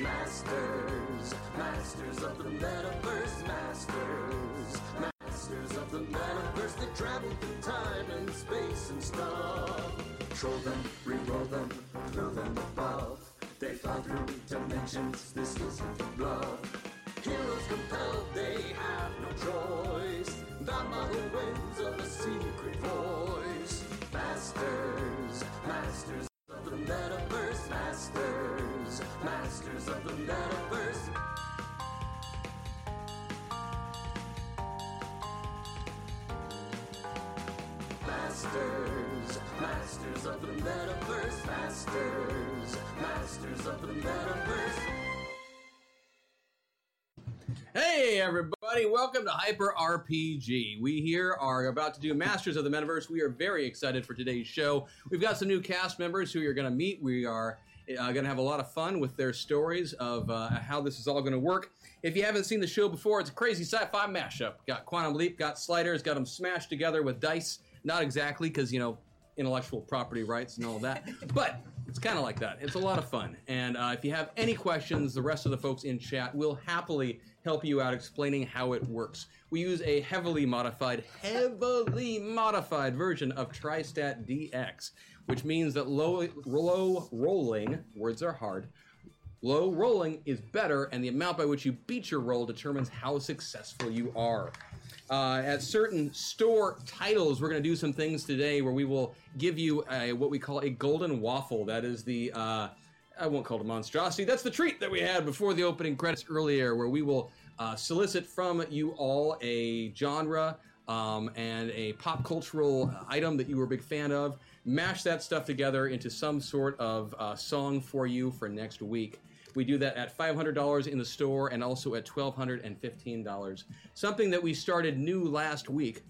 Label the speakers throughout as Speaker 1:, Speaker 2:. Speaker 1: Masters, masters of the metaverse, masters, masters of the metaverse that travel through time and space and stuff. Troll them, re-roll them, throw them above. They fly through dimensions, this isn't love. Heroes compelled, they have no choice. The model wins of a secret voice. Masters, masters of the metaverse, masters, masters of the metaverse. Masters, masters of the metaverse, masters, masters of the metaverse.
Speaker 2: Hey everybody, welcome to Hyper RPG. We here are about to do Masters of the Metaverse. We are very excited for today's show. We've got some new cast members who you're going to meet. We are uh, going to have a lot of fun with their stories of uh, how this is all going to work. If you haven't seen the show before, it's a crazy sci-fi mashup. Got Quantum Leap, got Sliders, got them smashed together with dice. Not exactly because you know intellectual property rights and all that. But it's kind of like that. It's a lot of fun. And uh, if you have any questions, the rest of the folks in chat will happily help you out explaining how it works. We use a heavily modified, heavily modified version of Tristat DX, which means that low, low rolling, words are hard, Low rolling is better, and the amount by which you beat your roll determines how successful you are. Uh, at certain store titles, we're going to do some things today where we will give you a, what we call a golden waffle. That is the, uh, I won't call it a monstrosity, that's the treat that we had before the opening credits earlier, where we will uh, solicit from you all a genre um, and a pop cultural item that you were a big fan of. Mash that stuff together into some sort of uh, song for you for next week. We do that at $500 in the store and also at $1,215. Something that we started new last week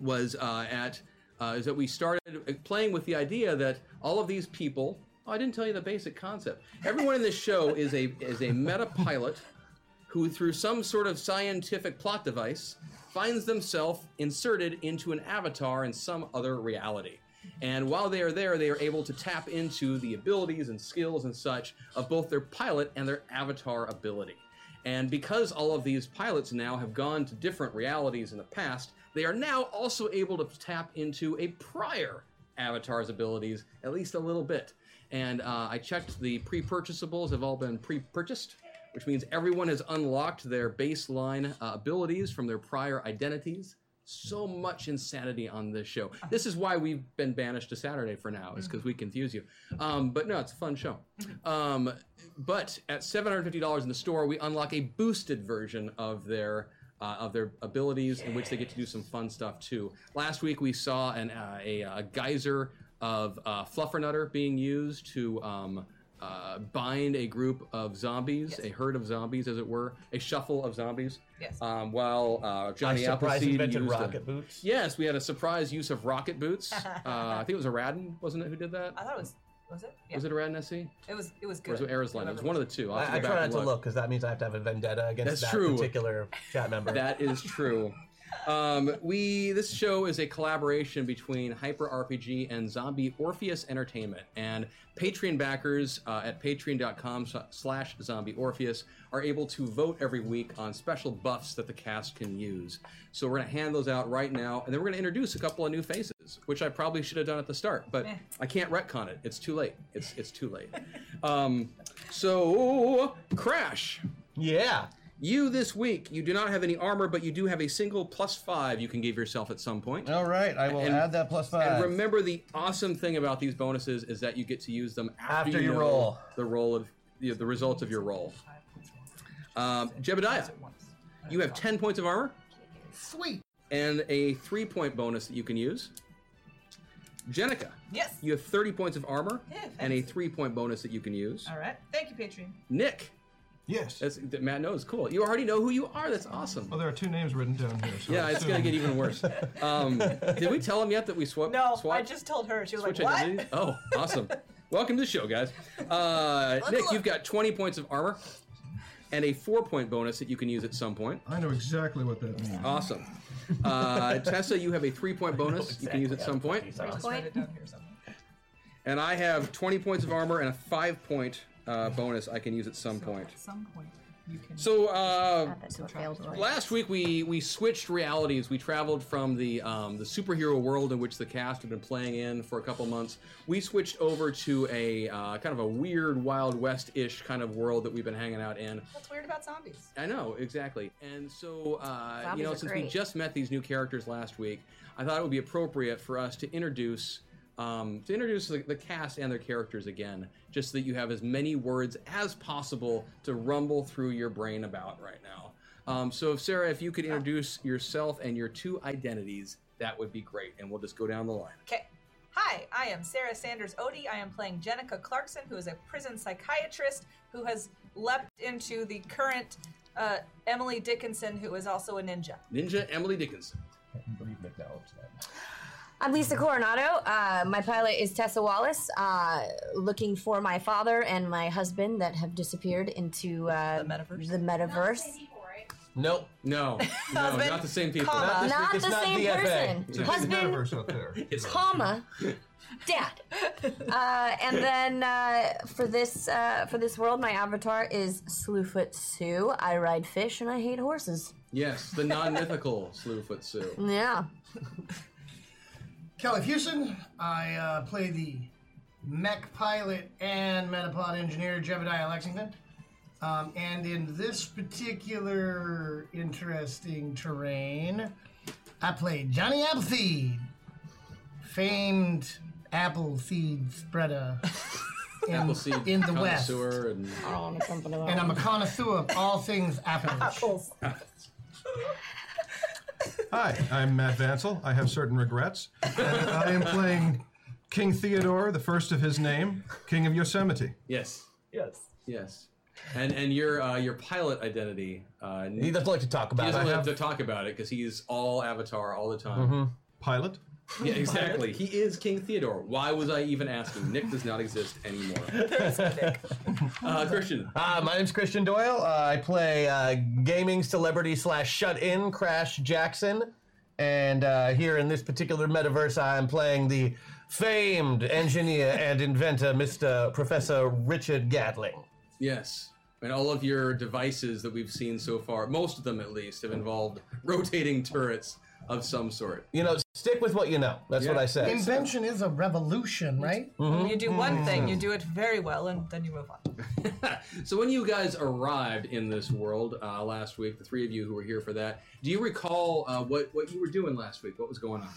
Speaker 2: was uh, at uh, is that we started playing with the idea that all of these people. Oh, I didn't tell you the basic concept. Everyone in this show is a is a meta pilot who, through some sort of scientific plot device, finds themselves inserted into an avatar in some other reality. And while they are there, they are able to tap into the abilities and skills and such of both their pilot and their avatar ability. And because all of these pilots now have gone to different realities in the past, they are now also able to tap into a prior avatar's abilities, at least a little bit. And uh, I checked the pre purchasables have all been pre purchased, which means everyone has unlocked their baseline uh, abilities from their prior identities. So much insanity on this show. This is why we've been banished to Saturday for now, is because we confuse you. Um, but no, it's a fun show. Um, but at $750 in the store, we unlock a boosted version of their uh, of their abilities, in which they get to do some fun stuff too. Last week we saw an, uh, a, uh geyser of uh, fluffernutter being used to um, uh, bind a group of zombies, a herd of zombies, as it were, a shuffle of zombies.
Speaker 3: Yes.
Speaker 2: Um, while uh, Johnny
Speaker 4: surprise
Speaker 2: Appleseed
Speaker 4: invented
Speaker 2: used a-
Speaker 4: rocket boots.
Speaker 2: Yes, we had a surprise use of rocket boots. uh, I think it was a Radin, wasn't it? Who did that?
Speaker 3: I thought it was. Was it? Yeah.
Speaker 2: Was it a Radin SC?
Speaker 3: It was. It was
Speaker 2: Or
Speaker 3: good.
Speaker 2: was it Arizlan? It was one of the two. I'll have
Speaker 4: I, I
Speaker 2: to go
Speaker 4: try
Speaker 2: back
Speaker 4: not
Speaker 2: and
Speaker 4: to look because that means I have to have a vendetta
Speaker 2: That's
Speaker 4: against that
Speaker 2: true.
Speaker 4: particular chat member.
Speaker 2: That is true. Um, we this show is a collaboration between Hyper RPG and Zombie Orpheus Entertainment, and Patreon backers uh, at patreon.com/slash Zombie Orpheus are able to vote every week on special buffs that the cast can use. So we're going to hand those out right now, and then we're going to introduce a couple of new faces, which I probably should have done at the start, but I can't retcon it. It's too late. It's it's too late. Um, so Crash.
Speaker 4: yeah.
Speaker 2: You this week, you do not have any armor, but you do have a single plus five you can give yourself at some point.
Speaker 5: All right, I will
Speaker 2: And-
Speaker 5: add that plus five.
Speaker 2: And remember, the awesome thing about these bonuses is that you get to use them after,
Speaker 4: After
Speaker 2: you
Speaker 4: you
Speaker 2: know
Speaker 4: roll.
Speaker 2: the roll of the, the results of your roll. Um, Jebediah, you have ten points of armor.
Speaker 3: Sweet.
Speaker 2: and a three point bonus that you can use. Jenica,
Speaker 3: Yes.
Speaker 2: you have 30 points of armor
Speaker 3: Yeah,
Speaker 2: and a
Speaker 3: thanks.
Speaker 2: three point bonus that you can use.
Speaker 3: All right. Thank you, Patreon.
Speaker 2: Nick,
Speaker 5: Yes.
Speaker 2: that's, that Matt knows, cool. You already know who you are. That's awesome.
Speaker 5: Well, there are two names written down here. So
Speaker 2: yeah,
Speaker 5: I
Speaker 2: it's going to
Speaker 5: assume-
Speaker 2: get even worse. Um, did we tell him yet that we swa-
Speaker 3: No, I
Speaker 2: swapped?
Speaker 3: just told her. She was like,
Speaker 2: Switch
Speaker 3: "What?"
Speaker 2: identities? Oh, awesome. Welcome to the show, guys. Uh,
Speaker 3: Let's
Speaker 2: Nick,
Speaker 3: look.
Speaker 2: you've got 20 points of armor and a four point bonus that you can use at some point.
Speaker 5: I know exactly what that means.
Speaker 2: Awesome. Uh, Tessa, you have a three point bonus you can use at some point.
Speaker 3: Just write it down here somewhere.
Speaker 2: And I have 20 points of armor and a five point uh, bonus I can use at some point.
Speaker 3: At some point, you can.
Speaker 2: So, uh,
Speaker 6: Add that to a failed roll.
Speaker 2: Last week we we switched realities. We traveled from the um, the superhero world in which the cast had been playing in for a couple months. We switched over to a uh, kind of a weird Wild West ish kind of world that we've been hanging out in.
Speaker 3: What's weird about zombies?
Speaker 2: I know exactly. And so uh, you
Speaker 6: Zombies
Speaker 2: know,
Speaker 6: are
Speaker 2: since we
Speaker 6: great.
Speaker 2: just met these new characters last week, I thought it would be appropriate for us to introduce. Um, to introduce the, the cast and their characters again, just so that you have as many words as possible to rumble through your brain about right now. Um, so, if Sarah, if you could introduce yourself and your two identities, that would be great. And we'll just go down the line.
Speaker 3: Okay. Hi, I am Sarah Sanders Odie. I am playing Jenica Clarkson, who is a prison psychiatrist who has leapt into the current uh, Emily Dickinson, who is also a ninja.
Speaker 2: Ninja Emily Dickinson.
Speaker 4: I can't believe Nick now owns that.
Speaker 6: I'm Lisa Coronado. Uh, my pilot is Tessa Wallace, uh, looking for my father and my husband that have disappeared into uh,
Speaker 3: The metaverse?
Speaker 6: The metaverse.
Speaker 4: Nope.
Speaker 2: No, no,
Speaker 3: Husband,
Speaker 2: not the same people.
Speaker 3: comma.
Speaker 4: This
Speaker 6: Not
Speaker 4: week it's
Speaker 6: the
Speaker 4: not
Speaker 6: same
Speaker 4: DFA.
Speaker 6: person.
Speaker 5: It's a big
Speaker 6: Husband,
Speaker 5: universe out there.
Speaker 6: comma dad uh, and then uh, for this uh, for this world my avatar is slewfoot sue i ride fish and i hate horses
Speaker 2: Yes, the non mythical Slewfoot Sue.
Speaker 6: yeah
Speaker 7: Kelly Hewson. I uh, play the mech pilot and metapod engineer Jebediah Lexington. Um, and in this particular interesting terrain, I play Johnny Appleseed, famed appleseed spreader in,
Speaker 2: Appleseed
Speaker 7: in the West.
Speaker 2: connoisseur and
Speaker 6: i don't want to something about
Speaker 7: And I'm a connoisseur of all things apples.
Speaker 3: Apples.
Speaker 5: Hi, I'm Matt Vansel. I have certain regrets. And I am playing King Theodore, the first of his name, King of Yosemite.
Speaker 2: yes,
Speaker 4: Yes.
Speaker 2: yes, and and your uh, your pilot identity. Uh,
Speaker 4: He
Speaker 2: he
Speaker 4: doesn't like to talk about it. Mm-hmm.
Speaker 2: doesn't
Speaker 4: I
Speaker 2: have
Speaker 4: have-
Speaker 2: to talk about it because he's all Avatar all the time.
Speaker 5: Pilot.
Speaker 2: Yeah, exactly. He is King Theodore. Why was I even asking? Nick does not exist anymore. Uh, Christian,
Speaker 4: Uh, my name's Christian Doyle. Uh, I play uh, gaming celebrity slash shut in Crash Jackson. And uh, here in this particular metaverse, I'm playing the famed engineer and inventor, Mr. Professor Richard Gatling.
Speaker 2: yes. And all of your devices that we've seen so far, most of them at least, have involved rotating turrets of some sort.
Speaker 4: You know, stick with what you know. That's what
Speaker 2: Yeah.
Speaker 4: I say.
Speaker 7: Invention is a revolution, right?
Speaker 3: When you do
Speaker 4: Mm-hmm.
Speaker 3: one thing, you do it very well, and then you move on.
Speaker 2: So when you guys arrived in this world uh, last week, the three of you who were here for that, do you recall uh, what what you were doing last week? What was going on?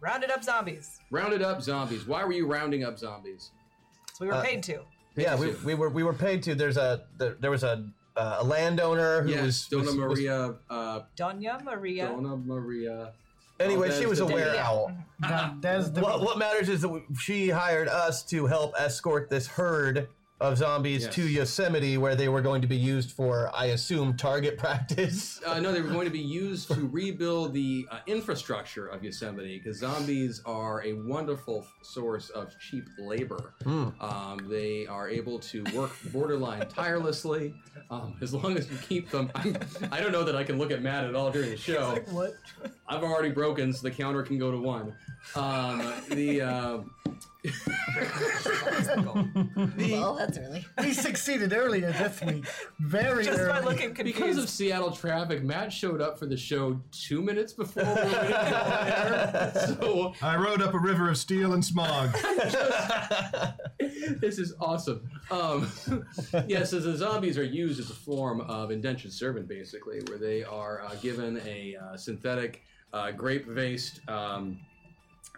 Speaker 3: Rounded up zombies.
Speaker 2: Rounded up zombies. Why were you rounding up zombies?
Speaker 3: So
Speaker 2: Uh,
Speaker 3: we
Speaker 4: Uh,
Speaker 3: were paid to.
Speaker 4: Yeah, we,
Speaker 2: Pikachu.
Speaker 4: we were we were paid to. There's a there, there was a uh, a landowner who was,
Speaker 2: Yes, Donna
Speaker 4: was- was-
Speaker 2: Maria. Uh,
Speaker 3: Donna Maria.
Speaker 2: Donna Maria. Oh,
Speaker 4: anyway,
Speaker 2: Valdez
Speaker 4: she was a
Speaker 2: the Dana.
Speaker 4: wereowl.
Speaker 7: That, that's the
Speaker 4: What, what matters is that we- she hired us to help escort this herd of zombies
Speaker 2: Yes.
Speaker 4: to Yosemite, where they were going to be used for, I assume, target practice.
Speaker 2: Uh, no, they were going to be used to rebuild the uh, infrastructure of Yosemite because zombies are a wonderful f- source of cheap labor.
Speaker 3: Hmm.
Speaker 2: Um, they are able to work borderline tirelessly um, as long as you keep them. I'm, I don't know that I can look at Matt at all during the show.
Speaker 3: What?
Speaker 2: I've already broken, so the counter can go to one. Um, the uh,
Speaker 6: well that's early
Speaker 7: We succeeded earlier this week. Very
Speaker 3: Just by
Speaker 7: early.
Speaker 3: looking
Speaker 2: because of
Speaker 3: confused.
Speaker 2: Seattle traffic, Matt showed up for the show two minutes before we were ready to go on air. So
Speaker 5: Mm-hmm. I rode up a river of steel and smog.
Speaker 2: this is awesome. Um, yeah, so the zombies are used as a form of indentured servant, basically, where they are uh, given a uh, synthetic uh, grape-based um,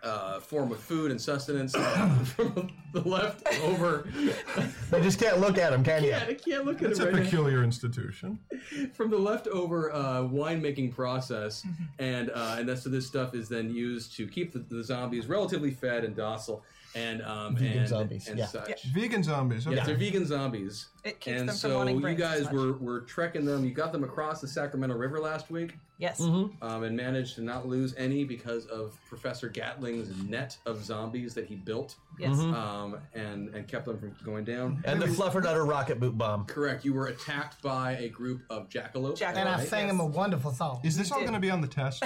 Speaker 2: uh, form of food and sustenance from the leftover.
Speaker 4: You just can't look at him, can you?
Speaker 2: yeah, I can't look at
Speaker 5: It's
Speaker 2: it
Speaker 5: a
Speaker 2: right now.
Speaker 5: peculiar institution.
Speaker 2: from the leftover uh, winemaking process,
Speaker 4: Mm-hmm.
Speaker 2: and uh, and that's so this stuff is then used to keep the, the zombies relatively fed and docile, and um,
Speaker 4: Vegan
Speaker 2: and,
Speaker 4: zombies,
Speaker 2: and
Speaker 4: yeah.
Speaker 2: such.
Speaker 5: Vegan zombies. Okay.
Speaker 2: Yes, they're vegan zombies.
Speaker 3: It keeps
Speaker 2: and
Speaker 3: them from
Speaker 2: so
Speaker 3: wanting
Speaker 2: you
Speaker 3: brains as
Speaker 2: guys
Speaker 3: much.
Speaker 2: were, were trekking them. You got them across the Sacramento River last week
Speaker 3: Yes.
Speaker 6: Mm-hmm.
Speaker 2: um, and managed to not lose any because of Professor Gatling's net of zombies that he built
Speaker 3: Yes.
Speaker 2: um, and, and kept them from going down.
Speaker 4: Mm-hmm. And the fluffernutter rocket boot bomb.
Speaker 2: Correct. You were attacked by a group of jackalopes.
Speaker 3: Jackalope.
Speaker 7: And I
Speaker 3: Right.
Speaker 7: sang
Speaker 3: Yes.
Speaker 7: him a wonderful song.
Speaker 5: Is this all going to be on the test?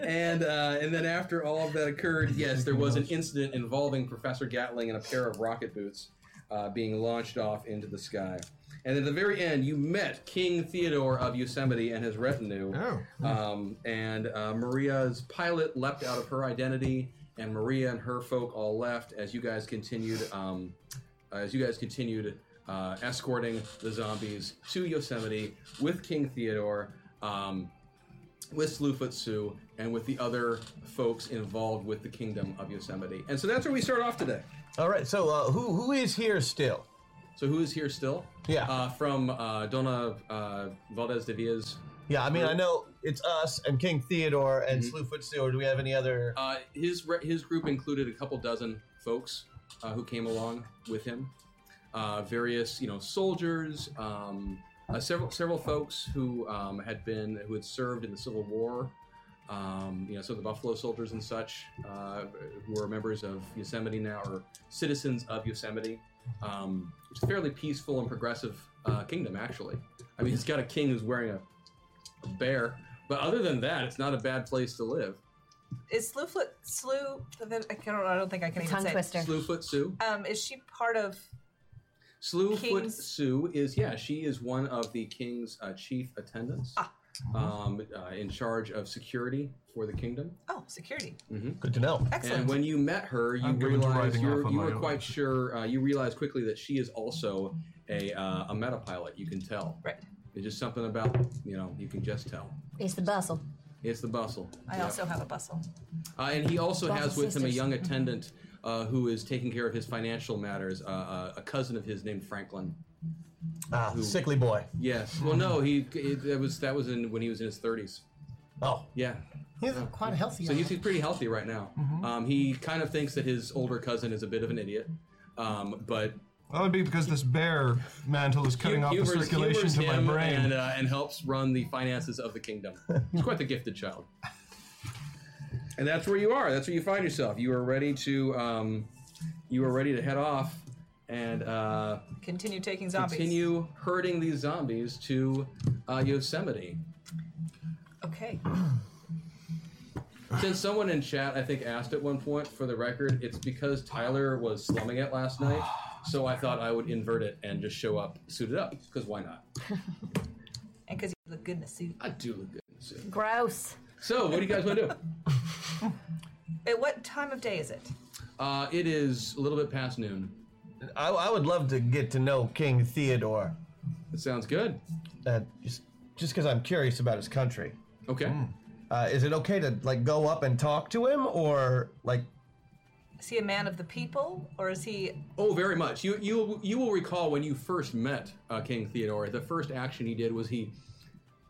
Speaker 2: and uh, and then after all of that occurred, yes, there was an incident involving Professor Gatling and a pair of rocket boots uh, being launched off into the sky. And at the very end, you met King Theodore of Yosemite and his retinue.
Speaker 5: Oh.
Speaker 2: Um, and uh, Maria's pilot leapt out of her identity, and Maria and her folk all left as you guys continued. Um, as you guys continued uh, escorting the zombies to Yosemite with King Theodore. Um, with Slewfoot Sioux and with the other folks involved with the Kingdom of Yosemite. And so that's where we start off today.
Speaker 4: All right, so uh, who who is here still?
Speaker 2: So who is here still?
Speaker 4: Yeah.
Speaker 2: Uh, from uh, Donna uh, Valdez de Villas.
Speaker 4: Yeah, I mean, I know it's us and King Theodore and
Speaker 2: Mm-hmm.
Speaker 4: Slewfoot Stewart. Do we have any other?
Speaker 2: Uh, his re- his group included a couple dozen folks uh, who came along with him. Uh, various, you know, soldiers, um, uh, several several folks who um, had been who had served in the Civil War. Um, you know, some of the Buffalo Soldiers and such, uh, who are members of Yosemite now or citizens of Yosemite. Um, it's a fairly peaceful and progressive uh, kingdom, actually. I mean, it's got a king who's wearing a, a bear, but other than that, it's not a bad place to live.
Speaker 3: Is Slewfoot Slew? then- I don't. I don't think I can even
Speaker 6: Tongue
Speaker 3: say. it.
Speaker 6: twister.
Speaker 2: Slewfoot Sue.
Speaker 3: Um, is she part of?
Speaker 2: Slewfoot
Speaker 3: King's-
Speaker 2: Sue is yeah, she is one of the king's uh, chief attendants,
Speaker 3: Ah.
Speaker 2: um, uh, in charge of security for the kingdom. Mm-hmm.
Speaker 3: Oh, security.
Speaker 4: Good to know.
Speaker 3: Excellent.
Speaker 2: And when you met her, you
Speaker 5: I'm going to
Speaker 2: realized
Speaker 5: writing off
Speaker 2: you're,
Speaker 5: on
Speaker 2: you
Speaker 5: my
Speaker 2: were
Speaker 5: own.
Speaker 2: quite sure. Uh, you realized quickly that she is also a uh, a meta pilot. You can tell.
Speaker 3: right.
Speaker 2: It's just something about you know you can just tell.
Speaker 6: It's the bustle.
Speaker 2: It's the bustle.
Speaker 3: I
Speaker 2: Yep.
Speaker 3: also have a bustle.
Speaker 2: Uh, and he also
Speaker 6: Brothers
Speaker 2: has with him a
Speaker 6: sisters.
Speaker 2: young attendant uh, who is taking care of his financial matters, uh, uh, a cousin of his named Franklin.
Speaker 4: Ah, sickly boy.
Speaker 2: Yes. Well, no, he it, that was that was in when he was in his 30s.
Speaker 4: Oh,
Speaker 2: Yeah.
Speaker 7: He's quite healthy.
Speaker 2: So he's, he's pretty healthy right now. Um, he kind of thinks that his older cousin is a bit of an idiot, um, but
Speaker 5: That would be because this bear mantle is cutting
Speaker 2: hu-
Speaker 5: off the
Speaker 2: humors,
Speaker 5: circulation
Speaker 2: humors
Speaker 5: to my
Speaker 2: him
Speaker 5: brain.
Speaker 2: and, uh, and helps run the finances of the kingdom. he's quite the gifted child. And that's where you are. That's where you find yourself. You are ready to um, you are ready to head off and uh,
Speaker 3: Continue taking zombies.
Speaker 2: continue herding these zombies to uh, Yosemite.
Speaker 3: Okay.
Speaker 2: Since someone in chat, I think, asked at one point for the record, it's because Tyler was slumming it last night. So I thought I would invert it and just show up suited up, because why not?
Speaker 3: And because you look good in a suit.
Speaker 2: I do look good in a suit.
Speaker 6: Gross.
Speaker 2: So, what do you guys want to do?
Speaker 3: At what time of day is it?
Speaker 2: Uh, it is a little bit past noon.
Speaker 4: I, I would love to get to know King Theodore.
Speaker 2: It sounds good.
Speaker 4: Uh, just just because I'm curious about his country.
Speaker 2: Okay.
Speaker 4: Uh, is it okay to like go up and talk to him, or like
Speaker 3: Is he a man of the people, or is he?
Speaker 2: Oh, very much. You you you will recall when you first met uh, King Theodore. The first action he did was he.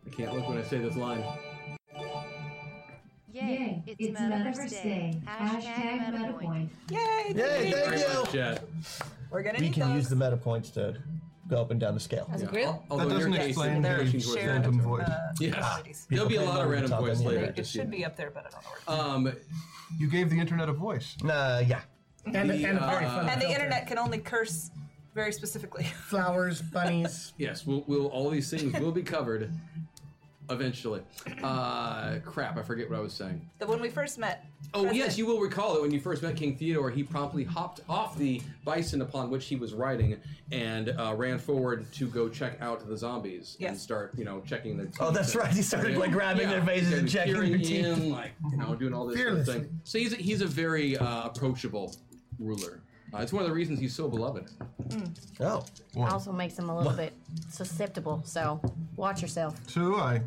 Speaker 2: I can't look when I say this line.
Speaker 8: Yay, it's, Metaverse Day. Hashtag MetaPoint.
Speaker 3: Yay!
Speaker 4: Yay,
Speaker 3: thank
Speaker 4: thank
Speaker 3: you.
Speaker 4: you.
Speaker 2: Chat.
Speaker 3: We're gonna
Speaker 4: we
Speaker 3: need
Speaker 4: can
Speaker 3: those.
Speaker 4: use the meta points to go up and down the scale?
Speaker 6: As a
Speaker 2: Yeah,
Speaker 6: group.
Speaker 2: al- although in
Speaker 5: doesn't
Speaker 2: your case,
Speaker 5: explain
Speaker 2: it's
Speaker 5: their
Speaker 2: pushing towards
Speaker 3: shared,
Speaker 2: that.
Speaker 5: Phantom voice.
Speaker 3: uh,
Speaker 2: Yes.
Speaker 3: abilities.
Speaker 2: There'll be a
Speaker 4: People
Speaker 2: lot
Speaker 4: can't
Speaker 2: of
Speaker 4: learn to
Speaker 2: random
Speaker 4: talk
Speaker 2: voice
Speaker 4: anymore.
Speaker 2: later.
Speaker 3: It
Speaker 2: just so you
Speaker 3: should
Speaker 2: know.
Speaker 3: be up there, but I don't know where.
Speaker 2: Um,
Speaker 5: You gave the internet a voice.
Speaker 4: Uh, yeah.
Speaker 7: and,
Speaker 2: the,
Speaker 7: and a very
Speaker 2: uh,
Speaker 7: funny
Speaker 3: and the
Speaker 7: filter.
Speaker 3: internet can only curse very specifically.
Speaker 7: flowers, bunnies.
Speaker 2: yes, we'll, we'll all these things will be covered eventually. Uh, crap, I forget what I was saying.
Speaker 3: that when we first met.
Speaker 2: Oh yes, you will recall that when you first met King Theodore, he promptly hopped off the bison upon which he was riding and uh, ran forward to go check out the zombies and
Speaker 3: Yes.
Speaker 2: start, you know, checking their. Teeth
Speaker 4: Oh, that's right. He started like grabbing their faces and checking
Speaker 2: peering
Speaker 4: their teeth.
Speaker 2: in, like you know, doing all this sort of
Speaker 7: Fearlessly.
Speaker 2: thing. So he's a, he's a very uh, approachable ruler. Uh, it's one of the reasons he's so beloved.
Speaker 3: Hmm.
Speaker 4: Oh,
Speaker 5: One.
Speaker 6: Also makes them a little bit susceptible. So watch yourself.
Speaker 5: Two, I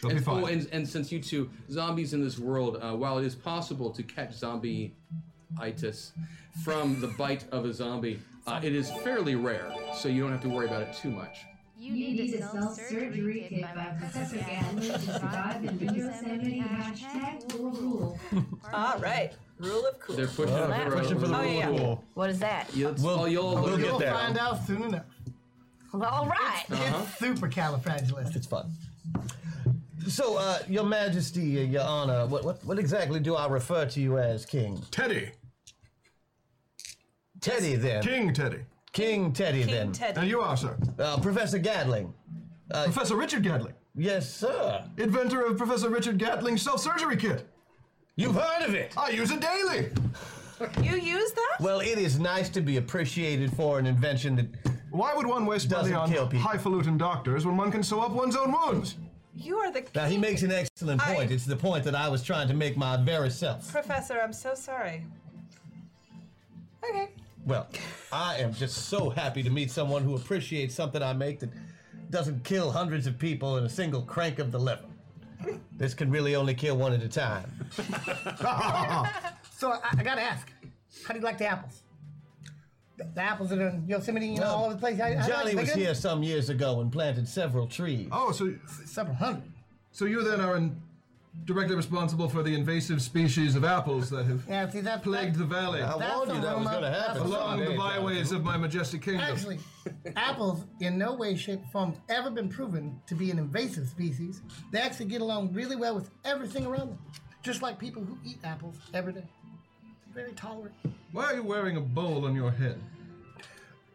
Speaker 5: She'll be
Speaker 2: And,
Speaker 5: fine.
Speaker 2: oh, and, and since you two zombies in this world, uh, while it is possible to catch zombie itis from the bite of a zombie, uh, it is fairly rare, so you don't have to worry about it too much.
Speaker 8: You need a self-surgery kit by Professor Gatler to survive in Windows 70. Hashtag rule E rule.
Speaker 3: All Ah, right. Rule of cool.
Speaker 2: They're pushing,
Speaker 6: Wow.
Speaker 2: for,
Speaker 5: Pushing for the
Speaker 3: Oh,
Speaker 5: rule
Speaker 3: yeah.
Speaker 5: of cool.
Speaker 6: What is that?
Speaker 2: Yeah, that's-
Speaker 4: We'll-
Speaker 2: oh, you'll all
Speaker 5: we'll
Speaker 2: look
Speaker 7: You'll
Speaker 2: at
Speaker 5: there.
Speaker 7: find out soon enough.
Speaker 6: Well, all right.
Speaker 3: Uh-huh.
Speaker 7: It's super califragilistic.
Speaker 4: It's fun. So, uh, Your Majesty, uh, Your Honor, what, what, what exactly do I refer to you as, King?
Speaker 5: Teddy.
Speaker 4: Teddy, then. King,
Speaker 5: King Teddy.
Speaker 4: Teddy,
Speaker 3: King
Speaker 4: then.
Speaker 3: Teddy.
Speaker 5: And you are, sir.
Speaker 4: Uh, Professor Gadling.
Speaker 5: Professor Richard Gatling.
Speaker 4: Yes, sir.
Speaker 5: Inventor of Professor Richard Gatling's self surgery kit.
Speaker 4: You've heard of it.
Speaker 5: I use it daily.
Speaker 3: You use that?
Speaker 4: Well, it is nice to be appreciated for an invention that.
Speaker 5: Why would one waste money
Speaker 4: Doesn't kill
Speaker 5: on
Speaker 4: people.
Speaker 5: highfalutin doctors when one can sew up one's own wounds?
Speaker 3: you are the
Speaker 4: Now, he makes an excellent
Speaker 3: I-
Speaker 4: point. It's the point that I was trying to make my very self.
Speaker 3: Professor, I'm so sorry. Okay.
Speaker 4: Well, I am just so happy to meet someone who appreciates something I make that doesn't kill hundreds of people in a single crank of the lever. This can really only kill one at a time.
Speaker 7: So I, I gotta ask, how do you like the apples? The, the apples are in Yosemite, you know, all over the place. How- how do you like
Speaker 4: Johnny
Speaker 7: them?
Speaker 4: was
Speaker 7: They good?
Speaker 4: here some years ago and planted several trees.
Speaker 5: Oh, so
Speaker 7: Several hundred.
Speaker 5: so you then are in, directly responsible for the invasive species of apples that have
Speaker 7: Yeah, see that's
Speaker 5: plagued the valley
Speaker 4: I
Speaker 7: that's
Speaker 4: warned you
Speaker 7: a
Speaker 4: that was
Speaker 7: rumor.
Speaker 4: going to happen.
Speaker 7: That's a
Speaker 5: along the byways of my majestic kingdom.
Speaker 7: Actually, apples in no way, shape, form have ever been proven to be an invasive species. They actually get along really well with everything around them, just like people who eat apples every day. Very tolerant.
Speaker 5: Why are you wearing a bowl on your head?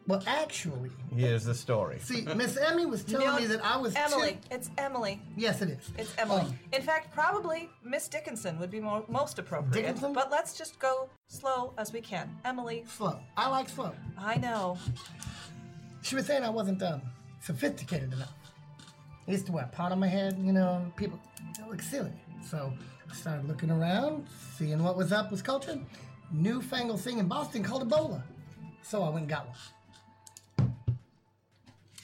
Speaker 7: Well, actually,
Speaker 4: Here's the story.
Speaker 7: see, Miss Emmy was telling
Speaker 3: No,
Speaker 7: me that I was too-
Speaker 3: Emily. It's Emily.
Speaker 7: Yes, it is.
Speaker 3: It's Emily.
Speaker 7: Um,
Speaker 3: In fact, probably Miss Dickinson would be more, most appropriate.
Speaker 7: Dickinson?
Speaker 3: But let's just go slow as we can. Emily,
Speaker 7: slow. I like slow.
Speaker 3: I know.
Speaker 7: She was saying I wasn't um, sophisticated enough. I used to wear a pot on my head, you know, and people it looked silly. So I started looking around, seeing what was up with culture. Newfangled thing in Boston called Ebola. So I went and got one.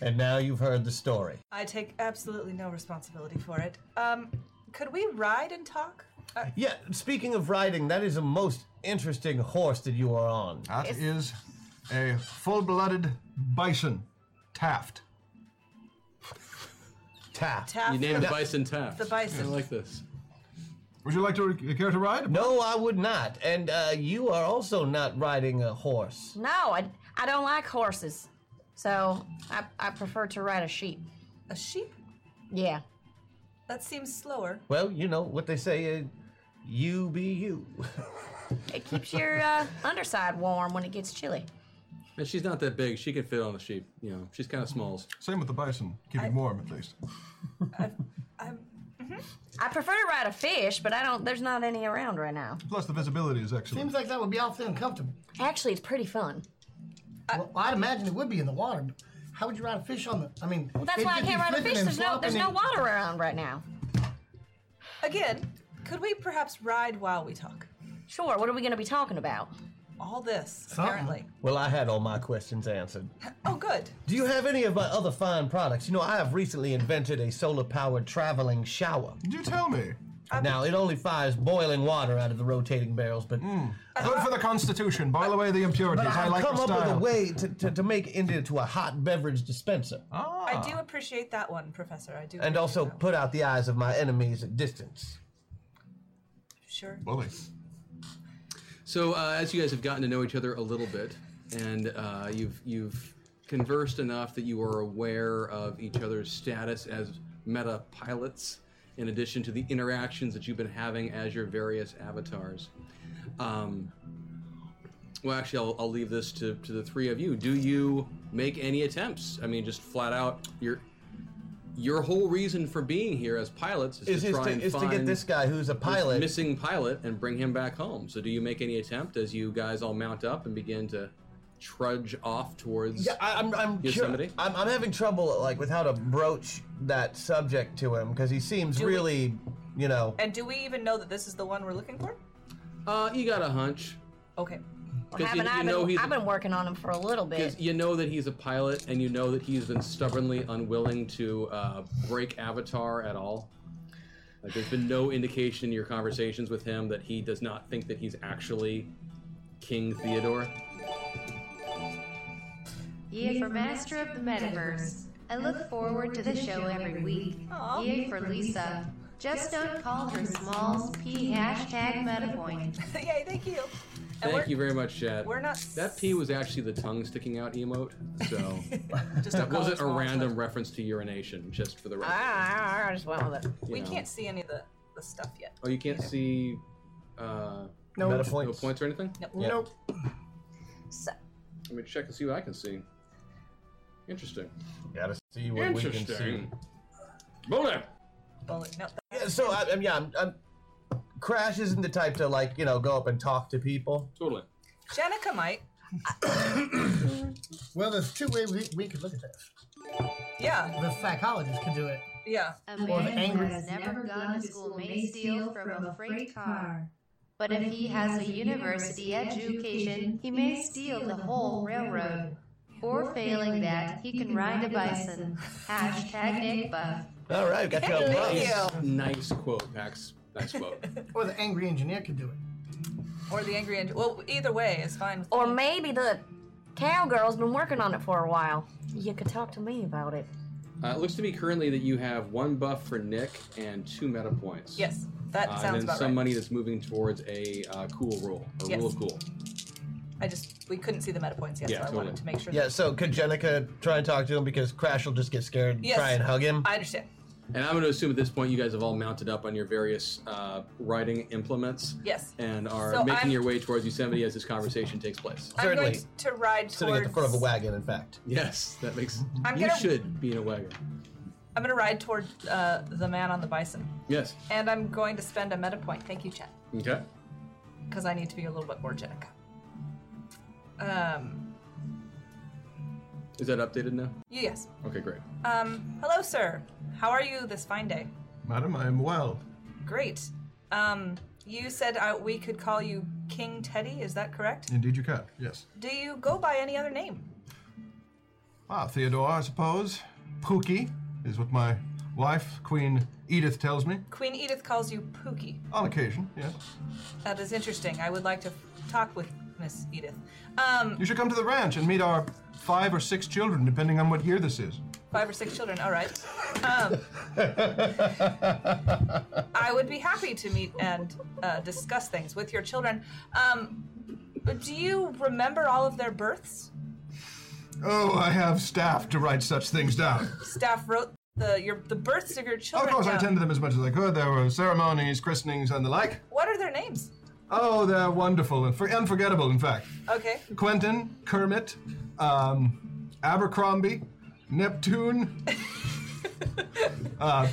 Speaker 4: And now you've heard the story.
Speaker 3: I take absolutely no responsibility for it. Um, could we ride and talk? Uh,
Speaker 4: Yeah, speaking of riding, that is a most interesting horse that you are on.
Speaker 5: That is a full-blooded bison, Taft.
Speaker 4: Taft.
Speaker 3: Taff,
Speaker 2: You named
Speaker 3: the,
Speaker 2: the bison Taft.
Speaker 3: the bison.
Speaker 2: I like this.
Speaker 5: Would you like to care to ride?
Speaker 4: No, I would not. And uh, you are also not riding a horse.
Speaker 6: No, I, I don't like horses. So I, I prefer to ride a sheep.
Speaker 3: a sheep.
Speaker 6: Yeah.
Speaker 3: That seems slower.
Speaker 4: Well, you know what they say, uh, you be you.
Speaker 6: It keeps your uh, underside warm when it gets chilly.
Speaker 2: And she's not that big. She can fit on a sheep. You know, she's kind of smalls.
Speaker 5: Same with the bison. Keep it warm, at least.
Speaker 3: I'm,
Speaker 6: I prefer to ride a fish, but I don't. There's not any around right now.
Speaker 5: Plus, the visibility is excellent.
Speaker 7: Seems like that would be awfully uncomfortable.
Speaker 6: Actually, it's pretty fun.
Speaker 7: well, I'd imagine it would be in the water. But how would you ride a fish on the? I mean,
Speaker 6: Well, that's
Speaker 7: it'd
Speaker 6: why I
Speaker 7: just be
Speaker 6: can't ride a
Speaker 7: flipping
Speaker 6: fish.
Speaker 7: and
Speaker 6: There's no
Speaker 7: flopping
Speaker 6: there's no
Speaker 7: and-
Speaker 6: water around right now.
Speaker 3: again, could we perhaps ride while we talk?
Speaker 6: Sure. What are we going to be talking about?
Speaker 3: All this,
Speaker 7: Something.
Speaker 3: apparently.
Speaker 4: Well, I had all my questions answered.
Speaker 3: Oh, good.
Speaker 4: Do you have any of my other fine products? You know, I have recently invented a solar powered traveling shower.
Speaker 5: Did you tell me?
Speaker 3: Um,
Speaker 4: Now, it only fires boiling water out of the rotating barrels, but
Speaker 5: Mm. Good for the constitution. Boil away the impurities.
Speaker 4: but
Speaker 5: I
Speaker 4: I've
Speaker 5: like
Speaker 4: come
Speaker 5: the
Speaker 4: up
Speaker 5: style.
Speaker 4: with a way to, to, to make it into a hot beverage dispenser
Speaker 5: Ah.
Speaker 3: I
Speaker 2: Ah.
Speaker 3: do appreciate that one, Professor. I do.
Speaker 4: and
Speaker 3: appreciate
Speaker 4: also
Speaker 3: that one.
Speaker 4: put out the eyes of my enemies at distance.
Speaker 3: sure.
Speaker 5: Bully.
Speaker 2: So uh, as you guys have gotten to know each other a little bit, and uh, you've you've conversed enough that you are aware of each other's status as meta pilots, in addition to the interactions that you've been having as your various avatars. Um, well, actually, I'll, I'll leave this to, to the three of you. Do you make any attempts? I mean, just flat out, your your whole reason for being here as pilots is,
Speaker 4: Is,
Speaker 2: to
Speaker 4: is,
Speaker 2: try
Speaker 4: to,
Speaker 2: and
Speaker 4: is to
Speaker 2: find
Speaker 4: get this guy who's a pilot.
Speaker 2: missing pilot and bring him back home. So, do you make any attempt as you guys all mount up and begin to trudge off towards?
Speaker 4: Yeah, I, I'm. I'm, cur-
Speaker 2: Yosemite?
Speaker 4: I'm. I'm having trouble like with how to broach that subject to him because he seems
Speaker 3: we-
Speaker 4: really, you know.
Speaker 3: And do we even know that this is the one we're looking for?
Speaker 2: Uh, you got a hunch
Speaker 3: Okay.
Speaker 6: Well,
Speaker 2: you-
Speaker 6: haven't I
Speaker 2: you
Speaker 6: been,
Speaker 2: know he's-
Speaker 6: I've been working on him for a little bit.
Speaker 2: because you know that he's a pilot, and you know that he's been stubbornly unwilling to uh, break Avatar at all. Like, there's been no indication in your conversations with him that he does not think that he's actually King Theodore.
Speaker 8: Yay E for Master of the Metaverse. I look forward to the show every week.
Speaker 3: Aw.
Speaker 8: Yay for Lisa. Just don't call her Smalls P hashtag MetaPoint.
Speaker 3: Yay, thank you. And
Speaker 2: Thank
Speaker 3: we're,
Speaker 2: you very much, Chad.
Speaker 3: We're not.
Speaker 2: That P was actually the tongue sticking out emote, so
Speaker 3: Just
Speaker 2: that
Speaker 3: don't call it
Speaker 2: wasn't a
Speaker 3: small
Speaker 2: random
Speaker 3: choice.
Speaker 2: reference to urination. Just for the record,
Speaker 6: Ah, I just went with it.
Speaker 2: you
Speaker 3: We
Speaker 2: know.
Speaker 3: can't see any of the, the stuff yet.
Speaker 2: Oh, you can't see uh,
Speaker 4: No,
Speaker 2: no points or anything.
Speaker 3: Nope.
Speaker 4: Yeah.
Speaker 3: Nope.
Speaker 6: So,
Speaker 2: Let me check and see what I can see. Interesting.
Speaker 4: Gotta see what we can see.
Speaker 2: Interesting. Boner.
Speaker 3: Bullet. Nope.
Speaker 4: Yeah, so I, I'm, yeah, I'm, I'm, Crash isn't the type to like you know go up and talk to people.
Speaker 2: Totally.
Speaker 3: Jenica might.
Speaker 7: Well, there's two ways we, we could look at this.
Speaker 3: Yeah.
Speaker 7: The psychologist could do it.
Speaker 3: Oh, Yeah.
Speaker 8: A
Speaker 7: Or the
Speaker 8: man who
Speaker 7: angry-
Speaker 8: has never gone to school may steal from a freight car. But if he has a university education, he may steal the whole railroad. Or failing that, he can ride a bison. Hashtag Nick Buff.
Speaker 4: All right, got you.
Speaker 3: Thank
Speaker 4: up.
Speaker 3: you.
Speaker 2: Nice quote, Pax. Nice quote.
Speaker 7: Or the angry engineer could do it.
Speaker 3: Or the angry angel. Well, either way is fine. With
Speaker 6: or
Speaker 3: me.
Speaker 6: maybe the cowgirl's been working on it for a while. You could talk to me about it.
Speaker 2: Uh, it looks to me currently that you have one buff for Nick and two meta points.
Speaker 3: Yes, that
Speaker 2: Uh, and
Speaker 3: sounds
Speaker 2: then
Speaker 3: about
Speaker 2: some
Speaker 3: right.
Speaker 2: money that's moving towards a uh, cool rule or
Speaker 3: Yes.
Speaker 2: rule of cool.
Speaker 3: I just we couldn't see the meta points yet,
Speaker 2: Yeah,
Speaker 3: so I wanted
Speaker 2: totally.
Speaker 3: to make sure.
Speaker 4: Yeah, so could Jenica try and talk to him because Crash will just get scared and
Speaker 3: Yes.
Speaker 4: try and hug him?
Speaker 3: I understand.
Speaker 2: And I'm going to assume at this point you guys have all mounted up on your various uh, riding implements
Speaker 3: Yes.
Speaker 2: and are
Speaker 3: So
Speaker 2: making
Speaker 3: I'm-
Speaker 2: your way towards Yosemite as this conversation takes place.
Speaker 3: I'm going
Speaker 4: Certainly.
Speaker 3: to ride towards.
Speaker 4: Sitting at the front of a wagon, in fact.
Speaker 2: Yes, that makes.
Speaker 3: I'm
Speaker 2: you
Speaker 3: gonna-
Speaker 2: should be in a wagon.
Speaker 3: I'm going to ride toward uh, the man on the bison,
Speaker 2: Yes.
Speaker 3: and I'm going to spend a meta point. Thank you, Chet,
Speaker 2: Okay.
Speaker 3: because I need to be a little bit more Jenica. Um.
Speaker 2: Is that updated now?
Speaker 3: Yes.
Speaker 2: Okay, great.
Speaker 3: Um. Hello, sir. How are you this fine day?
Speaker 5: Madam, I am well.
Speaker 3: Great. Um. You said uh, we could call you King Teddy. Is that correct?
Speaker 5: Indeed, you can. Yes.
Speaker 3: Do you go by any other name?
Speaker 5: Ah, Theodore, I suppose. Pookie is what my wife, Queen Edith, tells me.
Speaker 3: Queen Edith calls you Pookie.
Speaker 5: On occasion, yes.
Speaker 3: That is interesting. I would like to talk with Miss Edith. Um,
Speaker 5: You should come to the ranch and meet our five or six children, depending on what year this is.
Speaker 3: five or six children. All right. Um, I would be happy to meet and uh, discuss things with your children. Um, but do you remember all of their births?
Speaker 5: Oh, I have staff to write such things down.
Speaker 3: Staff wrote the your the births of your
Speaker 5: Of
Speaker 3: children.
Speaker 5: course, I
Speaker 3: down.
Speaker 5: attended them as much as I could. There were ceremonies, christenings, and the like.
Speaker 3: What are their names?
Speaker 5: Oh, they're wonderful and for- unforgettable, in fact.
Speaker 3: Okay.
Speaker 5: Quentin, Kermit, um, Abercrombie, Neptune, uh,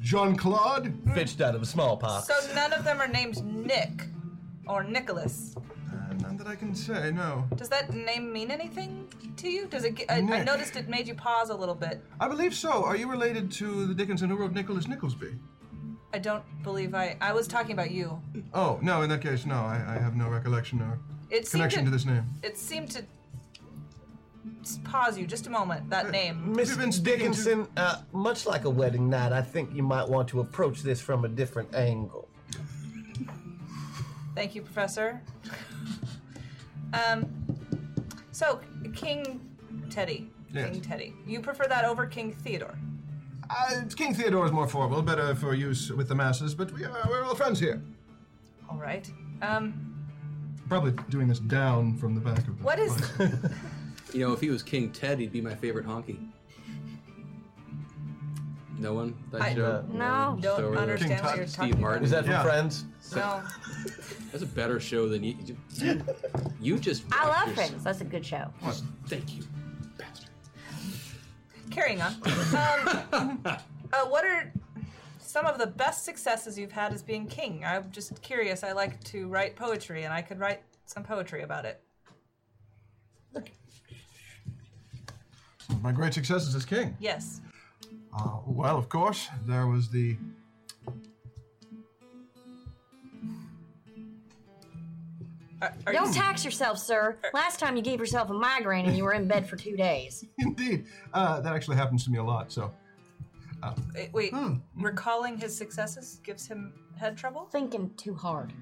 Speaker 5: Jean Claude.
Speaker 4: Bitched out of a small pop.
Speaker 3: So none of them are named Nick or Nicholas.
Speaker 5: Uh, none that I can say, no.
Speaker 3: Does that name mean anything to you? Does it? ge- I, I
Speaker 5: Nick.
Speaker 3: noticed it made you pause a little bit.
Speaker 5: I believe so. Are you related to the Dickinson who wrote Nicholas Nickleby?
Speaker 3: I don't believe I. I was talking about you.
Speaker 5: Oh, no, in that case, no. I, I have no recollection or
Speaker 3: It seemed
Speaker 5: connection to this name.
Speaker 3: It seemed to s- pause you just a moment. That name.
Speaker 4: Miss
Speaker 5: We've been speaking to-
Speaker 4: Dickinson, uh, much like a wedding night, I think you might want to approach this from a different angle.
Speaker 3: Thank you, Professor. um. So, King Teddy.
Speaker 5: Yes.
Speaker 3: King Teddy. You prefer that over King Theodore?
Speaker 5: Uh, King Theodore is more formal, better for use with the masses, but we are, we're all friends here.
Speaker 3: All right. Um.
Speaker 5: Probably doing this down from the back of the
Speaker 3: What is?
Speaker 5: mic.
Speaker 2: You know, if he was King Ted, he'd be my favorite honky. No one? That
Speaker 3: I-
Speaker 2: joke?
Speaker 6: No.
Speaker 2: Just
Speaker 3: Don't
Speaker 2: over the-
Speaker 3: understand
Speaker 5: King
Speaker 3: what
Speaker 5: Tut,
Speaker 3: you're
Speaker 2: Steve
Speaker 3: talking
Speaker 2: Martin.
Speaker 4: Is that from
Speaker 5: Yeah.
Speaker 4: Friends?
Speaker 3: about. No.
Speaker 2: That's a better show than you. You, you just.
Speaker 6: I love
Speaker 2: yourself.
Speaker 6: Friends. That's a good show.
Speaker 2: Thank you, bastard.
Speaker 3: Carrying on. Um, uh, what are some of the best successes you've had as being king? I'm just curious. I like to write poetry, and I could write some poetry about it.
Speaker 5: My great successes as king.
Speaker 3: Yes.
Speaker 5: Uh, well, of course, there was the.
Speaker 3: Are, are
Speaker 6: Don't
Speaker 3: you-
Speaker 6: tax yourself, sir. Last time you gave yourself a migraine and you were in bed for two days.
Speaker 5: Indeed, uh, that actually happens to me a lot. So,
Speaker 3: Eh, Wait,
Speaker 4: Hmm.
Speaker 3: recalling his successes gives him head trouble?
Speaker 6: Thinking too hard.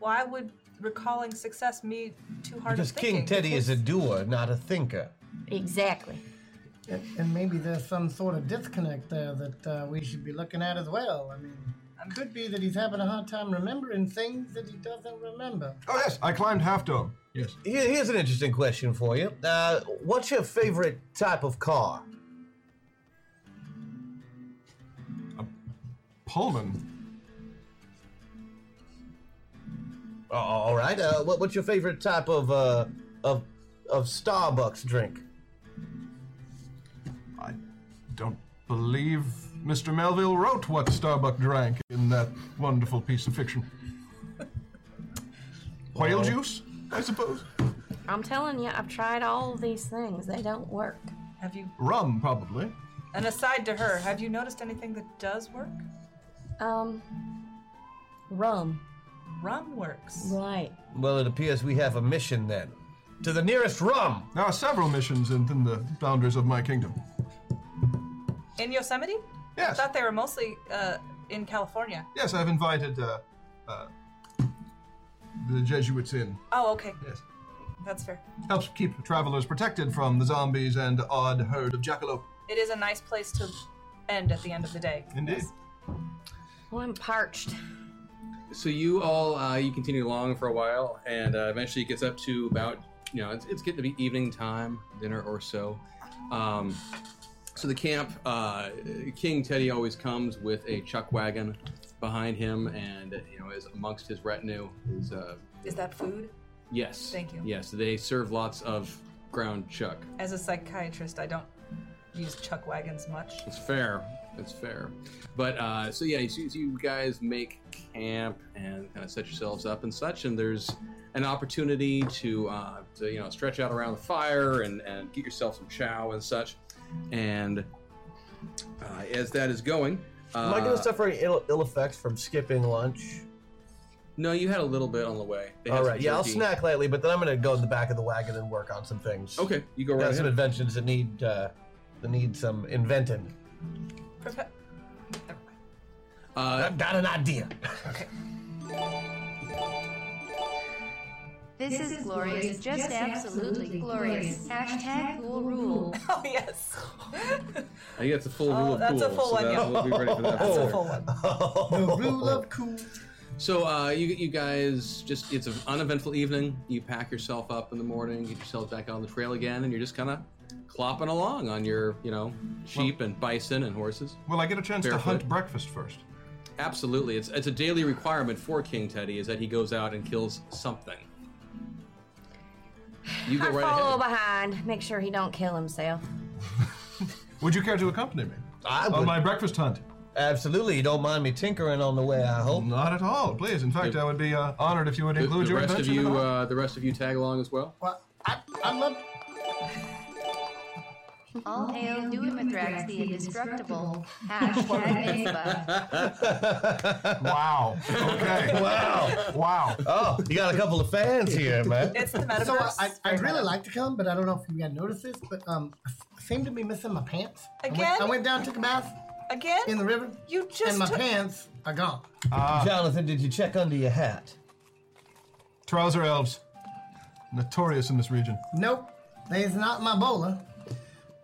Speaker 3: Why would recalling success me too hard
Speaker 4: Because
Speaker 3: of thinking?
Speaker 4: King Teddy is a doer, not a thinker.
Speaker 6: Exactly.
Speaker 7: And, and maybe there's some sort of disconnect there that uh, we should be looking at as well. I mean, could be that he's having a hard time remembering things that he doesn't remember.
Speaker 5: Oh, yes, I climbed Half Dome. Yes.
Speaker 4: Here- Here's an interesting question for you. Uh, what's your favorite type of car?
Speaker 5: Pullman.
Speaker 4: Uh, all right. Uh, what, what's your favorite type of uh, of of Starbucks drink?
Speaker 5: I don't believe Mr. Melville wrote what Starbuck drank in that wonderful piece of fiction. Whale juice, I suppose.
Speaker 6: I'm telling you, I've tried all of these things. They don't work.
Speaker 3: Have you?
Speaker 5: Rum, probably.
Speaker 3: And aside to her, have you noticed anything that does work?
Speaker 6: Um, rum.
Speaker 3: Rum works.
Speaker 6: Right.
Speaker 4: Well, it appears we have a mission then. To the nearest rum.
Speaker 5: There are several missions within the boundaries of my kingdom.
Speaker 3: In Yosemite? I
Speaker 5: Yes.
Speaker 3: thought they were mostly uh, in California.
Speaker 5: Yes, I've invited uh, uh, the Jesuits in.
Speaker 3: Oh, okay.
Speaker 5: Yes.
Speaker 3: That's fair.
Speaker 5: Helps keep travelers protected from the zombies and odd herd of jackalope.
Speaker 3: It is a nice place to end at the end of the day.
Speaker 5: Indeed.
Speaker 6: Well, I'm parched.
Speaker 2: So you all uh, you continue along for a while, and uh, eventually it gets up to about you know it's, it's getting to be evening time, dinner or so. Um, so the camp, uh, King Teddy always comes with a chuck wagon behind him, and you know is amongst his retinue. Is uh,
Speaker 3: Is that food?
Speaker 2: yes,
Speaker 3: Thank you.
Speaker 2: Yes, they serve lots of ground chuck.
Speaker 3: As a psychiatrist, I don't use chuck wagons much.
Speaker 2: It's fair. It's fair. But uh, so yeah, so, so you guys make camp and kind of set yourselves up and such, and there's an opportunity to, uh, to you know stretch out around the fire and, and get yourself some chow and such. And uh, as that is going, uh,
Speaker 4: Am I going to suffer any ill, ill effects from skipping lunch?
Speaker 2: no, you had a little bit on the way. They had
Speaker 4: All
Speaker 2: some
Speaker 4: right. Yeah, I'll
Speaker 2: jerky.
Speaker 4: snack lightly, but then I'm going to go in the back of the wagon and work on some things.
Speaker 2: Okay, you go
Speaker 4: Got
Speaker 2: right
Speaker 4: some
Speaker 2: ahead.
Speaker 4: inventions that need uh, that need some inventing.
Speaker 3: Profe-
Speaker 2: Uh,
Speaker 4: I've got an idea.
Speaker 8: This is glorious, just absolutely glorious. Hashtag cool rule.
Speaker 3: oh, yes.
Speaker 2: I think that's a full
Speaker 3: Oh,
Speaker 2: rule of
Speaker 3: that's a
Speaker 2: cool,
Speaker 3: full
Speaker 2: so
Speaker 3: one,
Speaker 2: that-
Speaker 3: yeah.
Speaker 2: We'll be ready for that.
Speaker 3: That's
Speaker 2: later.
Speaker 3: a full one.
Speaker 7: The rule of cool.
Speaker 2: So uh, you you guys just it's an uneventful evening. You pack yourself up in the morning, get yourself back on the trail again, and you're just kind of clopping along on your you know sheep and bison and horses.
Speaker 5: Will I get a chance to
Speaker 2: Barefoot.
Speaker 5: hunt breakfast first?
Speaker 2: Absolutely, it's it's a daily requirement for King Teddy is that he goes out and kills something. You go
Speaker 6: I
Speaker 2: right
Speaker 6: follow
Speaker 2: ahead.
Speaker 6: behind. Make sure he don't kill himself.
Speaker 5: Would you care to accompany me
Speaker 4: I
Speaker 5: on
Speaker 4: would.
Speaker 5: my breakfast hunt?
Speaker 4: Absolutely. You don't mind me tinkering on the way, I hope.
Speaker 5: Not at all, please. In fact, I would be uh, honored if you would
Speaker 2: The,
Speaker 5: include
Speaker 2: the
Speaker 5: your
Speaker 2: rest of
Speaker 5: invention in
Speaker 2: you,
Speaker 5: the hunt.
Speaker 2: uh, the rest of you, tag along as well.
Speaker 7: Well, I, I love.
Speaker 8: All hail Duimathrax the Indestructible.
Speaker 2: uh,
Speaker 8: Hashtag Ava.
Speaker 5: Wow. Okay. wow. Wow.
Speaker 4: Oh, you got a couple of fans here, man.
Speaker 3: It's the metaverse.
Speaker 7: So I, I,
Speaker 3: Fair
Speaker 7: I'd really
Speaker 3: enough.
Speaker 7: like to come, but I don't know if you guys noticed this, but um, I s- seem to be missing my pants. I went-
Speaker 3: Again?
Speaker 7: I went down, took a bath
Speaker 3: Again?
Speaker 7: in the river,
Speaker 3: you just
Speaker 7: and my
Speaker 3: took-
Speaker 7: pants are gone.
Speaker 5: Uh,
Speaker 4: Jonathan, did you check under your hat?
Speaker 5: Trouser elves. Notorious in this region.
Speaker 7: Nope, there's not my bowler.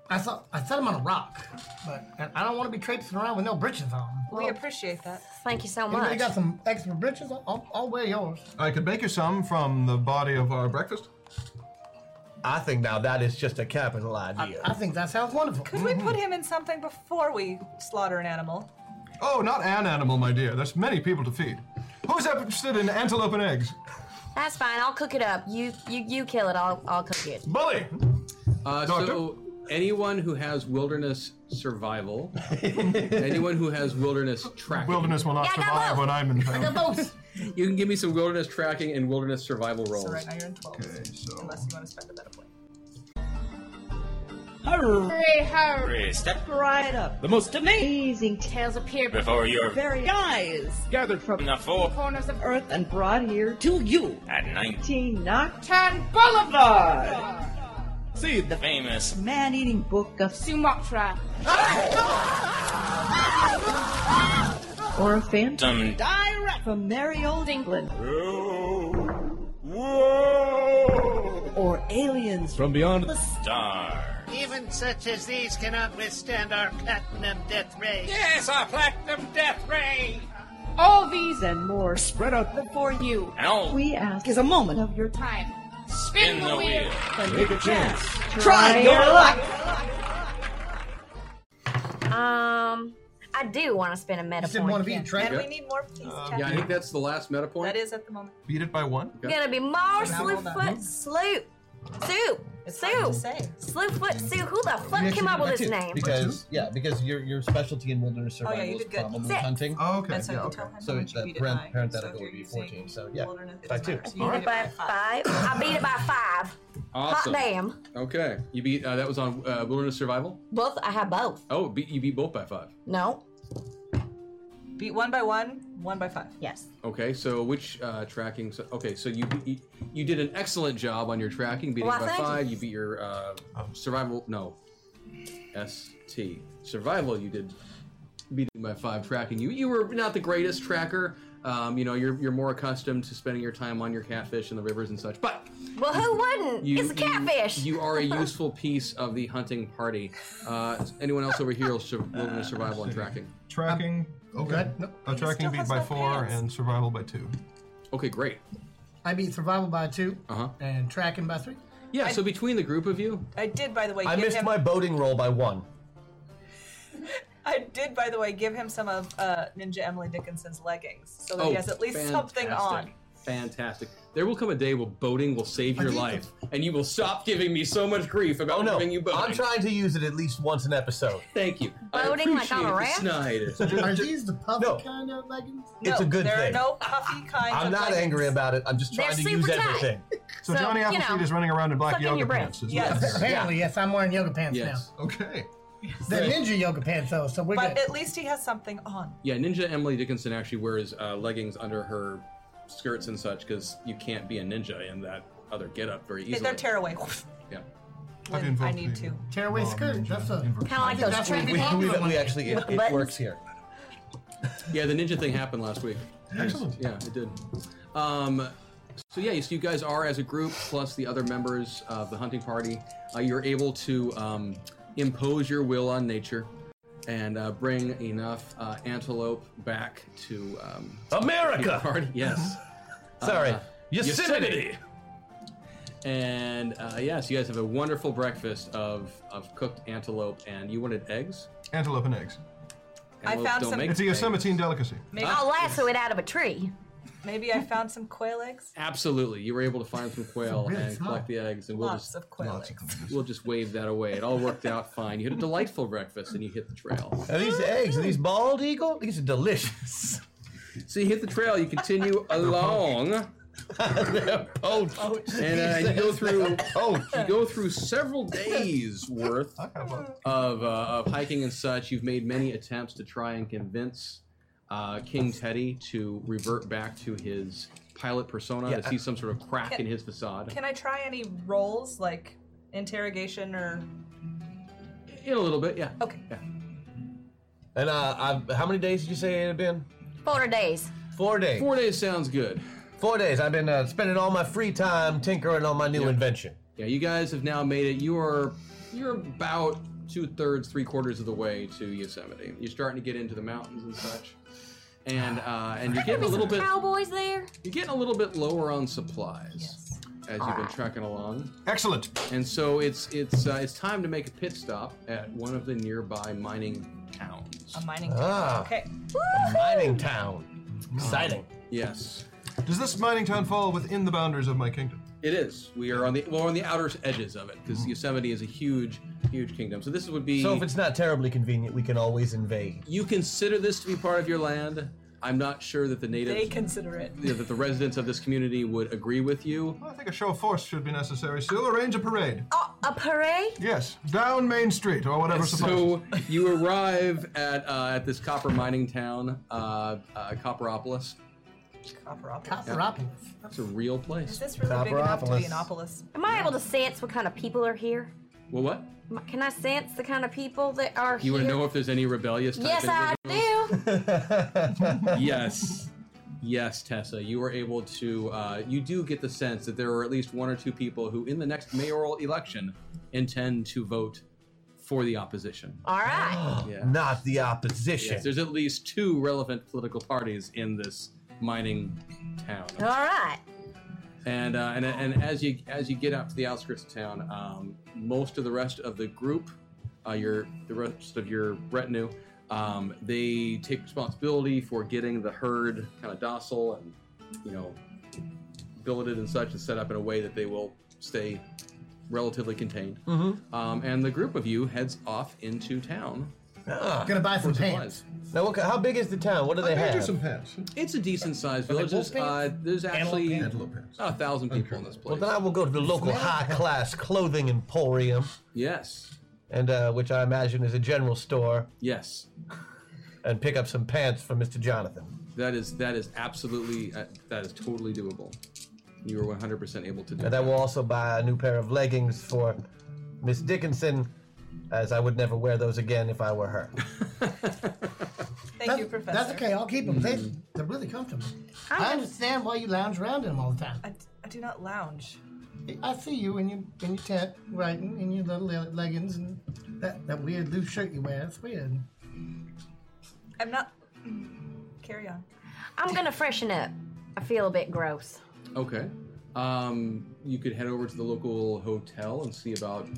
Speaker 7: I saw I set him on a rock, but and I don't want to be traipsing around with no britches on.
Speaker 3: We appreciate that.
Speaker 6: Thank you so
Speaker 7: Anybody
Speaker 6: much.
Speaker 7: got some extra britches? I'll- I'll, I'll wear yours.
Speaker 5: I could make you some from the body of our breakfast.
Speaker 4: I think now that is just a capital idea.
Speaker 7: I think that sounds wonderful. Mm-hmm.
Speaker 3: Could we put him in something before we slaughter an animal?
Speaker 5: Oh, not an animal, my dear. There's many people to feed. Who's interested in antelope and eggs?
Speaker 6: That's fine. I'll cook it up. You you you kill it. I'll I'll cook it.
Speaker 5: Bully!
Speaker 2: Uh, so
Speaker 5: Doctor?
Speaker 2: anyone who has wilderness survival, anyone who has wilderness tracking,
Speaker 5: Wilderness will not
Speaker 6: Yeah, I got
Speaker 5: survive
Speaker 6: both.
Speaker 5: when I'm in
Speaker 7: They're
Speaker 5: town.
Speaker 7: both.
Speaker 2: You can give me some wilderness tracking and wilderness survival rolls.
Speaker 3: So right now you're in 12.
Speaker 5: Okay, so-
Speaker 3: Unless you want to spend a meta point.
Speaker 9: Hurry, hurry, step right up. The most amazing tales appear before your very eyes, gathered from the four corners of earth and brought here to you at 19 Nocturne Boulevard. See the famous man-eating book of Sumatra. Or a phantom direct from merry old England. Or aliens
Speaker 10: From beyond the
Speaker 9: star.
Speaker 11: Even such as these cannot withstand our platinum death ray.
Speaker 9: Yes, our platinum death ray! All these and more spread out before you.
Speaker 11: And all
Speaker 9: we ask is a moment of your time.
Speaker 11: Spin the wheel.
Speaker 9: Take a chance.
Speaker 6: Try
Speaker 9: Try
Speaker 6: your
Speaker 9: your luck.
Speaker 6: Um, I do want to spend a meta point.
Speaker 3: And we need more of these.
Speaker 2: Um,
Speaker 6: Captain.
Speaker 2: yeah, I think that's the last meta point.
Speaker 3: That is at the moment.
Speaker 5: Beat it by one.
Speaker 6: I'm gonna be more Slewfoot Slew. Sue. Sue. Slewfoot Sue. Who the fuck came up with this name?
Speaker 4: Because yeah, because your your specialty in wilderness
Speaker 6: Oh, yeah,
Speaker 4: survival
Speaker 6: you
Speaker 4: is
Speaker 6: did good.
Speaker 4: probably
Speaker 6: Six.
Speaker 4: hunting. Oh, okay.
Speaker 6: That's how
Speaker 4: yeah,
Speaker 6: you
Speaker 4: okay.
Speaker 6: tell how
Speaker 4: So
Speaker 6: much
Speaker 4: it's
Speaker 6: you
Speaker 4: that
Speaker 6: beat it
Speaker 4: parent,
Speaker 6: by.
Speaker 4: parenthetical
Speaker 6: So
Speaker 4: would be
Speaker 6: if you're
Speaker 4: fourteen. So yeah,
Speaker 6: wilderness,
Speaker 4: by two.
Speaker 6: I beat it by five. I beat it by five.
Speaker 2: Awesome.
Speaker 6: Hot damn.
Speaker 2: Okay, you beat. Uh, that was on uh, wilderness survival.
Speaker 6: Both. I have both.
Speaker 2: Oh, beat, you beat both by five.
Speaker 6: No.
Speaker 3: Beat one by one, one by five.
Speaker 6: Yes.
Speaker 2: Okay, so which uh, tracking? So, okay, so you, you you did an excellent job on your tracking, beating
Speaker 6: Well,
Speaker 2: by
Speaker 6: thank you.
Speaker 2: five. You. beat your uh, survival. No, ST survival. You did beating by five tracking. You you were not the greatest tracker. Um, you know, you're you're more accustomed to spending your time on your catfish in the rivers and such. But
Speaker 6: Well, who wouldn't?
Speaker 2: you,
Speaker 6: it's a catfish.
Speaker 2: You, you are a useful piece of the hunting party. Uh, anyone else over here will sur- wilderness survival and tracking.
Speaker 5: Tracking. Um, Okay. Uh, tracking beat by four and survival by two.
Speaker 2: Okay, great.
Speaker 7: I beat survival by two
Speaker 2: Uh huh.
Speaker 7: and tracking by three.
Speaker 2: Yeah. so between the group of you,
Speaker 3: I did, by the way,
Speaker 4: I
Speaker 3: give
Speaker 4: missed
Speaker 3: him.
Speaker 4: my boating roll by one.
Speaker 3: I did, by the way, give him some of uh, Ninja Emily Dickinson's leggings, so that
Speaker 2: Oh,
Speaker 3: he has at least something on.
Speaker 2: fantastic. Fantastic. There will come a day where boating will save your
Speaker 4: think-
Speaker 2: life, and you will stop giving me so much grief about giving you boating.
Speaker 4: Oh, I'm trying to use it at least once an episode.
Speaker 2: Thank you.
Speaker 7: Boating like on a
Speaker 2: raft?
Speaker 7: Are these the puffy
Speaker 4: No.
Speaker 7: kind of leggings?
Speaker 4: It's a good
Speaker 3: there
Speaker 4: thing.
Speaker 3: are no puffy kinds.
Speaker 4: I'm
Speaker 3: of
Speaker 4: not
Speaker 3: leggings.
Speaker 4: angry about it. I'm just
Speaker 3: They're
Speaker 4: trying to use
Speaker 3: super tight.
Speaker 4: everything.
Speaker 5: So, Johnny
Speaker 3: you
Speaker 5: Appleseed
Speaker 3: know,
Speaker 5: is running around in black
Speaker 3: suck in
Speaker 5: yoga
Speaker 3: your brain.
Speaker 5: pants. Is
Speaker 3: Yes.
Speaker 5: what-
Speaker 7: Apparently, yes, I'm wearing yoga pants
Speaker 2: Yes.
Speaker 7: now.
Speaker 5: Okay.
Speaker 7: The
Speaker 2: Great.
Speaker 7: ninja yoga pants, though, so we're
Speaker 3: But
Speaker 7: good.
Speaker 3: at least he has something on.
Speaker 2: Yeah, Ninja Emily Dickinson actually wears uh, leggings under her skirts and such because you can't be a ninja in that other getup very easily.
Speaker 3: They're tearaway.
Speaker 2: Yeah.
Speaker 3: When I need to.
Speaker 7: Tearaway skirt. That's a kind
Speaker 3: Kinda like those trendy
Speaker 4: We, we, we actually, it, it works here.
Speaker 2: Yeah, the ninja thing happened last week. Excellent. Yeah, it did. Um, so yeah, so you guys are as a group plus the other members of the hunting party, uh, you're able to um, impose your will on nature and uh, bring enough uh, antelope back to um,
Speaker 4: America!
Speaker 2: the Party. Yes.
Speaker 4: Sorry.
Speaker 9: Uh-huh.
Speaker 2: Uh,
Speaker 4: Yosemite.
Speaker 2: And uh, yes, you guys have a wonderful breakfast of, of cooked antelope, and you wanted eggs.
Speaker 5: Antelope and eggs.
Speaker 2: Antelope don't make
Speaker 5: It's a
Speaker 2: eggs.
Speaker 5: Yosemite delicacy.
Speaker 3: Maybe,
Speaker 6: I'll lasso it out of a tree.
Speaker 3: maybe I found some quail eggs.
Speaker 2: Absolutely, you were able to find some quail
Speaker 3: really
Speaker 2: and
Speaker 3: small.
Speaker 2: collect the eggs, and we'll
Speaker 3: Lots
Speaker 2: just
Speaker 3: of quail
Speaker 2: we'll just wave that away. It all worked out fine. You had a delightful breakfast, and you hit the trail.
Speaker 4: Are these eggs? Are these bald eagle? These are delicious.
Speaker 2: So you hit the trail. You continue along.
Speaker 4: Oh,
Speaker 2: and uh, you go through oh you go through several days worth of, uh, of hiking and such you've made many attempts to try and convince uh, king teddy to revert back to his pilot persona
Speaker 4: Yeah,
Speaker 2: to
Speaker 4: I-
Speaker 2: see some sort of crack
Speaker 3: uh, Can-
Speaker 2: in his facade
Speaker 3: Can I try any rolls like interrogation or?
Speaker 2: in a little bit yeah
Speaker 3: Okay.
Speaker 4: And uh, I've, how many days did you say it had been?
Speaker 6: Four days.
Speaker 4: Four days.
Speaker 2: four days sounds good
Speaker 4: Four days. I've been uh, spending all my free time tinkering on my new invention.
Speaker 2: yeah you guys have now made it you are you're about two-thirds three quarters of the way to yosemite you're starting to get into the mountains and such and uh, and you're getting a little bit
Speaker 6: Cowboys there.
Speaker 2: You're getting a little bit lower on supplies as you've been trekking along,
Speaker 5: Excellent.
Speaker 2: and so it's it's uh, it's time to make a pit stop at one of the nearby mining towns.
Speaker 3: A mining.
Speaker 4: Ah.
Speaker 3: Okay.
Speaker 4: Mining town. Exciting.
Speaker 2: Yes,
Speaker 5: Does this mining town fall within the boundaries of my kingdom?
Speaker 2: it is. We are on the well, we're on the outer edges of it because Yosemite is a huge, huge kingdom. So this would be.
Speaker 4: Mm-hmm. So if it's not terribly convenient, we can always invade.
Speaker 2: you consider this to be part of your land. I'm not sure that the natives,
Speaker 3: They consider it.
Speaker 2: yeah, that the residents of this community would agree with you.
Speaker 5: I think a show of force should be necessary, Sue. Arrange a parade.
Speaker 6: A parade?
Speaker 5: Yes, down Main Street or whatever.
Speaker 2: So you arrive at uh, at this copper mining town, uh, uh, Copperopolis.
Speaker 7: Copperopolis.
Speaker 2: It's a real place.
Speaker 3: Is this really big enough to be Anopolis?
Speaker 6: Am I able to sense what kind of people are here?
Speaker 2: Well, what?
Speaker 6: M- Can I sense the kind of people that are
Speaker 2: You
Speaker 6: here?
Speaker 2: want to know if there's any rebellious? Type
Speaker 6: yes, I do.
Speaker 2: individuals? yes, yes, Tessa. You were able to. Uh, you do get the sense that there are at least one or two people who, in the next mayoral election, intend to vote for the opposition.
Speaker 6: All right.
Speaker 4: Not the opposition.
Speaker 2: Yes, there's at least two relevant political parties in this mining town.
Speaker 6: All right.
Speaker 2: And, uh, and and as you as you get out to the outskirts of town, um, most of the rest of the group, uh, your the rest of your retinue, um, they take responsibility for getting the herd kind of docile and you know billeted and such, and set up in a way that they will stay relatively contained.
Speaker 4: Mm-hmm.
Speaker 2: Um, and the group of you heads off into town.
Speaker 7: Gonna buy some
Speaker 2: for supplies.
Speaker 7: pants.
Speaker 4: Now, look, how big is the town? What do they
Speaker 5: I
Speaker 4: have?
Speaker 5: made you some pants.
Speaker 2: It's a decent sized
Speaker 4: they
Speaker 2: village. There's,
Speaker 4: wolf
Speaker 2: uh, there's actually
Speaker 5: Antelope pants.
Speaker 2: about a thousand people in this
Speaker 4: Well,
Speaker 2: place.
Speaker 4: then I will go to the local high class clothing emporium,
Speaker 2: Yes,
Speaker 4: and uh, which I imagine is a general store,
Speaker 2: yes.
Speaker 4: and pick up some pants for Mr. Jonathan.
Speaker 2: That is that is absolutely uh, that is totally doable. You are 100% able to do
Speaker 4: And I will also buy a new pair of leggings for Miss Dickinson, as I would never wear those again if I were her.
Speaker 3: Thank you, Professor.
Speaker 7: That's okay. I'll keep them. They, they're really comfortable. I understand why you lounge around in them all the time.
Speaker 3: I, I do not lounge.
Speaker 7: I see you in your in your tent writing in your little le- leggings and that, that weird loose shirt you wear. It's weird.
Speaker 3: I'm not. Carry on.
Speaker 6: I'm gonna freshen up. I feel a bit gross.
Speaker 2: Okay. Um, you could head over to the local hotel and see about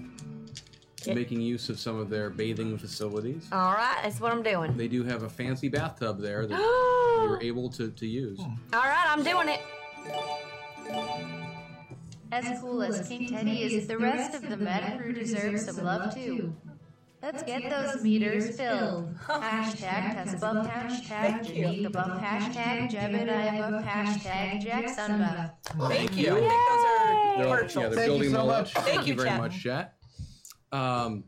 Speaker 2: making use of some of their bathing facilities.
Speaker 6: All right, that's what I'm doing.
Speaker 2: They do have a fancy bathtub there that
Speaker 6: All
Speaker 2: you're able to, to use.
Speaker 5: Hmm.
Speaker 6: right, I'm doing it.
Speaker 8: As cool as King Teddy is, the rest of the meta crew deserves some love too. Let's get those meters filled. Hashtag TessaBuff, hashtag
Speaker 3: Thank you.
Speaker 8: Jamaica Buff, hashtag Jebediah Buff, hashtag Jack Sunbuff.
Speaker 3: Thank you.
Speaker 2: you.
Speaker 3: I think those are
Speaker 2: They're all-
Speaker 3: virtual.
Speaker 2: yeah, they're
Speaker 4: Thank you
Speaker 2: building
Speaker 4: so
Speaker 2: them all up.
Speaker 4: much.
Speaker 2: Thank,
Speaker 3: you,
Speaker 2: very
Speaker 3: Chat.
Speaker 2: much, chat. Um,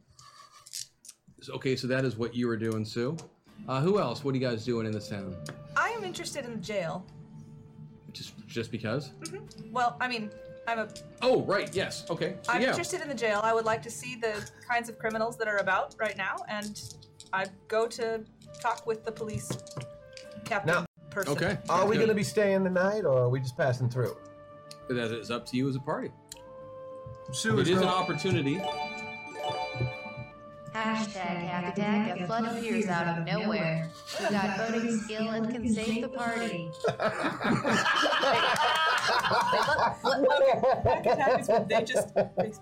Speaker 2: so- okay, so that is what you were doing, Sue. Uh, who else? What are you guys doing in the town?
Speaker 3: I am interested in the jail.
Speaker 2: Just just because?
Speaker 3: Mm-hmm. Well, I mean, I'm a.
Speaker 2: Oh, right. Yes. Okay. So,
Speaker 3: I'm
Speaker 2: yeah.
Speaker 3: interested in the jail. I would like to see the kinds of criminals that are about right now, and I go to talk with the police captain
Speaker 4: Now-
Speaker 3: person.
Speaker 2: Okay.
Speaker 4: Are we
Speaker 2: Good.
Speaker 4: going to be staying the night, or are we just passing through?
Speaker 2: That is up to you as a party.
Speaker 5: Sue
Speaker 2: it
Speaker 5: is
Speaker 2: is
Speaker 5: go-
Speaker 2: an opportunity.
Speaker 8: Hashtag hack attack, a flood appears out of nowhere. We got voting skill and can save the party.
Speaker 3: they just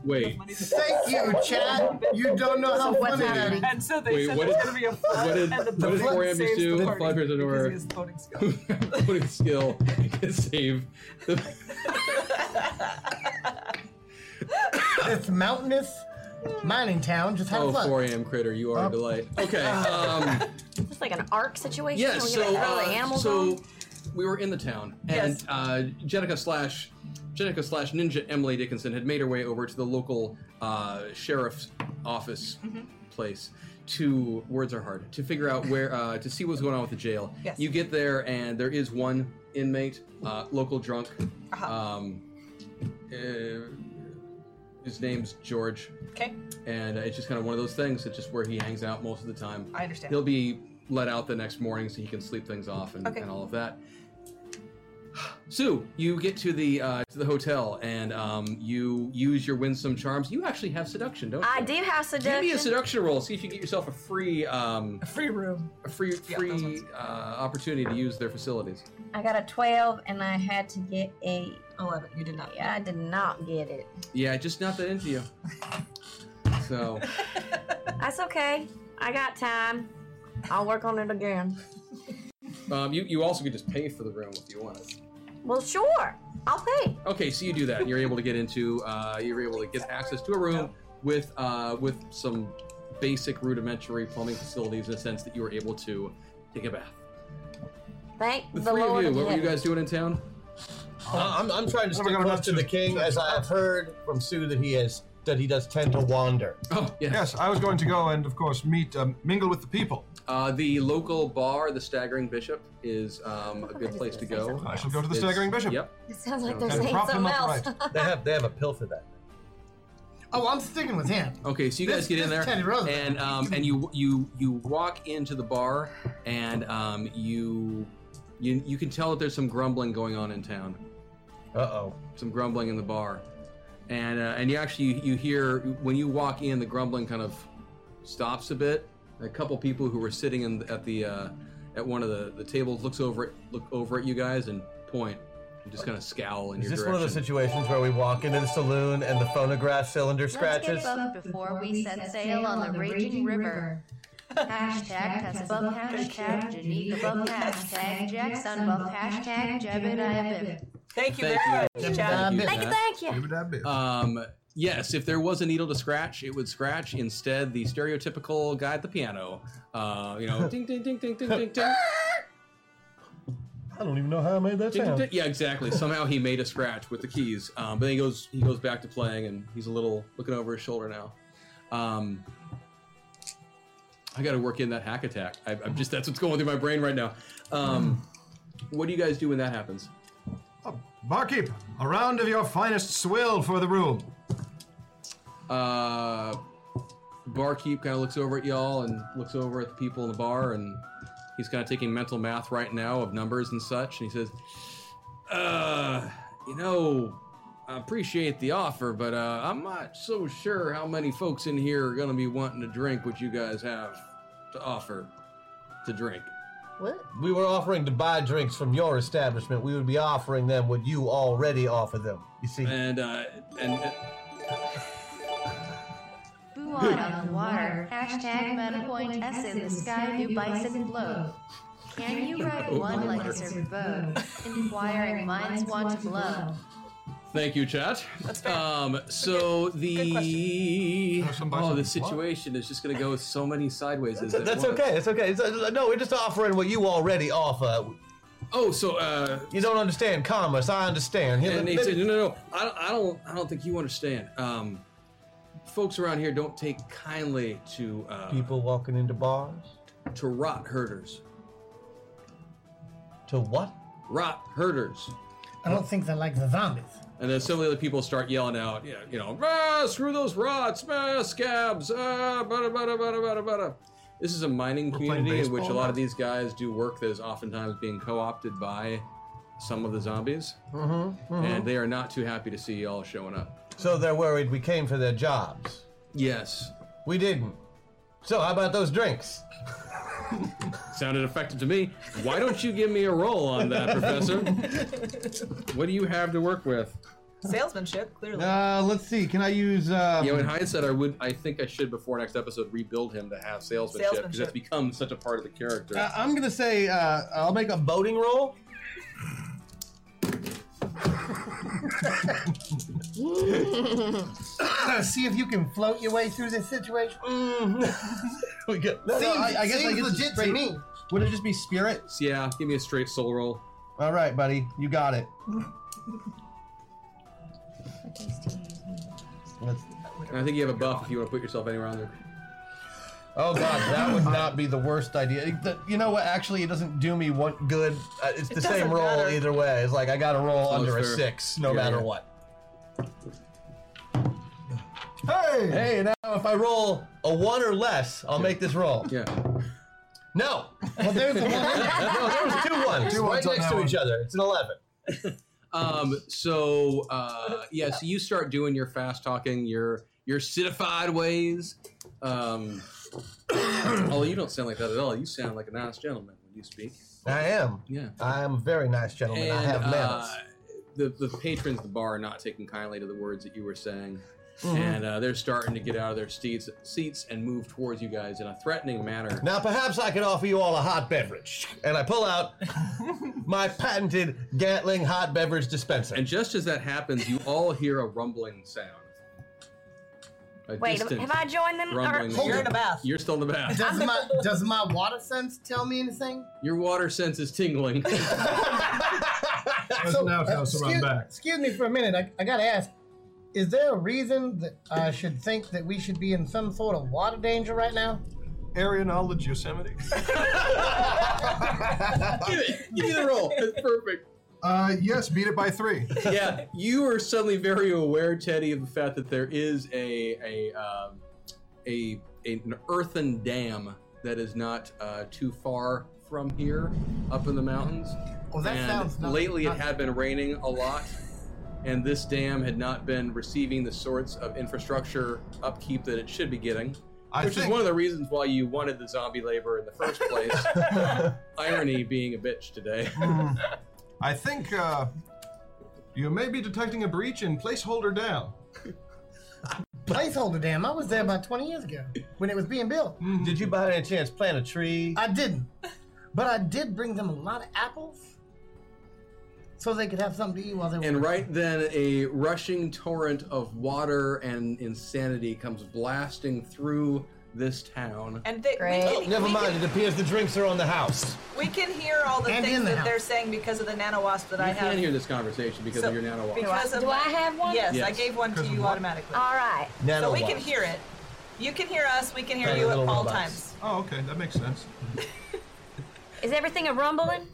Speaker 2: Wait.
Speaker 7: Thank you, Chad. You don't know how funny that is.
Speaker 3: And so they
Speaker 2: Wait,
Speaker 3: said
Speaker 2: what
Speaker 3: there's
Speaker 2: did-
Speaker 3: going to be a flood,
Speaker 2: what did-
Speaker 3: and then
Speaker 2: what
Speaker 3: the
Speaker 2: did
Speaker 3: flood
Speaker 2: Forearm
Speaker 3: saves
Speaker 2: do?
Speaker 3: the
Speaker 2: Flood
Speaker 3: party because
Speaker 2: appears out of nowhere.
Speaker 3: he has floating skill.
Speaker 2: Voting skill can save. the-
Speaker 7: It's mountainous mining town. Just have
Speaker 2: Oh,
Speaker 7: a look.
Speaker 2: 4 a.m. critter, you are a delight. Okay. Um,
Speaker 6: It's like an arc situation.
Speaker 2: yeah.
Speaker 6: We get
Speaker 2: So,
Speaker 6: all the
Speaker 2: uh,
Speaker 6: animals
Speaker 2: so
Speaker 6: on.
Speaker 2: we were in the town, and
Speaker 3: Yes.
Speaker 2: uh, Jenica slash Jenica slash Ninja Emily Dickinson had made her way over to the local uh, sheriff's office
Speaker 6: Mm-hmm.
Speaker 3: Mm-hmm.
Speaker 2: place. To words are hard to figure out where uh, to see what's going on with the jail.
Speaker 3: Yes.
Speaker 2: You get there, and there is one inmate, uh, local drunk.
Speaker 6: Uh-huh.
Speaker 2: Um, uh, his name's George.
Speaker 3: Okay,
Speaker 2: and uh, it's just kind of one of those things. It's just where he hangs out most of the time.
Speaker 3: I understand.
Speaker 2: He'll be let out the next morning so he can sleep things off and,
Speaker 3: Okay.
Speaker 2: and all of that. Sue, you get to the uh, to the hotel and um, you use your winsome charms. You actually have seduction, don't you?
Speaker 6: I did have
Speaker 2: Give
Speaker 6: seduction.
Speaker 2: me a seduction roll. See if you get yourself a free um,
Speaker 3: free room.
Speaker 2: a free
Speaker 3: Yeah, those
Speaker 2: free
Speaker 3: ones.
Speaker 2: uh, opportunity to use their facilities.
Speaker 6: I got a 12, and I had to get a.
Speaker 3: Eleven. You did not.
Speaker 6: Yeah, I did not get it.
Speaker 2: Yeah, just not that into you. So
Speaker 6: That's okay. I got time. I'll work on it again.
Speaker 2: um, you you also could just pay for the room if you wanted.
Speaker 6: Well, sure. I'll pay.
Speaker 2: Okay, so you do that, and you're able to get into, uh, you're able to get access to a room with uh, with some basic rudimentary plumbing facilities in a sense that you were able to take a bath.
Speaker 6: Thank
Speaker 2: The,
Speaker 6: the,
Speaker 2: three
Speaker 6: Lord.
Speaker 2: of you, what were
Speaker 6: in
Speaker 2: you guys doing in town?
Speaker 4: Uh, I'm, I'm trying to
Speaker 5: Never
Speaker 4: stick
Speaker 5: gonna
Speaker 4: close
Speaker 5: not
Speaker 4: to
Speaker 5: to.
Speaker 4: the king, as I have heard from Sue that he has that he does tend to wander.
Speaker 2: Oh, yes.
Speaker 5: Yes, I was going to go and, of course, meet, um, mingle with the people.
Speaker 2: Uh, the local bar, the Staggering Bishop, is um, a good place to go.
Speaker 5: I shall go to the
Speaker 2: It's-
Speaker 5: Staggering Bishop.
Speaker 2: Yep.
Speaker 6: heaven. It sounds like they're
Speaker 5: And
Speaker 6: saying
Speaker 5: prop them
Speaker 6: something
Speaker 5: up
Speaker 6: else.
Speaker 5: right.
Speaker 4: They have they have a pill for that.
Speaker 7: Oh, I'm sticking with him.
Speaker 2: Okay, so you guys
Speaker 7: This-
Speaker 2: get in
Speaker 7: this
Speaker 2: there,
Speaker 7: Teddy Roosevelt.
Speaker 2: and um, and you you you walk into the bar, and um, you you you can tell that there's some grumbling going on in town.
Speaker 4: Uh oh.
Speaker 2: Some grumbling in the bar, and uh, and you actually you hear when you walk in, the grumbling kind of stops a bit. A couple people who were sitting in at the uh, at one of the, the tables looks over at, look over at you guys and point and just kind of scowl in
Speaker 4: Uh, Is
Speaker 2: your
Speaker 4: this
Speaker 2: direction.
Speaker 4: one of those situations where we walk into the saloon and the phonograph cylinder
Speaker 8: Let's get
Speaker 4: scratches?
Speaker 8: buff before we set sail on the raging river. Hashtag test buff, hashtag Janika buff, hashtag Jackson buff, hashtag Jebediah
Speaker 3: Thank
Speaker 2: you Thank very you. much, Thank you, Chad. Thank you,
Speaker 8: thank you.
Speaker 2: Um, yes, if there was a needle to scratch, it would scratch instead the stereotypical guy at the piano. Uh, you know, ding, ding, ding, ding, ding, ding, ding,
Speaker 4: I don't even know how I made that
Speaker 2: ding, ding, ding.
Speaker 4: sound.
Speaker 2: Yeah, exactly. Somehow he made a scratch with the keys. Um, but then he goes, he goes back to playing, and he's a little looking over his shoulder now. Um, I got to work in that hack attack. I, I'm just that's what's going through my brain right now. Um, what do you guys do when that happens?
Speaker 5: Barkeep, a round of your finest swill for the room.
Speaker 2: Uh, barkeep kind of looks over at y'all and looks over at the people in the bar, and he's kind of taking mental math right now of numbers and such. And he says, "Uh, you know, I appreciate the offer, but uh, I'm not so sure how many folks in here are going to be wanting to drink what you guys have to offer to drink."
Speaker 6: What?
Speaker 4: We were offering to buy drinks from your establishment. We would be offering them what you already offer them. You see?
Speaker 2: And uh, and
Speaker 8: Boo on on the water. Hashtag meta point S in the sky, new bison blow. Can you ride one like a surf boat? Inquiring minds want to blow.
Speaker 2: Thank you, chat. That's fair. Um, so the oh, the situation is just going to go so many sideways.
Speaker 4: That's, that's okay. That's okay. It's, uh, no, we're just offering what you already offer.
Speaker 2: Oh, so uh,
Speaker 4: you don't understand commerce. I understand. Here,
Speaker 2: And
Speaker 4: let-
Speaker 2: they
Speaker 4: let
Speaker 2: said,
Speaker 4: me-
Speaker 2: no, no, no. I don't, I don't, I don't think you understand. Um, folks around here don't take kindly to uh,
Speaker 4: People walking into bars
Speaker 2: to rot herders.
Speaker 4: to what?
Speaker 2: Rot herders.
Speaker 7: I don't think they like the zombies.
Speaker 2: And then some of the other people start yelling out, yeah, you know, ah, screw those rots, ah, scabs, ah, bada, bada, bada, bada, bada. This is a mining community in which a
Speaker 4: baseball
Speaker 2: lot
Speaker 4: now?
Speaker 2: of these guys do work that is oftentimes being co-opted by some of the zombies,
Speaker 4: Mm-hmm,
Speaker 2: and they are not too happy to see y'all showing up.
Speaker 4: so they're worried we came for their jobs.
Speaker 2: Yes,
Speaker 4: We didn't. So how about those drinks?
Speaker 2: sounded effective to me. Why don't you give me a roll on that, Professor? What do you have to work with?
Speaker 3: Salesmanship, clearly.
Speaker 10: Uh, let's see. Can I use? Um,
Speaker 2: You know, in hindsight, I would, I think I should before next episode rebuild him to have salesmanship because
Speaker 10: Salesmanship.
Speaker 2: that's become such a part of the character.
Speaker 10: uh, I'm gonna say uh, I'll make a boating roll.
Speaker 7: See if you can float your way through this situation.
Speaker 2: Mm-hmm.
Speaker 10: we good. No, no,
Speaker 7: Seems-
Speaker 10: I, I guess I
Speaker 7: seems
Speaker 10: guess it's
Speaker 7: legit to
Speaker 10: straight-
Speaker 7: me.
Speaker 10: Would it just be spirit?
Speaker 2: Yeah, give me a straight soul roll.
Speaker 10: All right, buddy, you got it. Let's-
Speaker 2: And I think you have a buff if you want to put yourself anywhere on there.
Speaker 10: Oh god, that would not be the worst idea. It- the- You know what? Actually, it doesn't do me one good. Uh, it's the
Speaker 4: It
Speaker 10: same
Speaker 4: doesn't
Speaker 10: roll
Speaker 4: matter.
Speaker 10: either way. It's like I got to roll
Speaker 4: Oh,
Speaker 10: under a
Speaker 4: sure.
Speaker 10: six, no
Speaker 4: Yeah,
Speaker 10: matter
Speaker 4: yeah.
Speaker 10: what.
Speaker 4: Hey! Hey! Now, if I roll a one or less, I'll make this roll.
Speaker 2: Yeah.
Speaker 4: No. Well, there's a one. no, there was two ones
Speaker 2: Two
Speaker 4: right
Speaker 2: ones on
Speaker 4: next
Speaker 2: that
Speaker 4: to
Speaker 2: one.
Speaker 4: each other. It's an eleven.
Speaker 2: Um, so uh, yeah, so you start doing your fast talking, your your citified ways. Um, although you don't sound like that at all. You sound like a nice gentleman when you speak.
Speaker 4: I am.
Speaker 2: Yeah.
Speaker 4: I am a very nice gentleman. I have
Speaker 2: uh,
Speaker 4: manners.
Speaker 2: the the patrons of the bar are not taking kindly to the words that you were saying,
Speaker 4: Mhm.
Speaker 2: and uh, they're starting to get out of their seats seats and move towards you guys in a threatening manner.
Speaker 4: Now, perhaps I can offer you all a hot beverage. And I pull out my patented Gatling hot beverage dispenser.
Speaker 2: And just as that happens, you all hear a rumbling sound. A
Speaker 6: Wait,
Speaker 2: distant
Speaker 6: have I joined them?
Speaker 2: rumbling
Speaker 6: Or-
Speaker 2: sound. You're still in the bath.
Speaker 7: Does my does my water sense tell me anything?
Speaker 2: Your water sense is tingling.
Speaker 7: So, uh, excuse, excuse me for a minute. I, I gotta ask: Is there a reason that I should think that we should be in some sort of water danger right now?
Speaker 5: Area knowledge, Yosemite.
Speaker 2: Give it. Give me the roll. It's perfect.
Speaker 5: Uh, yes, beat it by three.
Speaker 2: yeah, you are suddenly very aware, Teddy, of the fact that there is a a um, a, a an earthen dam that is not uh, too far from here, up in the mountains.
Speaker 7: Oh, that
Speaker 2: and
Speaker 7: sounds not-
Speaker 2: Lately,
Speaker 7: not-
Speaker 2: it had been raining a lot, and this dam had not been receiving the sorts of infrastructure upkeep that it should be getting.
Speaker 5: I
Speaker 2: Which is
Speaker 5: think-
Speaker 2: one of the reasons why you wanted the zombie labor in the first place. Irony being a bitch today.
Speaker 5: Hmm. I think uh, you may be detecting a breach in placeholder down.
Speaker 7: Placeholder dam. I was there about 20 years ago when it was being built.
Speaker 4: Did you by any chance plant a tree?
Speaker 7: I didn't, but I did bring them a lot of apples, so they could have something to eat while they were.
Speaker 2: And right then, a rushing torrent of water and insanity comes blasting through this town.
Speaker 3: And they, we,
Speaker 6: Great.
Speaker 3: can,
Speaker 4: Oh, never
Speaker 3: we,
Speaker 4: mind. It appears the drinks are on the house.
Speaker 3: Can, we can hear all the
Speaker 4: And
Speaker 3: things
Speaker 4: in the
Speaker 3: that
Speaker 4: house.
Speaker 3: they're saying because of the nanowasp that I
Speaker 2: you
Speaker 3: have.
Speaker 2: can hear this conversation because
Speaker 3: So-
Speaker 2: of your nano walk.
Speaker 3: Because
Speaker 6: Do I-
Speaker 3: of
Speaker 6: do
Speaker 3: my-
Speaker 6: I have one?
Speaker 3: Yes, I
Speaker 2: Yes.
Speaker 3: gave one to you automatically.
Speaker 6: All right.
Speaker 3: so we
Speaker 5: Nanowasp.
Speaker 3: can hear it. You can hear us. We can hear
Speaker 5: Tiny
Speaker 3: you at all
Speaker 5: little robots.
Speaker 3: times.
Speaker 5: Oh, okay, that makes sense.
Speaker 6: Is everything a rumbling?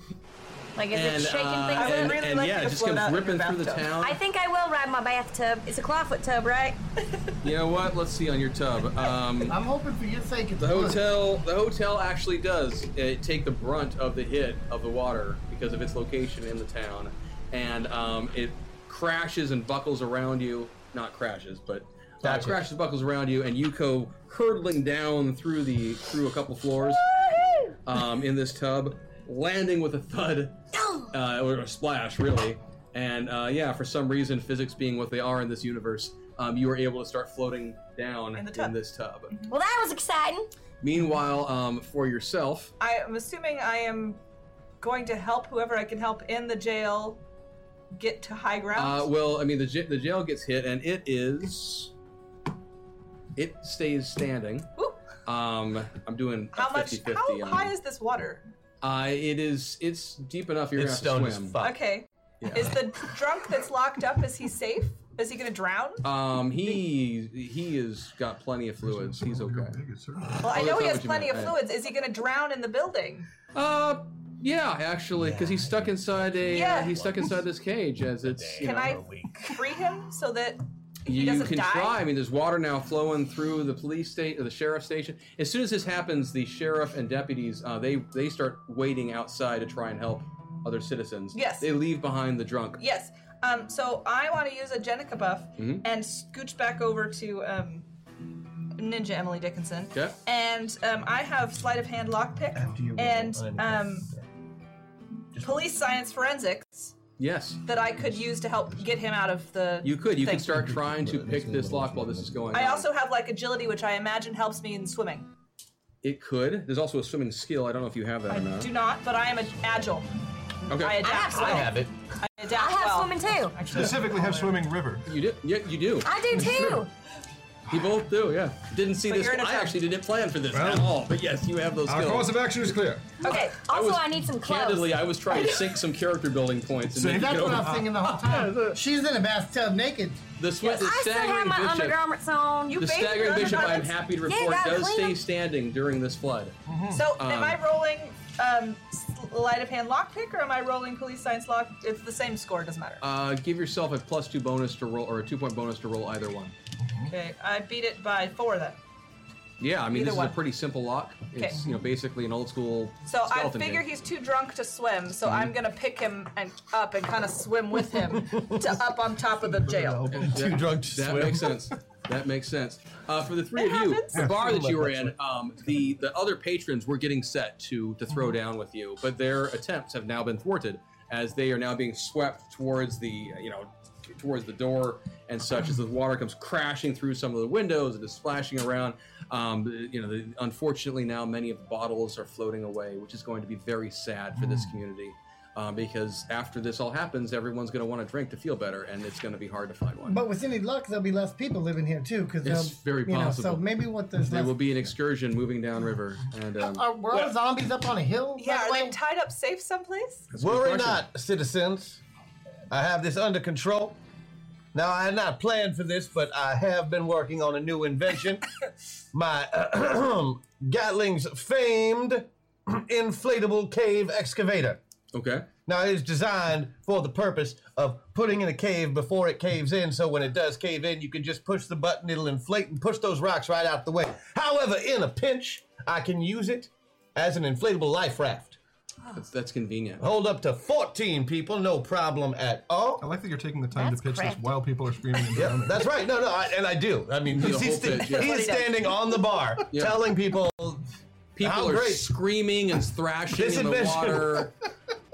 Speaker 6: Like, is
Speaker 2: And,
Speaker 6: it shaking
Speaker 2: uh,
Speaker 6: things
Speaker 2: I would
Speaker 6: up?
Speaker 2: really and, like yeah, you it to just float comes out in ripping your through the bathtub. town.
Speaker 6: I think I will ride my bathtub. It's a clawfoot tub, right?
Speaker 2: You know what? Let's see on your tub. Um,
Speaker 7: I'm hoping for your sake it's
Speaker 2: the
Speaker 7: good.
Speaker 2: hotel. The hotel actually does uh, take the brunt of the hit of the water because of its location in the town, and um, it crashes and buckles around you. Not crashes, but uh,
Speaker 4: Gotcha.
Speaker 2: crashes buckles around you, and you go hurtling down through the through a couple floors um, in this tub, landing with a thud uh, or a splash, really. And uh, yeah, for some reason, physics being what they are in this universe, um, you were able to start floating down in, this tub.
Speaker 6: Well, that was exciting.
Speaker 2: Meanwhile, um, for yourself,
Speaker 3: I am assuming I am going to help whoever I can help in the jail get to high ground.
Speaker 2: uh, well, I mean, the, j- the jail gets hit, and it is. It stays standing. Um, I'm doing
Speaker 3: how much?
Speaker 2: 50 50.
Speaker 3: how high is this water?
Speaker 2: uh, it is. It's deep enough you're
Speaker 4: It's
Speaker 2: gonna have to
Speaker 4: stoned as
Speaker 2: swim.
Speaker 3: Okay. Is the drunk that's locked up? Is he safe? Is he going to drown?
Speaker 2: Um, he he has got plenty of fluids. He's okay.
Speaker 3: Well, I
Speaker 2: Oh,
Speaker 3: know he
Speaker 2: that's not
Speaker 3: has
Speaker 2: what you
Speaker 3: plenty
Speaker 2: meant.
Speaker 3: of
Speaker 2: Right.
Speaker 3: fluids. Is he going to drown in the building?
Speaker 2: Uh, yeah, actually, because he's stuck inside a
Speaker 3: Yeah.
Speaker 2: uh, he's stuck inside this cage as it's you
Speaker 3: Can
Speaker 2: know
Speaker 3: I free him so that he
Speaker 2: you
Speaker 3: doesn't
Speaker 2: can
Speaker 3: die?
Speaker 2: try. I mean, there's water now flowing through the police state or the sheriff's station. As soon as this happens, the sheriff and deputies uh, they they start waiting outside to try and help other citizens.
Speaker 3: Yes.
Speaker 2: they leave behind the drunk.
Speaker 3: Yes. Um, so I want to use a Jenica buff
Speaker 2: Mhm.
Speaker 3: and scooch back over to um, Ninja Emily Dickinson.
Speaker 2: Okay.
Speaker 3: And um, I have sleight of hand lockpick
Speaker 2: you roll
Speaker 3: and
Speaker 2: an
Speaker 3: um, police science forensics
Speaker 2: Yes,
Speaker 3: that I could use to help get him out of the.
Speaker 2: you could. You
Speaker 3: thing.
Speaker 2: can start trying to pick this lock while this is going.
Speaker 3: I
Speaker 2: on.
Speaker 3: also have like agility, which I imagine helps me in swimming.
Speaker 2: It could. There's also a swimming skill. I don't know if you have that or not.
Speaker 3: Do not, but I am ag- agile.
Speaker 2: Okay.
Speaker 3: I adapt.
Speaker 6: I have
Speaker 2: it.
Speaker 3: I adapt
Speaker 6: I have
Speaker 3: well.
Speaker 6: swimming too.
Speaker 5: Specifically, have swimming river.
Speaker 2: You do. Yeah, you do.
Speaker 6: I do too.
Speaker 2: You both do. Yeah. Didn't see
Speaker 6: But
Speaker 2: this.
Speaker 6: you're in a
Speaker 2: I
Speaker 6: trap.
Speaker 2: actually didn't plan for this at
Speaker 5: Well,
Speaker 2: all. But yes, you have those
Speaker 5: Our
Speaker 2: skills.
Speaker 5: course of action is clear.
Speaker 6: Okay.
Speaker 2: I
Speaker 6: Also,
Speaker 2: was-
Speaker 6: I, need some clothes.
Speaker 2: Candidly, I was trying to sink some character building points. And
Speaker 7: See,
Speaker 2: make
Speaker 7: that's
Speaker 2: it
Speaker 7: what
Speaker 2: over.
Speaker 7: I'm thinking the whole time. She's in a bathtub naked.
Speaker 2: The sweat the
Speaker 6: I still have
Speaker 2: staggering
Speaker 6: my
Speaker 2: bishop.
Speaker 6: undergarments on.
Speaker 2: the staggering bishop, I'm happy to
Speaker 6: Yeah,
Speaker 2: report,
Speaker 6: gotta
Speaker 2: does
Speaker 6: clean
Speaker 2: stay
Speaker 6: 'em.
Speaker 2: standing during this flood.
Speaker 3: So,
Speaker 2: Um,
Speaker 3: am I rolling um, sleight of hand lockpick or am I rolling police science lock? It's the same score, doesn't matter.
Speaker 2: Uh, give yourself a plus two bonus to roll, or a two point bonus to roll either one.
Speaker 3: Okay, I beat it by four then.
Speaker 2: Yeah, I mean
Speaker 3: Either
Speaker 2: this
Speaker 3: one.
Speaker 2: is a pretty simple lock.
Speaker 3: Okay.
Speaker 2: It's you know basically an old school.
Speaker 3: So I
Speaker 2: skeleton Mm-hmm.
Speaker 3: figure
Speaker 2: game.
Speaker 3: he's too drunk to swim, so I'm gonna pick him and up and kind of swim with him to up on top of the jail.
Speaker 2: Too drunk to that makes sense. That makes sense. Uh, for the three
Speaker 3: It
Speaker 2: of you,
Speaker 3: happens.
Speaker 2: the bar that you were in, um, the the other patrons were getting set to to throw down with you, but their attempts have now been thwarted as they are now being swept towards the uh, you know t- towards the door and such as the water comes crashing through some of the windows and is splashing around. Um, the- you know, the, unfortunately now many of the bottles are floating away, which is going to be very sad for this community. Um, because after this all happens, everyone's going to want to drink to feel better, and it's going to be hard to find one.
Speaker 7: But with any luck, there'll be less people living here too, because
Speaker 2: It's very
Speaker 7: you know, so
Speaker 2: possible.
Speaker 7: maybe what there's
Speaker 2: There
Speaker 7: less.
Speaker 2: will be an excursion moving downriver, and um,
Speaker 7: Are, were all zombies up on a hill?
Speaker 3: Yeah, are they tied up safe someplace?
Speaker 4: Worry not, citizens. I have this under control. Now, I had not planned for this, but I have been working on a new invention. My Gatling's famed inflatable cave excavator.
Speaker 2: Okay.
Speaker 4: Now it is designed for the purpose of putting in a cave before it caves in, so when it does cave in, you can just push the button, it'll inflate and push those rocks right out the way. However, in a pinch, I can use it as an inflatable life raft.
Speaker 2: That's, that's convenient.
Speaker 4: Hold up to 14 people, no problem at all.
Speaker 5: I like that you're taking the time
Speaker 4: That's
Speaker 5: to pitch
Speaker 4: crafty.
Speaker 5: this while people are screaming and
Speaker 4: Yeah,
Speaker 5: drowning.
Speaker 4: that's right. No, no, I, and I do. I mean,
Speaker 5: The
Speaker 4: he's,
Speaker 5: whole
Speaker 4: he's sta-
Speaker 5: pitch, yeah.
Speaker 4: he's standing on the bar,
Speaker 2: Yeah.
Speaker 4: telling people
Speaker 2: People
Speaker 4: how
Speaker 2: are
Speaker 4: great.
Speaker 2: screaming and thrashing
Speaker 4: This
Speaker 2: in the
Speaker 4: adventure-
Speaker 2: water.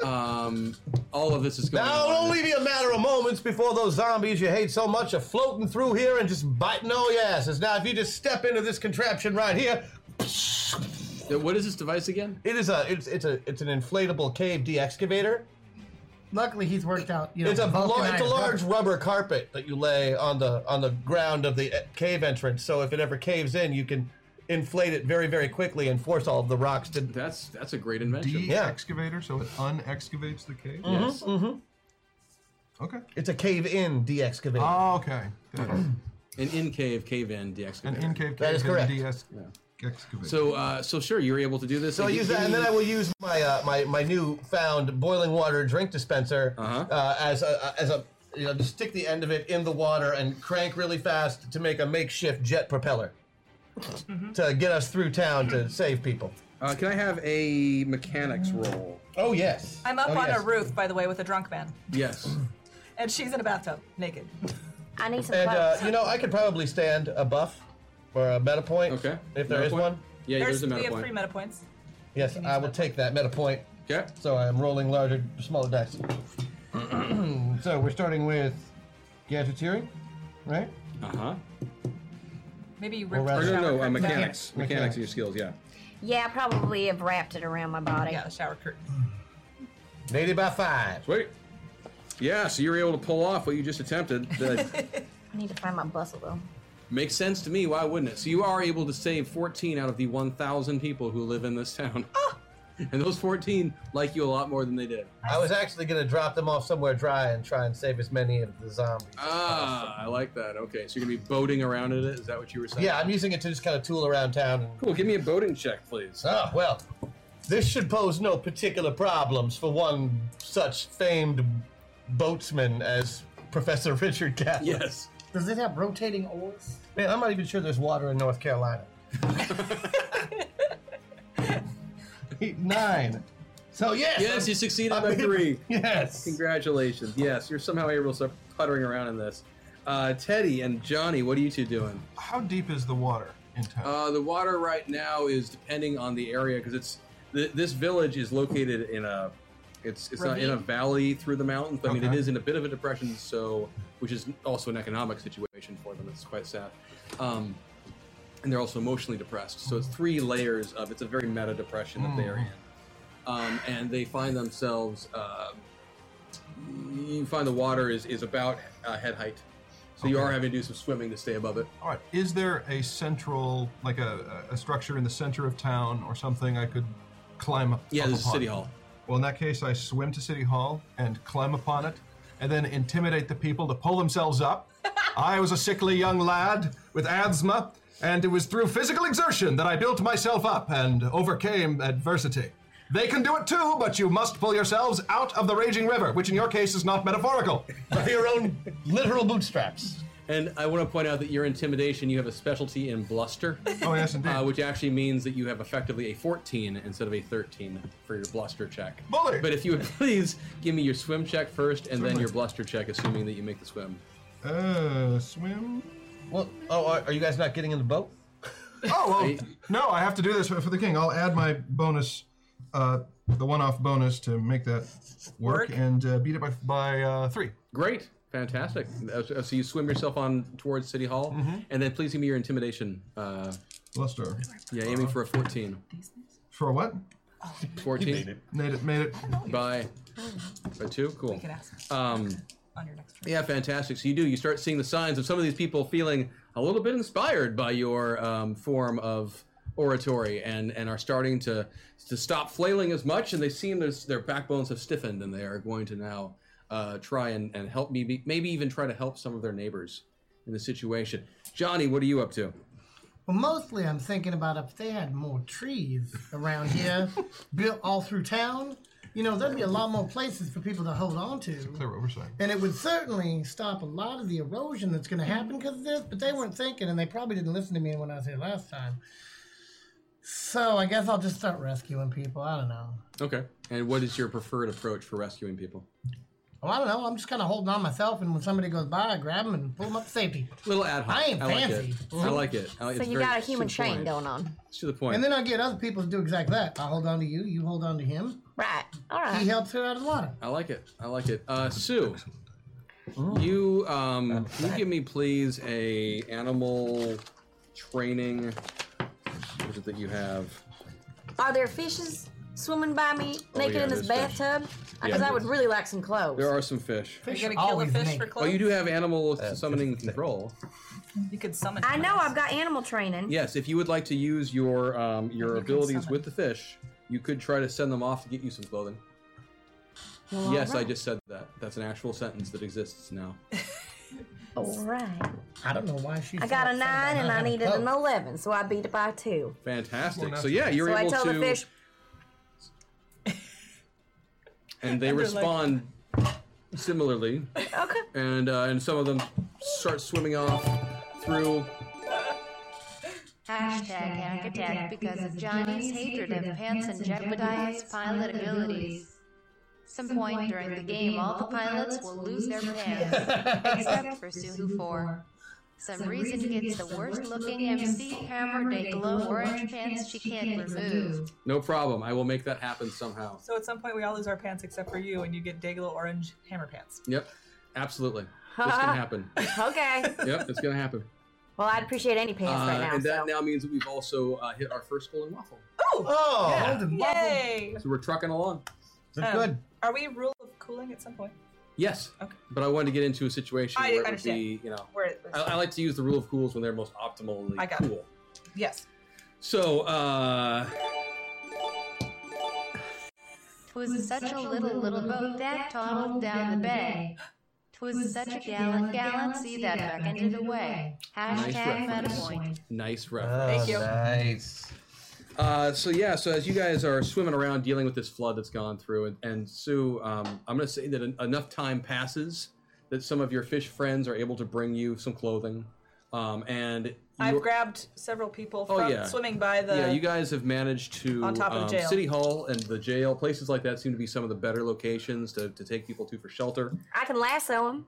Speaker 2: Um, all of this is going
Speaker 4: Now
Speaker 2: on.
Speaker 4: it'll only be a matter of moments before those zombies you hate so much are floating through here and just biting all your asses. Now, if you just step into this contraption right here,
Speaker 2: what is this device again?
Speaker 4: It is a it's it's a it's an inflatable cave de excavator.
Speaker 7: Luckily, he's worked out. You know,
Speaker 4: it's a lo-
Speaker 7: vulcanized
Speaker 4: it's a large
Speaker 7: rubber.
Speaker 4: rubber carpet that you lay on the on the ground of the eh, cave entrance. So if it ever caves in, you can inflate it very very quickly and force all of the rocks to.
Speaker 2: That's that's a great invention.
Speaker 5: De-excavator, so it unexcavates the cave.
Speaker 2: Mm-hmm,
Speaker 4: Yes.
Speaker 5: Okay.
Speaker 4: It's a cave in de excavator.
Speaker 5: Oh, okay. Got it.
Speaker 2: An in cave, cave in, de
Speaker 5: An
Speaker 2: excavator.
Speaker 5: in cave.
Speaker 4: That is
Speaker 5: cave
Speaker 4: correct.
Speaker 5: de-ex- Excavator.
Speaker 2: So uh, so sure, you're able to do this.
Speaker 4: So I use that, and then I will use my uh, my my new found boiling water drink dispenser
Speaker 2: Uh-huh.
Speaker 4: uh as a as a you know just stick the end of it in the water and crank really fast to make a makeshift jet propeller to get us through town to save people.
Speaker 2: Uh, can I have a mechanics roll?
Speaker 4: Oh yes,
Speaker 3: I'm up
Speaker 4: Oh,
Speaker 3: on
Speaker 4: yes.
Speaker 3: a roof, by the way, with a drunk man,
Speaker 2: Yes.
Speaker 3: and she's in a bathtub, naked.
Speaker 6: I need some
Speaker 4: And uh,
Speaker 6: clothes.
Speaker 4: you know I could probably stand a buff or a meta point. Okay, if there
Speaker 2: Meta
Speaker 4: is
Speaker 2: point?
Speaker 4: one.
Speaker 2: Yeah, there's, a
Speaker 3: we
Speaker 2: meta
Speaker 3: have
Speaker 2: point.
Speaker 3: three meta points.
Speaker 4: Yes, I will take that meta point.
Speaker 2: Okay.
Speaker 4: So I am rolling larger, smaller dice. so we're starting with gadgeteering, right?
Speaker 2: Uh huh.
Speaker 3: Maybe you
Speaker 4: Or
Speaker 3: ripped
Speaker 4: rather-
Speaker 3: the
Speaker 2: No,
Speaker 3: shower
Speaker 2: no, uh,
Speaker 3: curtain.
Speaker 2: mechanics,
Speaker 4: Yeah.
Speaker 2: mechanics, in your skills. Yeah.
Speaker 6: yeah, I probably have wrapped it around my body.
Speaker 3: Yeah, the shower curtain.
Speaker 4: Lady by five.
Speaker 2: Sweet. Yeah, so you were able to pull off what you just attempted. That
Speaker 6: I need to find my bustle though.
Speaker 2: makes sense to me. Why wouldn't it? So you are able to save 14 out of the 1,000 people who live in this town. And those 14 like you a lot more than they did.
Speaker 4: I was actually gonna drop them off somewhere dry and try and save as many of the zombies.
Speaker 2: Ah, I like that. Okay, so you're gonna be boating around in it. Is that what you were saying?
Speaker 4: Yeah, I'm using it to just kind of tool around town. And,
Speaker 2: Cool. Give me a boating check, please.
Speaker 4: oh well, this should pose no particular problems for one such famed boatsman as Professor Richard Gatlin.
Speaker 2: Yes.
Speaker 7: Does it have rotating oars?
Speaker 4: Man, I'm not even sure there's water in North Carolina. Eight, nine. So yes.
Speaker 2: Yes,
Speaker 4: I'm-
Speaker 2: you succeeded
Speaker 4: I'm
Speaker 2: by
Speaker 4: able-
Speaker 2: three.
Speaker 4: Yes.
Speaker 2: Congratulations. Yes, you're somehow able to start puttering around in this. Uh, Teddy and Johnny, what are you two doing?
Speaker 5: How deep is the water in town?
Speaker 2: Uh, the water right now is depending on the area because it's th- this village is located in a it's it's not in a
Speaker 3: Ravine?
Speaker 2: valley through the mountains. I mean, it
Speaker 5: Okay.
Speaker 2: is in a bit of a depression, so which is also an economic situation for them. It's quite sad, um, and they're also emotionally depressed. So it's three layers of it's a very meta depression that they
Speaker 5: Hmm.
Speaker 2: are in, um, and they find themselves. Uh, you find the water is is about uh, head height, so you
Speaker 5: Okay.
Speaker 2: are having to do some swimming to stay above it.
Speaker 5: All right. Is there a central, like a, a structure in the center of town or something I could climb up?
Speaker 2: Yeah,
Speaker 5: up
Speaker 2: there's a
Speaker 5: upon?
Speaker 2: city hall.
Speaker 5: Well, in that case, I swim to City Hall and climb upon it, and then intimidate the people to pull themselves up. I was a sickly young lad with asthma, and it was through physical exertion that I built myself up and overcame adversity. They can do it too, but you must pull yourselves out of the raging river, which in your case is not metaphorical.
Speaker 4: By your own literal bootstraps.
Speaker 2: And I want to point out that your intimidation, you have a specialty in bluster,
Speaker 5: Oh, yes, indeed.
Speaker 2: uh, which actually means that you have effectively a 14 instead of a 13 for your bluster check.
Speaker 5: Bully!
Speaker 2: But if you would please give me your swim check first and then
Speaker 5: Certainly.
Speaker 2: your bluster check, assuming that you make the swim.
Speaker 5: Uh, swim.
Speaker 4: Well, oh, are, are you guys not getting in the boat?
Speaker 5: Oh well, no, I have to do this for for the king. I'll add my bonus, uh, the one-off bonus to make that work,
Speaker 3: Work.
Speaker 5: and uh, beat it by by uh, three.
Speaker 2: Great. Fantastic. Uh, So so you swim yourself on towards City Hall,
Speaker 5: Mm-hmm.
Speaker 2: and then please give me your intimidation. Uh,
Speaker 5: Luster
Speaker 2: yeah, aiming for a 14.
Speaker 5: for what?
Speaker 2: 14
Speaker 5: Made it. Made it.
Speaker 2: by, by two? Cool.
Speaker 3: You can ask
Speaker 2: Um,
Speaker 3: on your next trip.
Speaker 2: Yeah, fantastic. So you do. You start seeing the signs of some of these people feeling a little bit inspired by your um, form of oratory, and and are starting to to stop flailing as much. And they seem there's, their backbones have stiffened, and they are going to now uh, try and and help me. Be, maybe even try to help some of their neighbors in the situation. Johnny, what are you up to?
Speaker 7: Well, mostly I'm thinking about if they had more trees around here, built all through town, you know, there'd be a lot more places for people to hold on to.
Speaker 5: Clear oversight.
Speaker 7: And it would certainly stop a lot of the erosion that's going to happen because of this, but they weren't thinking and they probably didn't listen to me when I was here last time. So I guess I'll just start rescuing people. I don't know.
Speaker 2: Okay. And what is your preferred approach for rescuing people?
Speaker 7: Well, I don't know. I'm just kind of holding on myself, and when somebody goes by, I grab them and pull them up to safety.
Speaker 2: Little ad hoc.
Speaker 7: I ain't
Speaker 2: like
Speaker 7: fancy. Mm-hmm.
Speaker 2: it. I like it. I like
Speaker 6: So
Speaker 2: it's
Speaker 6: you
Speaker 2: very-
Speaker 6: got a
Speaker 2: it's to
Speaker 6: human
Speaker 2: the
Speaker 6: chain
Speaker 2: point.
Speaker 6: going on.
Speaker 2: It's to the point.
Speaker 7: And then I get other people to do exactly that. I hold on to you, you hold on to him.
Speaker 6: Right. All right.
Speaker 7: He helps her out of the water.
Speaker 2: I like it. I like it. Uh, Sue, you um, can you give me please a animal training what is it that you have?
Speaker 6: Are there fishes swimming by me
Speaker 2: Oh,
Speaker 6: naked
Speaker 2: yeah,
Speaker 6: in this
Speaker 2: there's fish.
Speaker 6: bathtub?
Speaker 2: Yeah.
Speaker 6: Because I would really like some clothes.
Speaker 2: There are some fish.
Speaker 3: Are you gonna kill a fish for
Speaker 2: Oh,
Speaker 3: clothes?
Speaker 2: you do have animal summoning control.
Speaker 3: You could summon.
Speaker 6: I know I've got animal training.
Speaker 2: Yes, if you would like to use your um, your abilities with the fish, you could try to send them off to get you some clothing.
Speaker 6: Well,
Speaker 2: yes, I
Speaker 6: alright.
Speaker 2: just said that. That's an actual sentence that exists now.
Speaker 6: All right.
Speaker 7: I don't know why she.
Speaker 6: I got a nine and I
Speaker 7: Oh,
Speaker 6: needed an eleven, so I beat it by two.
Speaker 2: Fantastic. Oh. So yeah, you're
Speaker 6: so
Speaker 2: able
Speaker 6: I told
Speaker 2: to,
Speaker 6: the fish,
Speaker 2: and they
Speaker 6: And they're like-
Speaker 2: respond similarly.
Speaker 6: okay.
Speaker 2: and uh, and some of them start swimming off through.
Speaker 8: Hashtag hack attack because of Johnny's hatred of pants and Jebediah's pilot abilities. Some point during the game, all the pilots will lose their pants, except for Suhu 4. Some reason gets the worst looking MC hammered a glow orange pants she can't remove.
Speaker 2: No problem. I will make that happen somehow.
Speaker 3: So at some point we all lose our pants except for you, and you get Dayglow orange hammer pants.
Speaker 2: Yep, absolutely. This can happen.
Speaker 6: okay.
Speaker 2: Yep, it's gonna happen.
Speaker 6: Well, I'd appreciate any pants
Speaker 2: Uh,
Speaker 6: right now.
Speaker 2: and that now means that we've also uh, hit our first golden waffle.
Speaker 3: Oh!
Speaker 2: Yeah.
Speaker 3: Yay!
Speaker 2: So we're trucking along.
Speaker 3: Um, Are we rule of cooling at some point?
Speaker 2: Yes. But I wanted to get into a situation
Speaker 3: I
Speaker 2: where it would
Speaker 3: understand.
Speaker 2: be, you know,
Speaker 3: Where it was-
Speaker 2: I, I like to use the rule of cools when they're most optimally
Speaker 3: I got it.
Speaker 2: cool.
Speaker 3: Yes.
Speaker 2: So, uh,
Speaker 8: Twas such a little, little boat that toddled down the bay. Twas such a gallant galaxy that beckoned it away.
Speaker 2: nice
Speaker 8: Hashtag
Speaker 2: reference.
Speaker 8: MetaPoint.
Speaker 2: Nice reference.
Speaker 3: Thank you.
Speaker 10: Nice.
Speaker 2: Uh, so yeah, so as you guys are swimming around dealing with this flood that's gone through, and, and Sue, um, I'm going to say that en- enough time passes that some of your fish friends are able to bring you some clothing, um, and
Speaker 3: I've
Speaker 2: you're-
Speaker 3: grabbed several people
Speaker 2: Oh,
Speaker 3: from
Speaker 2: yeah.
Speaker 3: swimming by the.
Speaker 2: yeah, you guys have managed to
Speaker 3: On top of the
Speaker 2: um,
Speaker 3: jail.
Speaker 2: City Hall and the jail places like that seem to be some of the better locations to, to take people to for shelter.
Speaker 6: I can lasso him.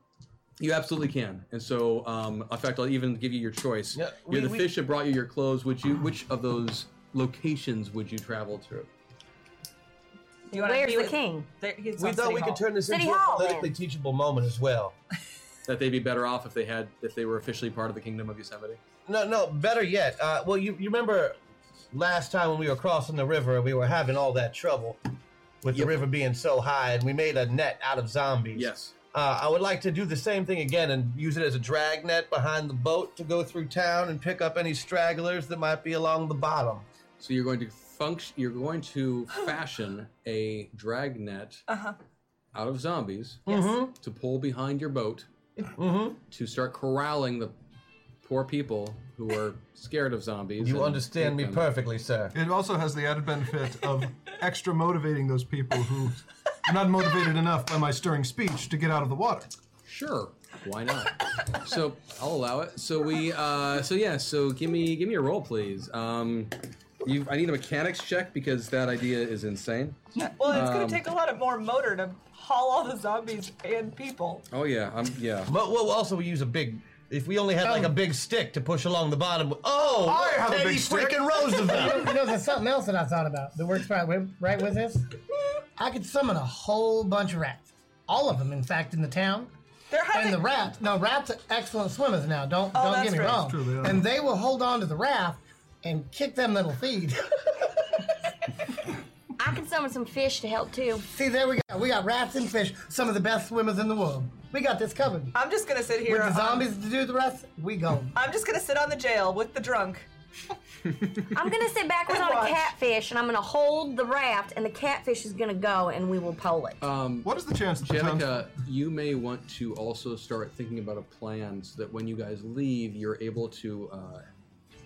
Speaker 2: You absolutely can, and so um, in fact, I'll even give you your choice.
Speaker 10: we-
Speaker 2: You're the
Speaker 10: we-
Speaker 2: fish that brought you your clothes. Would you? Which of those locations would you travel to?
Speaker 3: You wanna
Speaker 6: Where's
Speaker 3: be
Speaker 6: the
Speaker 3: with-
Speaker 6: king?
Speaker 3: There, he's
Speaker 4: We
Speaker 3: on
Speaker 4: thought
Speaker 3: City
Speaker 4: we
Speaker 3: Hall.
Speaker 4: could turn this
Speaker 6: City
Speaker 4: into
Speaker 6: Hall,
Speaker 4: a politically teachable moment as well.
Speaker 2: that they'd be better off if they had if they were officially part of the kingdom of Yosemite.
Speaker 4: No, no, better yet. Uh, well, you, you remember last time when we were crossing the river, we were having all that trouble with the river being so high, and we made a net out of zombies.
Speaker 2: Yes.
Speaker 4: Uh, I would like to do the same thing again and use it as a drag net behind the boat to go through town and pick up any stragglers that might be along the bottom.
Speaker 2: So you're going to function you're going to fashion a dragnet
Speaker 3: Uh-huh.
Speaker 2: out of zombies
Speaker 3: Yes.
Speaker 4: Mm-hmm.
Speaker 2: to pull behind your boat to start corralling the poor people who are scared of zombies.
Speaker 4: You
Speaker 2: and
Speaker 4: understand me
Speaker 2: hate them.
Speaker 4: perfectly, sir.
Speaker 5: It also has the added benefit of extra motivating those people who are not motivated enough by my stirring speech to get out of the water.
Speaker 2: Sure. Why not? so I'll allow it. So we uh so yeah, so give me give me a roll please. Um you I need a mechanics check because that idea is insane.
Speaker 3: Well, it's going
Speaker 2: Um,
Speaker 3: to take a lot of more motor to haul all the zombies and people.
Speaker 2: Oh yeah, I'm yeah.
Speaker 4: But we'll also we use a big. If we only had like a big stick to push along the bottom. Oh,
Speaker 5: Oh. I have a
Speaker 4: Teddy
Speaker 5: big stick.
Speaker 4: freaking
Speaker 7: you, know,
Speaker 4: Roosevelt.
Speaker 7: you know, there's something else that I thought about that works right with, right with this. I could summon a whole bunch of rats, all of them, in fact, in the town.
Speaker 3: They're having.
Speaker 7: And the rats, no, rats are excellent swimmers now. Don't
Speaker 3: Oh,
Speaker 7: don't
Speaker 3: that's
Speaker 7: get me
Speaker 3: right.
Speaker 7: wrong.
Speaker 5: That's true, they are.
Speaker 7: and they will hold on to the raft and kick them little feet.
Speaker 6: I can summon some fish to help too.
Speaker 7: See, there we go. We got rats and fish, some of the best swimmers in the world. We got this covered.
Speaker 3: I'm just going to sit here.
Speaker 7: With the
Speaker 3: um,
Speaker 7: zombies to do the rest, we go.
Speaker 3: I'm just going to sit on the jail with the drunk.
Speaker 6: I'm gonna sit backwards on a
Speaker 3: Watch.
Speaker 6: catfish and I'm gonna hold the raft and the catfish is gonna go and we will pole it.
Speaker 2: Um
Speaker 5: What is the chance that the towns-
Speaker 2: Jenica, you may want to also start thinking about a plan so that when you guys leave, you're able to uh,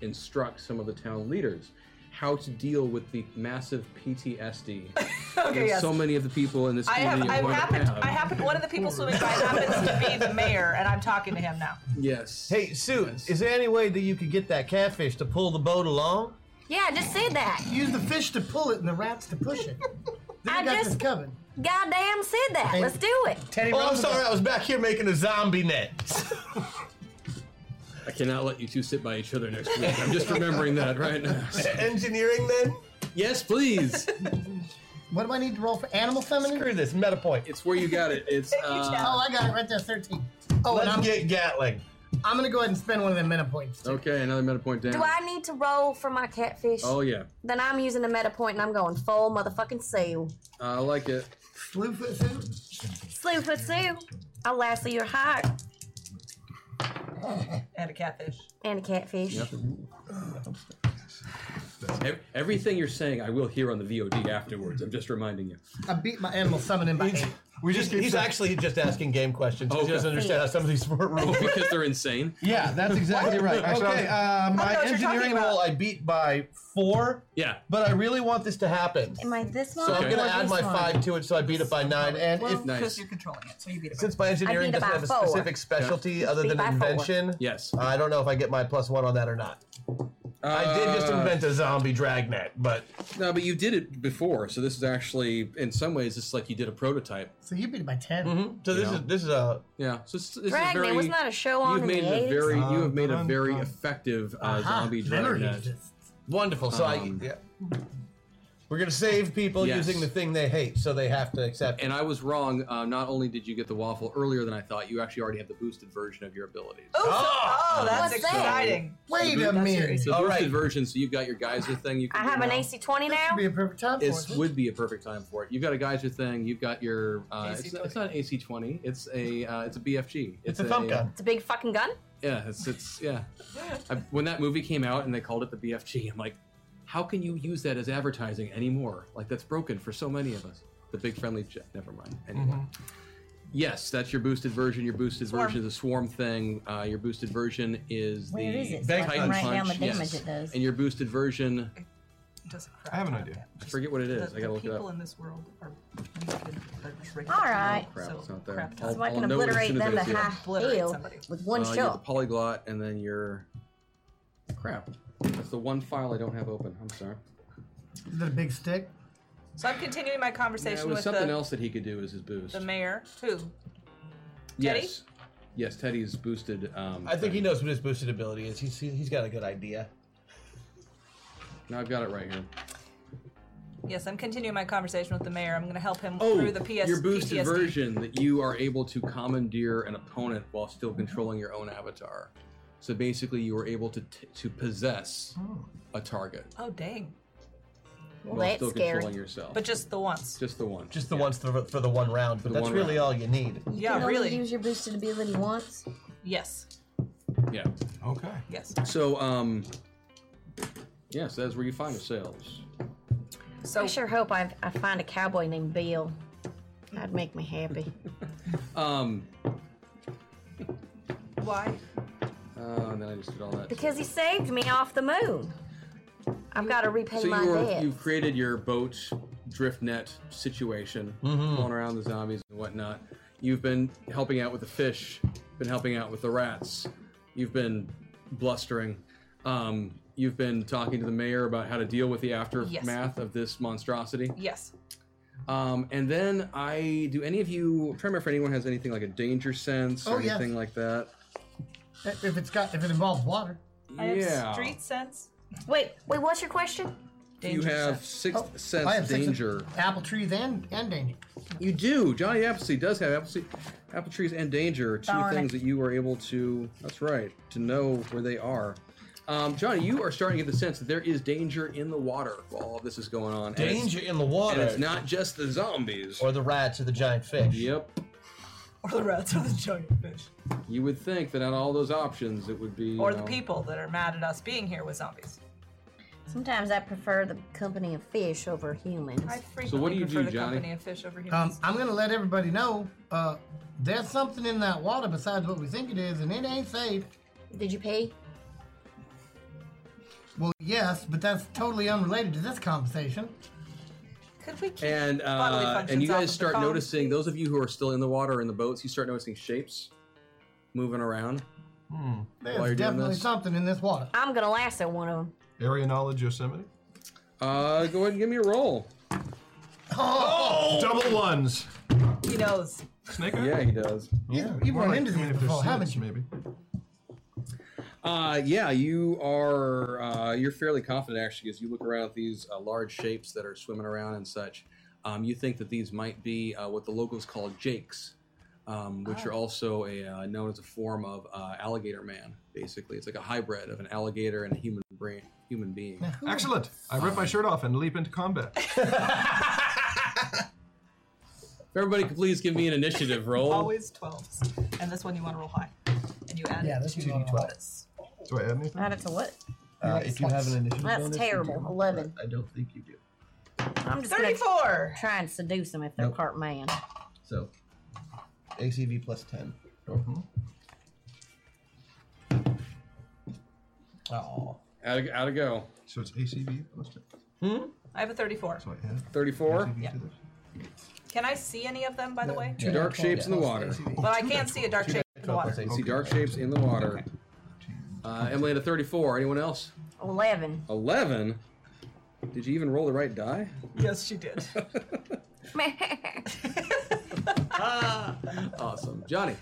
Speaker 2: instruct some of the town leaders how to deal with the massive PTSD
Speaker 3: Okay,
Speaker 2: And
Speaker 3: yes.
Speaker 2: So many of the people in this
Speaker 3: I have.
Speaker 2: community
Speaker 3: I
Speaker 2: want to
Speaker 3: happened.
Speaker 2: have-
Speaker 3: I happened. One of the people swimming by happens to be the mayor, and I'm talking to him now.
Speaker 2: Yes.
Speaker 10: Hey, Sue, is there any way that you could get that catfish to pull the boat along?
Speaker 6: Yeah, just say that.
Speaker 7: Use the fish to pull it and the rats to push it. Then
Speaker 6: I
Speaker 7: you got
Speaker 6: just-
Speaker 7: this covered.
Speaker 6: Goddamn said that.
Speaker 7: Hey,
Speaker 6: Let's do it.
Speaker 7: Teddy
Speaker 10: Oh, I'm
Speaker 7: Roosevelt- Uh,
Speaker 10: sorry, I was back here making a zombie net.
Speaker 2: I cannot let you two sit by each other next week. I'm just remembering that right now.
Speaker 10: Engineering, then?
Speaker 2: Yes, please.
Speaker 7: What do I need to roll for animal feminine?
Speaker 10: Screw this, meta point.
Speaker 2: It's where you got it. It's uh,
Speaker 7: oh, I got it right there, 13. Oh, and
Speaker 10: Let's
Speaker 7: I'm,
Speaker 10: get Gatling.
Speaker 7: I'm going to go ahead and spend one of them meta points. too.
Speaker 2: okay. Another meta point down.
Speaker 6: Do I need to roll for my catfish?
Speaker 2: Oh yeah,
Speaker 6: Then I'm using a meta point and I'm going full motherfucking seal.
Speaker 2: Uh, I like it.
Speaker 7: Slewfoot suit.
Speaker 6: Slew for two. I'll lasso your heart
Speaker 3: And a catfish.
Speaker 6: and a catfish.
Speaker 2: Yep. Ev- Everything you're saying, I will hear on the VOD afterwards. I'm just reminding you.
Speaker 7: I beat my animal summoning by eight.
Speaker 10: We just he's actually just asking game questions.
Speaker 2: Okay.
Speaker 10: He doesn't understand how some of these sport
Speaker 2: Oh,
Speaker 10: rules.
Speaker 2: because they're insane.
Speaker 10: yeah, that's exactly right. Okay,
Speaker 7: Oh,
Speaker 10: uh, my
Speaker 3: what you're talking
Speaker 10: engineering
Speaker 3: about.
Speaker 10: roll I beat by four,
Speaker 2: Yeah.
Speaker 10: but I really want this to happen.
Speaker 6: Am I this one?
Speaker 10: So I'm
Speaker 2: Okay.
Speaker 10: gonna
Speaker 6: or
Speaker 10: add
Speaker 6: this
Speaker 10: my
Speaker 6: one?
Speaker 10: five to it, so I beat it by nine. And
Speaker 3: Well,
Speaker 10: if
Speaker 3: because
Speaker 2: nice.
Speaker 3: you're controlling it, so you beat it.
Speaker 10: since my engineering
Speaker 6: beat it
Speaker 10: doesn't
Speaker 6: by
Speaker 10: have a
Speaker 6: four.
Speaker 10: specific specialty other
Speaker 6: Beat
Speaker 10: than
Speaker 6: by four.
Speaker 10: invention,
Speaker 2: Yes.
Speaker 10: I don't know if I get my plus one on that or not. I did just
Speaker 2: Uh,
Speaker 10: invent a zombie dragnet, but
Speaker 2: No, but you did it before, so this is actually, in some ways, it's like you did a prototype.
Speaker 7: So you beat it by 10.
Speaker 10: so this
Speaker 2: Yeah.
Speaker 10: is this is a
Speaker 2: Yeah. So this, this
Speaker 6: Dragnet,
Speaker 2: is very.
Speaker 6: wasn't that a show on
Speaker 2: You've
Speaker 6: in
Speaker 2: made
Speaker 6: the
Speaker 2: a
Speaker 6: 80s?
Speaker 2: very, you have made a
Speaker 5: Dun,
Speaker 2: very
Speaker 5: dun.
Speaker 2: effective uh,
Speaker 7: Aha,
Speaker 2: zombie
Speaker 7: memory
Speaker 2: dragnet.
Speaker 7: exists.
Speaker 10: wonderful. So
Speaker 2: Um,
Speaker 10: I yeah. We're gonna save people
Speaker 2: Yes.
Speaker 10: using the thing they hate, so they have to accept. it.
Speaker 2: And I was wrong. Uh, not only did you get the waffle earlier than I thought, you actually already have the boosted version of your abilities.
Speaker 3: Oh, so-
Speaker 10: Ah!
Speaker 3: oh, that's
Speaker 6: What's that?
Speaker 3: exciting.
Speaker 7: Wait a
Speaker 2: That's
Speaker 7: minute.
Speaker 2: The
Speaker 10: All
Speaker 2: boosted
Speaker 10: right.
Speaker 2: version, so you've got your geyser thing. You can
Speaker 6: I
Speaker 2: do
Speaker 6: have an
Speaker 2: now.
Speaker 6: AC20
Speaker 7: This
Speaker 6: now.
Speaker 7: would be a perfect time for
Speaker 2: It
Speaker 7: it.
Speaker 2: would be a perfect time for it. You've got a geyser thing. You've got your. Uh, it's,
Speaker 3: AC20.
Speaker 2: it's not an AC20. It's a. Uh, it's a BFG.
Speaker 10: It's a thump gun.
Speaker 6: It's a big fucking gun.
Speaker 2: Yeah. It's it's yeah. I, when that movie came out and they called it the BFG, I'm like, how can you use that as advertising anymore? Like that's broken for so many of us. The big friendly. Jet. Never mind. Anyway. Yes, that's your boosted version. Your boosted
Speaker 3: Mm-hmm. Swarm.
Speaker 2: version is a swarm thing. Uh, your boosted version is
Speaker 6: Where
Speaker 2: the
Speaker 6: is it? So I
Speaker 2: Titan
Speaker 6: can write
Speaker 2: punch.
Speaker 6: down the damage
Speaker 2: yes.
Speaker 6: it does.
Speaker 2: And your boosted version,
Speaker 3: It doesn't crack.
Speaker 5: I have an idea.
Speaker 2: I forget what it
Speaker 3: The,
Speaker 2: is. I
Speaker 3: the
Speaker 2: gotta look it
Speaker 3: people
Speaker 2: up.
Speaker 3: in this world are wicked, they're just regular
Speaker 6: All
Speaker 3: people,
Speaker 6: right.
Speaker 2: Crap, it's not there.
Speaker 3: crap
Speaker 2: I'll-
Speaker 6: So I can
Speaker 2: know as
Speaker 6: obliterate
Speaker 2: soon as
Speaker 6: them
Speaker 2: I
Speaker 6: to
Speaker 2: see it.
Speaker 6: half
Speaker 3: Obliterate
Speaker 6: hell
Speaker 3: somebody.
Speaker 6: with one
Speaker 2: Uh, you're the
Speaker 6: shot.
Speaker 2: polyglot, and then you're crap. That's the one file I don't have open. I'm sorry.
Speaker 7: Is it a big stick?
Speaker 3: So I'm continuing my
Speaker 2: Yeah, it
Speaker 3: conversation
Speaker 2: was
Speaker 3: with
Speaker 2: something
Speaker 3: the,
Speaker 2: else that he could do as his boost.
Speaker 3: the mayor. Who? Teddy?
Speaker 2: yes, yes, Teddy's boosted. Um,
Speaker 10: I think he
Speaker 2: thing.
Speaker 10: knows what his boosted ability is. He's he's got a good idea.
Speaker 2: No, I've got it right here.
Speaker 3: Yes, I'm continuing my conversation with the mayor. I'm going to help him
Speaker 2: Oh,
Speaker 3: through the PS-
Speaker 2: your boosted
Speaker 3: PTSD.
Speaker 2: version that you are able to commandeer an opponent while still controlling your own avatar. So basically, you were able to t- to possess
Speaker 10: Hmm.
Speaker 2: a target
Speaker 3: Oh, dang.
Speaker 6: Well,
Speaker 2: while
Speaker 6: that's
Speaker 2: still
Speaker 6: scary.
Speaker 2: controlling yourself.
Speaker 3: But just the once.
Speaker 2: just the one.
Speaker 10: Just the ones for, for the one round, but
Speaker 2: the
Speaker 10: that's
Speaker 2: one
Speaker 10: really
Speaker 2: round.
Speaker 10: all you need.
Speaker 6: You can
Speaker 3: yeah,
Speaker 6: only
Speaker 3: really.
Speaker 6: use your boosted ability once.
Speaker 3: Yes.
Speaker 2: yeah.
Speaker 5: Okay.
Speaker 3: Yes.
Speaker 2: So um, yes, that's where you find the sales.
Speaker 3: So
Speaker 6: I sure hope I, I find a cowboy named Bill. That'd make me happy.
Speaker 2: Um,
Speaker 3: why?
Speaker 2: Oh, and then I just did all that.
Speaker 6: Because he saved me off the moon. I've got to repay
Speaker 2: so you
Speaker 6: my
Speaker 2: were,
Speaker 6: debt.
Speaker 2: you've created your boat drift net situation,
Speaker 7: Mm-hmm.
Speaker 2: going around the zombies and whatnot. You've been helping out with the fish, been helping out with the rats. You've been blustering. Um, you've been talking to the mayor about how to deal with the aftermath of this monstrosity.
Speaker 3: Yes.
Speaker 2: Um, and then I do any of you I'm trying to remember if anyone has anything like a danger sense or
Speaker 7: Oh, yes.
Speaker 2: anything like that.
Speaker 7: If it's got, if it involves water.
Speaker 3: I
Speaker 2: yeah.
Speaker 3: have street sense.
Speaker 6: Wait, wait, what's your question?
Speaker 2: you
Speaker 3: danger
Speaker 2: have
Speaker 3: sense.
Speaker 2: sixth
Speaker 7: Oh,
Speaker 2: sense
Speaker 7: I have six-
Speaker 2: danger.
Speaker 7: apple trees and, and danger.
Speaker 2: You do. Johnny Appleseed does have Appleseed, apple trees and danger. are Two
Speaker 6: Darn it.
Speaker 2: things that you are able to. That's right. To know where they are. Um, Johnny, you are starting to get the sense that there is danger in the water while all this is going on. and it's-
Speaker 10: Danger in the
Speaker 2: And
Speaker 10: water.
Speaker 2: it's not just the zombies.
Speaker 10: or the rats or the giant fish.
Speaker 2: Yep.
Speaker 3: Or the rats or the giant fish.
Speaker 2: You would think that on all those options, it would be. uh, you
Speaker 3: Or the
Speaker 2: know-
Speaker 3: people that are mad at us being here with zombies.
Speaker 6: Sometimes I prefer the company of fish over humans.
Speaker 3: I frequently
Speaker 2: what do you
Speaker 3: prefer
Speaker 2: do,
Speaker 3: the
Speaker 2: Johnny?
Speaker 3: company of fish over
Speaker 7: Um,
Speaker 3: humans.
Speaker 7: I'm going to let everybody know uh, there's something in that water besides what we think it is, and it ain't safe.
Speaker 6: Did you pee?
Speaker 7: Well, yes, but that's totally unrelated to this conversation.
Speaker 3: Could we keep
Speaker 2: and
Speaker 3: bodily
Speaker 2: uh,
Speaker 3: functions
Speaker 2: and you
Speaker 3: off of
Speaker 2: guys
Speaker 3: the
Speaker 2: start
Speaker 3: phone?
Speaker 2: noticing those of you who are still in the water or in the boats you start noticing shapes moving around while
Speaker 7: There's
Speaker 2: you're doing
Speaker 7: definitely
Speaker 2: this
Speaker 7: something in this water.
Speaker 6: I'm gonna lasso one of them.
Speaker 5: Area knowledge Yosemite.
Speaker 2: Uh, go ahead and give me a roll.
Speaker 5: Oh, double ones.
Speaker 3: He knows.
Speaker 5: Snake.
Speaker 2: yeah he does
Speaker 5: Yeah,
Speaker 7: you've run into
Speaker 5: them
Speaker 7: before, haven't
Speaker 5: you? Maybe.
Speaker 2: uh, yeah you are uh, you're fairly confident actually as you look around at these uh, large shapes that are swimming around and such um, you think that these might be uh, what the locals call jakes um, which
Speaker 3: Ah.
Speaker 2: are also a, uh, known as a form of uh, alligator man basically it's like a hybrid of an alligator and a human brain human being
Speaker 5: Excellent. I rip my shirt off and leap into combat.
Speaker 2: If everybody could please give me an initiative roll.
Speaker 3: Always 12s. And this one you want to roll high. And you add
Speaker 7: Yeah,
Speaker 3: it
Speaker 7: this
Speaker 3: to
Speaker 7: one's on
Speaker 3: your
Speaker 7: roll.
Speaker 3: bonus.
Speaker 5: Do I add anything?
Speaker 6: Add it to what?
Speaker 10: Uh, if you have an initiative
Speaker 6: That's
Speaker 10: bonus, you
Speaker 6: terrible.
Speaker 10: do,
Speaker 6: Eleven.
Speaker 10: but I don't think you do.
Speaker 6: I'm just gonna
Speaker 3: 34!
Speaker 6: try and seduce them if they're
Speaker 10: Nope.
Speaker 6: part man.
Speaker 10: So, ACV plus 10.
Speaker 5: Oh.
Speaker 2: Out of, out of go.
Speaker 5: So it's ACV plus ten.
Speaker 3: Hmm?
Speaker 2: Hmm?
Speaker 3: I have a 34.
Speaker 5: So I add
Speaker 2: 34.
Speaker 5: ACV
Speaker 3: Yeah.
Speaker 5: to this.
Speaker 3: Can I see any of them, by the way?
Speaker 2: Two dark shapes in the water.
Speaker 3: But I can't see a dark shape in the water.
Speaker 2: You see dark shapes in the water. Uh, Emily at a 34. Anyone else?
Speaker 6: Eleven.
Speaker 2: 11. Did you even roll the right die?
Speaker 3: Yes, she did.
Speaker 2: Awesome. Johnny,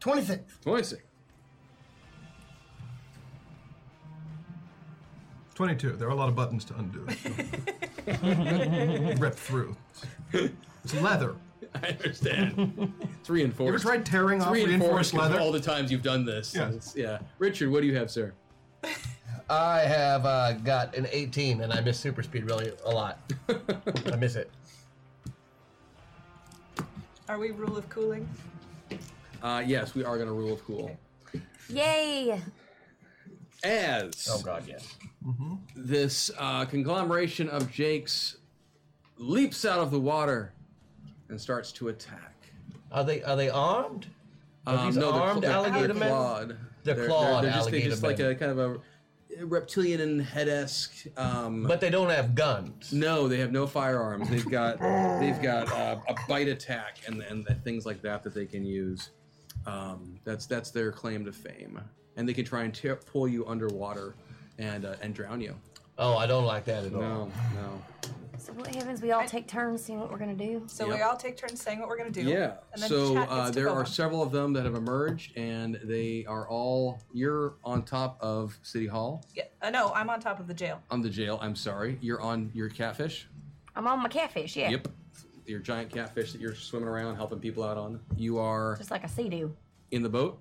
Speaker 7: 26.
Speaker 2: 26.
Speaker 5: Twenty-two. There are a lot of buttons to undo. Rip through. It's leather.
Speaker 2: I understand. It's reinforced.
Speaker 5: Ever tried tearing
Speaker 2: it's
Speaker 5: off
Speaker 2: reinforced
Speaker 5: reinforced
Speaker 2: 'cause of all
Speaker 5: leather?
Speaker 2: the times you've done this.
Speaker 5: Yeah.
Speaker 2: It's- yeah. Richard, what do you have, sir?
Speaker 4: I have uh, got an 18, and I miss super speed really a lot. I miss it.
Speaker 3: Are we rule of cooling?
Speaker 2: Uh, yes, we are going to rule of cool.
Speaker 6: Yay!
Speaker 2: As.
Speaker 4: Oh God, yes.
Speaker 2: this uh, conglomeration of jakes leaps out of the water and starts to attack.
Speaker 4: Are they are they armed? Are
Speaker 2: Um,
Speaker 4: these
Speaker 2: no, they're,
Speaker 4: armed
Speaker 2: they're,
Speaker 4: alligator
Speaker 2: they're
Speaker 4: men?
Speaker 2: clawed.
Speaker 4: They're
Speaker 2: they're,
Speaker 4: clawed
Speaker 2: they're just, they just like
Speaker 4: alligator
Speaker 2: a kind of a reptilian and head esque. Um,
Speaker 4: But they don't have guns.
Speaker 2: no, they have no firearms. They've got they've got uh, a bite attack and and the things like that that they can use. Um, that's that's their claim to fame, and they can try and tear pull you underwater and uh, and drown you.
Speaker 4: Oh, I don't like that at all.
Speaker 2: No, no.
Speaker 6: So what happens? We all take turns seeing what we're gonna do.
Speaker 3: So we
Speaker 2: Yep.
Speaker 3: all take turns saying what we're going to do.
Speaker 2: Yeah.
Speaker 3: And then
Speaker 2: So
Speaker 3: chat gets
Speaker 2: uh,
Speaker 3: to
Speaker 2: there
Speaker 3: go
Speaker 2: are
Speaker 3: on.
Speaker 2: several of them that have emerged, and they are all. You're on top of City Hall,
Speaker 3: Yeah, uh, no, I'm on top of the jail.
Speaker 2: on the jail. I'm sorry. You're on your catfish.
Speaker 6: I'm on my catfish. Yeah.
Speaker 2: Yep. Your giant catfish that you're swimming around, helping people out on. You are
Speaker 6: Just like a sea do.
Speaker 2: in the boat.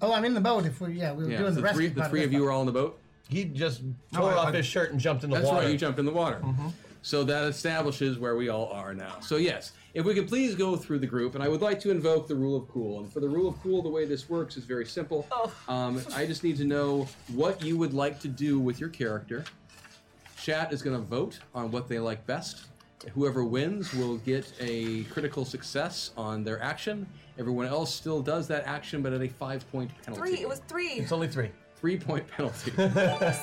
Speaker 7: Oh, I'm in the boat. If we yeah, we were
Speaker 2: Yeah.
Speaker 7: doing
Speaker 2: so
Speaker 7: the
Speaker 2: three,
Speaker 7: rescue.
Speaker 2: the
Speaker 7: part
Speaker 2: three of
Speaker 7: this
Speaker 2: you are all in the boat.
Speaker 4: He just
Speaker 5: No,
Speaker 4: tore
Speaker 5: I-
Speaker 4: off
Speaker 5: I-
Speaker 4: his shirt and jumped in the
Speaker 2: That's
Speaker 4: water.
Speaker 2: right. You jumped in the water.
Speaker 5: Mm-hmm.
Speaker 2: So that establishes where we all are now. So yes, if we could please go through the group, and I would like to invoke the rule of cool. And for the rule of cool, the way this works is very simple.
Speaker 3: Oh.
Speaker 2: Um, I just need to know what you would like to do with your character. Chat is going to vote on what they like best. Whoever wins will get a critical success on their action. Everyone else still does that action, but at a five-point penalty.
Speaker 3: Three. It was three.
Speaker 4: It's only three.
Speaker 2: three-point penalty.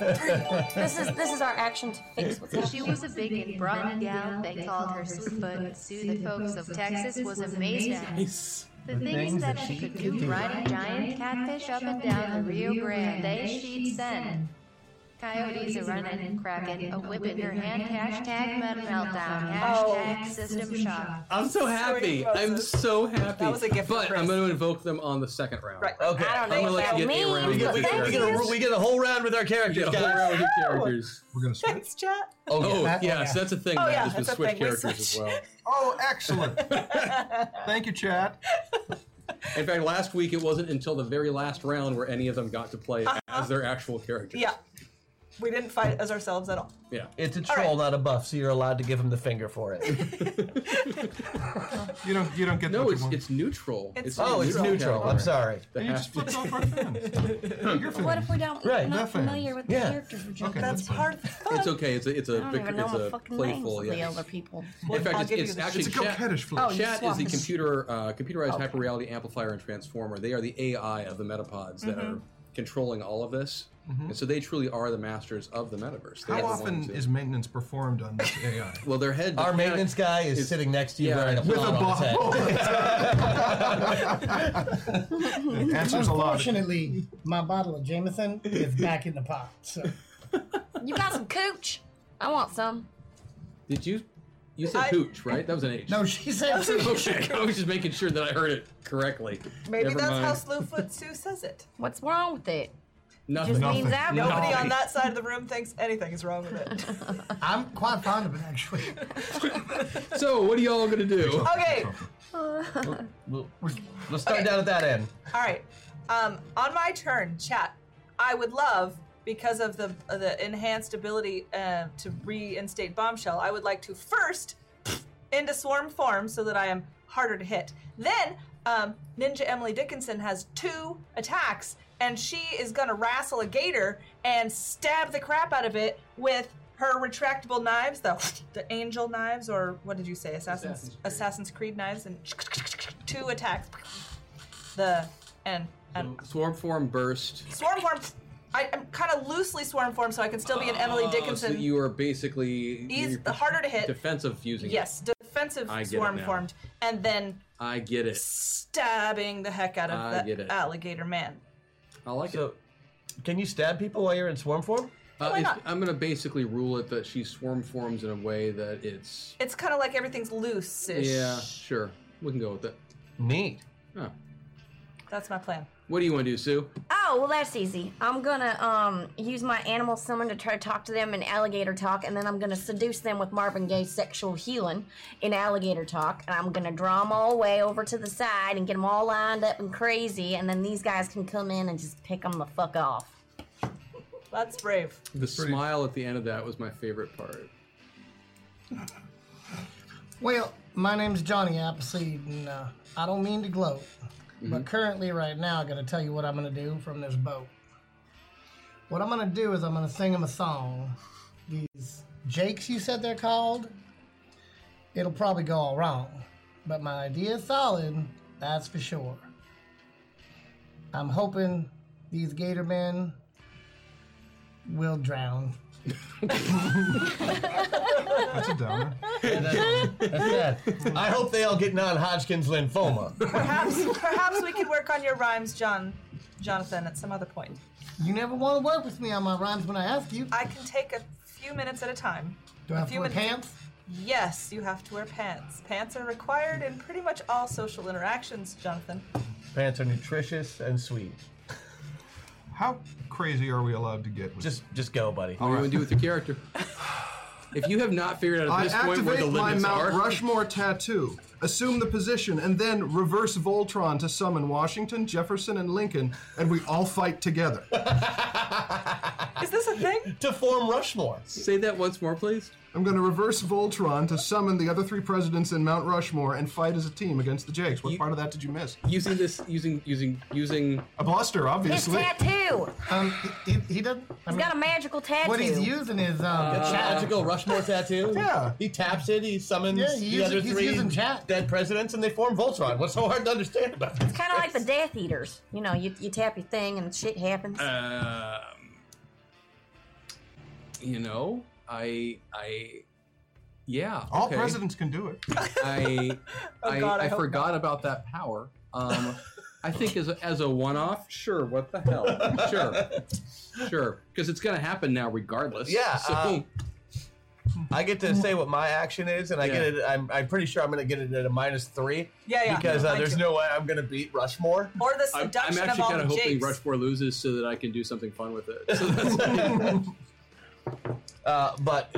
Speaker 6: This is this is our action to fix what's happening.
Speaker 8: She was a big and broad gal. They called her Slewfoot. Sue the folks of Texas was amazed at
Speaker 2: nice.
Speaker 8: the things that she could do riding giant catfish up and down the Rio Grande. They she'd send. Coyotes a running, cracking, a whip in her hand. Hashtag meta meltdown. Hashtag system shock.
Speaker 2: I'm so happy. I'm
Speaker 3: roses.
Speaker 2: so happy.
Speaker 3: That was a gift
Speaker 2: But
Speaker 3: for
Speaker 2: I'm
Speaker 3: Chris.
Speaker 2: going to invoke them on the second round.
Speaker 3: Right.
Speaker 4: Okay.
Speaker 6: I don't know
Speaker 2: I'm gonna
Speaker 6: what
Speaker 2: let
Speaker 6: that
Speaker 2: you get
Speaker 6: means,
Speaker 2: a round
Speaker 6: but
Speaker 2: with your
Speaker 4: we, get, we,
Speaker 6: thank
Speaker 4: get
Speaker 2: characters.
Speaker 4: a,
Speaker 6: you.
Speaker 4: we get a whole round with our characters,
Speaker 2: Get a whole
Speaker 4: guys.
Speaker 2: round with your characters.
Speaker 5: We're gonna switch.
Speaker 3: Thanks, chat.
Speaker 2: Oh,
Speaker 7: that-
Speaker 2: yeah,
Speaker 7: yeah.
Speaker 2: so that's a thing.
Speaker 3: Oh,
Speaker 2: now.
Speaker 3: yeah,
Speaker 2: There's been
Speaker 3: that's a
Speaker 2: switch
Speaker 3: thing. We
Speaker 2: characters as
Speaker 3: switch.
Speaker 2: well.
Speaker 5: Oh, excellent. Thank you, Chad.
Speaker 2: In fact, last week it wasn't until the very last round where any of them got to play as their actual characters.
Speaker 3: Yeah. We didn't fight as ourselves at all.
Speaker 2: Yeah.
Speaker 4: It's a
Speaker 3: All right.
Speaker 4: troll, not a buff, so you're allowed to give him the finger for it.
Speaker 5: You don't. You don't get.
Speaker 2: No,
Speaker 5: what you
Speaker 2: it's
Speaker 5: want.
Speaker 2: it's neutral.
Speaker 3: It's
Speaker 4: oh, it's neutral. I'm sorry.
Speaker 2: The
Speaker 5: You just
Speaker 2: half-
Speaker 5: flipped off our fans. Your
Speaker 6: What
Speaker 5: fans.
Speaker 6: if we don't?
Speaker 4: Right,
Speaker 6: We're not
Speaker 5: nothing.
Speaker 6: familiar with the
Speaker 4: Yeah.
Speaker 6: characters we're jumping.
Speaker 5: Okay.
Speaker 3: That's part of the fun.
Speaker 2: it's okay. It's a it's a,
Speaker 6: I don't even know
Speaker 2: it's
Speaker 6: my
Speaker 2: a
Speaker 6: fucking
Speaker 2: playful.
Speaker 6: names of the
Speaker 2: Yeah.
Speaker 6: other people.
Speaker 2: In
Speaker 3: I'll
Speaker 2: fact,
Speaker 3: give
Speaker 2: it's,
Speaker 3: you
Speaker 2: it's
Speaker 3: this.
Speaker 2: actually
Speaker 5: It's a coquettish
Speaker 6: Oh,
Speaker 5: flush.
Speaker 6: you
Speaker 2: Chat
Speaker 6: swap
Speaker 2: is the
Speaker 6: this.
Speaker 3: Mm-hmm.
Speaker 2: computer, uh, computerized hyperreality amplifier and transformer. They are the AI of the metapods that are controlling all of this. And so they truly are the masters of the metaverse. They
Speaker 5: Mm-hmm. How
Speaker 2: are the ones
Speaker 5: often
Speaker 2: who-
Speaker 5: is maintenance performed on this AI?
Speaker 2: well, their head.
Speaker 5: Our maintenance
Speaker 4: guy is sitting next to you wearing a bomb on his head.
Speaker 5: It answers a lot.
Speaker 7: Unfortunately, my bottle of Jameson is back in the pot. So
Speaker 6: You got some cooch? I want some.
Speaker 2: Did you? You said
Speaker 6: I-
Speaker 2: hooch, right? That was an H.
Speaker 7: No, she said
Speaker 2: okay, I was just making sure that I heard it correctly.
Speaker 3: Maybe
Speaker 2: Never
Speaker 3: that's
Speaker 2: mind.
Speaker 3: how Slewfoot Sue says it.
Speaker 6: What's wrong with it?
Speaker 2: Nothing.
Speaker 3: Nobody on that side of the room thinks anything is wrong with it.
Speaker 7: I'm quite fond of it, actually.
Speaker 2: So, what are y'all gonna do?
Speaker 3: okay. All
Speaker 4: We'll, let's start down at that end.
Speaker 3: right. Um, on my turn, chat. I would love, because of the uh, the enhanced ability uh, to reinstate bombshell, I would like to first into swarm form so that I am harder to hit. Then um, Ninja Emily Dickinson has two attacks, and she is gonna wrestle a gator and stab the crap out of it with her retractable knives, the the angel knives, or what did you say, Assassin's Assassin's Creed, knives, and two attacks. The and and
Speaker 2: Swarm form burst.
Speaker 3: swarm form. I, I'm kind of loosely swarm form, so I can still be an Emily
Speaker 2: Oh,
Speaker 3: Dickinson.
Speaker 2: So you are basically
Speaker 3: He's
Speaker 2: you're
Speaker 3: harder to hit.
Speaker 2: Defensive using. it.
Speaker 3: yes, defensive
Speaker 2: I get it
Speaker 3: swarm
Speaker 2: now.
Speaker 3: formed, and then
Speaker 2: I get it.
Speaker 3: stabbing the heck out
Speaker 2: I
Speaker 3: of
Speaker 2: get
Speaker 3: the
Speaker 2: it.
Speaker 3: alligator man.
Speaker 2: I like it.
Speaker 4: Can you stab people while you're in swarm form?
Speaker 2: Uh,
Speaker 3: why
Speaker 2: it's-
Speaker 3: not?
Speaker 2: I'm gonna basically rule it that she swarm forms in a way that it's
Speaker 3: It's kind of like everything's loose ish.
Speaker 2: yeah sure we can go with it.
Speaker 4: Neat.
Speaker 2: Oh.
Speaker 3: That's my plan.
Speaker 2: What do you want to do, Sue?
Speaker 6: Oh, well, that's easy. I'm gonna um use my animal summon to try to talk to them in alligator talk, and then I'm gonna seduce them with Marvin Gaye's sexual healing in alligator talk, and I'm gonna draw them all way over to the side and get them all lined up and crazy, and then these guys can come in and just pick them the fuck off.
Speaker 3: That's brave.
Speaker 2: The smile at the end of that was my favorite part.
Speaker 7: Well, my name's Johnny Appleseed, and uh, I don't mean to gloat, but currently, right now, I'm going to tell you what I'm going to do from this boat. What I'm going to do is I'm going to sing them a song. These Jakes, you said they're called? It'll probably go all wrong, but my idea is solid, that's for sure. I'm hoping these gator men will drown.
Speaker 5: That's a downer.
Speaker 4: That's sad. I hope they all get non-Hodgkin's lymphoma.
Speaker 3: Perhaps perhaps we could work on your rhymes, John, Jonathan, at some other point.
Speaker 7: You never want to work with me on my rhymes when I ask you.
Speaker 3: I can take a few minutes at a time.
Speaker 7: Do I have to
Speaker 3: few
Speaker 7: wear
Speaker 3: minutes-
Speaker 7: pants?
Speaker 3: Yes, you have to wear pants. Pants are required in pretty much all social interactions, Jonathan.
Speaker 4: Pants are nutritious and sweet.
Speaker 5: How crazy are we allowed to get? With
Speaker 4: Just, just go, buddy.
Speaker 2: What do you want to do with your character? if you have not figured out at
Speaker 5: I
Speaker 2: this point where the
Speaker 5: activate my
Speaker 2: limits
Speaker 5: Mount
Speaker 2: are,
Speaker 5: Rushmore tattoo, assume the position, and then reverse Voltron to summon Washington, Jefferson, and Lincoln, and we all fight together.
Speaker 3: Is this a thing?
Speaker 4: To form Rushmore.
Speaker 2: say that once more, please.
Speaker 5: I'm going to reverse Voltron to summon the other three presidents in Mount Rushmore and fight as a team against the Jakes. What part of that did you miss?
Speaker 2: Using this, using, using, using.
Speaker 5: A buster,
Speaker 6: His
Speaker 5: obviously.
Speaker 6: tattoo.
Speaker 7: Um, he, he- he doesn't. I
Speaker 6: He's
Speaker 7: mean,
Speaker 6: got a magical tattoo.
Speaker 7: what he's using is um, chat.
Speaker 4: Magical Rushmore tattoo.
Speaker 5: Yeah.
Speaker 4: He taps it. He summons
Speaker 7: Yeah, he
Speaker 4: the
Speaker 7: uses-
Speaker 4: other
Speaker 7: he's
Speaker 4: three
Speaker 7: using chat.
Speaker 4: dead presidents, and they form Voltron. What's so hard to understand about it?
Speaker 6: It's kind of like the Death Eaters. You know, you, you tap your thing and shit happens.
Speaker 2: Um, you know, I, I, yeah.
Speaker 5: All
Speaker 2: okay.
Speaker 5: presidents can do it.
Speaker 2: I, I,
Speaker 3: Oh, God, I
Speaker 2: I,
Speaker 3: hope
Speaker 2: forgot about that power. Um, I think as a, as a one-off, sure. What the hell? Sure, sure. Because it's gonna happen now, regardless.
Speaker 4: Yeah,
Speaker 2: So,
Speaker 4: uh, I get to say what my action is, and I get it. I'm, I'm pretty sure I'm going to get it at a minus three.
Speaker 3: Yeah, yeah.
Speaker 4: Because uh,
Speaker 3: Mine
Speaker 4: there's
Speaker 3: too.
Speaker 4: no way I'm going to beat Rushmore.
Speaker 3: Or the
Speaker 2: I'm,
Speaker 3: seduction
Speaker 2: I'm
Speaker 3: of
Speaker 2: actually
Speaker 3: all
Speaker 2: kind
Speaker 3: the
Speaker 2: of hoping
Speaker 3: jakes.
Speaker 2: Rushmore loses so that I can do something fun with it. So that's,
Speaker 4: Uh, but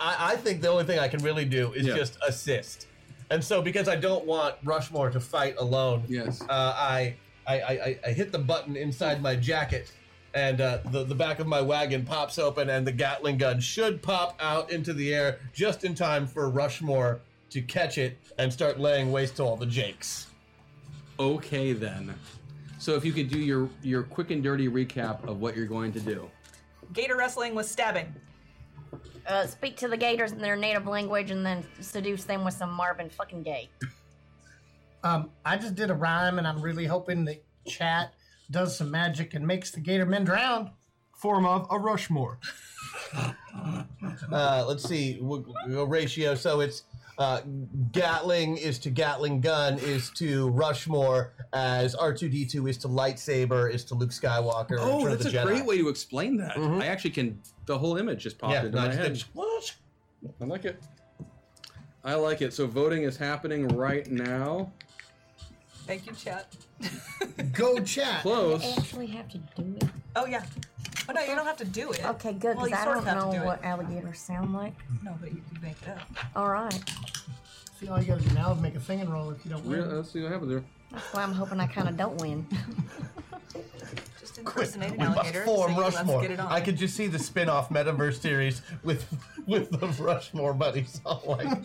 Speaker 4: I, I think the only thing I can really do is
Speaker 2: Yeah.
Speaker 4: just assist. And so, because I don't want Rushmore to fight alone,
Speaker 2: Yes.
Speaker 4: uh, I, I, I I- I hit the button inside my jacket, and uh, the the back of my wagon pops open, and the Gatling gun should pop out into the air just in time for Rushmore to catch it and start laying waste to all the Jakes.
Speaker 2: okay then. So if you could do your your quick and dirty recap of what you're going to do.
Speaker 3: Gator wrestling was stabbing.
Speaker 6: Uh, speak to the Gators in their native language and then seduce them with some Marvin fucking Gaye.
Speaker 7: Um, I just did a rhyme, and I'm really hoping that chat does some magic and makes the gator men drown.
Speaker 5: Form of a Rushmore.
Speaker 4: Uh, let's see w- w- ratio. So it's uh, Gatling is to Gatling gun is to Rushmore as R two D two is to lightsaber is to Luke Skywalker.
Speaker 2: Oh,
Speaker 4: Return of
Speaker 2: that's a
Speaker 4: the Jedi.
Speaker 2: great way to explain that. I actually can. The whole image just popped
Speaker 4: Yeah,
Speaker 2: into
Speaker 4: no,
Speaker 2: my
Speaker 4: I
Speaker 2: head.
Speaker 4: just-
Speaker 2: I like it. I like it. So voting is happening right now.
Speaker 3: Thank you, chat.
Speaker 7: Go chat.
Speaker 2: Close.
Speaker 6: I actually have to do it.
Speaker 3: Oh yeah. Oh no, you don't have to do it.
Speaker 6: Okay, good.
Speaker 3: Well,
Speaker 6: Because
Speaker 3: you
Speaker 6: I
Speaker 3: sort of
Speaker 6: don't
Speaker 3: have to
Speaker 6: know
Speaker 3: do
Speaker 6: what alligators sound like.
Speaker 3: it. No, but you can make it up.
Speaker 6: All right.
Speaker 7: See, all you gotta do now is make a singing roll if you don't
Speaker 2: Real-
Speaker 7: win.
Speaker 2: Let's see what happens here.
Speaker 6: That's why I'm hoping I kind of don't win.
Speaker 3: Just
Speaker 4: We
Speaker 3: impersonate an
Speaker 4: must
Speaker 3: alligator.
Speaker 4: form
Speaker 3: sing it,
Speaker 4: Rushmore.
Speaker 3: Let's get it on.
Speaker 4: I could just see the spin-off metaverse series with with the Rushmore buddies. All like,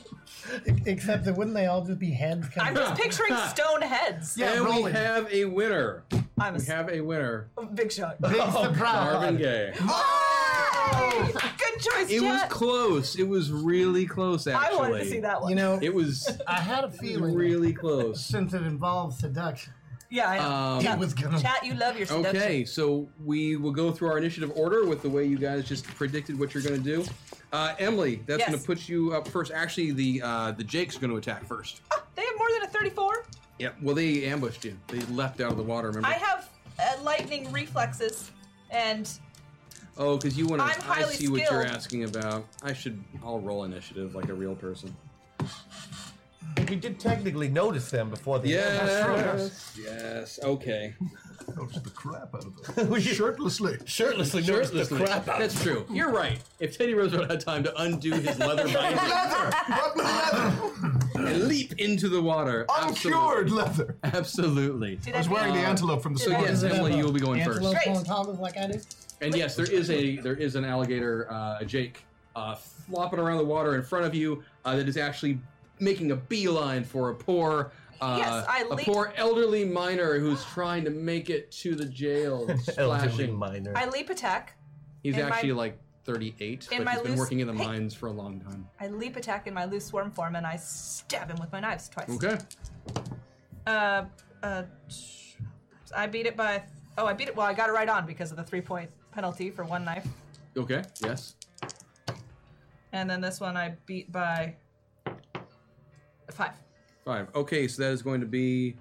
Speaker 7: E-, Except that wouldn't they all just be heads?
Speaker 3: I'm
Speaker 7: Kind
Speaker 3: just picturing stone heads.
Speaker 7: Yeah,
Speaker 2: and we
Speaker 7: rolling.
Speaker 2: have a winner.
Speaker 3: I'm a
Speaker 2: We have a winner. Oh,
Speaker 3: big shot.
Speaker 7: Big surprise.
Speaker 2: Marvin Gaye.
Speaker 3: Yay! Good choice,
Speaker 2: It was
Speaker 3: chat.
Speaker 2: close. It was really close,
Speaker 3: I
Speaker 2: actually.
Speaker 3: wanted to see that one.
Speaker 7: You know,
Speaker 2: It was
Speaker 7: I had a feeling
Speaker 2: really close.
Speaker 7: since it involves seduction.
Speaker 3: yeah, I know.
Speaker 2: Um,
Speaker 7: It was gonna.
Speaker 3: Chat, you love your seduction.
Speaker 2: Okay, so we will go through our initiative order with the way you guys just predicted what you're going to do. Uh, Emily, that's
Speaker 3: Yes.
Speaker 2: going to put you up first. Actually, the uh, the Jake's going to attack first.
Speaker 3: They have more than a 34.
Speaker 2: Yeah. Well, they ambushed you. They leapt out of the water. Remember?
Speaker 3: I have uh, lightning reflexes, and
Speaker 2: oh, because you want
Speaker 3: I'm
Speaker 2: to. I
Speaker 3: highly
Speaker 2: see what you're
Speaker 3: skilled.
Speaker 2: asking about. I should. I'll roll initiative like a real person.
Speaker 4: we did technically notice them before the
Speaker 2: Yes. Yes. Okay.
Speaker 5: Coach the crap out of them. Shirtlessly.
Speaker 4: shirtlessly noticed the
Speaker 2: Shirtlessly.
Speaker 4: crap out.
Speaker 2: That's true. You're right. If Teddy Roosevelt had time to undo his leather binding
Speaker 5: leather! What leather?
Speaker 2: and leap into the water,
Speaker 5: Uncured leather. I
Speaker 2: absolutely.
Speaker 3: did
Speaker 5: was wearing the
Speaker 3: mean-
Speaker 5: antelope from the
Speaker 3: So,
Speaker 5: store.
Speaker 2: So yes,
Speaker 7: Does it
Speaker 2: Emily,
Speaker 7: have
Speaker 2: you
Speaker 7: a
Speaker 2: will be going first.
Speaker 7: antelope
Speaker 3: Great.
Speaker 7: on top of like I do.
Speaker 2: And yes, there is a there is an alligator, uh, a Jake, uh, flopping around the water in front of you uh, that is actually making a beeline for a poor. Uh,
Speaker 3: Yes, I
Speaker 2: a
Speaker 3: leap.
Speaker 2: poor elderly miner who's trying to make it to the jail,
Speaker 4: Elderly
Speaker 2: splashing.
Speaker 4: minor.
Speaker 3: I leap attack.
Speaker 2: He's
Speaker 3: In my-
Speaker 2: actually like 38,
Speaker 3: in
Speaker 2: but
Speaker 3: my
Speaker 2: he's been
Speaker 3: loose-
Speaker 2: working in the
Speaker 3: Hey.
Speaker 2: mines for a long time.
Speaker 3: I leap attack in my loose swarm form, and I stab him with my knives twice.
Speaker 2: Okay,
Speaker 3: Uh, uh, sh- I beat it by. Oh, I beat it. Well, I got it right on because of the three point penalty for one knife.
Speaker 2: okay, yes.
Speaker 3: And then this one I beat by five.
Speaker 2: Five. Okay, so that is going to be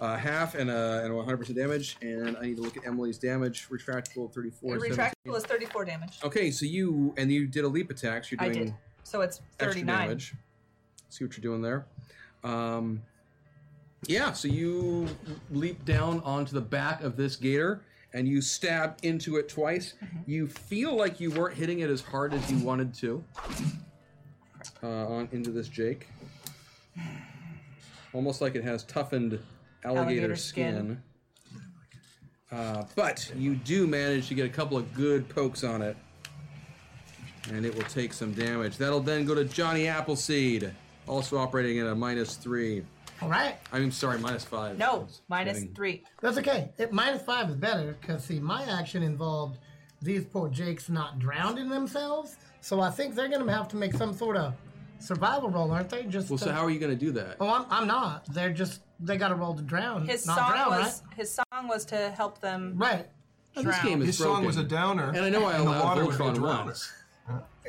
Speaker 2: uh, half and uh, and 100% damage. And I need to look at Emily's damage. Retractable 34.
Speaker 3: Retractable
Speaker 2: 17.
Speaker 3: is 34 damage.
Speaker 2: Okay, so you and you did a leap attack. So
Speaker 3: I
Speaker 2: you're doing
Speaker 3: did. So it's
Speaker 2: extra
Speaker 3: 39.
Speaker 2: damage. See what you're doing there. Um, yeah, so you leap down onto the back of this gator and you stab into it twice.
Speaker 3: Mm-hmm.
Speaker 2: You feel like you weren't hitting it as hard as you wanted to. Uh, on into this Jake, almost like it has toughened alligator,
Speaker 3: Alligator
Speaker 2: skin.
Speaker 3: skin.
Speaker 2: Uh, but you do manage to get a couple of good pokes on it and it will take some damage. That'll then go to Johnny Appleseed, also operating at a minus three.
Speaker 7: All right,
Speaker 2: I'm sorry, minus five. I
Speaker 3: No,
Speaker 2: was
Speaker 3: minus
Speaker 2: kidding.
Speaker 3: three.
Speaker 7: that's okay. It, minus five is better because see, my action involved these poor jakes not drowning themselves, so I think they're gonna have to make some sort of survival roll, aren't they? Just
Speaker 2: Well, so
Speaker 7: to-
Speaker 2: how are you going to do that?
Speaker 7: Oh, I'm, I'm not. They're just they got to roll to drown,
Speaker 3: His
Speaker 7: not
Speaker 3: song
Speaker 7: drown,
Speaker 3: was his song was to help them.
Speaker 7: right? Right.
Speaker 2: And this game is
Speaker 5: His
Speaker 2: broken.
Speaker 5: song was a downer.
Speaker 2: and I know I
Speaker 5: and the
Speaker 2: allowed
Speaker 5: water was a
Speaker 2: Voltron
Speaker 5: downer.
Speaker 2: once.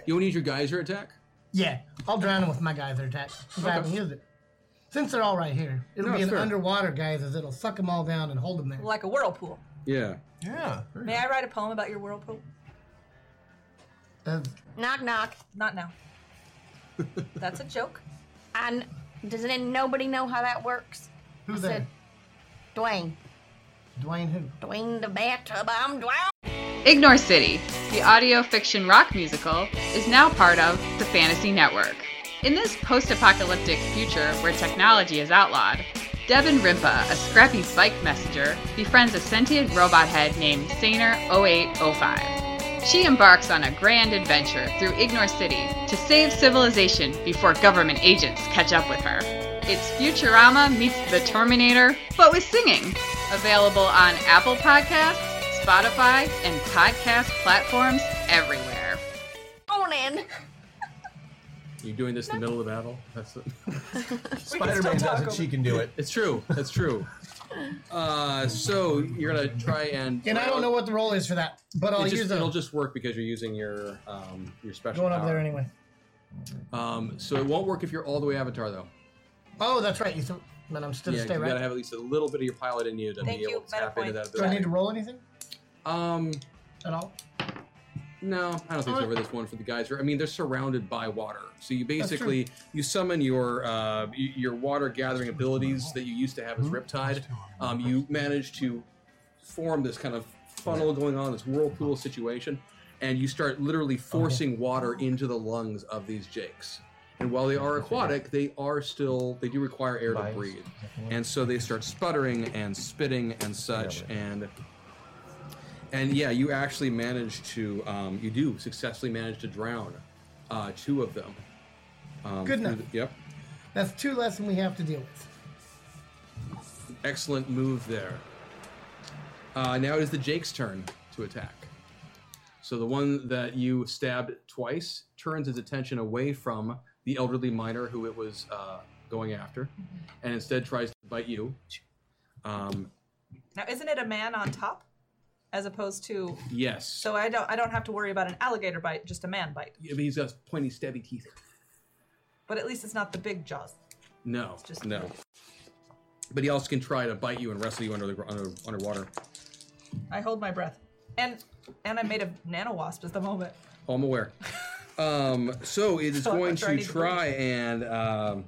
Speaker 2: You want to use your geyser attack?
Speaker 7: Yeah, I'll drown them with my geyser attack. If I haven't used it. Since they're all right here, it'll
Speaker 2: No,
Speaker 7: be an
Speaker 2: sure.
Speaker 7: underwater geyser that'll suck them all down and hold them there.
Speaker 3: Like a whirlpool.
Speaker 2: Yeah.
Speaker 5: Yeah. very
Speaker 3: May I write a poem about your whirlpool?
Speaker 7: Uh,
Speaker 6: Knock knock.
Speaker 3: Not now. That's a joke.
Speaker 6: And doesn't nobody know how that works?
Speaker 7: who's
Speaker 6: I
Speaker 7: that?
Speaker 6: said- Dwayne.
Speaker 7: Dwayne who?
Speaker 6: Dwayne the bathtub. I'm Dwayne.
Speaker 12: Ignore City, the audio fiction rock musical, is now part of the Fantasy Network. In this post apocalyptic future where technology is outlawed, Devin Rimpa, a scrappy bike messenger, befriends a sentient robot head named Saner0805. She embarks on a grand adventure through Ignore City to save civilization before government agents catch up with her. It's Futurama meets The Terminator, but with singing. Available on Apple Podcasts, Spotify, and podcast platforms everywhere.
Speaker 6: Conan.
Speaker 2: You're doing this in the middle of the battle. That's
Speaker 10: Spider-Man doesn't. She can do it.
Speaker 2: It's true. That's true. Uh, so you're gonna try and
Speaker 7: And I don't know what the role is for that, but I'll
Speaker 2: it just,
Speaker 7: use it.
Speaker 2: it'll just work because you're using your um, your special
Speaker 7: Going up
Speaker 2: power.
Speaker 7: there anyway.
Speaker 2: Um, so it won't work if you're all the way avatar though.
Speaker 7: Oh, that's right. You th- then I'm still
Speaker 2: yeah,
Speaker 7: stay
Speaker 2: you
Speaker 7: right.
Speaker 2: gotta have at least a little bit of your pilot in you to
Speaker 7: Thank
Speaker 2: be able
Speaker 7: you,
Speaker 2: to tap into that
Speaker 7: Do I
Speaker 2: ability.
Speaker 7: need to roll anything
Speaker 2: Um,
Speaker 7: at all?
Speaker 2: no, I don't think so for this one for the guys. I mean, they're surrounded by water, so you
Speaker 7: Uh, That's true.
Speaker 2: basically you summon your uh, y- your water gathering abilities that you used to have as Riptide. Um, you manage to form this kind of funnel going on, this whirlpool situation, and you start literally forcing water into the lungs of these jakes. And while they are aquatic, they are still they do require air to breathe, and so they start sputtering and spitting and such, and and yeah, you actually manage to um, you do successfully manage to drown uh, two of them. Um,
Speaker 7: Good
Speaker 2: through
Speaker 7: enough.
Speaker 2: the- yep.
Speaker 7: That's two less than we have to deal with.
Speaker 2: Excellent move there. Uh, now it is the Jake's turn to attack. So the one that you stabbed twice turns its attention away from the elderly miner who it was uh, going after, and instead tries to bite you. Um,
Speaker 3: Now, isn't it a man on top, as opposed to?
Speaker 2: yes,
Speaker 3: So I don't. I don't have to worry about an alligator bite, just a man bite.
Speaker 2: Yeah, but he's got pointy, stabby teeth.
Speaker 3: But at least it's not the big jaws.
Speaker 2: No,
Speaker 3: just-
Speaker 2: no. But he also can try to bite you and wrestle you under the gr- under, underwater.
Speaker 3: I hold my breath, and and I made a nano wasp at the moment.
Speaker 2: Oh, I'm aware. Um, so it is
Speaker 3: So I'm
Speaker 2: going
Speaker 3: sure I
Speaker 2: to
Speaker 3: need to
Speaker 2: try and um,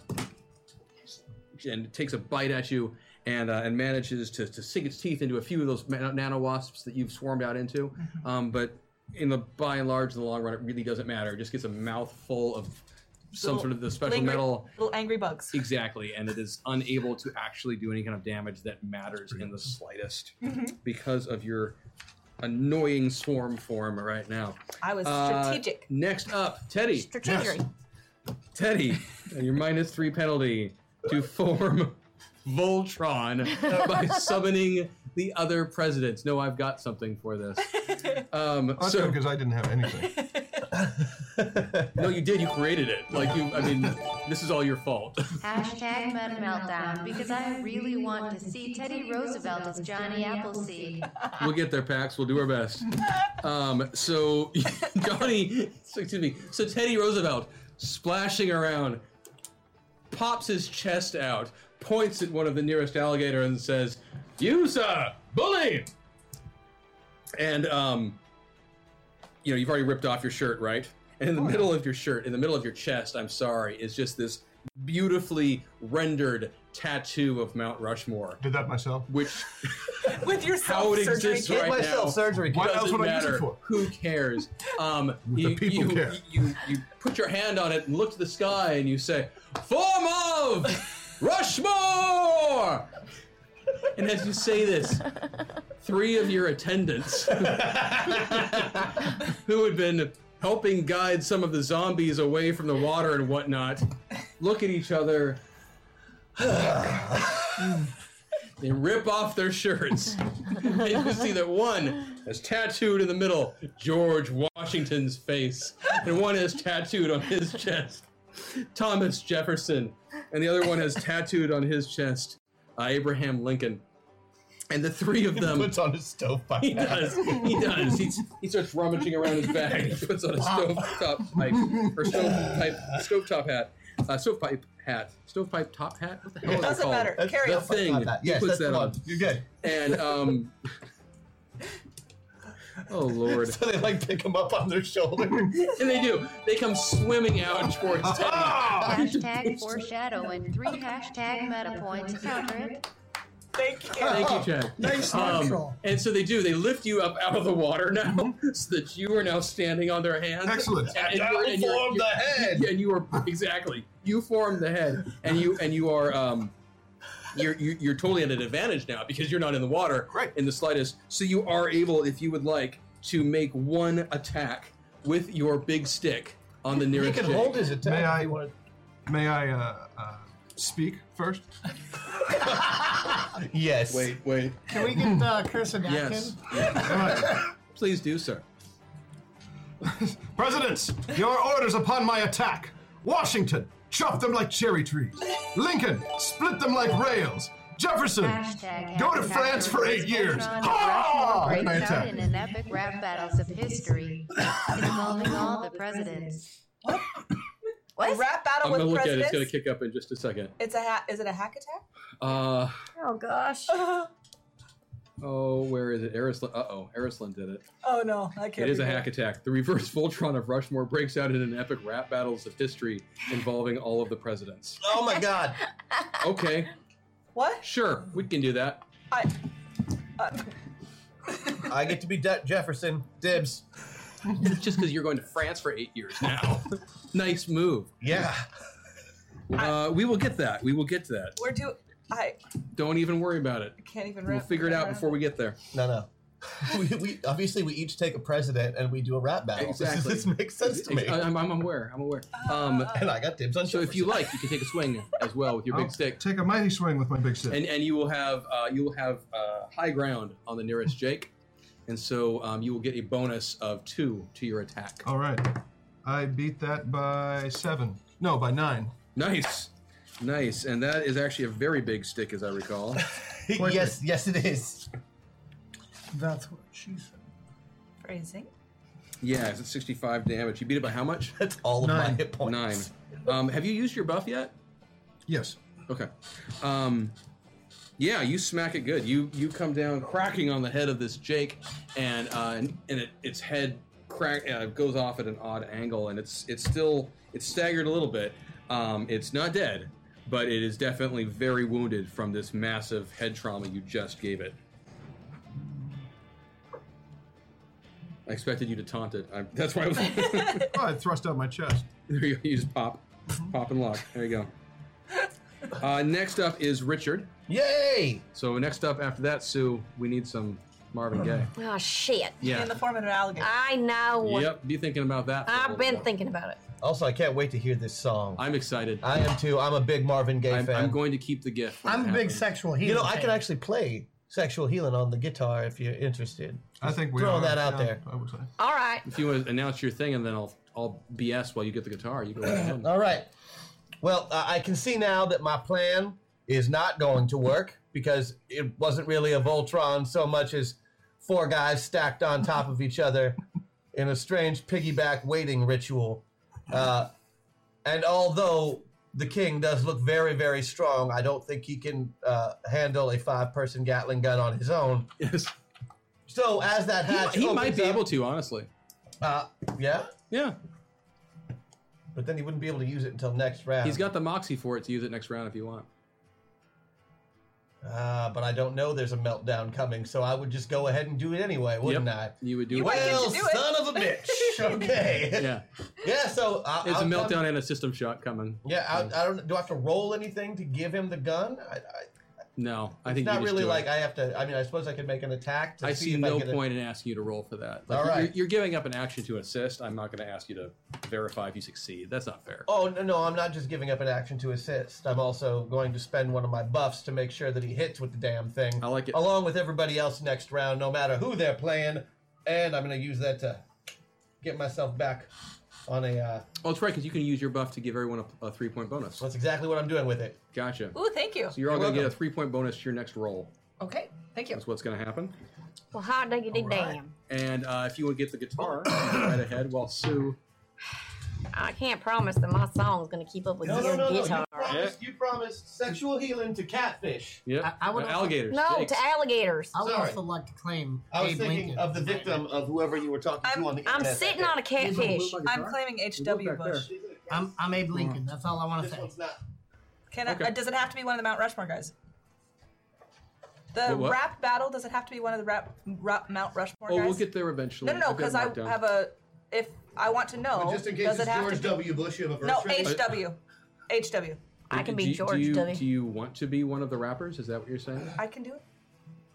Speaker 2: and it takes a bite at you and uh, and manages to, to sink its teeth into a few of those man- nano wasps that you've swarmed out into.
Speaker 3: Mm-hmm.
Speaker 2: Um, but in the by and large, in the long run, it really doesn't matter. It just gets a mouthful of some
Speaker 3: Little
Speaker 2: sort of the special
Speaker 3: angry-
Speaker 2: metal.
Speaker 3: Little angry bugs.
Speaker 2: Exactly, and it is unable to actually do any kind of damage that matters in the slightest
Speaker 3: Mhm.
Speaker 2: because of your annoying swarm form right now.
Speaker 3: I was
Speaker 2: Uh,
Speaker 3: strategic.
Speaker 2: next up, Teddy.
Speaker 3: Strategic.
Speaker 2: Teddy, and your minus three penalty to form Voltron by summoning the other presidents. No, I've got something for this. Um,
Speaker 5: That's
Speaker 2: so,
Speaker 5: because I didn't have anything.
Speaker 2: no, you did. You created it. Like you. I mean, this is all your fault.
Speaker 8: Hashtag Meta Meltdown because I really want to see Teddy Roosevelt as Johnny Appleseed.
Speaker 2: we'll get there, Pax. We'll do our best. Um, so, Johnny, so, excuse me. So Teddy Roosevelt splashing around, pops his chest out, points at one of the nearest alligator, and says, "You, sir, bully!" And um, you know, you've already ripped off your shirt, right? And in
Speaker 5: Oh,
Speaker 2: the middle of your shirt, in the middle of your chest, I'm sorry, is just this beautifully rendered tattoo of Mount Rushmore.
Speaker 5: Did that myself.
Speaker 2: Which
Speaker 3: With your
Speaker 2: how it exists right now.
Speaker 5: What else
Speaker 2: doesn't
Speaker 5: would I use
Speaker 2: matter.
Speaker 5: it for?
Speaker 2: Who cares? Um, you,
Speaker 5: people
Speaker 2: you,
Speaker 5: care.
Speaker 2: You, you put your hand on it and look to the sky and you say, "Form of Rushmore." And as you say this, three of your attendants, who had been helping guide some of the zombies away from the water and whatnot, look at each other. They rip off their shirts. and you see that one has tattooed in the middle George Washington's face, and one has tattooed on his chest Thomas Jefferson, and the other one has tattooed on his chest uh, Abraham Lincoln. And the three of them. He puts
Speaker 10: on his stovepipe.
Speaker 2: He does. He does. He's, he starts rummaging around his bag. He puts on a stovetop pipe or stovepipe stovetop hat, uh, stovepipe hat, stovepipe top hat. What the hell is
Speaker 3: Doesn't
Speaker 2: called?
Speaker 3: matter. That's- Carry
Speaker 2: the
Speaker 3: on.
Speaker 2: thing.
Speaker 10: Not that.
Speaker 2: He
Speaker 10: Yes, that's
Speaker 2: puts that
Speaker 10: the
Speaker 2: on.
Speaker 10: one. You're good.
Speaker 2: And um, oh lord.
Speaker 10: So they like pick him up on their shoulder.
Speaker 2: and they do. They come swimming out towards Teddy.
Speaker 8: Hashtag foreshadow and three hashtag meta points to counter it.
Speaker 3: Thank you.
Speaker 2: Thank you, Chad. Um,
Speaker 8: Nice neutral.
Speaker 2: and so they do. They lift you up out of the water now, so that you are now standing on their hands.
Speaker 5: Excellent.
Speaker 2: And,
Speaker 10: I
Speaker 2: you're- you're-
Speaker 10: formed the
Speaker 2: you're-
Speaker 10: head.
Speaker 2: And you are exactly. You form the head, and you and you are. Um, you're, you're you're totally at an advantage now because you're not in the water right. in the slightest. So you are able, if you would like, to make one attack with your big stick on the nearest.
Speaker 5: can
Speaker 2: jig.
Speaker 5: hold his attack May if I- he wanted. May I uh, uh, speak first?
Speaker 10: yes.
Speaker 2: Wait, wait.
Speaker 7: Can we get uh, Curse a napkin?
Speaker 2: Yes. Please do, sir.
Speaker 5: Presidents, your orders upon my attack. Washington, chop them like cherry trees. Lincoln, split them like rails. Jefferson,
Speaker 8: Hashtag
Speaker 5: go to
Speaker 8: happy
Speaker 5: France for
Speaker 8: Patrick's
Speaker 5: eight
Speaker 8: Day
Speaker 5: years.
Speaker 8: Patron
Speaker 5: Ha!
Speaker 8: and
Speaker 5: My
Speaker 8: Rushmore breaks out
Speaker 5: attack.
Speaker 8: in an epic rap battles of history involving all the presidents.
Speaker 3: What? A rap
Speaker 2: I'm
Speaker 3: battle
Speaker 2: gonna
Speaker 3: with
Speaker 2: look at it. It's
Speaker 3: presidents.
Speaker 2: gonna kick up in just a second.
Speaker 3: It's a ha- is it a hack attack?
Speaker 2: Uh
Speaker 3: Oh gosh.
Speaker 2: oh, where is it? Erisland. Uh oh, Erisland did it.
Speaker 3: oh no, I can't.
Speaker 2: It is
Speaker 3: be
Speaker 2: a
Speaker 3: right.
Speaker 2: hack attack. The reverse Voltron of Rushmore breaks out in an epic rap battles of history involving all of the presidents.
Speaker 4: Oh my god.
Speaker 2: Okay,
Speaker 3: What?
Speaker 2: sure, we can do that.
Speaker 3: I,
Speaker 4: I get to be De- Jefferson. Dibs.
Speaker 2: Just because you're going to France for eight years now. nice move.
Speaker 4: Yeah.
Speaker 2: Uh, we will get that. We will get to that.
Speaker 3: We're do. I
Speaker 2: Don't even worry about it.
Speaker 3: can't even.
Speaker 2: We'll
Speaker 3: rap-
Speaker 2: figure it out before we get there.
Speaker 4: No, no. we, we obviously we each take a president and we do a rap battle. This is-
Speaker 2: Exactly. uh,
Speaker 4: This, makes sense to me.
Speaker 2: I- I'm, I'm aware. I'm aware. Um,
Speaker 4: and I got dibs on.
Speaker 2: So if you like, you can take a swing as well with your big
Speaker 5: I'll
Speaker 2: stick,
Speaker 5: Take a mighty swing with my big stick.
Speaker 2: and and you will have uh, you will have uh, high ground on the nearest Jake, and so um, you will get a bonus of two to your attack.
Speaker 5: All right. I beat that by seven. No, by nine.
Speaker 2: Nice, nice, and that is actually a very big stick, as I recall.
Speaker 4: yes, yes, it is.
Speaker 7: That's what she said.
Speaker 3: Phrasing.
Speaker 2: Yeah, it's at 65 damage. You beat it by how much?
Speaker 4: That's all
Speaker 5: of my Nine.
Speaker 4: hit points.
Speaker 2: Nine. Um, have you used your buff yet?
Speaker 5: Yes.
Speaker 2: Okay. Um, yeah, you smack it good. You you come down cracking on the head of this Jake, and uh, and, and it, its head crack uh, goes off at an odd angle, and it's it's still it's staggered a little bit. Um, it's not dead, but it is definitely very wounded from this massive head trauma you just gave it. I expected you to taunt it. I, that's why I was.
Speaker 5: Oh, I thrust out my chest.
Speaker 2: There you, go. you just pop, pop and lock. There you go. Uh, next up is Richard.
Speaker 4: Yay!
Speaker 2: So next up after that, Sue, we need some Marvin Gaye.
Speaker 6: Oh shit.
Speaker 2: Yeah.
Speaker 3: In the form of an alligator.
Speaker 6: I know.
Speaker 2: Yep, be thinking about that. for a
Speaker 6: I've
Speaker 2: little
Speaker 6: been
Speaker 2: while.
Speaker 6: thinking about it.
Speaker 4: Also, I can't wait to hear this song.
Speaker 2: I'm excited.
Speaker 4: I am too. I'm a big Marvin Gaye
Speaker 2: I'm,
Speaker 4: fan.
Speaker 2: I'm going to keep the gift. when
Speaker 7: I'm
Speaker 2: it
Speaker 7: a big
Speaker 2: happens.
Speaker 7: sexual healer.
Speaker 4: you know, I can actually play sexual healing on the guitar if you're interested.
Speaker 5: I think we
Speaker 4: Throw
Speaker 5: are.
Speaker 4: that out
Speaker 5: yeah,
Speaker 4: there.
Speaker 5: I would say.
Speaker 6: All right.
Speaker 2: If you want to announce your thing, and then I'll I'll BS while you get the guitar. You go right ahead.
Speaker 4: All right. Well, uh, I can see now that my plan is not going to work because it wasn't really a Voltron so much as four guys stacked on top of each other in a strange piggyback waiting ritual. Uh, and although the king does look very, very strong, I don't think he can uh, handle a five person Gatling gun on his own.
Speaker 2: Yes.
Speaker 4: So, as that hatch
Speaker 2: He, he might
Speaker 4: opens
Speaker 2: be
Speaker 4: up-
Speaker 2: able to, honestly.
Speaker 4: Uh, yeah,
Speaker 2: Yeah,
Speaker 4: but then he wouldn't be able to use it until next round.
Speaker 2: he's got the moxie for it to use it next round if you want.
Speaker 4: Ah, but I don't know there's a meltdown coming, so I would just go ahead and do it anyway, wouldn't I?
Speaker 2: You would do.
Speaker 3: You
Speaker 2: it.
Speaker 3: might get
Speaker 4: Well,
Speaker 3: to do it.
Speaker 4: son of a bitch. Okay.
Speaker 2: Yeah,
Speaker 4: Yeah, so I,
Speaker 2: it's a
Speaker 4: I'll
Speaker 2: meltdown
Speaker 4: Come,
Speaker 2: and a system shot coming.
Speaker 4: yeah, I, I don't. Do I have to roll anything to give him the gun? I, I,
Speaker 2: No, I
Speaker 4: it's
Speaker 2: think
Speaker 4: not
Speaker 2: you just
Speaker 4: really
Speaker 2: do it.
Speaker 4: like I have to. I mean, I suppose I could make an attack. To
Speaker 2: I
Speaker 4: see
Speaker 2: see
Speaker 4: if
Speaker 2: no
Speaker 4: I can get a-
Speaker 2: point in asking you to roll for that.
Speaker 4: All
Speaker 2: you're-
Speaker 4: right.
Speaker 2: you're, giving up an action to assist. I'm not going to ask you to verify if you succeed. That's not fair.
Speaker 4: Oh no, no, I'm not just giving up an action to assist. I'm also going to spend one of my buffs to make sure that he hits with the damn thing.
Speaker 2: I like it.
Speaker 4: Along with everybody else next round, no matter who they're playing, and I'm going to use that to get myself back on a. Uh,
Speaker 2: Oh, that's right, because you can use your buff to give everyone a, a three point bonus.
Speaker 4: That's exactly what I'm doing with it.
Speaker 2: Gotcha. So
Speaker 3: Ooh, thank you.
Speaker 2: you're all
Speaker 4: You're
Speaker 2: going to get a
Speaker 4: welcome.
Speaker 2: three point bonus to your next roll.
Speaker 3: Okay, thank you.
Speaker 2: That's what's going to happen.
Speaker 6: Well, how diggity damn.
Speaker 2: And uh, if you would get the guitar, you can go right ahead. While Sue,
Speaker 6: I can't promise that my song's gonna keep up with
Speaker 4: No, no,
Speaker 6: your
Speaker 4: no, no.
Speaker 6: guitar.
Speaker 4: You, promised, you promised sexual healing to catfish.
Speaker 2: yeah,
Speaker 7: I- I would also-
Speaker 2: alligators.
Speaker 6: No,
Speaker 2: Jakes.
Speaker 6: to alligators.
Speaker 7: I would
Speaker 4: Sorry.
Speaker 7: also like to claim
Speaker 4: I was
Speaker 7: Abe
Speaker 4: thinking
Speaker 7: Lincoln.
Speaker 4: of the victim of whoever you were talking
Speaker 3: I'm-
Speaker 4: to on the
Speaker 6: I'm
Speaker 4: internet.
Speaker 6: sitting on a catfish.
Speaker 3: I'm claiming H.W.
Speaker 2: back there.
Speaker 3: Bush.
Speaker 7: I'm, I'm Abe Lincoln. That's all I want to
Speaker 4: This
Speaker 7: say.
Speaker 4: one's not.
Speaker 3: Can I,
Speaker 2: Okay.
Speaker 3: uh, does it have to be one of the Mount Rushmore guys? The
Speaker 2: What, what?
Speaker 3: rap battle does it have to be one of the rap, rap Mount Rushmore
Speaker 2: Oh,
Speaker 3: guys?
Speaker 2: we'll get there eventually.
Speaker 3: no, no, no,
Speaker 2: I've got
Speaker 3: because I
Speaker 2: it marked down.
Speaker 3: have a. If I want to know,
Speaker 4: But just in case
Speaker 3: does
Speaker 4: it's
Speaker 3: it have
Speaker 4: George
Speaker 3: to be
Speaker 4: W. Bush of a
Speaker 3: no
Speaker 4: verse race.
Speaker 3: H.W. H.W.
Speaker 6: I can be
Speaker 2: do, you-
Speaker 6: George
Speaker 2: do you,
Speaker 6: W.
Speaker 2: Do you want to be one of the rappers? Is that what you're saying?
Speaker 3: I can do it.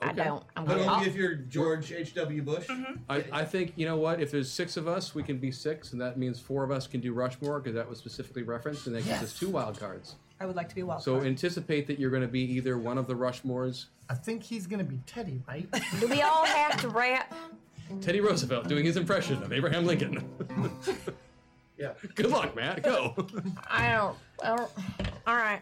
Speaker 6: I
Speaker 2: Okay.
Speaker 6: don't. I'm
Speaker 4: But
Speaker 6: gonna.
Speaker 4: only if you're George H.W. Bush.
Speaker 6: Mm-hmm.
Speaker 2: I, I think you know what. If there's six of us, we can be six, and that means four of us can do Rushmore because that was specifically referenced, and that gives us two wild cards.
Speaker 3: I would like to be wild.
Speaker 2: So
Speaker 3: card.
Speaker 2: anticipate that you're going to be either one of the Rushmores,
Speaker 7: I think he's going to be Teddy, right?
Speaker 6: Do we all have to rap?
Speaker 2: Teddy Roosevelt doing his impression of Abraham Lincoln.
Speaker 5: Yeah.
Speaker 2: Good luck, Matt. Go.
Speaker 6: I don't. I don't. All right.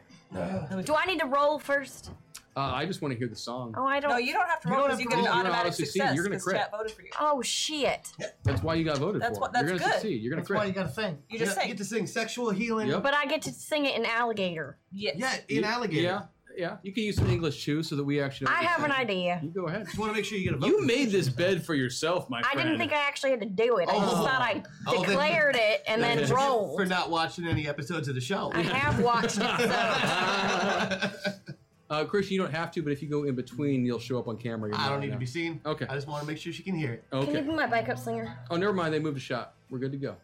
Speaker 6: Do I need to roll first?
Speaker 2: Uh, I just want to hear the song.
Speaker 6: Oh, I don't.
Speaker 3: No, you don't have to You roll don't 'cause have you to get an roll.
Speaker 2: You're gonna automatic auto-succeed. success You're gonna 'cause crit. chat
Speaker 3: voted for you.
Speaker 6: Oh shit!
Speaker 2: That's why you got voted
Speaker 6: That's
Speaker 2: for.
Speaker 6: what-
Speaker 2: you're
Speaker 6: that's
Speaker 2: gonna
Speaker 6: good.
Speaker 2: succeed. You're gonna
Speaker 6: That's
Speaker 2: crit.
Speaker 6: why you
Speaker 7: gotta sing.
Speaker 6: You just
Speaker 10: yeah,
Speaker 6: sing.
Speaker 10: You get to sing sexual healing.
Speaker 2: Yep.
Speaker 6: But I get to sing it in alligator.
Speaker 3: Yes.
Speaker 10: Yeah, in alligator.
Speaker 2: Yeah, yeah. You can use some English too, so that we actually. know
Speaker 6: I
Speaker 2: what you're
Speaker 6: have an
Speaker 2: saying.
Speaker 6: idea.
Speaker 2: You go ahead. Just
Speaker 10: want to make sure you get a vote.
Speaker 2: You made this bed for yourself, my
Speaker 6: I
Speaker 2: friend.
Speaker 6: didn't think I actually had to do it. I just
Speaker 10: Oh.
Speaker 6: thought I
Speaker 10: Oh, then-
Speaker 6: declared it and then rolled.
Speaker 10: for not watching any episodes of the show.
Speaker 6: I have watched it. So.
Speaker 2: Uh, Christian, you don't have to, but if you go in between, you'll show up on camera.
Speaker 10: I don't need to be seen.
Speaker 2: Okay.
Speaker 10: I just want to make sure she can hear it.
Speaker 6: Can you
Speaker 2: Okay.
Speaker 6: be my backup singer?
Speaker 2: Oh, never mind. They moved a shot. We're good to go.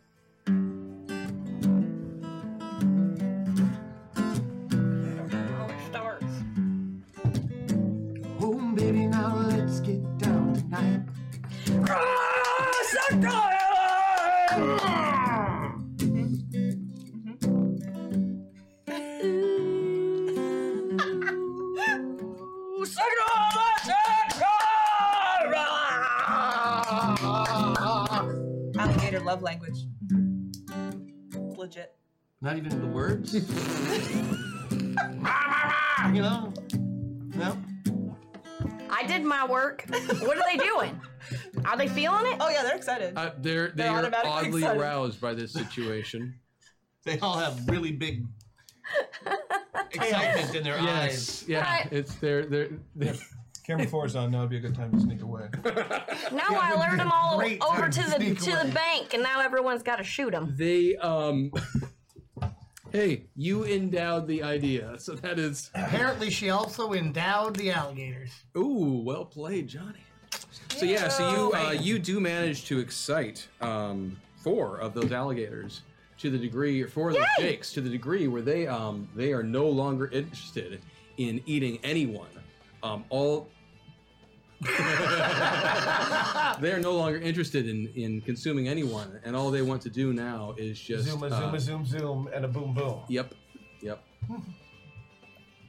Speaker 3: Oh, it starts.
Speaker 10: Oh, baby, now let's get down tonight.
Speaker 3: Alligator love language. Legit.
Speaker 10: Not even the words. you know? No?
Speaker 6: I did my work. What are they doing? Are they feeling it?
Speaker 3: Oh yeah, they're excited.
Speaker 2: Uh, they're they
Speaker 3: They're
Speaker 2: are
Speaker 3: automatically
Speaker 2: oddly
Speaker 3: excited.
Speaker 2: aroused by this situation.
Speaker 10: They all have really big excitement in their
Speaker 2: yes.
Speaker 10: eyes.
Speaker 2: Yeah.
Speaker 6: Right.
Speaker 2: It's their their.
Speaker 5: Camera four is on now. Would be a good time to sneak away.
Speaker 6: Now I lured them all
Speaker 5: Great
Speaker 6: over
Speaker 5: time
Speaker 6: to
Speaker 5: to
Speaker 6: the
Speaker 5: sneak
Speaker 6: to
Speaker 5: away.
Speaker 6: the bank, and now everyone's got to shoot them.
Speaker 2: They um. hey, you endowed the idea, so that is.
Speaker 7: Apparently, she also endowed the alligators.
Speaker 2: Ooh, well played, Johnny. So yeah, so you uh, you do manage to excite um, four of those alligators to the degree, four of the
Speaker 1: Yay!
Speaker 2: jakes to the degree where they um they are no longer interested in eating anyone. Um, all they are no longer interested in in consuming anyone, and all they want to do now is just
Speaker 5: Zoom, a
Speaker 2: uh,
Speaker 5: zoom, a zoom, zoom, and a boom, boom.
Speaker 2: Yep, yep.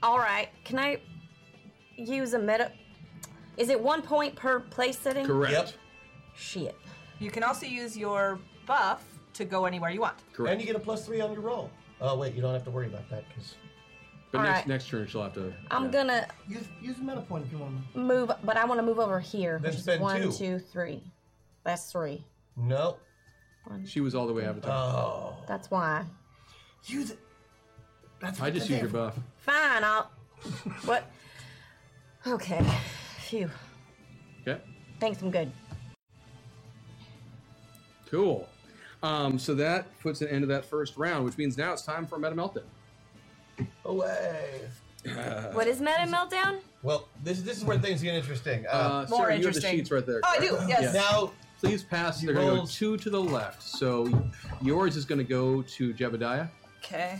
Speaker 6: All right. Can I use a meta? Is it one point per place setting?
Speaker 2: Correct. Yep.
Speaker 6: Shit.
Speaker 3: You can also use your buff to go anywhere you want.
Speaker 2: Correct.
Speaker 10: And you get a plus three on your roll. Oh, wait, you don't have to worry about that because.
Speaker 2: But
Speaker 6: All
Speaker 2: next
Speaker 6: right.
Speaker 2: next turn she'll have to.
Speaker 6: I'm gonna
Speaker 7: use use meta point if you want.
Speaker 6: move, but I want to move over here.
Speaker 10: Then
Speaker 6: which is
Speaker 10: spend
Speaker 6: one,
Speaker 10: two.
Speaker 6: two, three. That's three.
Speaker 10: No.
Speaker 2: She was all the way avatar.
Speaker 10: Oh.
Speaker 6: That's why.
Speaker 7: Use it. That's
Speaker 2: I just used your buff.
Speaker 6: Fine. I'll. what? Okay. Phew.
Speaker 2: Okay.
Speaker 6: Thanks. I'm good.
Speaker 2: Cool. Um, so that puts an end to that first round, which means now it's time for Meta Meltdown.
Speaker 10: Away.
Speaker 6: what is meta meltdown?
Speaker 10: Well, this this is where things get interesting. Uh,
Speaker 2: Hmm. Uh, Sarah, you have the sheets right there.
Speaker 6: Oh, I do,
Speaker 2: correct?
Speaker 6: yes.
Speaker 10: Now-
Speaker 2: please pass. They're going to go two to the left. So yours is going to go to Jebediah.
Speaker 3: Okay.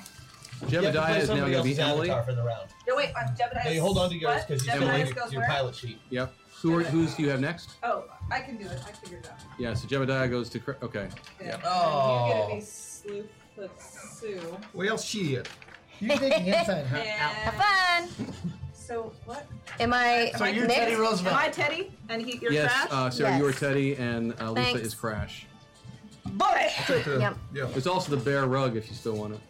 Speaker 10: you have to play
Speaker 2: Jebediah is now
Speaker 10: somebody
Speaker 2: going to be
Speaker 10: else's
Speaker 2: Emily.
Speaker 10: avatar for the round.
Speaker 3: No wait, I'm Jebediah.
Speaker 10: Hey, hold on to yours
Speaker 3: what?
Speaker 10: because you
Speaker 3: Jebediah
Speaker 10: still
Speaker 3: goes
Speaker 10: your
Speaker 3: where?
Speaker 10: pilot sheet.
Speaker 2: Yep. Who are, who's do you have next?
Speaker 3: Oh, I can do it. I figured it out.
Speaker 2: Yeah. So Jebediah goes to. Cra- Okay. Yeah.
Speaker 3: Oh. You get to be Sleuth with Sue.
Speaker 5: Well, shit.
Speaker 7: You take the inside, huh?
Speaker 3: Have
Speaker 6: Uh-huh. fun.
Speaker 3: So what?
Speaker 6: Am I?
Speaker 7: So you're Teddy Roosevelt.
Speaker 3: Am I Teddy? And he, you're
Speaker 2: yes,
Speaker 3: Crash?
Speaker 2: Uh, Sarah, you are Teddy, and uh, Lisa
Speaker 3: Thanks.
Speaker 2: is Crash.
Speaker 3: Boy.
Speaker 2: There's also the bear rug if you still want it.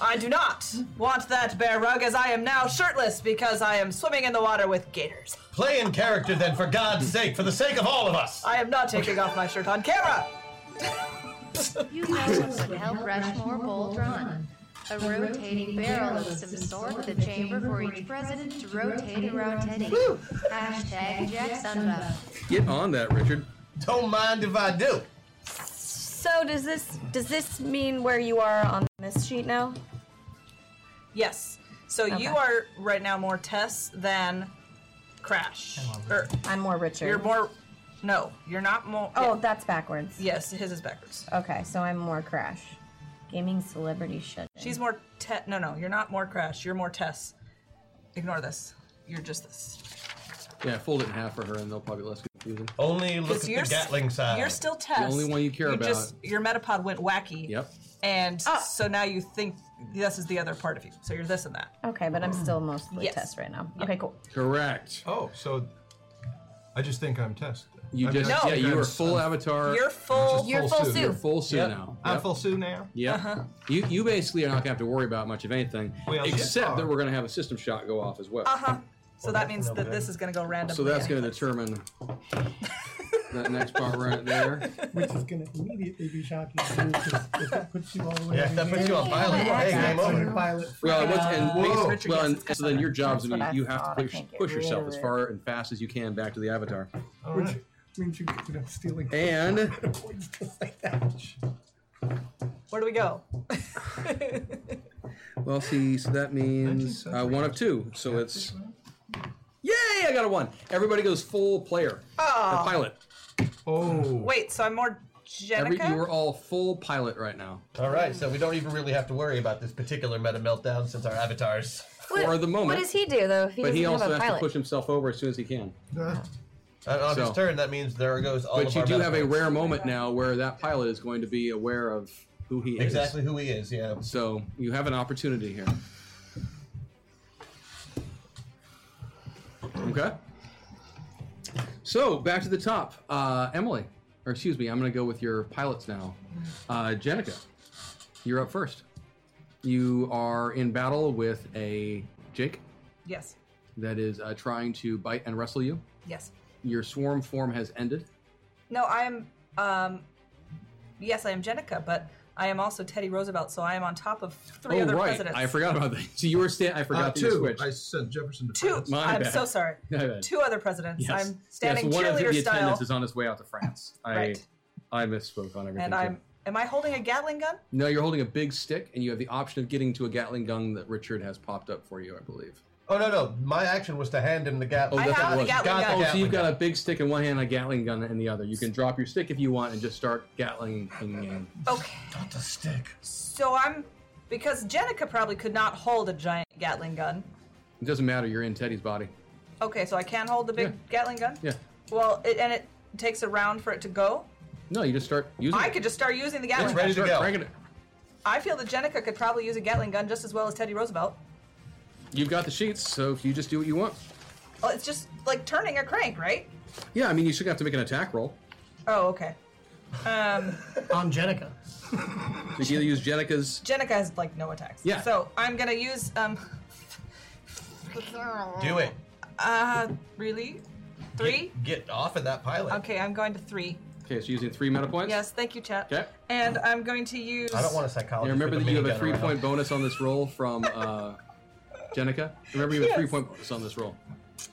Speaker 3: I do not want that bear rug as I am now shirtless because I am swimming in the water with gators.
Speaker 10: Play in character then, for God's sake, for the sake of all of us.
Speaker 3: I am not taking off my shirt on camera.
Speaker 8: You know what would help Rushmore Bowl Run? A rotating barrel of some sort with a chamber for each president to rotate around Teddy. Hashtag Jack Sunbuff.
Speaker 2: Get on that, Richard.
Speaker 10: Don't mind if I do.
Speaker 6: So does this does this mean where you are on this sheet now?
Speaker 3: Yes. So
Speaker 6: Okay.
Speaker 3: you are right now more Tess than Crash. Or,
Speaker 6: I'm more Richard.
Speaker 3: You're more. No, you're not more.
Speaker 6: Oh, that's backwards.
Speaker 3: Yes, his is backwards.
Speaker 6: Okay, so I'm more Crash. Gaming celebrity shit.
Speaker 3: She's more Tess. No, no, you're not more Crash. You're more Tess. Ignore this. You're just this.
Speaker 2: Yeah, fold it in half for her, and they'll probably be less confusing.
Speaker 10: Only
Speaker 3: Because you're s- You're still Tess.
Speaker 2: The only one you care about.
Speaker 3: Just, your metapod went wacky.
Speaker 2: Yep.
Speaker 3: And
Speaker 6: Ah.
Speaker 3: so now you think this is the other part of you. So you're this and that.
Speaker 6: Okay, but I'm still mostly
Speaker 3: Yes.
Speaker 6: Tess right now. Okay, cool.
Speaker 2: Correct.
Speaker 5: Oh, so I just think I'm Tess.
Speaker 2: You
Speaker 5: I'm
Speaker 2: just
Speaker 5: not-
Speaker 2: yeah, you
Speaker 5: I'm
Speaker 2: were
Speaker 5: s-
Speaker 2: full
Speaker 5: I'm-
Speaker 2: avatar.
Speaker 3: You're full.
Speaker 5: Just You're full full Sue. Sue.
Speaker 2: You're full Sue
Speaker 5: Yep.
Speaker 2: now.
Speaker 5: I'm
Speaker 2: Yep.
Speaker 5: full Sue now.
Speaker 2: Yeah.
Speaker 3: Uh-huh.
Speaker 2: You you basically are not going to have to worry about much of anything,
Speaker 5: Well,
Speaker 2: except
Speaker 5: yeah.
Speaker 2: that we're going to have a system shot go off as well.
Speaker 3: Uh huh. So that means that this is going to go randomly.
Speaker 2: So that's going to determine that next part right there.
Speaker 7: Which is going to immediately be shocking to you because if it puts you all the way
Speaker 10: Yeah,
Speaker 7: over
Speaker 10: that puts
Speaker 7: here,
Speaker 10: you on pilot. Hey, game
Speaker 7: so
Speaker 10: over.
Speaker 7: you're pilot.
Speaker 2: Well, and what's, and,
Speaker 7: Uh,
Speaker 2: basi-
Speaker 7: Richard
Speaker 2: well,
Speaker 7: gets
Speaker 2: and so then your job's
Speaker 7: That's
Speaker 2: going
Speaker 7: what
Speaker 2: to
Speaker 7: I
Speaker 2: be you have to
Speaker 7: thought. I
Speaker 2: push,
Speaker 7: can't get
Speaker 2: push
Speaker 7: rid
Speaker 2: yourself
Speaker 7: of
Speaker 2: as
Speaker 7: it.
Speaker 2: far and fast as you can back to the avatar.
Speaker 7: Which means you get up stealing.
Speaker 2: And
Speaker 3: Where do we go?
Speaker 2: well, see, so that means uh, one of two. So it's yay! I got a one. Everybody goes full player.
Speaker 3: Oh.
Speaker 2: Or pilot. Oh.
Speaker 3: Wait, so I'm more
Speaker 2: Every,
Speaker 3: Jenica?
Speaker 2: you are all full pilot right now.
Speaker 10: All right, so we don't even really have to worry about this particular meta meltdown since our avatars.
Speaker 2: for the moment.
Speaker 6: What does he do though? He
Speaker 2: but he
Speaker 6: doesn't
Speaker 2: also
Speaker 6: have a
Speaker 2: has
Speaker 6: pilot.
Speaker 2: to push himself over as soon as he can.
Speaker 10: And on
Speaker 2: So-
Speaker 10: his turn, that means there goes all
Speaker 2: but
Speaker 10: of
Speaker 2: you
Speaker 10: our
Speaker 2: do
Speaker 10: meta
Speaker 2: have a
Speaker 10: points.
Speaker 2: rare moment now where that pilot is going to be aware of who he is.
Speaker 10: Exactly who he is, yeah.
Speaker 2: So you have an opportunity here. Okay. So back to the top, uh, Emily, or excuse me, I'm going to go with your pilots now. Uh, Jenica, you're up first. You are in battle with a Jake
Speaker 3: yes.
Speaker 2: that is uh, trying to bite and wrestle you.
Speaker 3: Yes.
Speaker 2: Your swarm form has ended.
Speaker 3: No, I'm. Um, yes, I am Jenica, but I am also Teddy Roosevelt, so I am on top of three
Speaker 2: oh
Speaker 3: other
Speaker 2: right,
Speaker 3: presidents.
Speaker 2: I forgot about that. So you were standing. I forgot
Speaker 5: Uh,
Speaker 2: that you
Speaker 5: two.
Speaker 2: switched.
Speaker 5: I sent Jefferson to
Speaker 3: Two.
Speaker 5: France.
Speaker 2: My
Speaker 3: I'm
Speaker 2: bad.
Speaker 3: so sorry.
Speaker 2: My bad.
Speaker 3: Two other presidents.
Speaker 2: Yes.
Speaker 3: I'm standing
Speaker 2: yes, one of the,
Speaker 3: cheerleader
Speaker 2: the
Speaker 3: style,
Speaker 2: attendants is on his way out to France. I
Speaker 3: Right.
Speaker 2: I misspoke on everything.
Speaker 3: and
Speaker 2: too.
Speaker 3: I'm. Am I holding a Gatling gun?
Speaker 2: No, you're holding a big stick, and you have the option of getting to a Gatling gun that Richard has popped up for you, I believe.
Speaker 10: Oh, no, no. My action was to hand him the Gatling.
Speaker 2: Oh, that's
Speaker 3: have
Speaker 2: what it
Speaker 3: the
Speaker 2: was.
Speaker 3: Gatling
Speaker 10: Got the
Speaker 3: gun.
Speaker 2: oh, so
Speaker 10: Gatling
Speaker 2: you've got
Speaker 10: gun.
Speaker 2: a big stick in one hand, and a Gatling gun in the other. You can drop your stick if you want and just start Gatling in.
Speaker 3: Okay.
Speaker 10: Not the stick.
Speaker 3: So I'm. Because Jenica probably could not hold a giant Gatling gun.
Speaker 2: It doesn't matter. You're in Teddy's body.
Speaker 3: Okay, so I can hold the big Gatling gun.
Speaker 2: Yeah.
Speaker 3: Well, it, and it takes a round for it to go.
Speaker 2: No, you just start using.
Speaker 3: I
Speaker 2: it.
Speaker 3: could just start using the Gatling
Speaker 10: It's
Speaker 3: gun.
Speaker 10: ready to
Speaker 2: Start
Speaker 10: go.
Speaker 2: cranking it.
Speaker 3: I feel that Jenica could probably use a Gatling gun just as well as Teddy Roosevelt.
Speaker 2: You've got the sheets, so if you just do what you want.
Speaker 3: Oh, it's just like turning a crank, right?
Speaker 2: Yeah, I mean, you should have to make an attack roll.
Speaker 3: Oh, okay. Um,
Speaker 7: On Jenica.
Speaker 2: You can either use Jenica's.
Speaker 3: Jenica has like no attacks.
Speaker 2: Yeah.
Speaker 3: So I'm gonna use um.
Speaker 10: Do it.
Speaker 3: Uh, really, three?
Speaker 10: Get off of that pilot.
Speaker 3: Okay, I'm going to three.
Speaker 2: Okay, so using three meta points.
Speaker 3: Yes, thank you, chat.
Speaker 2: Okay.
Speaker 3: And I'm going to use.
Speaker 10: I don't want a psychologist.
Speaker 2: And remember
Speaker 10: with
Speaker 2: that you have a
Speaker 10: minigun
Speaker 2: three
Speaker 10: around.
Speaker 2: point bonus on this roll from uh, Jenica. Remember you have a three point bonus on this roll.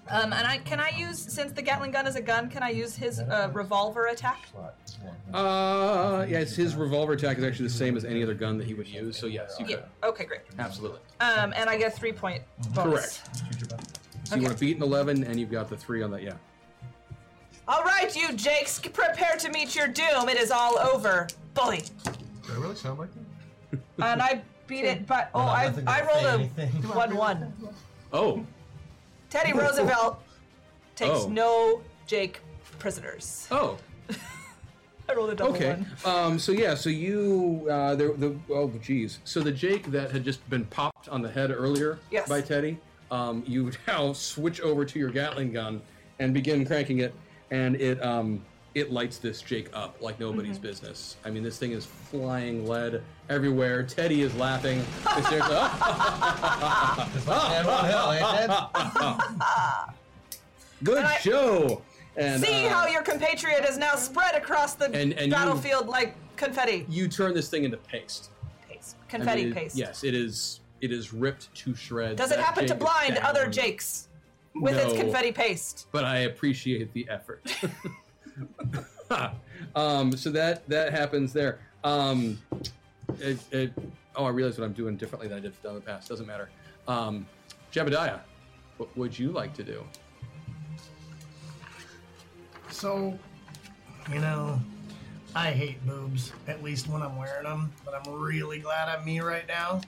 Speaker 3: Um, and I can I use since the Gatling gun is a gun, can I use his uh, revolver attack?
Speaker 2: Uh, yeah, it's his revolver attack is actually the same as any other gun that he would use. So yes, you
Speaker 3: Yeah.
Speaker 2: could
Speaker 3: Okay, great.
Speaker 2: absolutely.
Speaker 3: Um, and I get a three point bonus.
Speaker 2: Correct. So you want to beat an eleven, and you've got the three on that. Yeah.
Speaker 3: All right, you Jakes, prepare to meet your doom. It is all over, bully.
Speaker 5: Do I really sound like that?
Speaker 3: And I beat it, but oh,
Speaker 10: Well, I'm
Speaker 3: I
Speaker 10: nothing
Speaker 3: I
Speaker 10: gonna
Speaker 3: rolled
Speaker 10: say
Speaker 3: a
Speaker 10: anything.
Speaker 3: one one.
Speaker 2: Oh,
Speaker 3: Teddy Roosevelt takes
Speaker 2: Oh.
Speaker 3: no Jake prisoners.
Speaker 2: oh,
Speaker 3: I rolled a double
Speaker 2: okay.
Speaker 3: one.
Speaker 2: Um, so yeah, so you uh, the the oh geez, so the Jake that had just been popped on the head earlier
Speaker 3: Yes.
Speaker 2: by Teddy, um, you now switch over to your Gatling gun and begin cranking it, and it um, it lights this Jake up like nobody's
Speaker 3: Mm-hmm.
Speaker 2: business. I mean, this thing is flying lead everywhere. Teddy is laughing. It's there, "Ah,
Speaker 10: Just like, man, what the hell, ain't that?
Speaker 2: good
Speaker 3: And I-
Speaker 2: show. And
Speaker 3: See
Speaker 2: uh,
Speaker 3: how your compatriot is now spread across the
Speaker 2: And- and you-
Speaker 3: battlefield like confetti.
Speaker 2: you turn this thing into paste.
Speaker 3: paste.
Speaker 2: I mean,
Speaker 3: Confetti
Speaker 2: it-
Speaker 3: paste.
Speaker 2: Yes, it is. It is ripped to shreds.
Speaker 3: Does it
Speaker 2: That
Speaker 3: happen to
Speaker 2: Jake is
Speaker 3: blind other
Speaker 2: down.
Speaker 3: Jakes with its
Speaker 2: No.
Speaker 3: confetti paste?
Speaker 2: but I appreciate the effort. um, so that that happens there. Um, it, it, oh, I realize what I'm doing differently than I did in the past. Doesn't matter. Um, Jebediah, what would you like to do?
Speaker 7: So, you know, I hate boobs, at least when I'm wearing them, but I'm really glad I'm me right now.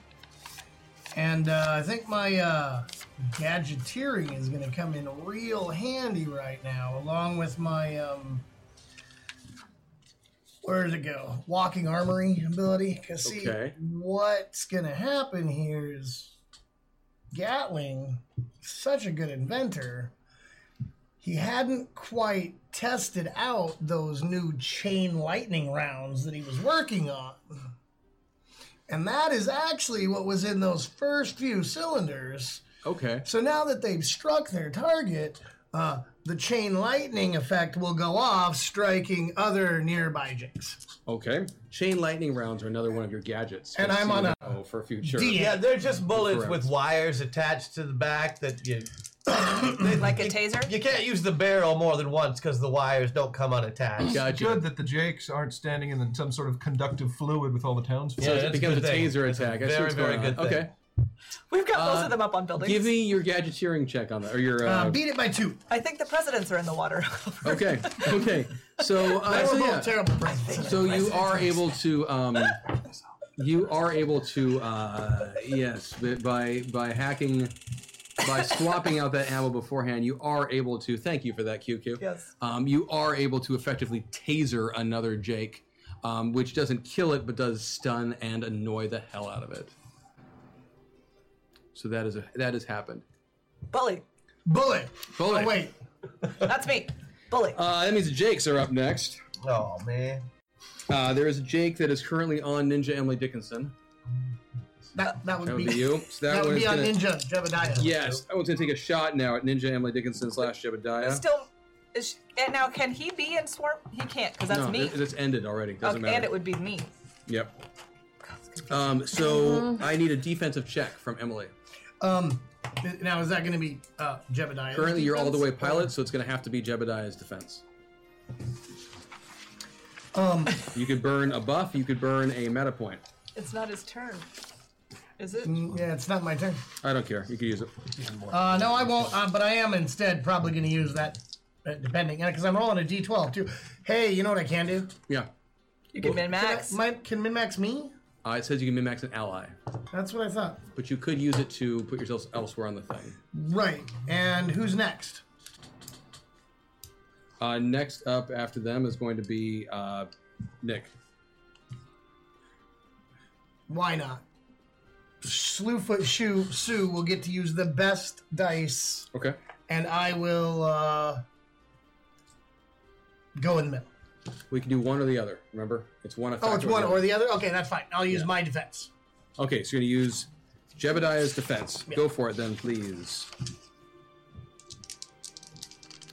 Speaker 7: And uh, I think my uh, gadgeteering is going to come in real handy right now, along with my, um, where did it go? Walking armory ability. Because, see,
Speaker 2: Okay.
Speaker 7: what's going to happen here is Gatling, such a good inventor, He hadn't quite tested out those new chain lightning rounds that he was working on. And that is actually what was in those first few cylinders.
Speaker 2: Okay.
Speaker 7: So now that they've struck their target, uh, the chain lightning effect will go off, striking other nearby jigs.
Speaker 2: Okay. Chain lightning rounds are another one of your gadgets.
Speaker 7: And
Speaker 2: Good
Speaker 7: I'm
Speaker 2: to
Speaker 7: on a
Speaker 2: know for future.
Speaker 4: Yeah, they're just bullets
Speaker 2: Correct.
Speaker 4: with wires attached to the back that you.
Speaker 3: like a taser?
Speaker 4: You can't use the barrel more than once because the wires don't come unattached.
Speaker 5: It's good that the Jakes aren't standing in some sort of conductive fluid with all the townsfolk.
Speaker 2: So it becomes a taser attack. I see what's going on. Okay.
Speaker 3: We've got most
Speaker 2: Uh,
Speaker 3: of them up on buildings.
Speaker 2: Give me your gadgeteering check on that, or your. Uh,
Speaker 7: it by two.
Speaker 3: I think the presidents are in the water.
Speaker 2: okay. Okay. So, uh,
Speaker 3: They
Speaker 2: so
Speaker 3: were both
Speaker 2: yeah.
Speaker 7: terrible presidents.
Speaker 2: So you are able to. Um, you are able to. Uh, yes, but by by hacking, by swapping out that ammo beforehand, you are able to. Thank you for that, QQ.
Speaker 3: Yes.
Speaker 2: Um, you are able to effectively taser another Jake, um, which doesn't kill it but does stun and annoy the hell out of it. So that is a that has happened.
Speaker 3: Bully.
Speaker 7: Bullet.
Speaker 2: Bullet.
Speaker 7: Oh, wait.
Speaker 3: That's me. Bully.
Speaker 2: Uh, that means the Jakes are up next.
Speaker 4: Oh man.
Speaker 2: Uh, there is a Jake that is currently on Ninja Emily Dickinson.
Speaker 7: That, that would
Speaker 2: That
Speaker 7: be,
Speaker 2: would be you. So that
Speaker 7: that would
Speaker 2: one's
Speaker 7: be on
Speaker 2: gonna-
Speaker 7: Ninja Jebediah.
Speaker 2: Yes, that one's gonna take a shot now at Ninja Emily Dickinson slash Jebediah.
Speaker 3: Still, is she, and now can he be in swarm? He can't because that's
Speaker 2: no,
Speaker 3: me.
Speaker 2: it- It's ended already. Doesn't
Speaker 3: Okay,
Speaker 2: matter.
Speaker 3: and it would be me.
Speaker 2: Yep. Um,
Speaker 3: Mm-hmm.
Speaker 2: so I need a defensive check from Emily.
Speaker 7: Um, th- now is that going to be uh, Jebediah?
Speaker 2: Currently, you're all the way pilot, so it's gonna have to be Jebediah's defense.
Speaker 7: Um,
Speaker 2: You could burn a buff. You could burn a meta point.
Speaker 3: It's not his turn. Is it?
Speaker 7: mm, yeah, it's not my turn.
Speaker 2: I don't care. You could use it.
Speaker 7: Uh, no, I won't. Uh, but I am instead probably going to use that, uh, depending, because I'm rolling a d12 too. Hey, you know what I can do?
Speaker 2: Yeah.
Speaker 3: You can min max.
Speaker 7: Can, I- my- can min max me?
Speaker 2: Uh, it says you can min-max an ally,
Speaker 7: That's what I thought.
Speaker 2: but you could use it to put yourselves elsewhere on the thing.
Speaker 7: Right. And who's next?
Speaker 2: Uh, next up after them is going to be uh, Nick.
Speaker 7: Why not? Slewfoot Shoe Sue will get to use the best dice,
Speaker 2: Okay.
Speaker 7: and I will uh, go in the middle.
Speaker 2: We can do one or the other. Remember, it's one. effect
Speaker 7: Oh, it's one
Speaker 2: the
Speaker 7: or the other. Okay, that's fine. I'll use
Speaker 2: Yeah.
Speaker 7: my defense.
Speaker 2: other. Okay, so you're gonna use Jebediah's defense. Go for it, then, please.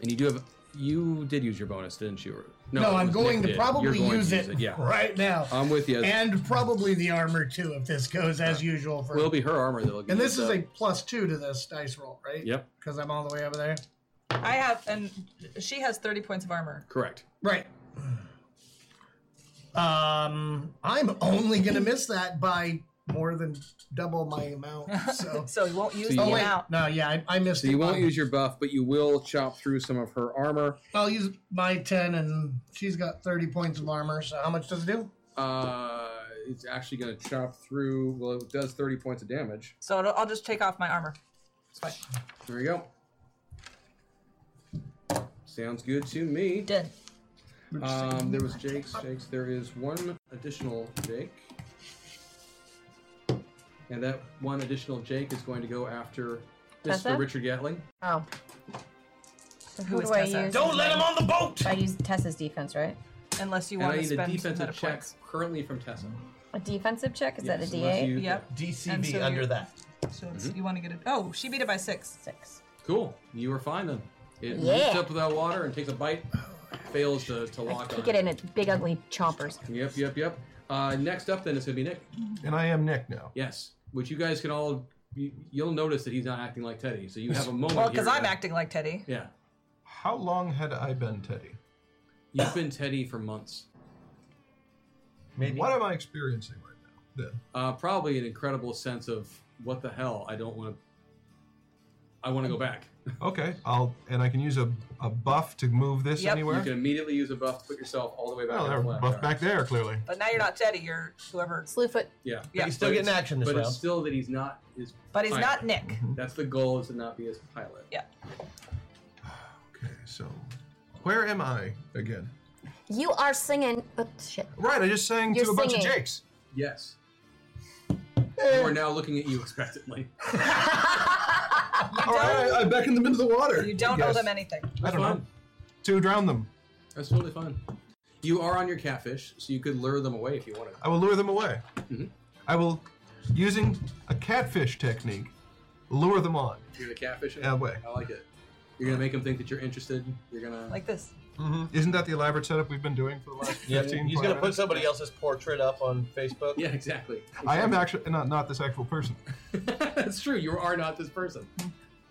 Speaker 2: And you do have. You did use your bonus, didn't you? Or-
Speaker 7: No,
Speaker 2: it
Speaker 7: I'm
Speaker 2: was
Speaker 7: going
Speaker 2: Nick
Speaker 7: to
Speaker 2: did.
Speaker 7: probably
Speaker 2: You're going
Speaker 7: use
Speaker 2: to
Speaker 7: it
Speaker 2: Yeah.
Speaker 7: right now.
Speaker 2: I'm with you.
Speaker 7: And probably the armor too, if this goes as usual. For
Speaker 2: will be her armor that'll. give
Speaker 7: and
Speaker 2: you
Speaker 7: this is
Speaker 2: the-
Speaker 7: a plus two to this dice roll, right?
Speaker 2: Yep.
Speaker 7: Because I'm all the way over there.
Speaker 3: I have, and she has 30 points of armor.
Speaker 2: Correct.
Speaker 7: Right. Um, I'm only gonna miss that by more than double my amount. So,
Speaker 3: so you won't use
Speaker 2: So you
Speaker 7: oh,
Speaker 2: won't-
Speaker 7: wait. No, yeah, I, I missed
Speaker 2: So
Speaker 7: it.
Speaker 2: you
Speaker 7: by-
Speaker 2: won't use your buff, but you will chop through some of her armor.
Speaker 7: I'll use my ten, and she's got thirty points of armor. So how much does it do?
Speaker 2: Uh, it's actually going to chop through. Well, it does 30 points of damage.
Speaker 3: So I'll I'll just take off my armor.
Speaker 2: There we go. Sounds good to me.
Speaker 3: Done.
Speaker 2: Um, there was Jake's. Jake's. There is one additional Jake. And that one additional Jake is going to go after Mr.
Speaker 6: Tessa?
Speaker 2: Richard Gatling.
Speaker 6: Oh. So
Speaker 3: Who
Speaker 6: who
Speaker 3: is
Speaker 6: do I
Speaker 3: Tessa?
Speaker 6: use?
Speaker 3: Don't let him
Speaker 4: on the boat!
Speaker 6: I use Tessa's defense, right?
Speaker 3: Unless you
Speaker 2: and
Speaker 3: want
Speaker 2: I
Speaker 3: to
Speaker 2: need a
Speaker 3: spend
Speaker 2: defensive
Speaker 3: meta
Speaker 2: check
Speaker 3: points.
Speaker 2: currently from Tessa.
Speaker 6: A defensive check? Is
Speaker 2: Yes,
Speaker 6: that a
Speaker 2: unless
Speaker 6: D8?
Speaker 2: you-
Speaker 3: Yep. And so
Speaker 4: DCB
Speaker 3: you're-
Speaker 4: under that.
Speaker 3: So it's,
Speaker 2: Mm-hmm.
Speaker 3: you want to get it. Oh, she beat it by six.
Speaker 6: Six.
Speaker 2: Cool. You were fine then. It
Speaker 6: Yeah.
Speaker 2: leaps up without water and takes a bite. Fails to, to
Speaker 6: I
Speaker 2: lock on.
Speaker 6: kick it in its big ugly chompers.
Speaker 2: Yep, yep, yep. Uh, next up then is going to be Nick.
Speaker 5: And I am Nick now.
Speaker 2: Yes, which you guys can all. You, you'll notice that he's not acting like Teddy, so you have a moment.
Speaker 3: Well, because
Speaker 2: here
Speaker 3: I'm
Speaker 2: to-
Speaker 3: acting like Teddy.
Speaker 2: Yeah,
Speaker 5: How long had I been Teddy?
Speaker 2: you've been Teddy for months.
Speaker 4: Maybe.
Speaker 5: What am I experiencing right now? Then?
Speaker 2: Uh, probably an incredible sense of what the hell. I don't want to. I want to go back.
Speaker 5: Okay, I'll and I can use a, a buff to move this
Speaker 3: Yep.
Speaker 5: anywhere.
Speaker 2: You can immediately use a buff to put yourself all the way back.
Speaker 5: Well,
Speaker 2: in the
Speaker 5: there,
Speaker 2: black
Speaker 5: buff
Speaker 2: car.
Speaker 5: back there clearly.
Speaker 3: But now you're not Teddy. You're whoever.
Speaker 6: Slewfoot.
Speaker 2: Yeah,
Speaker 3: Yeah.
Speaker 4: he's still
Speaker 2: But
Speaker 4: getting
Speaker 2: it's-
Speaker 4: action this
Speaker 2: But
Speaker 4: round.
Speaker 2: it's still that he's not his.
Speaker 3: But he's
Speaker 2: pilot.
Speaker 3: not Nick.
Speaker 5: Mm-hmm.
Speaker 2: That's the goal is to not be his pilot.
Speaker 3: Yeah.
Speaker 5: Okay, so where am I again?
Speaker 6: You are singing. Oh, shit.
Speaker 5: Right, I just sang
Speaker 6: You're
Speaker 5: to a bunch of
Speaker 6: singing.
Speaker 5: Jakes.
Speaker 2: Yes. We're now looking at you expectantly.
Speaker 5: All right, I, I beckon them into the water.
Speaker 3: You don't owe them anything.
Speaker 5: I don't know. To drown them.
Speaker 2: That's totally fine. You are on your catfish, so you could lure them away if you wanted.
Speaker 5: I will lure them away.
Speaker 2: Mm-hmm.
Speaker 5: I will, using a catfish technique, lure them on.
Speaker 2: You're gonna catfish them
Speaker 5: Yeah, way.
Speaker 2: I like it. You're gonna make them think that you're interested. You're gonna
Speaker 3: Like this.
Speaker 5: hmm Isn't that the elaborate setup we've been doing for the last
Speaker 4: Yeah,
Speaker 5: 15
Speaker 4: he's
Speaker 5: 20
Speaker 4: gonna put
Speaker 5: minutes?
Speaker 4: somebody else's portrait up on Facebook.
Speaker 2: Yeah, exactly.
Speaker 5: I am actually not not this actual person.
Speaker 2: That's true. You are not this person.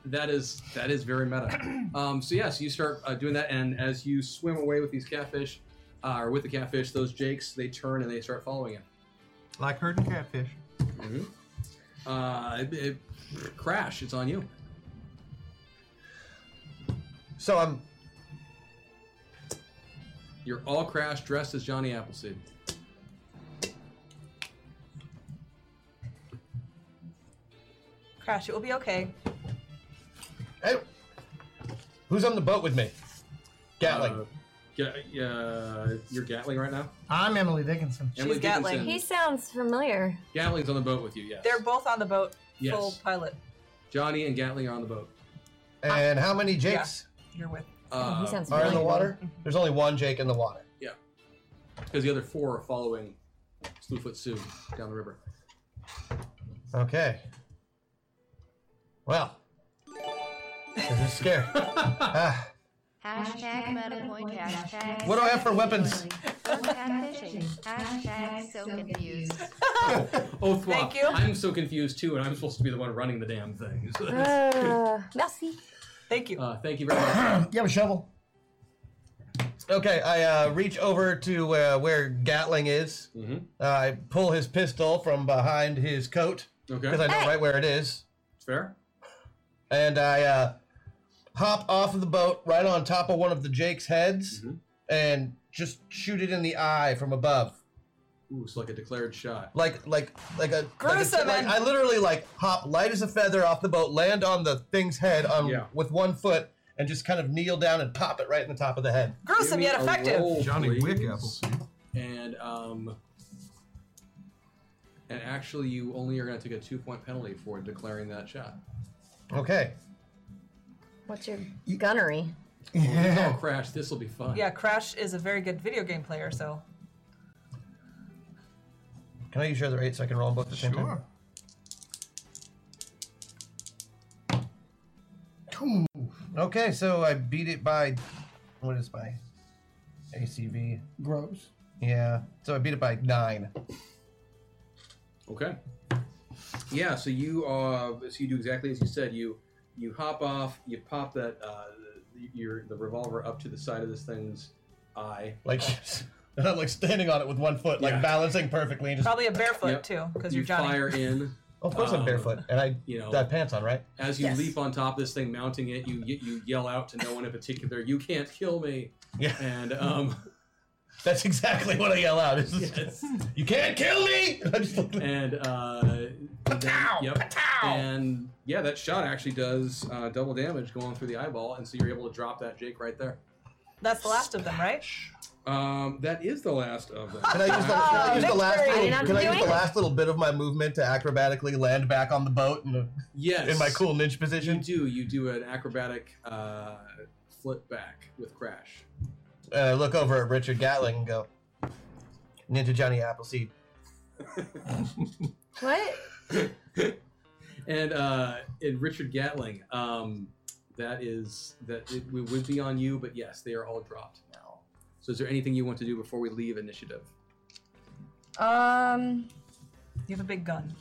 Speaker 2: That is that is very meta. Um, so yes, you start uh, doing that, and as you swim away with these catfish, uh, or with the catfish, those jakes they turn and they start following him.
Speaker 5: Like herding catfish.
Speaker 2: Mm-hmm. Uh, it, it, crash. It's on you.
Speaker 4: So I'm.
Speaker 2: You're all crash dressed as Johnny Appleseed.
Speaker 3: Crash, it will be okay.
Speaker 4: Hey, who's on the boat with me? Gatling.
Speaker 2: Yeah, Uh, yeah. You're Gatling right now.
Speaker 13: I'm Emily Dickinson.
Speaker 2: Emily Dickinson.
Speaker 6: He sounds familiar.
Speaker 2: Gatling's on the boat with you. Yes.
Speaker 3: They're both on the boat,
Speaker 2: Yes.
Speaker 3: full pilot.
Speaker 2: Johnny and Gatling are on the boat.
Speaker 4: and how many jakes
Speaker 3: You're with.
Speaker 2: Uh,
Speaker 4: are in the water? There's only one jake in the water.
Speaker 2: Yeah. Because the other four are following Slewfoot Sue down the river.
Speaker 4: Okay. Well, this is scary. Ah,
Speaker 8: Hashtag meta point, hashtag.
Speaker 4: what do I have for weapons?
Speaker 8: Hashtag fishing. Hashtag so confused.
Speaker 2: Oh, Thank
Speaker 8: you.
Speaker 2: I'm so confused too, and I'm supposed to be the one running the damn thing. So that's-
Speaker 6: Uh, merci.
Speaker 3: Thank you.
Speaker 2: uh, thank you very much.
Speaker 4: You have a shovel. Okay, I uh, reach over to uh, where Gatling is.
Speaker 2: Mm-hmm.
Speaker 4: Uh, I pull his pistol from behind his coat
Speaker 2: Okay.
Speaker 4: because I know
Speaker 2: Hey.
Speaker 4: right where it is.
Speaker 2: Fair.
Speaker 4: And I uh, hop off of the boat right on top of one of the Jake's heads
Speaker 2: Mm-hmm.
Speaker 4: and just shoot it in the eye from above.
Speaker 2: Ooh, it's like a declared shot.
Speaker 4: like like like a
Speaker 2: Gruesome
Speaker 4: Like a, like,
Speaker 2: and-
Speaker 4: I literally like hop light as a feather off the boat, land on the thing's head on
Speaker 2: Yeah.
Speaker 4: with one foot, and just kind of kneel down and pop it right in the top of the head.
Speaker 3: Gruesome
Speaker 2: Give me
Speaker 3: yet
Speaker 2: a
Speaker 3: effective.
Speaker 2: roll,
Speaker 5: Johnny
Speaker 2: please.
Speaker 5: Wick Appleseed.
Speaker 2: And um, and actually, you only are going to take a two point penalty for declaring that shot.
Speaker 4: Okay.
Speaker 6: What's your gunnery?
Speaker 2: Yeah. Crash. This will be
Speaker 4: Oh,
Speaker 2: fun.
Speaker 3: Yeah, Crash is a very good video game player, so
Speaker 4: Can I use your other eight so I can roll them both at the same time?
Speaker 13: Two.
Speaker 4: Okay, so I beat it by what is my ACV?
Speaker 13: Gross.
Speaker 4: Yeah. So I beat it by nine.
Speaker 2: Okay. Yeah, so you uh, so you do exactly as you said. You you hop off, you pop that uh, your the revolver up to the side of this thing's eye.
Speaker 4: Like and I'm like standing on it with one foot, like
Speaker 2: Yeah.
Speaker 4: balancing perfectly and just
Speaker 3: probably a barefoot
Speaker 2: Yep.
Speaker 3: too, because
Speaker 2: you
Speaker 3: you're Johnny.
Speaker 2: fire in
Speaker 4: Oh, Of course I'm
Speaker 2: Um,
Speaker 4: barefoot. And I
Speaker 2: you know.
Speaker 4: I have pants on, right?
Speaker 2: as you
Speaker 4: Yes.
Speaker 2: leap on top of this thing, mounting it. You ye- you yell out to no one in particular. You can't kill me.
Speaker 4: Yeah.
Speaker 2: And um
Speaker 4: That's exactly what I yell out. It's just,
Speaker 2: yes.
Speaker 4: You can't kill me! I just look
Speaker 2: and uh then, yep. and yeah, that shot actually does uh, double damage going through the eyeball, and so you're able to drop that Jake right there.
Speaker 3: That's the last of them, right?
Speaker 2: Um, that is the last of them.
Speaker 4: Can I use the, can I use the last
Speaker 3: Oh, Victory!
Speaker 4: little,
Speaker 3: I didn't
Speaker 4: can I
Speaker 3: have to
Speaker 4: use
Speaker 3: do
Speaker 4: the last little bit of my movement to acrobatically land back on the boat in, a,
Speaker 2: Yes.
Speaker 4: in my cool ninja
Speaker 2: You
Speaker 4: position?
Speaker 2: do. You do an acrobatic uh, flip back with Crash.
Speaker 4: Uh, I look over at Richard Gatling and go, Ninja Johnny Appleseed.
Speaker 6: What?
Speaker 2: And uh, and Richard Gatling. Um, that is that it, we would be on you, but yes, they are all dropped now. So is there anything you want to do before we leave initiative?
Speaker 6: Um,
Speaker 3: You have a big gun.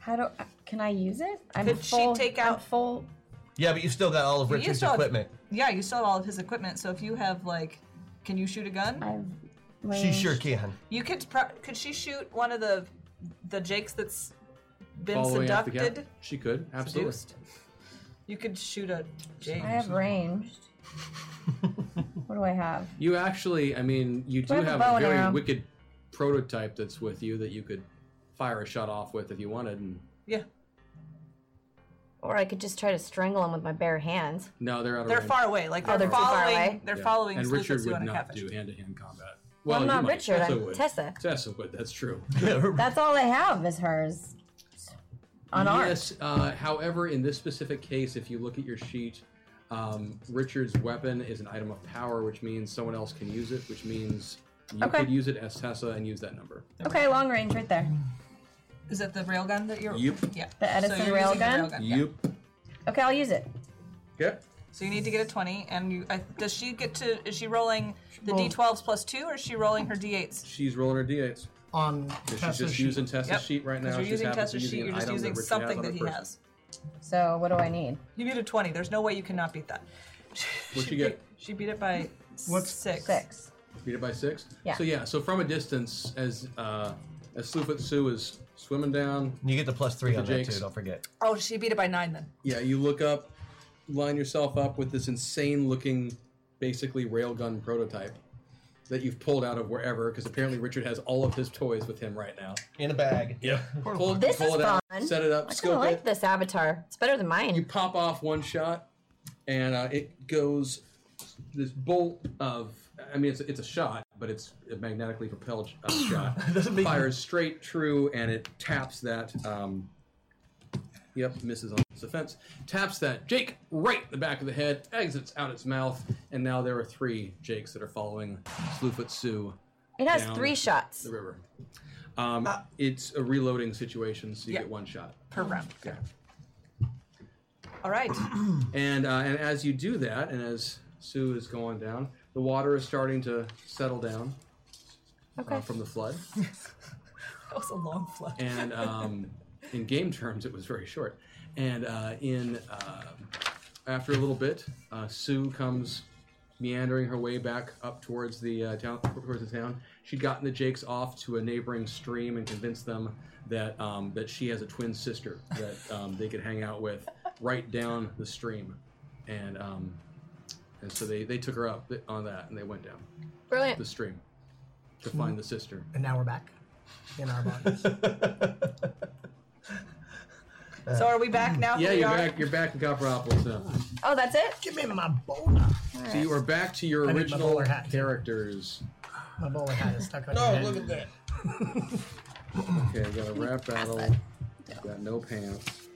Speaker 6: how do can I use it? I'm
Speaker 3: Could she
Speaker 6: full,
Speaker 3: take
Speaker 6: I'm
Speaker 3: out-
Speaker 6: full?
Speaker 4: Yeah, but you still got all of
Speaker 3: You
Speaker 4: Richard's
Speaker 3: still have-
Speaker 4: equipment.
Speaker 3: Yeah, you still have all of his equipment, so if you have like, can you shoot a gun?
Speaker 6: I've
Speaker 4: She
Speaker 6: ranged-
Speaker 4: sure can.
Speaker 3: You could. Pro- could she shoot one of the, the Jakes that's been
Speaker 2: Following after Gat-
Speaker 3: seducted?
Speaker 2: She could absolutely.
Speaker 3: Seduced? You could shoot a Jake.
Speaker 6: I have ranged. what do I have?
Speaker 2: You actually, I mean, you do
Speaker 6: I have a
Speaker 2: have
Speaker 6: bow
Speaker 2: a
Speaker 6: and
Speaker 2: very
Speaker 6: arrow?
Speaker 2: wicked prototype that's with you that you could fire a shot off with if you wanted. And
Speaker 3: Yeah,
Speaker 6: Or I could just try to strangle him with my bare hands.
Speaker 2: no, they're out of
Speaker 3: they're
Speaker 2: range.
Speaker 3: far away. Like they're,
Speaker 6: they're too far
Speaker 3: following.
Speaker 6: away?
Speaker 3: They're
Speaker 2: Yeah.
Speaker 3: following.
Speaker 2: And
Speaker 3: Sleuth
Speaker 2: Richard
Speaker 3: Sue
Speaker 2: would
Speaker 3: on a
Speaker 2: not
Speaker 3: catfish.
Speaker 2: do hand-to-hand combat.
Speaker 6: Well,
Speaker 2: you
Speaker 6: not
Speaker 2: might.
Speaker 6: Richard,
Speaker 2: Tessa
Speaker 6: I'm
Speaker 2: would.
Speaker 6: Tessa.
Speaker 2: Tessa would. That's true.
Speaker 6: That's all I have is hers. Unarmed.
Speaker 2: Yes. Uh, however, in this specific case, if you look at your sheet, um, Richard's weapon is an item of power, which means someone else can use it, which means you
Speaker 6: Okay.
Speaker 2: could use it as Tessa and use that number.
Speaker 6: Okay, long range right there.
Speaker 3: Is that the railgun that you're?
Speaker 2: Yep.
Speaker 3: Yeah.
Speaker 6: The Edison
Speaker 3: you're using the
Speaker 6: railgun?
Speaker 3: yeah.
Speaker 6: Okay, I'll use it.
Speaker 2: Okay.
Speaker 3: So you need to get a twenty, and you I, does she get to? Is she rolling the d12s plus two, or is she rolling her d8s?
Speaker 2: She's rolling her d8s.
Speaker 7: On
Speaker 2: she's
Speaker 3: Tessa's
Speaker 2: just
Speaker 3: sheet.
Speaker 2: using Tessa's
Speaker 3: Yep,
Speaker 2: sheet right
Speaker 3: 'cause
Speaker 2: now.
Speaker 3: you're
Speaker 2: She's
Speaker 3: using
Speaker 2: happens
Speaker 3: Tessa's
Speaker 2: to
Speaker 3: sheet,
Speaker 2: an
Speaker 3: you're just
Speaker 2: item that
Speaker 3: using
Speaker 2: Richard has
Speaker 3: something
Speaker 2: on
Speaker 3: that
Speaker 2: her
Speaker 3: he
Speaker 2: person.
Speaker 3: has.
Speaker 6: So what do I need?
Speaker 3: You need a twenty. There's no way you cannot beat that.
Speaker 2: What'd she get?
Speaker 3: Beat, she beat it by
Speaker 2: What's-
Speaker 3: six.
Speaker 6: Six.
Speaker 2: Beat it by six.
Speaker 3: Yeah.
Speaker 2: So yeah. So from a distance, as uh, as Slewfoot Sue is swimming down,
Speaker 4: You get the plus three
Speaker 2: The
Speaker 4: on that
Speaker 2: Jakes.
Speaker 4: too. Don't forget.
Speaker 3: Oh, she beat it by nine then.
Speaker 2: yeah, you look up, line yourself up with this insane-looking, basically railgun prototype that you've pulled out of wherever, because apparently Richard has all of his toys with him right now.
Speaker 4: In a bag.
Speaker 2: Yeah. Pull,
Speaker 6: This
Speaker 2: pull
Speaker 6: is
Speaker 2: it
Speaker 6: fun.
Speaker 2: out, set it up,
Speaker 6: I kind
Speaker 2: scope
Speaker 6: of
Speaker 2: it.
Speaker 6: like this avatar. It's better than mine.
Speaker 2: You pop off one shot, and uh, it goes this bolt of. I mean, it's, it's a shot, but it's a magnetically propelled uh, shot. fires straight true, and it taps that. Um, yep, misses on its offense. Taps that Jake right in the back of the head, exits out its mouth, and now there are three Jakes that are following Slewfoot Sue.
Speaker 6: It has
Speaker 2: down
Speaker 6: three shots.
Speaker 2: The river. Um, it's a reloading situation, so you get one shot.
Speaker 6: Oh.
Speaker 3: Per round.
Speaker 2: Yeah.
Speaker 3: All right.
Speaker 2: And uh, and as you do that, and as Sue is going down, the water is starting to settle down uh,
Speaker 3: Okay.
Speaker 2: from the flood.
Speaker 3: That was a long flood.
Speaker 2: And um, in game terms, it was very short. And uh, in um after a little bit, uh, Sue comes meandering her way back up towards the uh, town. Towards the town, she'd gotten the Jakes off to a neighboring stream and convinced them that um, that she has a twin sister that um, they could hang out with right down the stream, and um, and so they they took her up on that and they went down
Speaker 6: Brilliant.
Speaker 2: the stream to find the sister.
Speaker 7: And now we're back in our bodies.
Speaker 3: So are we back now?
Speaker 2: Yeah,
Speaker 3: we
Speaker 2: you're
Speaker 3: are?
Speaker 2: back. You're back in Copperopolis now.
Speaker 6: Oh, that's it?
Speaker 7: Give me my boner.
Speaker 2: So you are back to your
Speaker 7: I need my
Speaker 2: original
Speaker 7: bowler hat, too.
Speaker 2: characters.
Speaker 7: My bowler hat is stuck on
Speaker 2: No,
Speaker 7: your head.
Speaker 2: look
Speaker 7: at that.
Speaker 2: Okay, I got a rap battle. Got no pants.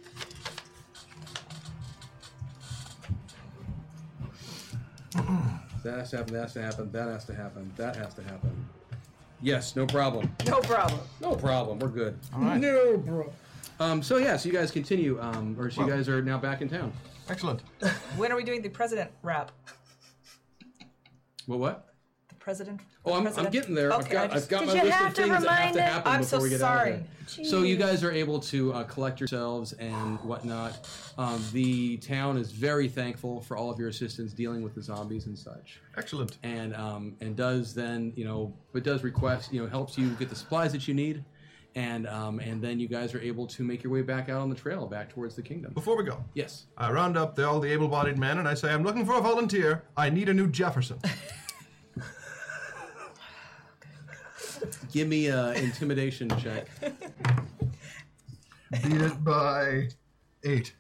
Speaker 2: That has to happen. That has to happen. That has to happen. That has to happen. Yes, no problem.
Speaker 3: No problem.
Speaker 2: No problem. We're good.
Speaker 7: No, bro.
Speaker 2: Um, so yeah, so you guys continue, um, or so you guys are now back in town.
Speaker 5: Excellent.
Speaker 3: When are we doing the president rap?
Speaker 2: Well, what?
Speaker 3: The president.
Speaker 2: Oh, I'm, I'm
Speaker 3: president-
Speaker 2: getting there. I've
Speaker 3: Okay,
Speaker 2: got,
Speaker 3: I just-
Speaker 2: I've got
Speaker 3: Did
Speaker 2: my
Speaker 3: you
Speaker 2: list
Speaker 3: have
Speaker 2: of
Speaker 3: to
Speaker 2: things that have
Speaker 3: remind
Speaker 2: to
Speaker 3: it?
Speaker 2: happen
Speaker 3: I'm
Speaker 2: before
Speaker 3: so
Speaker 2: we get out of
Speaker 3: sorry.
Speaker 2: here. So you guys are able to uh, collect yourselves and whatnot. Um, the town is very thankful for all of your assistance dealing with the zombies and such.
Speaker 5: Excellent.
Speaker 2: And um, and does then you know, but does request you know helps you get the supplies that you need, and um, and then you guys are able to make your way back out on the trail back towards the kingdom.
Speaker 5: Before we go,
Speaker 2: Yes.
Speaker 5: I round up the, all the able bodied men and I say, I'm looking for a volunteer. I need a new Jefferson.
Speaker 2: Give me a intimidation check.
Speaker 5: Beat it by eight.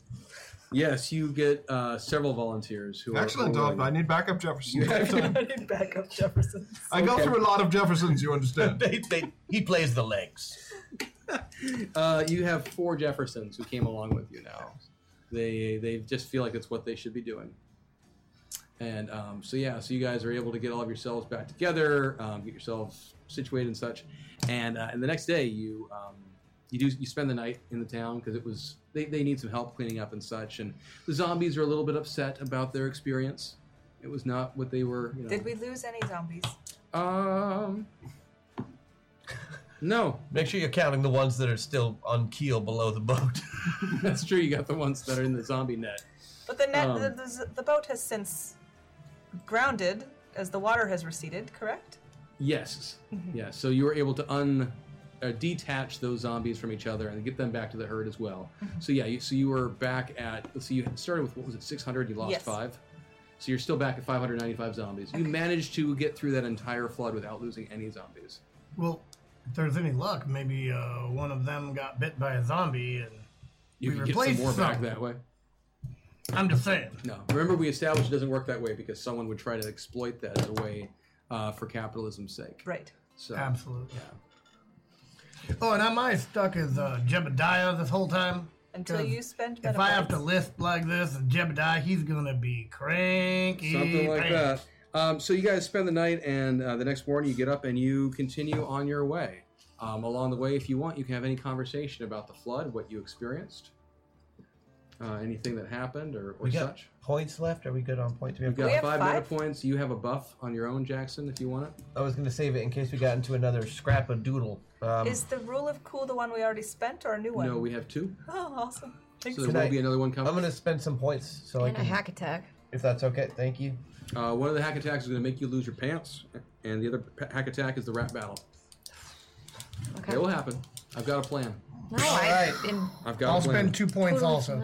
Speaker 2: Yes, you get uh, several volunteers who are
Speaker 5: Excellent.
Speaker 2: who are
Speaker 5: Dom. I need backup Jefferson.
Speaker 3: Backup Jefferson.
Speaker 5: I go
Speaker 2: Okay.
Speaker 5: through a lot of Jeffersons, you understand.
Speaker 4: he plays the legs.
Speaker 2: Uh, you have four Jeffersons who came along with you now. They they just feel like it's what they should be doing. And um, so yeah, so you guys are able to get all of yourselves back together, um, get yourselves situated and such. And uh, and the next day you um, you do you spend the night in the town because it was they, they need some help cleaning up and such. And the zombies are a little bit upset about their experience. It was not what they were. You know.
Speaker 3: Did we lose any zombies?
Speaker 2: Um. No,
Speaker 4: Make sure you're counting the ones that are still on keel below the boat.
Speaker 2: that's true. You got the ones that are in the zombie net.
Speaker 3: But the net,
Speaker 2: Um,
Speaker 3: the, the, the boat has since grounded as the water has receded. Correct.
Speaker 2: Yes.
Speaker 3: Mm-hmm.
Speaker 2: Yeah. So you were able to un uh, detach those zombies from each other and get them back to the herd as well.
Speaker 3: Mm-hmm.
Speaker 2: So yeah, you, so you were back at let's see, you started with what was it, six hundred? You lost
Speaker 3: Yes.
Speaker 2: five. So you're still back at 595 zombies. You managed to get through that entire flood without losing any zombies.
Speaker 7: Well, if there's any luck, maybe uh, one of them got bit by a zombie and
Speaker 2: You
Speaker 7: we
Speaker 2: could get some
Speaker 7: replaced
Speaker 2: more back
Speaker 7: some.
Speaker 2: that way.
Speaker 7: I'm just saying.
Speaker 2: No, remember we established it doesn't work that way because someone would try to exploit that as a way uh, for capitalism's sake.
Speaker 3: Right.
Speaker 2: So
Speaker 7: Absolutely. Oh, and am I stuck as uh, Jebediah this whole time?
Speaker 3: Until you spend
Speaker 7: If I have to lisp like this and Jebediah, he's gonna be cranky.
Speaker 2: Something like that.
Speaker 7: pants.
Speaker 2: Um, so you guys spend the night, and uh, the next morning you get up and you continue on your way. Um, along the way, if you want, you can have any conversation about the flood, what you experienced, uh, anything that happened, or, or
Speaker 4: We got
Speaker 2: such.
Speaker 4: points left. Are we good on points?
Speaker 2: You've got five, meta points. You have a buff on your own, Jackson, if you want it.
Speaker 4: I was going to save it in case we got into another scrap of doodle. Um,
Speaker 3: Is the rule of cool the one we already spent or a new one?
Speaker 2: No, we have two.
Speaker 3: Oh, awesome. Thanks.
Speaker 2: So there will be another one coming.
Speaker 4: I'm going to spend some points so I
Speaker 3: And a
Speaker 4: can.
Speaker 3: hack
Speaker 6: attack.
Speaker 4: If that's okay, thank you.
Speaker 2: Uh, one of the hack attacks is going to make you lose your pants, and the other p- hack attack is the rat battle.
Speaker 6: Okay.
Speaker 2: It will happen. I've got a plan.
Speaker 6: No, I've been.
Speaker 2: I've got
Speaker 7: I'll
Speaker 2: a plan.
Speaker 7: spend two points also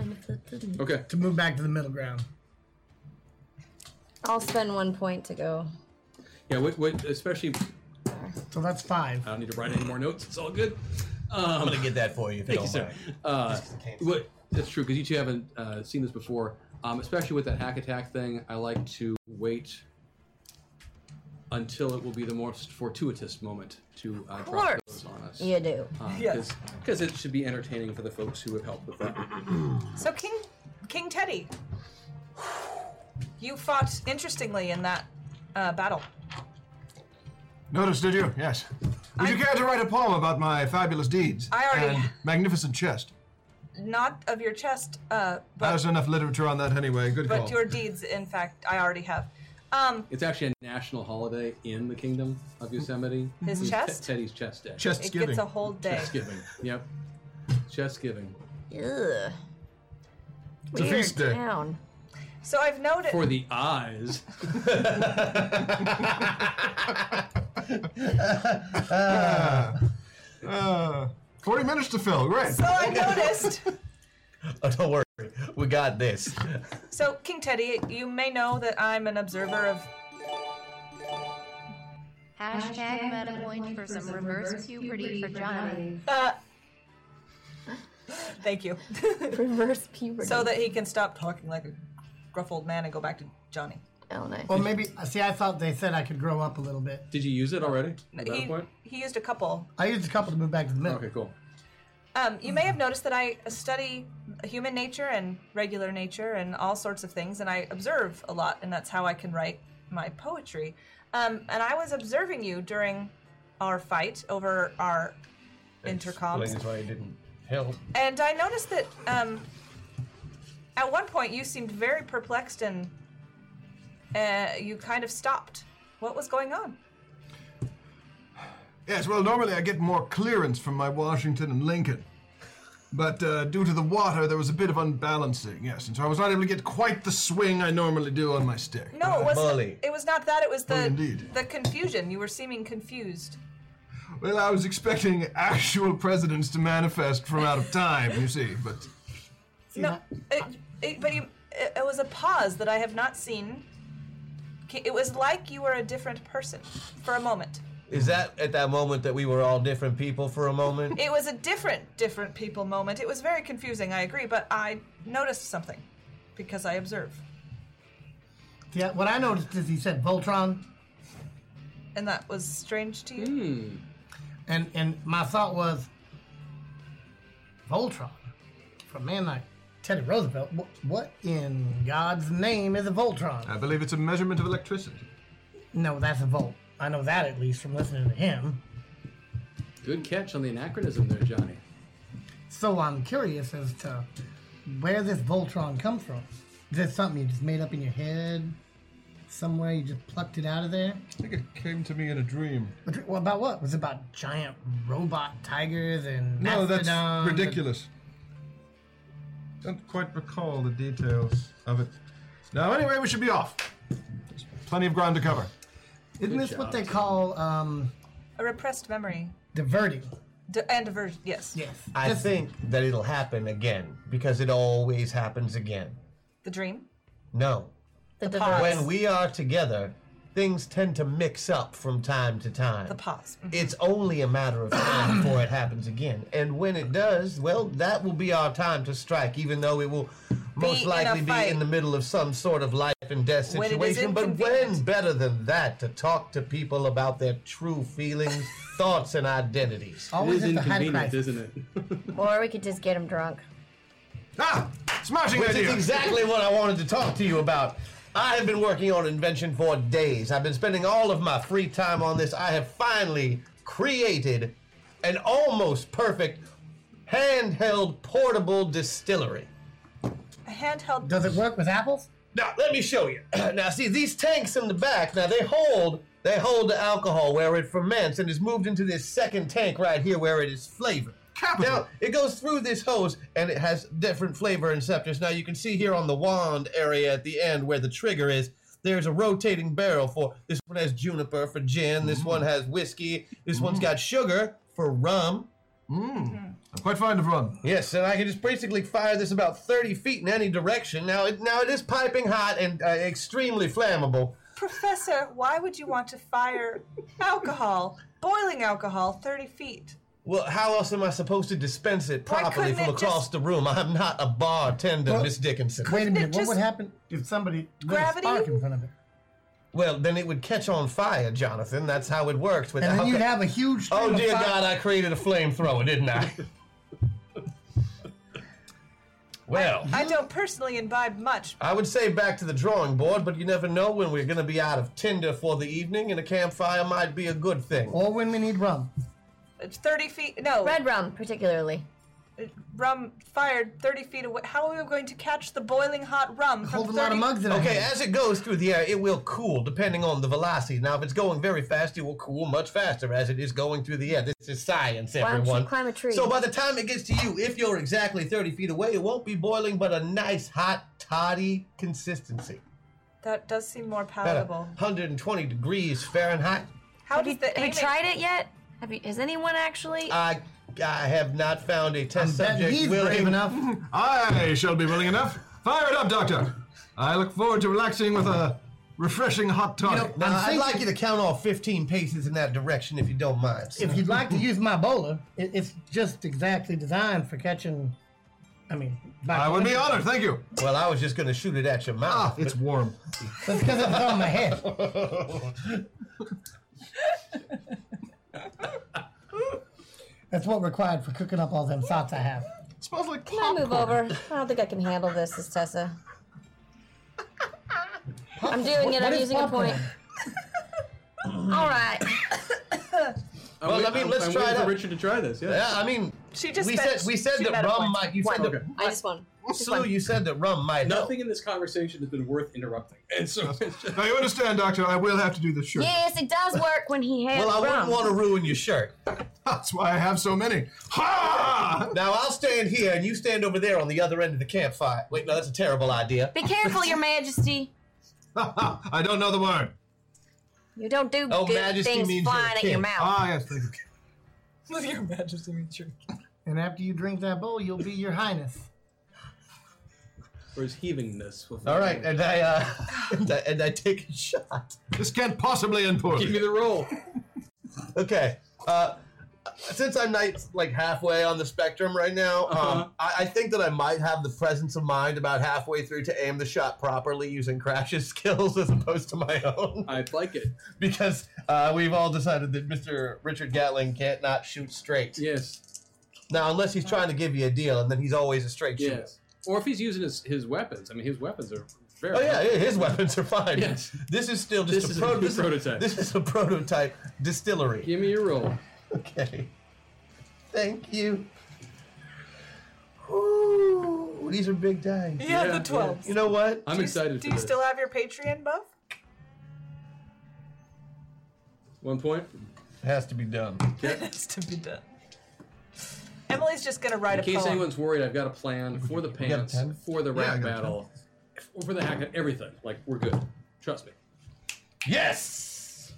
Speaker 2: Okay.
Speaker 7: to move back to the middle ground.
Speaker 6: I'll spend one point to go.
Speaker 2: Yeah, what, what, especially
Speaker 7: So that's five.
Speaker 2: I don't need to write any more notes. It's all good. Um, I'm
Speaker 4: gonna get that for you if you
Speaker 2: thank
Speaker 4: don't
Speaker 2: you, sir. Uh, what, that's true because you two haven't uh, seen this before. Um, especially with that hack attack thing, I like to wait until it will be the most fortuitous moment to uh, drop
Speaker 6: course.
Speaker 2: those on us.
Speaker 6: You do.
Speaker 2: Because
Speaker 3: Yes.
Speaker 2: it should be entertaining for the folks who have helped with that.
Speaker 3: So King King Teddy, you fought interestingly in that uh, battle.
Speaker 5: Notice, did you? Yes. Would you care to write a poem about my fabulous deeds
Speaker 3: I already-
Speaker 5: and magnificent chest?
Speaker 3: Not of your chest, uh, but
Speaker 5: There's enough literature on that anyway. Good
Speaker 3: but
Speaker 5: call.
Speaker 3: your deeds. In fact, I already have. Um,
Speaker 2: It's actually a national holiday in the kingdom of Yosemite.
Speaker 3: His
Speaker 2: It's
Speaker 3: chest?
Speaker 2: Teddy's chest day.
Speaker 3: Chest It gets giving. a whole day.
Speaker 2: Chest giving. Yep. Chest giving.
Speaker 6: Ugh.
Speaker 2: It's a feast day.
Speaker 6: Down.
Speaker 3: so I've noted
Speaker 2: For the eyes.
Speaker 5: Uh, 40 minutes to fill. Oh, Great.
Speaker 3: So I noticed.
Speaker 4: Oh, don't worry. We got this.
Speaker 3: So King Teddy, you may know that I'm an observer of
Speaker 8: Hashtag meta point for some reverse puberty for Johnny.
Speaker 3: Uh, thank you.
Speaker 6: Reverse puberty.
Speaker 3: So that he can stop talking like a gruff old man and go back to Johnny.
Speaker 6: Oh, nice.
Speaker 7: Well, maybe. See, I thought they said I could grow up a little bit.
Speaker 2: Did you use it already? At that
Speaker 3: He,
Speaker 2: point?
Speaker 3: he used a couple.
Speaker 7: I used a couple to move back to the middle.
Speaker 2: Okay, cool.
Speaker 3: Um, you may have noticed that I study human nature and regular nature and all sorts of things, and I observe a lot, and that's how I can write my poetry. Um, and I was observing you during our fight over our intercoms.
Speaker 4: Explains why it didn't help.
Speaker 3: And I noticed that um, at one point you seemed very perplexed and uh, you kind of stopped. What was going on?
Speaker 5: Yes, well, normally I get more clearance from my Washington and Lincoln. But uh, due to the water, there was a bit of unbalancing, yes, and so I was not able to get quite the swing I normally do on my stick.
Speaker 3: No, it wasn't. It was not that. It was
Speaker 5: Bully
Speaker 3: the
Speaker 5: indeed.
Speaker 3: the confusion. You were seeming confused.
Speaker 5: Well, I was expecting actual presidents to manifest from out of time, you see, but
Speaker 3: no, it, it, but you, it, it was a pause that I have not seen. K- It was like you were a different person for a moment.
Speaker 4: Is that at that moment that we were all different people for a moment?
Speaker 3: It was a different, different people moment. It was very confusing. I agree, but I noticed something because I observe,
Speaker 7: Yeah, what I noticed is he said Voltron,
Speaker 3: and that was strange to you.
Speaker 7: Hmm. and and my thought was Voltron for a man like Teddy Roosevelt. Wh- what in God's name is a Voltron?
Speaker 5: I believe it's a measurement of electricity.
Speaker 7: No, that's a volt. I know that at least from listening to him.
Speaker 2: Good catch on the anachronism there, Johnny.
Speaker 7: So I'm curious as to where this Voltron come from. Is this something you just made up in your head? Somewhere you just plucked it out of there?
Speaker 5: I think it came to me in a dream.
Speaker 7: What what about what? Was it about giant robot tigers and
Speaker 5: No, that's
Speaker 7: mastodons and-
Speaker 5: ridiculous. Don't quite recall the details of it. Now, anyway, we should be off. There's plenty of ground to cover.
Speaker 7: Isn't this what they call um,
Speaker 3: A repressed memory
Speaker 7: diverting?
Speaker 3: D- and diversion. Yes.
Speaker 7: Yes.
Speaker 4: I think that it'll happen again because it always happens again.
Speaker 3: The dream.
Speaker 4: No.
Speaker 6: The,
Speaker 3: pause.
Speaker 4: When we are together, things tend to mix up from time to time.
Speaker 3: The pause. Mhm.
Speaker 4: It's only a matter of time before it happens again. And when it does, well, that will be our time to strike, even though it will most
Speaker 3: in a
Speaker 4: likely be
Speaker 3: fight.
Speaker 4: in the middle of some sort of life and death
Speaker 3: When it is
Speaker 4: situation. But when better than that to talk to people about their true feelings, thoughts, and identities?
Speaker 7: Always
Speaker 6: is at the height of inconvenient, crisis.
Speaker 2: isn't it?
Speaker 6: Or we could just get him drunk.
Speaker 5: Ah! Smashing
Speaker 4: Which
Speaker 5: idea.
Speaker 4: is exactly what I wanted to talk to you about. I have been working on invention for days. I've been spending all of my free time on this. I have finally created an almost perfect handheld portable distillery.
Speaker 3: A handheld.
Speaker 4: Does it work with apples? Now let me show you. now see these tanks in the back. Now they hold they hold the alcohol where it ferments and is moved into this second tank right here where it is flavored. Now it goes through this hose and it has different flavor receptors. Now you can see here on the wand area at the end where the trigger is. There's a rotating barrel for this one has juniper for gin. This one has whiskey. This one's got sugar for rum.
Speaker 7: Hmm.
Speaker 3: Hmm.
Speaker 5: Mm. I'm quite fond of rum.
Speaker 4: Yes, and I can just basically fire this about 30 feet in any direction. Now, it, now it is piping hot and uh, extremely flammable.
Speaker 3: Professor, why would you want to fire alcohol, boiling alcohol, 30 feet?
Speaker 4: Well, how else am I supposed to dispense it
Speaker 3: Why
Speaker 4: properly
Speaker 3: couldn't
Speaker 4: from
Speaker 3: it
Speaker 4: across
Speaker 3: just-
Speaker 4: the room? I'm not a bartender,
Speaker 7: Well,
Speaker 4: Miss Dickinson.
Speaker 7: Wait a minute. What would happen if somebody lit a
Speaker 3: Gravity?
Speaker 7: spark in front of it?
Speaker 4: Well, then it would catch on fire, Jonathan. That's how it works. With
Speaker 7: And then
Speaker 4: alco-
Speaker 7: you'd have a huge.
Speaker 4: Oh
Speaker 7: stream of
Speaker 4: dear
Speaker 7: fire.
Speaker 4: God! I created a flamethrower, didn't I? well,
Speaker 3: I don't personally imbibe much.
Speaker 4: I would say back to the drawing board, but you never know when we're going to be out of tinder for the evening, and a campfire might be a good thing.
Speaker 7: Or when we need rum.
Speaker 3: It's 30 feet. No.
Speaker 6: Red rum, particularly.
Speaker 3: Rum fired 30 feet away. How are we going to catch the boiling hot rum? Hold
Speaker 4: Okay, as it goes through the air, it will cool depending on the velocity. Now, if it's going very fast, it will cool much faster as it is going through the air. This is science,
Speaker 6: Why don't you
Speaker 4: everyone.
Speaker 6: climb a tree?
Speaker 4: So by the time it gets to you, if you're exactly 30 feet away, it won't be boiling, but a nice hot toddy consistency.
Speaker 3: That does seem more
Speaker 4: About
Speaker 3: palatable.
Speaker 4: 120 degrees Fahrenheit.
Speaker 3: How
Speaker 6: have you, have you tried it yet? Have you? Has anyone actually?
Speaker 4: I I have not found a test
Speaker 6: I'm betting
Speaker 4: subject
Speaker 6: he's
Speaker 4: willing.
Speaker 6: brave enough.
Speaker 5: I shall be willing enough. Fire it up, Doctor. I look forward to relaxing with a refreshing hot toddy.
Speaker 4: Now, Uh, I'd like you to count off 15 paces in that direction if you don't mind.
Speaker 7: If you'd like to use my bowler, it, it's just exactly designed for catching. I mean,
Speaker 4: I
Speaker 7: would be
Speaker 4: honored, thank you. Well, I was just going to shoot it at your
Speaker 5: Ah,
Speaker 4: mouth. it's warm.
Speaker 7: that's because it's on my head. That's what required for cooking up all them thoughts I have.
Speaker 5: smells like
Speaker 6: Can I move over? I don't think I can handle this, is Tessa. I'm doing
Speaker 4: What
Speaker 6: it. I'm
Speaker 4: is
Speaker 6: using a point. All right.
Speaker 2: Oh,
Speaker 4: Well, I mean, let's
Speaker 2: I'm
Speaker 4: try
Speaker 2: waiting
Speaker 4: it
Speaker 2: for
Speaker 4: out.
Speaker 2: Richard to try this. Yeah.
Speaker 4: Yeah, I mean,
Speaker 2: She just
Speaker 4: we
Speaker 2: said-
Speaker 4: said we said
Speaker 2: she
Speaker 4: that
Speaker 2: met a
Speaker 4: rum
Speaker 2: point.
Speaker 4: might. You
Speaker 2: One.
Speaker 4: said that.
Speaker 2: Okay.
Speaker 6: I just won. Just
Speaker 4: Sue,
Speaker 6: one.
Speaker 4: you said that rum might.
Speaker 2: Nothing in this conversation has been worth interrupting. And so it's just,
Speaker 5: Now you understand, Doctor. I will have to do this shirt.
Speaker 6: Yes, it does work when he has rum.
Speaker 4: ruin your shirt.
Speaker 5: That's why I have so many. Ha!
Speaker 4: Now I'll stand here and you stand over there on the other end of the campfire. Wait, no, that's a terrible idea.
Speaker 6: Be careful, Your Majesty.
Speaker 5: I don't know the word.
Speaker 6: You don't do
Speaker 5: Oh,
Speaker 6: good things flying at your mouth.
Speaker 5: Ah, yes, thank you.
Speaker 3: Your Majesty means your
Speaker 7: And after you drink that bowl, you'll be your highness.
Speaker 2: Where's heavingness? with-
Speaker 4: All right, and I uh, and, I, and I take a shot.
Speaker 5: This can't possibly end poorly.
Speaker 2: Give me the roll.
Speaker 4: okay. Uh, since I'm not like halfway on the spectrum right now,
Speaker 2: Uh-huh.
Speaker 4: um, I, I think that I might have the presence of mind about halfway through to aim the shot properly using Crash's skills as opposed to my own.
Speaker 2: I like it
Speaker 4: because uh, we've all decided that Mr. Richard Gatling can't not shoot straight.
Speaker 2: Yes.
Speaker 4: Now, unless he's trying to give you a deal, and then he's always a straight shooter.
Speaker 2: Yes. Or if he's using his, his weapons. I mean, his weapons are very.
Speaker 4: Oh yeah, yeah, his weapons are fine.
Speaker 2: Yes.
Speaker 4: This is still just
Speaker 2: This is
Speaker 4: a,
Speaker 2: a
Speaker 4: pro-
Speaker 2: new
Speaker 4: this
Speaker 2: prototype.
Speaker 4: This is a prototype distillery.
Speaker 2: Give me your roll.
Speaker 4: Okay. Thank you. Ooh, these are big dice.
Speaker 3: Yeah, the Yeah, 12s. yeah.
Speaker 4: You know what?
Speaker 2: I'm excited
Speaker 3: Do
Speaker 2: for
Speaker 3: you
Speaker 2: this.
Speaker 3: still have your Patreon buff?
Speaker 2: One point.
Speaker 4: It has to be done.
Speaker 2: Yeah.
Speaker 3: Has to be done. Emily's just gonna write
Speaker 2: In
Speaker 3: a
Speaker 2: case
Speaker 3: poem.
Speaker 2: anyone's worried, I've got a plan for the
Speaker 4: You got a
Speaker 2: pants,
Speaker 4: pen?
Speaker 2: for the
Speaker 4: Yeah, I
Speaker 2: rap
Speaker 4: got a
Speaker 2: battle, f- for the hack, everything. Like we're good. Trust me.
Speaker 4: Yes.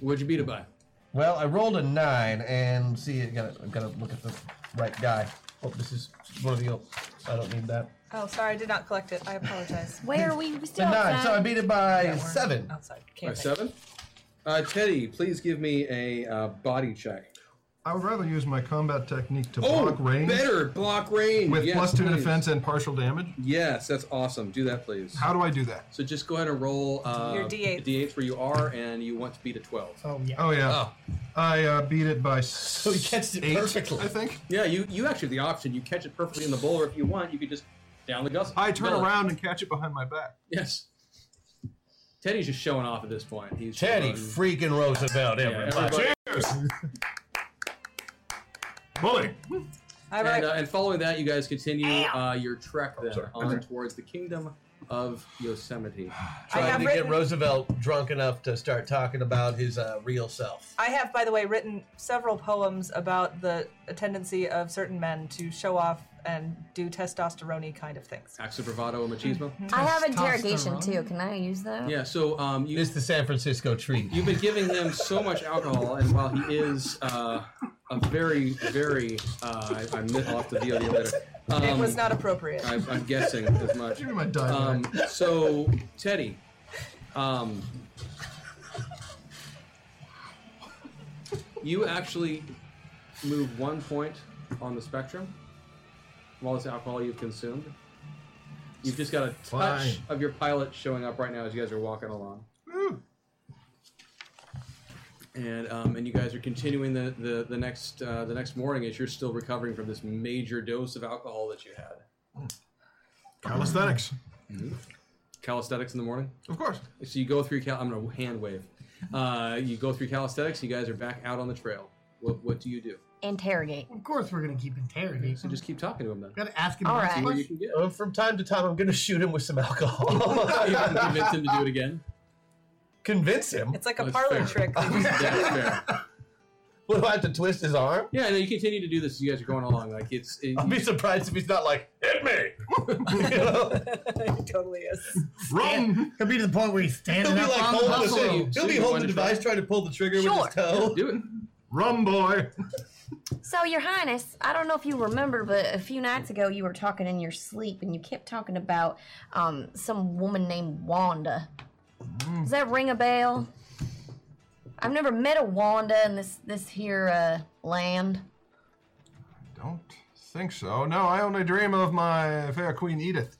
Speaker 2: What'd you beat it by?
Speaker 4: Well, I rolled a nine, and see, I gotta, I gotta look at the right guy. Oh, this is one of the old. I don't need that.
Speaker 3: Oh, sorry, I did not collect it. I apologize. Oh,
Speaker 6: Where are we? We
Speaker 4: A nine, so I beat it by seven.
Speaker 3: Outside.
Speaker 2: By seven. Uh, Teddy, please give me a uh, body check.
Speaker 5: I would rather use my combat technique to
Speaker 2: Oh,
Speaker 5: block range.
Speaker 2: better block range
Speaker 5: with
Speaker 2: Yes,
Speaker 5: plus two
Speaker 2: please.
Speaker 5: defense and partial damage.
Speaker 2: Yes, that's awesome. Do that, please.
Speaker 5: How do I do that?
Speaker 2: So just go ahead and roll uh,
Speaker 3: Your D8s.
Speaker 2: the D8s where you are, and you want to beat a 12.
Speaker 7: Oh yeah.
Speaker 5: Oh yeah. I uh, beat it by. So
Speaker 10: he catched it perfectly.
Speaker 5: I think.
Speaker 2: Yeah, you, you actually have the option. You catch it perfectly in the bowl, or if you want, you could just down the guzzle.
Speaker 5: I turn
Speaker 2: Mill it.
Speaker 5: around and catch it behind my back.
Speaker 2: Yes. Teddy's just showing off at this point. He's
Speaker 10: Teddy
Speaker 2: showing-
Speaker 10: freaking Roosevelt,
Speaker 2: Um, Yeah,
Speaker 10: everybody.
Speaker 5: Cheers! Bully.
Speaker 3: All right.
Speaker 2: And, uh, and following that, you guys continue uh, your trek then on towards the kingdom of Yosemite.
Speaker 3: I have
Speaker 10: Trying to
Speaker 3: written-
Speaker 10: get Roosevelt drunk enough to start talking about his uh, real self.
Speaker 3: I have, by the way, written several poems about the tendency of certain men to show off and do testosterone kind of things.
Speaker 2: Acts of bravado and machismo.
Speaker 3: Mm-hmm.
Speaker 6: I have interrogation too. Can I use that?
Speaker 2: Yeah, so um, you,
Speaker 10: It's the San Francisco treat.
Speaker 2: you've been giving him so much alcohol, and while he is uh, a very, very, uh, I, I admit, I'll have to deal with you later. Um,
Speaker 3: it was not appropriate.
Speaker 2: I, I'm guessing as much.
Speaker 5: Give me my dime.
Speaker 2: Um, so, Teddy, um, you actually move one point on the spectrum from all this alcohol you've consumed. You've just got a touch
Speaker 5: Fine.
Speaker 2: of your pilot showing up right now as you guys are walking along. And, um, and you guys are continuing the, the, the next uh, the next morning as you're still recovering from this major dose of alcohol that you had.
Speaker 5: Calisthenics.
Speaker 2: Calisthenics in the morning?
Speaker 5: Of course.
Speaker 2: So you go through. Cal- I'm gonna hand wave. Uh, you go through calisthenics. You guys are back out on the trail. What What do you do?
Speaker 6: Interrogate.
Speaker 7: Of course, we're gonna keep interrogating.
Speaker 2: So just keep talking to him then.
Speaker 7: Gotta ask him
Speaker 6: All
Speaker 7: lots of
Speaker 6: right.
Speaker 2: Where you
Speaker 7: questions.
Speaker 2: can get.
Speaker 10: Uh, from time to time, I'm going to shoot him with some alcohol.
Speaker 2: You can convince him to do it again.
Speaker 10: Convince him.
Speaker 3: it's like a
Speaker 2: That's
Speaker 3: parlor
Speaker 2: fair.
Speaker 3: trick. They just-
Speaker 2: That's fair.
Speaker 10: What do I have to twist his arm?
Speaker 2: Yeah, and then you continue to do this. as You guys are going along. Like it's. It,
Speaker 10: I'll be surprised if he's not like, hit me! You know?
Speaker 3: it totally is.
Speaker 5: Run.
Speaker 7: He'll be to the point where he's standing
Speaker 10: He'll be
Speaker 7: up
Speaker 10: like
Speaker 7: on the
Speaker 10: holding the
Speaker 7: buffalo.
Speaker 10: thing.
Speaker 2: So
Speaker 10: He'll be
Speaker 2: you
Speaker 10: holding
Speaker 2: wanna
Speaker 10: the
Speaker 2: try-
Speaker 10: device trying to pull the trigger
Speaker 6: Sure.
Speaker 10: with his toe.
Speaker 2: do it.
Speaker 5: Rum boy.
Speaker 6: So, Your Highness, I don't know if you remember, but a few nights ago you were talking in your sleep and you kept talking about um, some woman named Wanda. Does that ring a bell? I've never met a Wanda in this this here uh, land.
Speaker 5: Don't think so. No, I only dream of my fair Queen Edith.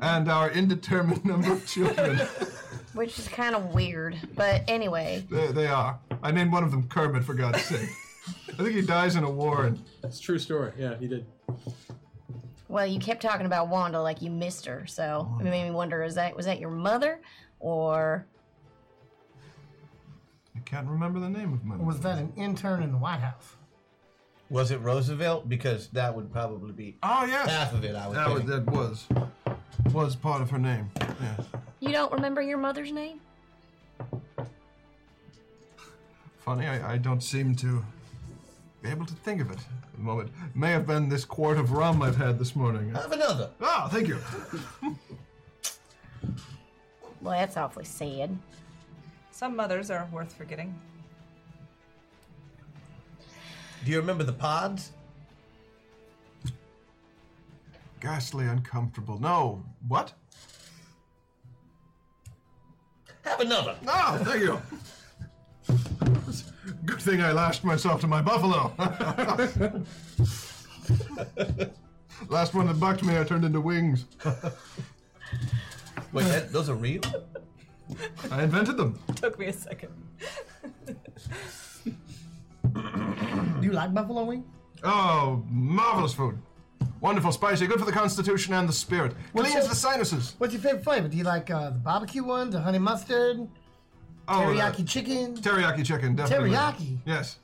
Speaker 5: And our indeterminate number of children.
Speaker 6: Which is kind of weird, but anyway,
Speaker 5: they, they are. I named one of them Kermit, for God's sake. I think he dies in a war. And
Speaker 2: It's a true story. Yeah, he did.
Speaker 6: well, you kept talking about Wanda like you missed her, so it made me wonder: is that was that your mother, or
Speaker 5: I can't remember the name of my
Speaker 7: Was that an intern in the White House?
Speaker 10: Was it Roosevelt? Because that would probably be
Speaker 5: Oh, yes.
Speaker 10: half of it, I would
Speaker 5: That was,
Speaker 10: think.
Speaker 5: that was was part of her name. Yes.
Speaker 6: you don't remember your mother's name?
Speaker 5: Funny, I, I don't seem to be able to think of it at the moment. May have been this quart of rum I've had this morning.
Speaker 10: Have another.
Speaker 5: Ah, thank you.
Speaker 6: Well, that's awfully sad.
Speaker 3: Some mothers are worth forgetting.
Speaker 10: Do you remember the pods?
Speaker 5: Ghastly uncomfortable. No. What?
Speaker 10: Have another.
Speaker 5: Ah, thank you. Good thing I lashed myself to my buffalo. Last one that bucked me, I turned into wings.
Speaker 10: Wait, that, those are real?
Speaker 5: I invented them.
Speaker 3: Took me a second.
Speaker 7: Do you like buffalo wing?
Speaker 5: Oh, marvelous food. Wonderful, spicy, good for the constitution and the spirit. Cleans the sinuses.
Speaker 7: What's your favorite flavor? Do you like uh, the barbecue ones, the honey mustard,
Speaker 5: Oh, the
Speaker 7: teriyaki chicken?
Speaker 5: teriyaki chicken, definitely.
Speaker 7: Teriyaki?
Speaker 5: Yes.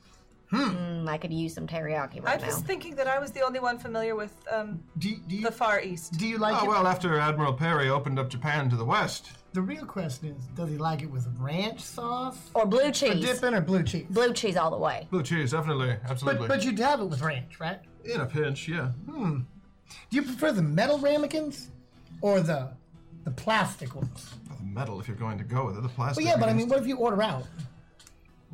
Speaker 6: Mm, I could use some teriyaki
Speaker 3: I
Speaker 6: right now.
Speaker 3: was thinking that I was the only one familiar with um,
Speaker 7: do, do, you,
Speaker 3: the Far East.
Speaker 7: do you like
Speaker 5: Oh,
Speaker 7: it?
Speaker 5: well, after Admiral Perry opened up Japan to the west,
Speaker 7: The real question is, does he like it with ranch sauce,
Speaker 6: Or blue
Speaker 7: or
Speaker 6: cheese.
Speaker 7: dipping, or blue cheese?
Speaker 6: blue cheese all the way.
Speaker 5: blue cheese, definitely,
Speaker 7: But
Speaker 5: absolutely.
Speaker 7: but you'd have it with ranch, right? Hmm.
Speaker 5: In a pinch, yeah.
Speaker 7: Do you prefer the metal ramekins or the the plastic ones?
Speaker 5: The metal, if you're going to go with it, the plastic.
Speaker 7: Well, yeah, but I mean,
Speaker 5: against-
Speaker 7: what if you order out?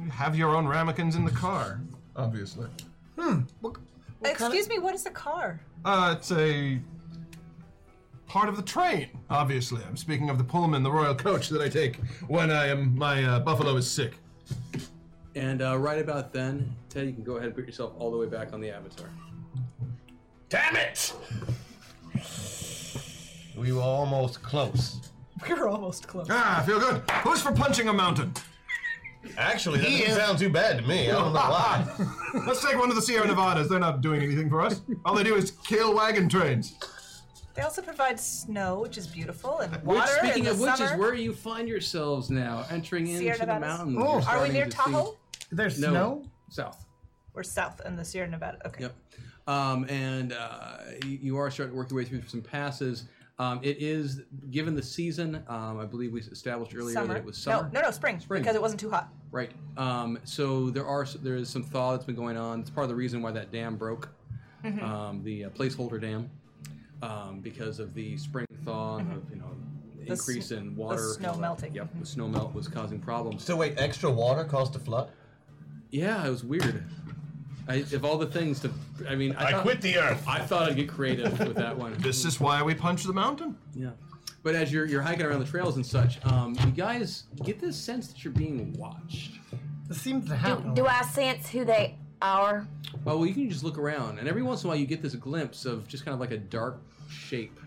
Speaker 5: You have your own ramekins in the car, obviously.
Speaker 7: Hmm, What, what kind of-
Speaker 3: Excuse me, what is a car?
Speaker 5: Uh, it's a part of the train, obviously. I'm speaking of the Pullman, the royal coach that I take when I am my uh, buffalo is sick.
Speaker 2: And uh, right about then, Ted, you can go ahead and put yourself all the way back on the avatar.
Speaker 4: Damn it! We were almost close.
Speaker 3: We were almost close.
Speaker 5: Ah, I feel good. Who's for punching a mountain?
Speaker 4: Actually, that doesn't sound too bad to me. I don't know why.
Speaker 5: Let's take one to the Sierra Nevadas. They're not doing anything for us. All they do is kill wagon trains.
Speaker 3: They also provide snow, which is beautiful, and
Speaker 2: Which,
Speaker 3: water in
Speaker 2: speaking
Speaker 3: the
Speaker 2: of which,
Speaker 3: summer.
Speaker 2: is where you find yourselves now, entering
Speaker 3: Sierra
Speaker 2: into the
Speaker 3: Nevadas.
Speaker 2: mountains.
Speaker 3: Oh.
Speaker 2: You're
Speaker 3: Are we
Speaker 2: starting
Speaker 3: near
Speaker 2: to see-
Speaker 3: Tahoe?
Speaker 7: There's
Speaker 2: no,
Speaker 7: snow?
Speaker 2: South.
Speaker 3: We're south in the Sierra Nevada. Okay.
Speaker 2: Yep. Um, and uh, you, you are starting to work your way through some passes. Um, it is given the season. Um, I believe we established earlier
Speaker 3: summer.
Speaker 2: that it was summer.
Speaker 3: No, no, no, spring,
Speaker 2: Spring.
Speaker 3: because it wasn't too hot.
Speaker 2: Right. Um, so there are there is some thaw that's been going on. It's part of the reason why that dam broke,
Speaker 3: Mhm.
Speaker 2: um, the uh, placeholder dam, um, because of the spring thaw and the you know
Speaker 3: Mm-hmm. The s-
Speaker 2: increase in
Speaker 3: the
Speaker 2: water. and
Speaker 3: snow
Speaker 2: all that.
Speaker 3: melting.
Speaker 2: Yep, the snow melt was causing problems.
Speaker 4: So wait, extra water caused a flood?
Speaker 2: Yeah, it was weird. I, of all the things to, I mean, I,
Speaker 4: I
Speaker 2: thought-
Speaker 4: quit the earth.
Speaker 2: I thought I'd get creative with that one.
Speaker 5: This is why we punch the mountain.
Speaker 2: Yeah. But as you're, you're hiking around the trails and such, um, you guys get this sense that you're being watched.
Speaker 7: It seems to
Speaker 6: Do, do I sense who they are?
Speaker 2: Oh, well, you can just look around, and every once in a while you get this glimpse of just kind of like a dark shape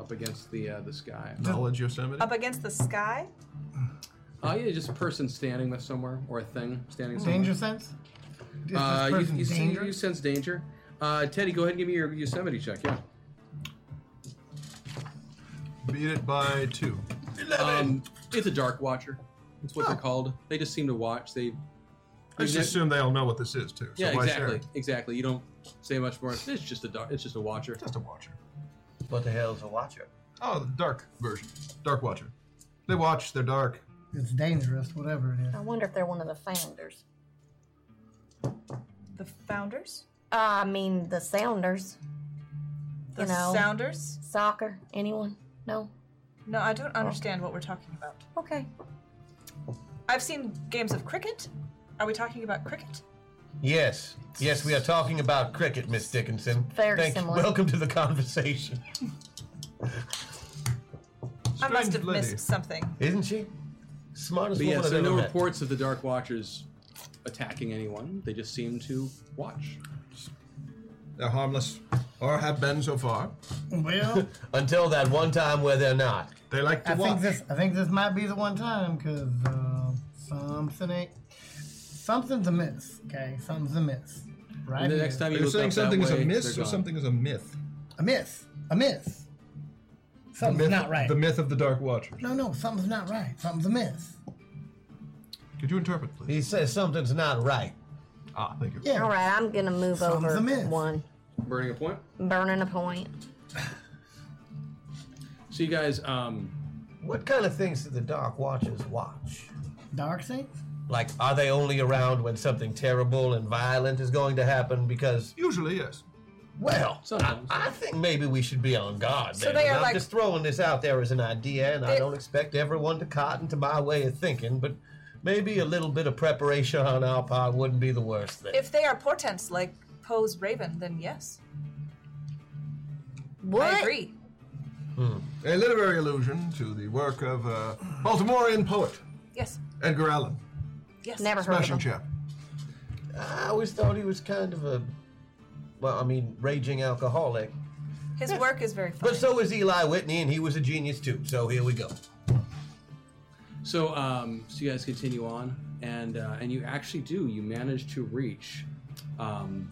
Speaker 2: up against the uh, the sky.
Speaker 5: Knowledge Yosemite.
Speaker 3: Up against the sky.
Speaker 2: Oh, yeah, just a person standing there somewhere, or a thing standing somewhere.
Speaker 7: Danger sense? Is
Speaker 2: Uh,
Speaker 7: this
Speaker 2: you,
Speaker 7: person
Speaker 2: you, see-
Speaker 7: dangerous?
Speaker 2: you sense danger. Uh, Teddy, go ahead and give me your Yosemite check. Yeah.
Speaker 5: Beat it by two.
Speaker 2: Um, it's a dark watcher. That's what they're called. They just seem to watch. They.
Speaker 5: I just
Speaker 2: they-
Speaker 5: assume they all know what this is too. So
Speaker 2: yeah,
Speaker 5: why
Speaker 2: exactly,
Speaker 5: share?
Speaker 2: exactly. You don't say much more. It's just a dark. It's just a watcher.
Speaker 5: Just a watcher.
Speaker 4: What the hell is a watcher?
Speaker 5: Oh, the dark version. Dark watcher. They watch. They're dark.
Speaker 7: It's dangerous, whatever it is.
Speaker 6: I wonder if they're one of the founders.
Speaker 3: The founders?
Speaker 6: Uh, I mean, the Sounders.
Speaker 3: The
Speaker 6: you know,
Speaker 3: Sounders?
Speaker 6: soccer. Anyone? No.
Speaker 3: No, I don't understand what we're talking about.
Speaker 6: Okay.
Speaker 3: I've seen games of cricket. Are we talking about cricket?
Speaker 4: Yes. Yes, we are talking about cricket, Miss Dickinson.
Speaker 3: Very
Speaker 4: Thank
Speaker 3: similar.
Speaker 4: You. Welcome to the conversation.
Speaker 3: I must
Speaker 4: Strange
Speaker 3: have
Speaker 4: lady.
Speaker 3: missed something.
Speaker 4: Isn't she? Smartest
Speaker 2: But yeah,
Speaker 4: woman
Speaker 2: so
Speaker 4: I've
Speaker 2: no
Speaker 4: ever met.
Speaker 2: reports of the Dark Watchers attacking anyone. They just seem to watch.
Speaker 5: They're harmless, or have been so far.
Speaker 7: Well,
Speaker 4: Until that one time where they're not.
Speaker 5: They like to
Speaker 7: I
Speaker 5: watch.
Speaker 7: think this I think this might be the one time because uh, something ain't something's amiss. Okay, something's amiss. Right.
Speaker 2: And the
Speaker 7: here.
Speaker 2: next time you
Speaker 5: Are you
Speaker 2: look
Speaker 5: saying
Speaker 2: up
Speaker 5: something
Speaker 2: that
Speaker 5: is
Speaker 2: way,
Speaker 5: a myth
Speaker 2: they're
Speaker 5: or
Speaker 2: gone.
Speaker 5: something is a myth?
Speaker 7: amiss, amiss.
Speaker 5: The
Speaker 7: Something's
Speaker 5: myth-
Speaker 7: not right.
Speaker 5: The myth of the Dark Watcher.
Speaker 7: No, no, something's not right. Something's amiss.
Speaker 5: Could you interpret, please?
Speaker 4: He says something's not right.
Speaker 5: Ah, thank you.
Speaker 7: Yeah.
Speaker 6: All right, I'm gonna move
Speaker 7: Sounds
Speaker 6: over
Speaker 7: amiss.
Speaker 6: one.
Speaker 2: Burning a point.
Speaker 6: Burning a point.
Speaker 2: So you guys, um,
Speaker 4: What kind of things do the Dark Watchers watch?
Speaker 7: Dark Saints?
Speaker 4: Like, are they only around when something terrible and violent is going to happen? Because,
Speaker 5: Usually, yes.
Speaker 4: well, I,
Speaker 2: Sometimes.
Speaker 4: I think maybe we should be on guard.
Speaker 3: So
Speaker 4: then,
Speaker 3: they
Speaker 4: and
Speaker 3: are
Speaker 4: I'm
Speaker 3: like-
Speaker 4: just throwing this out there as an idea, and I
Speaker 3: They-
Speaker 4: don't expect everyone to cotton to my way of thinking, but maybe a little bit of preparation on our part wouldn't be the worst thing.
Speaker 3: If they are portents like Poe's Raven, then yes.
Speaker 6: What?
Speaker 3: I agree.
Speaker 2: Hmm.
Speaker 5: A literary allusion to the work of uh, Baltimorean poet
Speaker 3: Yes.
Speaker 5: Edgar Allan.
Speaker 3: Yes.
Speaker 6: Never heard
Speaker 5: Smashing
Speaker 6: of them.
Speaker 5: chap.
Speaker 4: I always thought he was kind of a, well, I mean, raging alcoholic.
Speaker 3: His work is very funny.
Speaker 4: But so is Eli Whitney, and he was a genius too, so here we go.
Speaker 2: so um, so you guys continue on, and uh, and you actually do. You manage to reach um,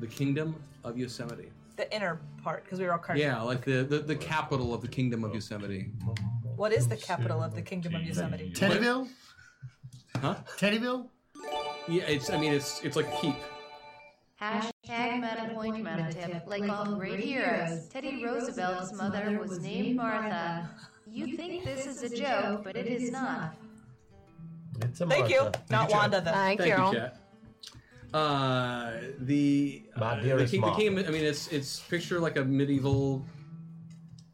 Speaker 2: the kingdom of Yosemite.
Speaker 3: the inner part, because we were all carved.
Speaker 2: Yeah, like the, the the capital of the kingdom of Yosemite.
Speaker 3: What is the capital of the Kingdom of Yosemite?
Speaker 7: Teddyville?
Speaker 2: Huh?
Speaker 7: Teddyville?
Speaker 2: Yeah, it's. I mean, it's it's like a keep.
Speaker 8: Hashtag meta point meta tip. Like all great heroes, Teddy Roosevelt's mother was named Martha. You think this is a joke, but it is not.
Speaker 4: It's a
Speaker 3: Thank you.
Speaker 4: Martha.
Speaker 3: Not
Speaker 4: Jack.
Speaker 3: Wanda, though.
Speaker 6: Thank,
Speaker 2: Thank
Speaker 6: you.
Speaker 2: you, Cat. Uh, the
Speaker 4: My
Speaker 2: uh, the,
Speaker 4: dearest
Speaker 2: king, the
Speaker 4: mom.
Speaker 2: king. I mean, it's it's picture like a medieval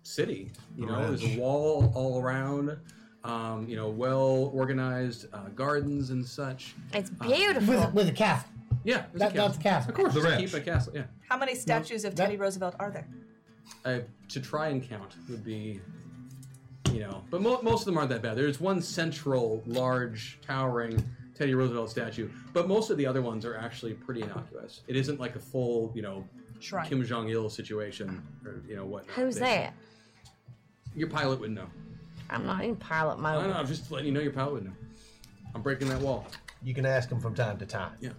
Speaker 2: city. You know, there's a
Speaker 5: Ranch.
Speaker 2: wall all around. Um, you know, well organized uh, gardens and such. Uh,
Speaker 6: It's
Speaker 7: With,
Speaker 6: beautiful.
Speaker 7: with a castle.
Speaker 2: Yeah, there's
Speaker 7: That,
Speaker 2: a castle.
Speaker 7: that's a castle.
Speaker 2: Of course,
Speaker 5: The
Speaker 2: there's a
Speaker 5: ranch.
Speaker 2: keep a castle. Yeah,
Speaker 3: How many statues of
Speaker 7: that-
Speaker 3: Teddy Roosevelt are there?
Speaker 2: uh, to try and count would be, you know, but mo- most of them aren't that bad. There's one central, large, towering Teddy Roosevelt statue. But most of the other ones are actually pretty innocuous. It isn't like a full, you know,
Speaker 3: Shrine.
Speaker 2: Kim Jong Il situation or you know what.
Speaker 6: Who's that?
Speaker 2: Your pilot would know.
Speaker 6: I'm not in pilot
Speaker 2: I don't
Speaker 6: mode.
Speaker 2: know. I'm just letting you know your pilot would know. I'm breaking that wall.
Speaker 4: You can ask him from time to time.
Speaker 2: Yeah.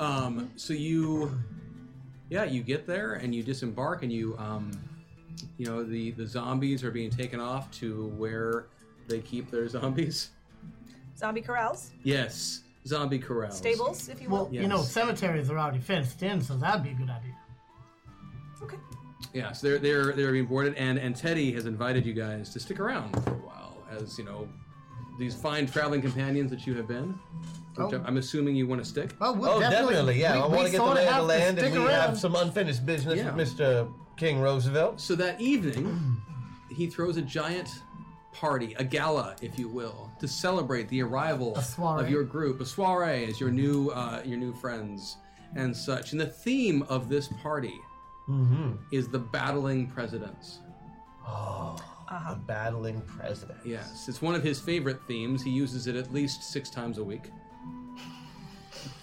Speaker 2: Um, so you, yeah, you get there and you disembark and you, um, you know, the the zombies are being taken off to where they keep their zombies.
Speaker 3: Zombie corrals,
Speaker 2: Yes, zombie corrals.
Speaker 3: stables, if you will.
Speaker 7: Well, you know, cemeteries are already fenced in, so that'd be a good idea.
Speaker 2: Yeah, so they're they're they're being boarded, and and Teddy has invited you guys to stick around for a while, as you know, these fine traveling companions that you have been. Which
Speaker 4: Oh.
Speaker 2: I'm assuming you want to stick.
Speaker 4: Oh, definitely, yeah. I want to get the lay of the land, and we have some unfinished business
Speaker 2: Yeah.
Speaker 4: with Mr. King Roosevelt.
Speaker 2: So that evening, he throws a giant party, a gala, if you will, to celebrate the arrival
Speaker 7: soiree.
Speaker 2: of your group, a soiree, as your new uh, your new friends and such. And the theme of this party
Speaker 4: Mm-hmm.
Speaker 2: is the battling presidents.
Speaker 4: Oh,
Speaker 3: Uh-huh.
Speaker 4: the battling president.
Speaker 2: Yes, it's one of his favorite themes. He uses it at least six times a week.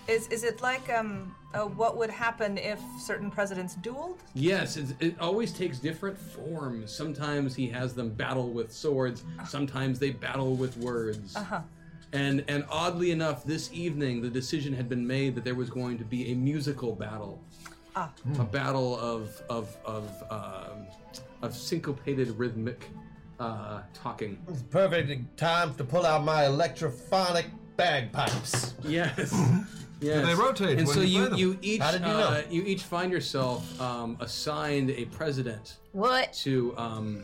Speaker 3: Is is it like um, uh, what would happen if certain presidents dueled?
Speaker 2: Yes, it, it always takes different forms. Sometimes he has them battle with swords. Sometimes they battle with words.
Speaker 3: Uh huh.
Speaker 2: And and oddly enough, this evening the decision had been made that there was going to be a musical battle,
Speaker 3: Ah.
Speaker 8: Hmm.
Speaker 2: a battle of of of um, of syncopated rhythmic uh, talking.
Speaker 4: It's perfect time to pull out my electrophonic bagpipes.
Speaker 2: Yes. Yes. And so you, you each
Speaker 4: How did you
Speaker 2: uh,
Speaker 4: know?
Speaker 2: you each find yourself um, assigned a president
Speaker 6: What?
Speaker 2: to um,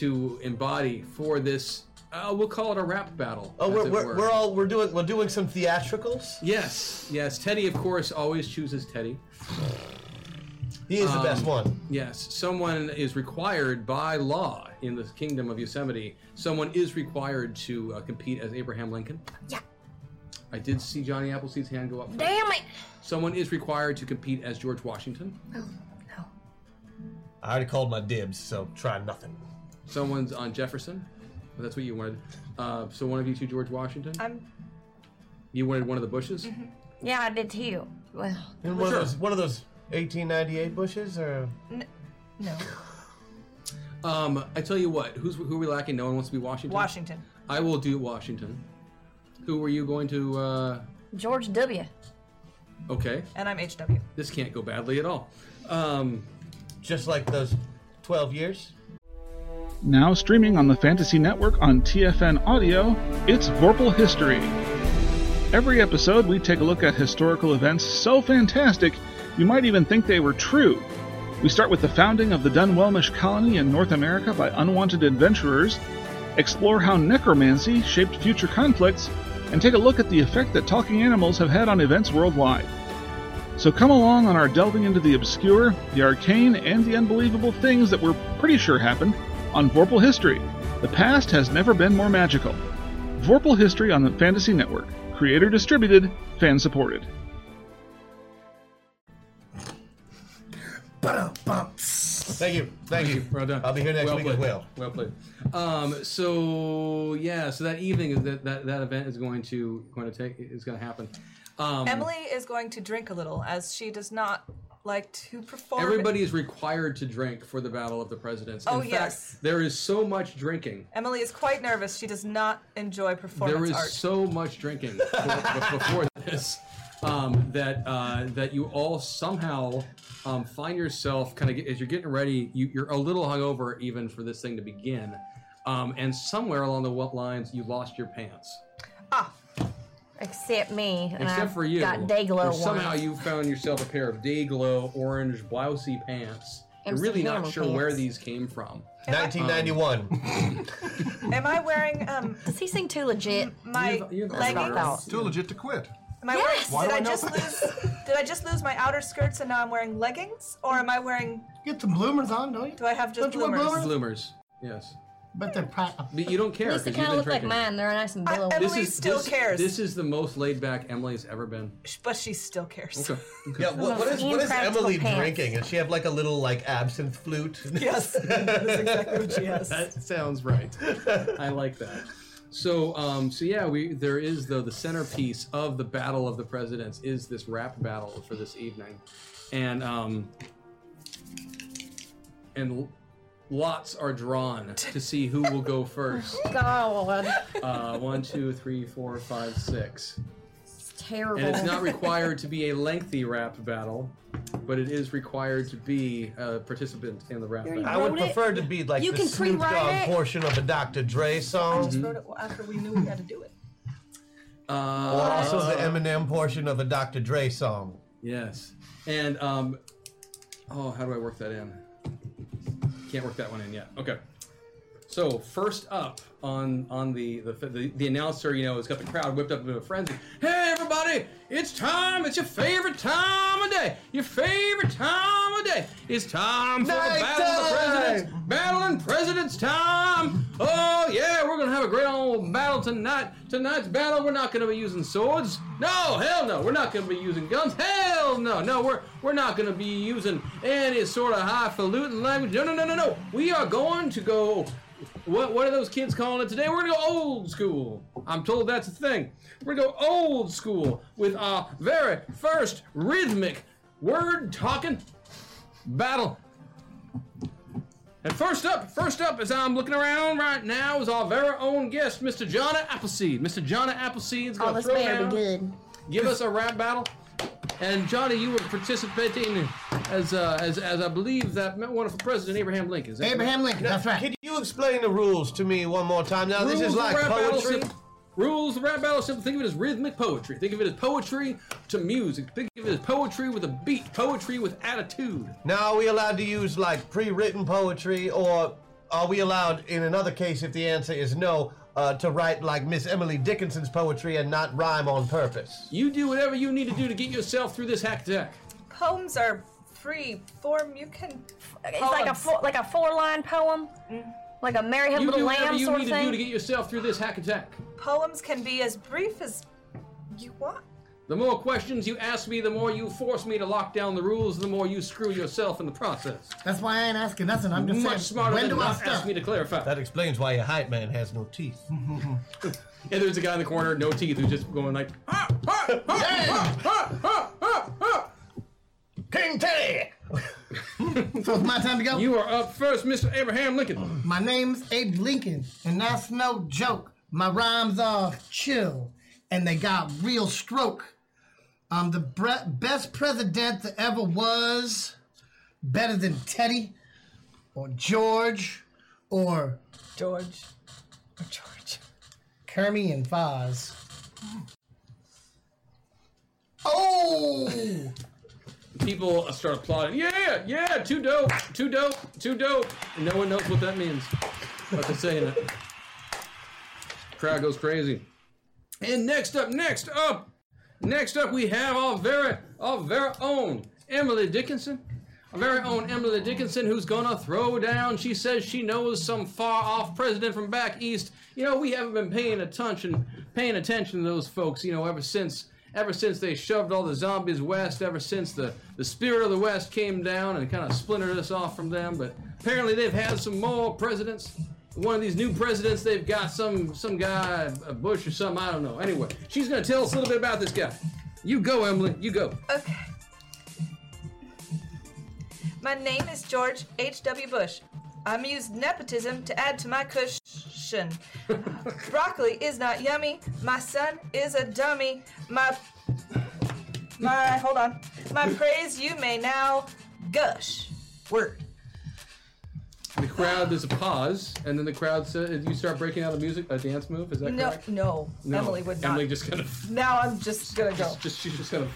Speaker 2: to embody for this. Uh, we'll call it a rap battle.
Speaker 4: Oh,
Speaker 2: as
Speaker 4: we're,
Speaker 2: it
Speaker 4: we're,
Speaker 2: were.
Speaker 4: we're all we're doing we're doing some theatricals.
Speaker 2: Yes, yes. Teddy, of course, always chooses Teddy. Um,
Speaker 4: He is the best one.
Speaker 2: Yes, someone is required by law in the kingdom of Yosemite. Someone is required to uh, compete as Abraham Lincoln.
Speaker 6: Yeah.
Speaker 2: I did see Johnny Appleseed's hand go up. first.
Speaker 6: Damn it!
Speaker 2: Someone is required to compete as George Washington.
Speaker 4: I already called my dibs, so try nothing.
Speaker 2: Someone's on Jefferson. If That's what you wanted. Uh, so one of you two, George Washington.
Speaker 3: I'm.
Speaker 2: You wanted one of the Bushes.
Speaker 6: Yeah, I did too. Well,
Speaker 4: In one of those one of those 1898 bushes, or
Speaker 3: No.
Speaker 2: Um, I tell you what. Who's who are we lacking? No one wants to be Washington.
Speaker 3: Washington.
Speaker 2: I will do Washington. Who were you going to? Uh,
Speaker 6: George W.
Speaker 2: okay,
Speaker 3: And I'm HW.
Speaker 2: this can't go badly at all. Um,
Speaker 4: just like those 12 years.
Speaker 14: Now streaming on the Fantasy Network on TFN Audio, it's Vorpal History. Every episode, we take a look at historical events so fantastic, you might even think they were true. We start with the founding of the Dunwelmish colony in North America by unwanted adventurers, explore how necromancy shaped future conflicts, and take a look at the effect that talking animals have had on events worldwide. So come along on our delving into the obscure, the arcane, and the unbelievable things that we're pretty sure happened on Vorpal History. The past has never been more magical. Vorpal History on the Fantasy Network. Creator distributed, fan supported.
Speaker 4: Thank you. Thank you.
Speaker 2: Well done.
Speaker 4: I'll be here next
Speaker 2: Well
Speaker 4: week
Speaker 2: played.
Speaker 4: as well.
Speaker 2: Well played. Um, so yeah, so that evening that, that that event is going to going to take is going to happen. Um,
Speaker 3: Emily is going to drink a little as she does not like to perform.
Speaker 2: Everybody is required to drink for the Battle of the Presidents.
Speaker 3: Oh,
Speaker 2: In
Speaker 3: yes.
Speaker 2: fact, there is so much drinking.
Speaker 3: Emily is quite nervous. She does not enjoy performance
Speaker 2: There is
Speaker 3: art.
Speaker 2: so much drinking before, before this um, that uh, that you all somehow um, find yourself kind of as you're getting ready. You, you're a little hungover even for this thing to begin, um, and somewhere along the wa- lines you lost your pants.
Speaker 6: Except me. and
Speaker 2: Except
Speaker 6: I've
Speaker 2: for you,
Speaker 6: Got day glow
Speaker 2: where somehow
Speaker 6: once.
Speaker 2: you found yourself a pair of day glow orange blousey pants.
Speaker 6: And
Speaker 2: You're really not
Speaker 6: some normal
Speaker 2: sure where
Speaker 6: pants.
Speaker 2: these came from. Um,
Speaker 4: 1991.
Speaker 3: Am I wearing um?
Speaker 6: Does he seem too legit?
Speaker 3: My leggings.
Speaker 5: Too legit to quit.
Speaker 3: Am I wearing,
Speaker 5: Why
Speaker 3: did
Speaker 5: do
Speaker 3: I,
Speaker 5: I know
Speaker 3: just lose? Did I just lose my outer skirts and now I'm wearing leggings, or am I wearing?
Speaker 7: Get some bloomers on, don't you?
Speaker 3: Do I have just
Speaker 7: Don't you want
Speaker 3: bloomers?
Speaker 7: bloomers?
Speaker 2: Bloomers. Yes.
Speaker 7: But they're pra-
Speaker 2: But you don't care
Speaker 6: At least they
Speaker 2: because you've
Speaker 6: kind
Speaker 2: been
Speaker 6: of look like
Speaker 2: drinking.
Speaker 6: mine. They're nice and billowy.
Speaker 2: this, This is the most laid back Emily's ever been.
Speaker 3: but she still cares.
Speaker 2: Okay.
Speaker 4: Yeah, what, what is what is
Speaker 3: Impractical
Speaker 4: Emily
Speaker 3: pants.
Speaker 4: drinking? Does she have like a little like absinthe flute?
Speaker 3: Yes, that's exactly what she has.
Speaker 2: That sounds right. I like that. So, um, so yeah, we there is though the centerpiece of the Battle of the Presidents is this rap battle for this evening, and um, and lots are drawn to see who will go first.
Speaker 6: God,
Speaker 2: Uh, one, two, three, four, five, six.
Speaker 6: it's terrible.
Speaker 2: And it's not required to be a lengthy rap battle, but it is required to be a participant in the rap battle.
Speaker 4: I would prefer to be like
Speaker 3: You
Speaker 4: the
Speaker 3: can
Speaker 4: Snoop
Speaker 3: pre-write
Speaker 4: Dogg
Speaker 3: it.
Speaker 4: portion of a Dr. Dre
Speaker 3: I
Speaker 4: song,
Speaker 3: just wrote it after we knew we had to do it.
Speaker 2: Uh,
Speaker 4: or also the Eminem portion of a Dr. Dre song.
Speaker 2: Yes. And um oh, how do I work that in? Can't work that one in yet. Okay. So first up on on the the the, the announcer, you know, has got the crowd whipped up into a frenzy. Hey everybody, it's time. It's your favorite time of day. Your favorite time of day. It's time for the battle of the
Speaker 1: Nighttime!
Speaker 2: presidents. Battling presidents time. Oh yeah, we're gonna have a great old battle tonight. Tonight's battle, we're not gonna be using swords. No, hell no. We're not gonna be using guns. Hell no. No, we're we're not gonna be using any sort of highfalutin language. No, no, no, no, no. We are going to go. What what are those kids calling it today? We're gonna go old school. I'm told that's a thing. We're gonna go old school with our very first rhythmic word talking battle. And first up, first up, as I'm looking around right now, is our very own guest, Mr. Jonna Appleseed. Mr. Jonna Appleseed's
Speaker 6: Oh,
Speaker 2: gonna
Speaker 6: this
Speaker 2: throw
Speaker 6: better
Speaker 2: down,
Speaker 6: be good.
Speaker 2: give us a rap battle. And Johnny, you were participating as uh, as as I believe that wonderful President Abraham Lincoln. Is that correct?
Speaker 4: Now, Could you explain the rules to me one more time? Now,
Speaker 2: Rules
Speaker 4: this is
Speaker 2: of
Speaker 4: like
Speaker 2: rap battle
Speaker 4: poetry.
Speaker 2: sim- Rules of rap battle simple. Think of it as rhythmic poetry. Think of it as poetry to music. Think of it as poetry with a beat. Poetry with attitude.
Speaker 4: Now, are we allowed to use like pre-written poetry, or are we allowed, in another case, if the answer is no, uh, to write like Miss Emily Dickinson's poetry and not rhyme on purpose?
Speaker 2: You do whatever you need to do to get yourself through this hack attack.
Speaker 3: Poems are free form. You can. Mm-hmm.
Speaker 6: It's like a four, like a four line poem, like a Mary Had
Speaker 2: You
Speaker 6: Little
Speaker 2: do whatever
Speaker 6: Lamb
Speaker 2: you
Speaker 6: sort
Speaker 2: need
Speaker 6: of
Speaker 2: to do
Speaker 6: thing.
Speaker 2: to get yourself through this hack attack.
Speaker 3: Poems can be as brief as you want.
Speaker 2: The more questions you ask me, the more you force me to lock down the rules, the more you screw yourself in the process.
Speaker 7: That's why I ain't asking nothing. I'm just
Speaker 2: Much
Speaker 7: saying.
Speaker 2: smarter
Speaker 7: When
Speaker 2: than
Speaker 7: do I
Speaker 2: not
Speaker 7: start?
Speaker 2: ask me to clarify.
Speaker 4: That explains why your hype man has no teeth.
Speaker 2: And there's a guy in the corner, no teeth, who's just going like,
Speaker 4: King Teddy!
Speaker 7: so it's my time to go.
Speaker 2: You are up first, Mr. Abraham Lincoln.
Speaker 7: My name's Abe Lincoln, and that's no joke. My rhymes are chill, and they got real stroke. I'm the bre- best president that ever was, better than Teddy, or George, or
Speaker 3: George, or George,
Speaker 7: Kermie and Foz. Oh!
Speaker 2: People start applauding. Yeah, yeah, too dope, too dope, too dope. And no one knows what that means, but they're saying it. Crowd goes crazy. And next up, next up, next up, we have our very, our very own Emily Dickinson. Our very own Emily Dickinson, who's gonna throw down. She says she knows some far-off president from back east. You know, we haven't been paying attention, paying attention to those folks. You know, ever since, ever since they shoved all the zombies west. Ever since the the spirit of the west came down and kind of splintered us off from them. But apparently, they've had some more presidents one of these new presidents they've got some some guy a bush or something i don't know anyway she's gonna tell us a little bit about this guy you go emily you go
Speaker 3: Okay. My name is George H.W. Bush. I'm used nepotism to add to my cushion. Broccoli is not yummy. My son is a dummy. My. My. Hold on. My praise you may now gush. Word.
Speaker 2: the crowd there's a pause and then the crowd says you start breaking out a music a dance move is that
Speaker 3: No,
Speaker 2: correct
Speaker 3: no, Emily would not.
Speaker 2: emily just kind of
Speaker 3: Now I'm just gonna go.
Speaker 2: just she just kind of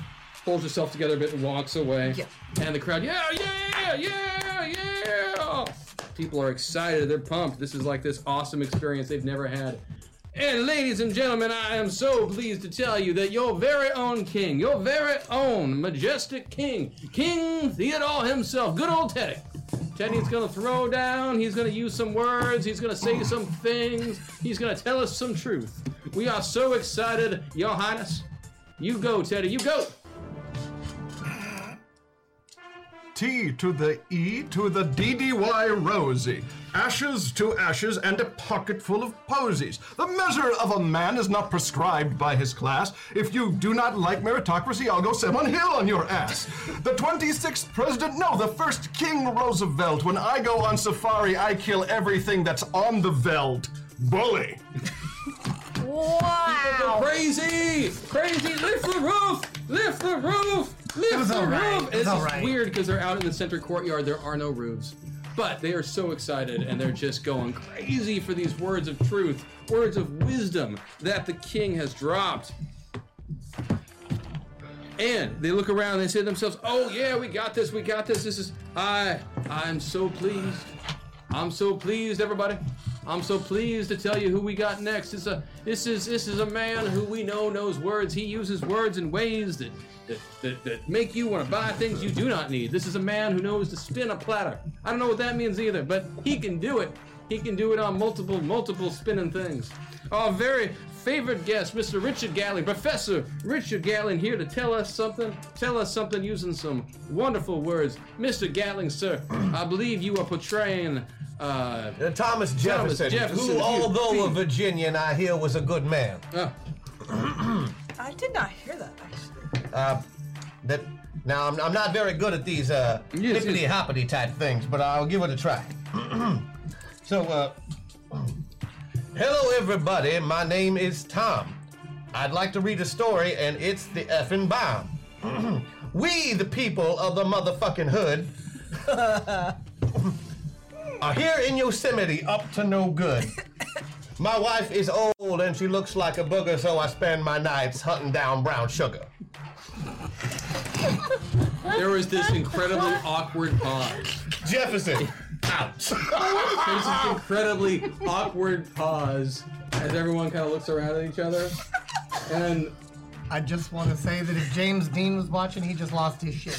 Speaker 2: pulls herself together a bit and walks away
Speaker 3: Yeah.
Speaker 2: and the crowd yeah yeah yeah yeah people are excited they're pumped this is like this awesome experience they've never had And ladies and gentlemen, I am so pleased to tell you that your very own king, your very own majestic king, King Theodore himself, good old Teddy. Teddy's gonna throw down, he's gonna use some words, he's gonna say some things, he's gonna tell us some truth. We are so excited, Your Highness. You go, Teddy, you go.
Speaker 5: T to the E to the DDY Rosie. Ashes to ashes and a pocketful of posies. The measure of a man is not prescribed by his class. If you do not like meritocracy, I'll go Seven Hill on your ass. The 26th president, no, the first King Roosevelt. When I go on safari, I kill everything that's on the veld. Bully.
Speaker 2: Wow! Crazy! Crazy! Lift the roof! Lift the roof! Lift
Speaker 7: was
Speaker 2: the
Speaker 7: all right.
Speaker 2: roof!
Speaker 7: It was
Speaker 2: It's
Speaker 7: all
Speaker 2: just
Speaker 7: right.
Speaker 2: weird because they're out in the center courtyard. There are no roofs. But they are so excited and they're just going crazy for these words of truth, words of wisdom that the king has dropped. And they look around and they say to themselves, Oh, yeah, we got this, we got this. This is, I, I'm so pleased. I'm so pleased, everybody. I'm so pleased to tell you who we got next. It's a, this is this is a man who we know knows words. He uses words in ways that that, that, that make you want to buy things you do not need. This is a man who knows to spin a platter. I don't know what that means either, but he can do it. He can do it on multiple, multiple spinning things. Our very favorite guest, Mr. Richard Gallen, Professor Richard Gallen, here to tell us something. Tell us something using some wonderful words. Mr. Gallen, sir, I believe you are portraying uh,
Speaker 4: Thomas Jefferson, who,
Speaker 2: here.
Speaker 4: although a
Speaker 2: Be-
Speaker 4: Virginian, I hear was a good man.
Speaker 2: Uh.
Speaker 3: I did not hear that. Actually.
Speaker 4: Uh, that now I'm, I'm not very good at these uh,
Speaker 10: Yes,
Speaker 4: hippity
Speaker 10: yes.
Speaker 4: hoppity type things, but I'll give it a try. so, uh, hello everybody. My name is Tom. I'd like to read a story, and it's the effing bomb. we, the people of the motherfucking hood, are here in Yosemite, up to no good. My wife is old and she looks like a booger, so I spend my nights hunting down brown sugar.
Speaker 2: there was this incredibly awkward pause.
Speaker 4: Jefferson, out.
Speaker 2: There's this incredibly awkward pause as everyone kind of looks around at each other. And
Speaker 7: I just want to say that if James Dean was watching, he just lost his shit.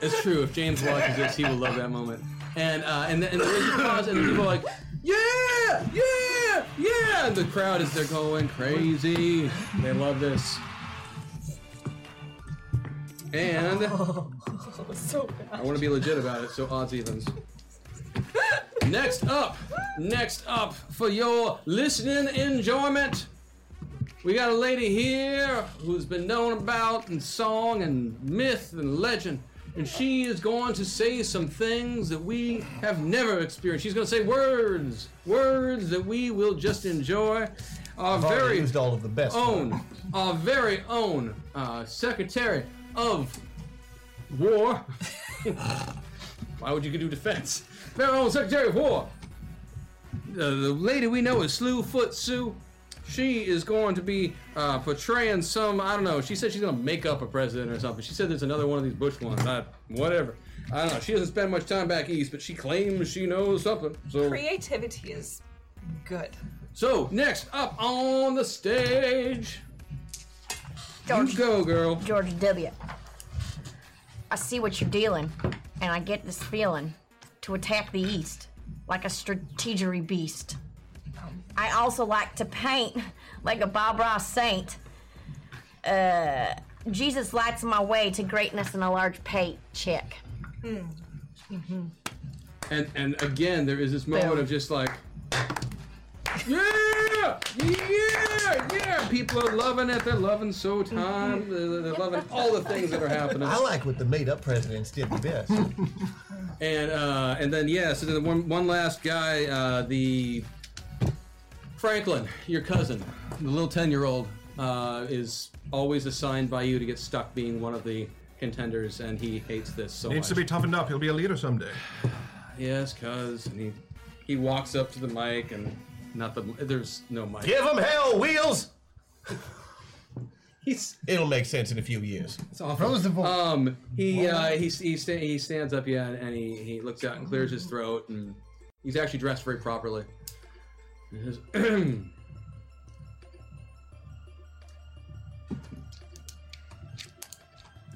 Speaker 2: It's true. If James watches this, he will love that moment. And uh, and, the, and there is a pause, and the people are like, yeah, yeah, yeah. And the crowd is they're going crazy. They love this. And
Speaker 3: so
Speaker 2: I want to be legit about it, so odds evens. next up, next up for your listening enjoyment, we got a lady here who's been known about in song and myth and legend, and she is going to say some things that we have never experienced. She's going to say words, words that we will just enjoy. Our
Speaker 4: I've already
Speaker 2: very
Speaker 4: used all of the best.
Speaker 2: own, our very own uh, Secretary of War. Why would you do defense? Their own Secretary of War. The, the lady we know is Slew Foot Sue. She is going to be uh, portraying some, I don't know, she said she's going to make up a president or something. She said there's another one of these Bush ones. I, whatever. I don't know. She doesn't spend much time back east, but she claims she knows something. So
Speaker 3: Creativity is good.
Speaker 2: so next up on the stage,
Speaker 6: George,
Speaker 2: you go, girl.
Speaker 6: George W. I see what you're dealing, and I get this feeling to attack the East like a strategery beast. I also like to paint like a Bob Ross saint. Uh, Jesus lights my way to greatness and a large paycheck.
Speaker 2: Hmm.
Speaker 3: Mm-hmm.
Speaker 2: and and again there is this moment of just like, yeah, yeah, yeah. People are loving it. They're loving so time. They're, they're loving all the things that are happening.
Speaker 4: I like what the made up presidents did the best.
Speaker 2: And uh, and then yeah, so then one one last guy, uh, the Franklin, your cousin, the little ten year old, uh, is always assigned by you to get stuck being one of the contenders, and he hates this so much.
Speaker 5: Needs to be toughened up. He'll be a leader someday.
Speaker 2: Yes, cuz. And he, he walks up to the mic and not the there's no mic.
Speaker 4: Give 'em hell, Wheels!
Speaker 2: He's
Speaker 4: It'll make sense in a few years.
Speaker 2: It's awful. Um, he uh, he he, sta- he stands up, yeah, and he he looks out and clears his throat, and he's actually dressed very properly. He says,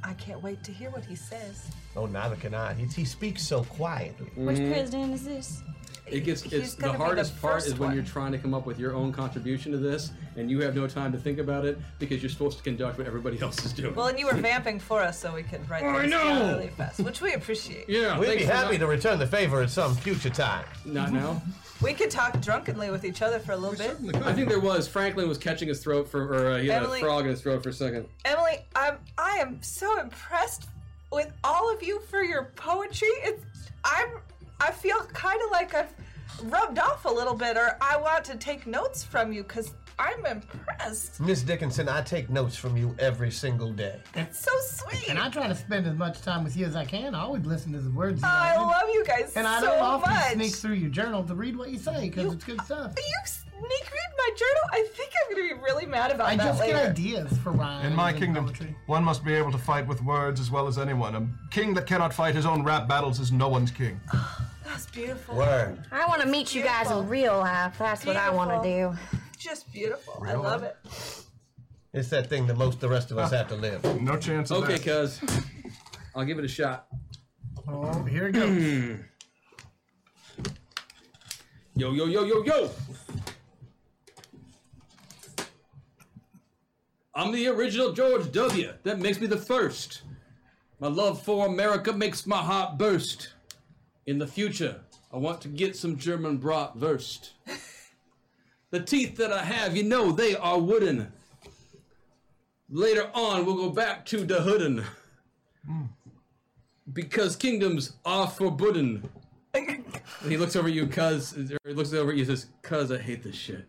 Speaker 3: I can't wait to hear what he says.
Speaker 4: Oh, neither can I. He, he speaks so quietly.
Speaker 2: Mm-hmm.
Speaker 6: Which president is this?
Speaker 2: It gets it's
Speaker 3: He's
Speaker 2: the
Speaker 3: gonna be the
Speaker 2: hardest part is
Speaker 3: first
Speaker 2: when
Speaker 3: one.
Speaker 2: you're trying to come up with your own contribution to this, and you have no time to think about it because you're supposed to conduct what everybody else is doing.
Speaker 3: Well, and you were vamping for us so we could write
Speaker 2: I
Speaker 3: things down
Speaker 2: know!
Speaker 3: really fast, which we appreciate.
Speaker 4: We'd be happy to return the favor at some future time.
Speaker 2: Not now.
Speaker 3: We could talk drunkenly with each other for a little bit.
Speaker 2: I think there was Franklin was catching his throat for or uh, he had
Speaker 3: Emily-
Speaker 2: a frog in his throat for a second.
Speaker 3: Emily, I'm I am so impressed with all of you for your poetry. It's I'm I feel kind of like I've rubbed off a little bit, or I want to take notes from you because I'm impressed.
Speaker 4: Miss Dickinson, I take notes from you every single day.
Speaker 3: It's so sweet.
Speaker 7: And I try to spend as much time with you as I can. I always listen to the words. you
Speaker 3: I
Speaker 7: write.
Speaker 3: love you guys
Speaker 7: And I
Speaker 3: so
Speaker 7: don't often
Speaker 3: much.
Speaker 7: sneak through your journal to read what you say because it's good stuff.
Speaker 3: You sneak read my journal. I think I'm gonna be really mad about
Speaker 7: I
Speaker 3: that
Speaker 7: just
Speaker 3: later.
Speaker 7: get ideas for rhymes.
Speaker 5: In my
Speaker 7: and
Speaker 5: kingdom,
Speaker 7: poetry.
Speaker 5: one must be able to fight with words as well as anyone. A king that cannot fight his own rap battles is no one's king.
Speaker 3: That's beautiful.
Speaker 5: Word.
Speaker 6: I want to meet you guys in real life. That's what I want to do.
Speaker 3: Just beautiful. I
Speaker 4: Real
Speaker 3: love
Speaker 4: life.
Speaker 3: it.
Speaker 4: It's that thing that most the rest of us have to live.
Speaker 5: No chance
Speaker 2: Okay, cuz. I'll give it a shot.
Speaker 7: Oh, here it goes.
Speaker 2: Yo yo yo yo yo. I'm the original George W. That makes me the first. My love for America makes my heart burst. In the future, I want to get some German bratwurst. the teeth that I have, you know, they are wooden. Later on, we'll go back to the hooden.
Speaker 4: Hmm.
Speaker 2: Because kingdoms are forbidden. he looks over at you, cuz, or looks over at you and says, cuz, I hate this shit.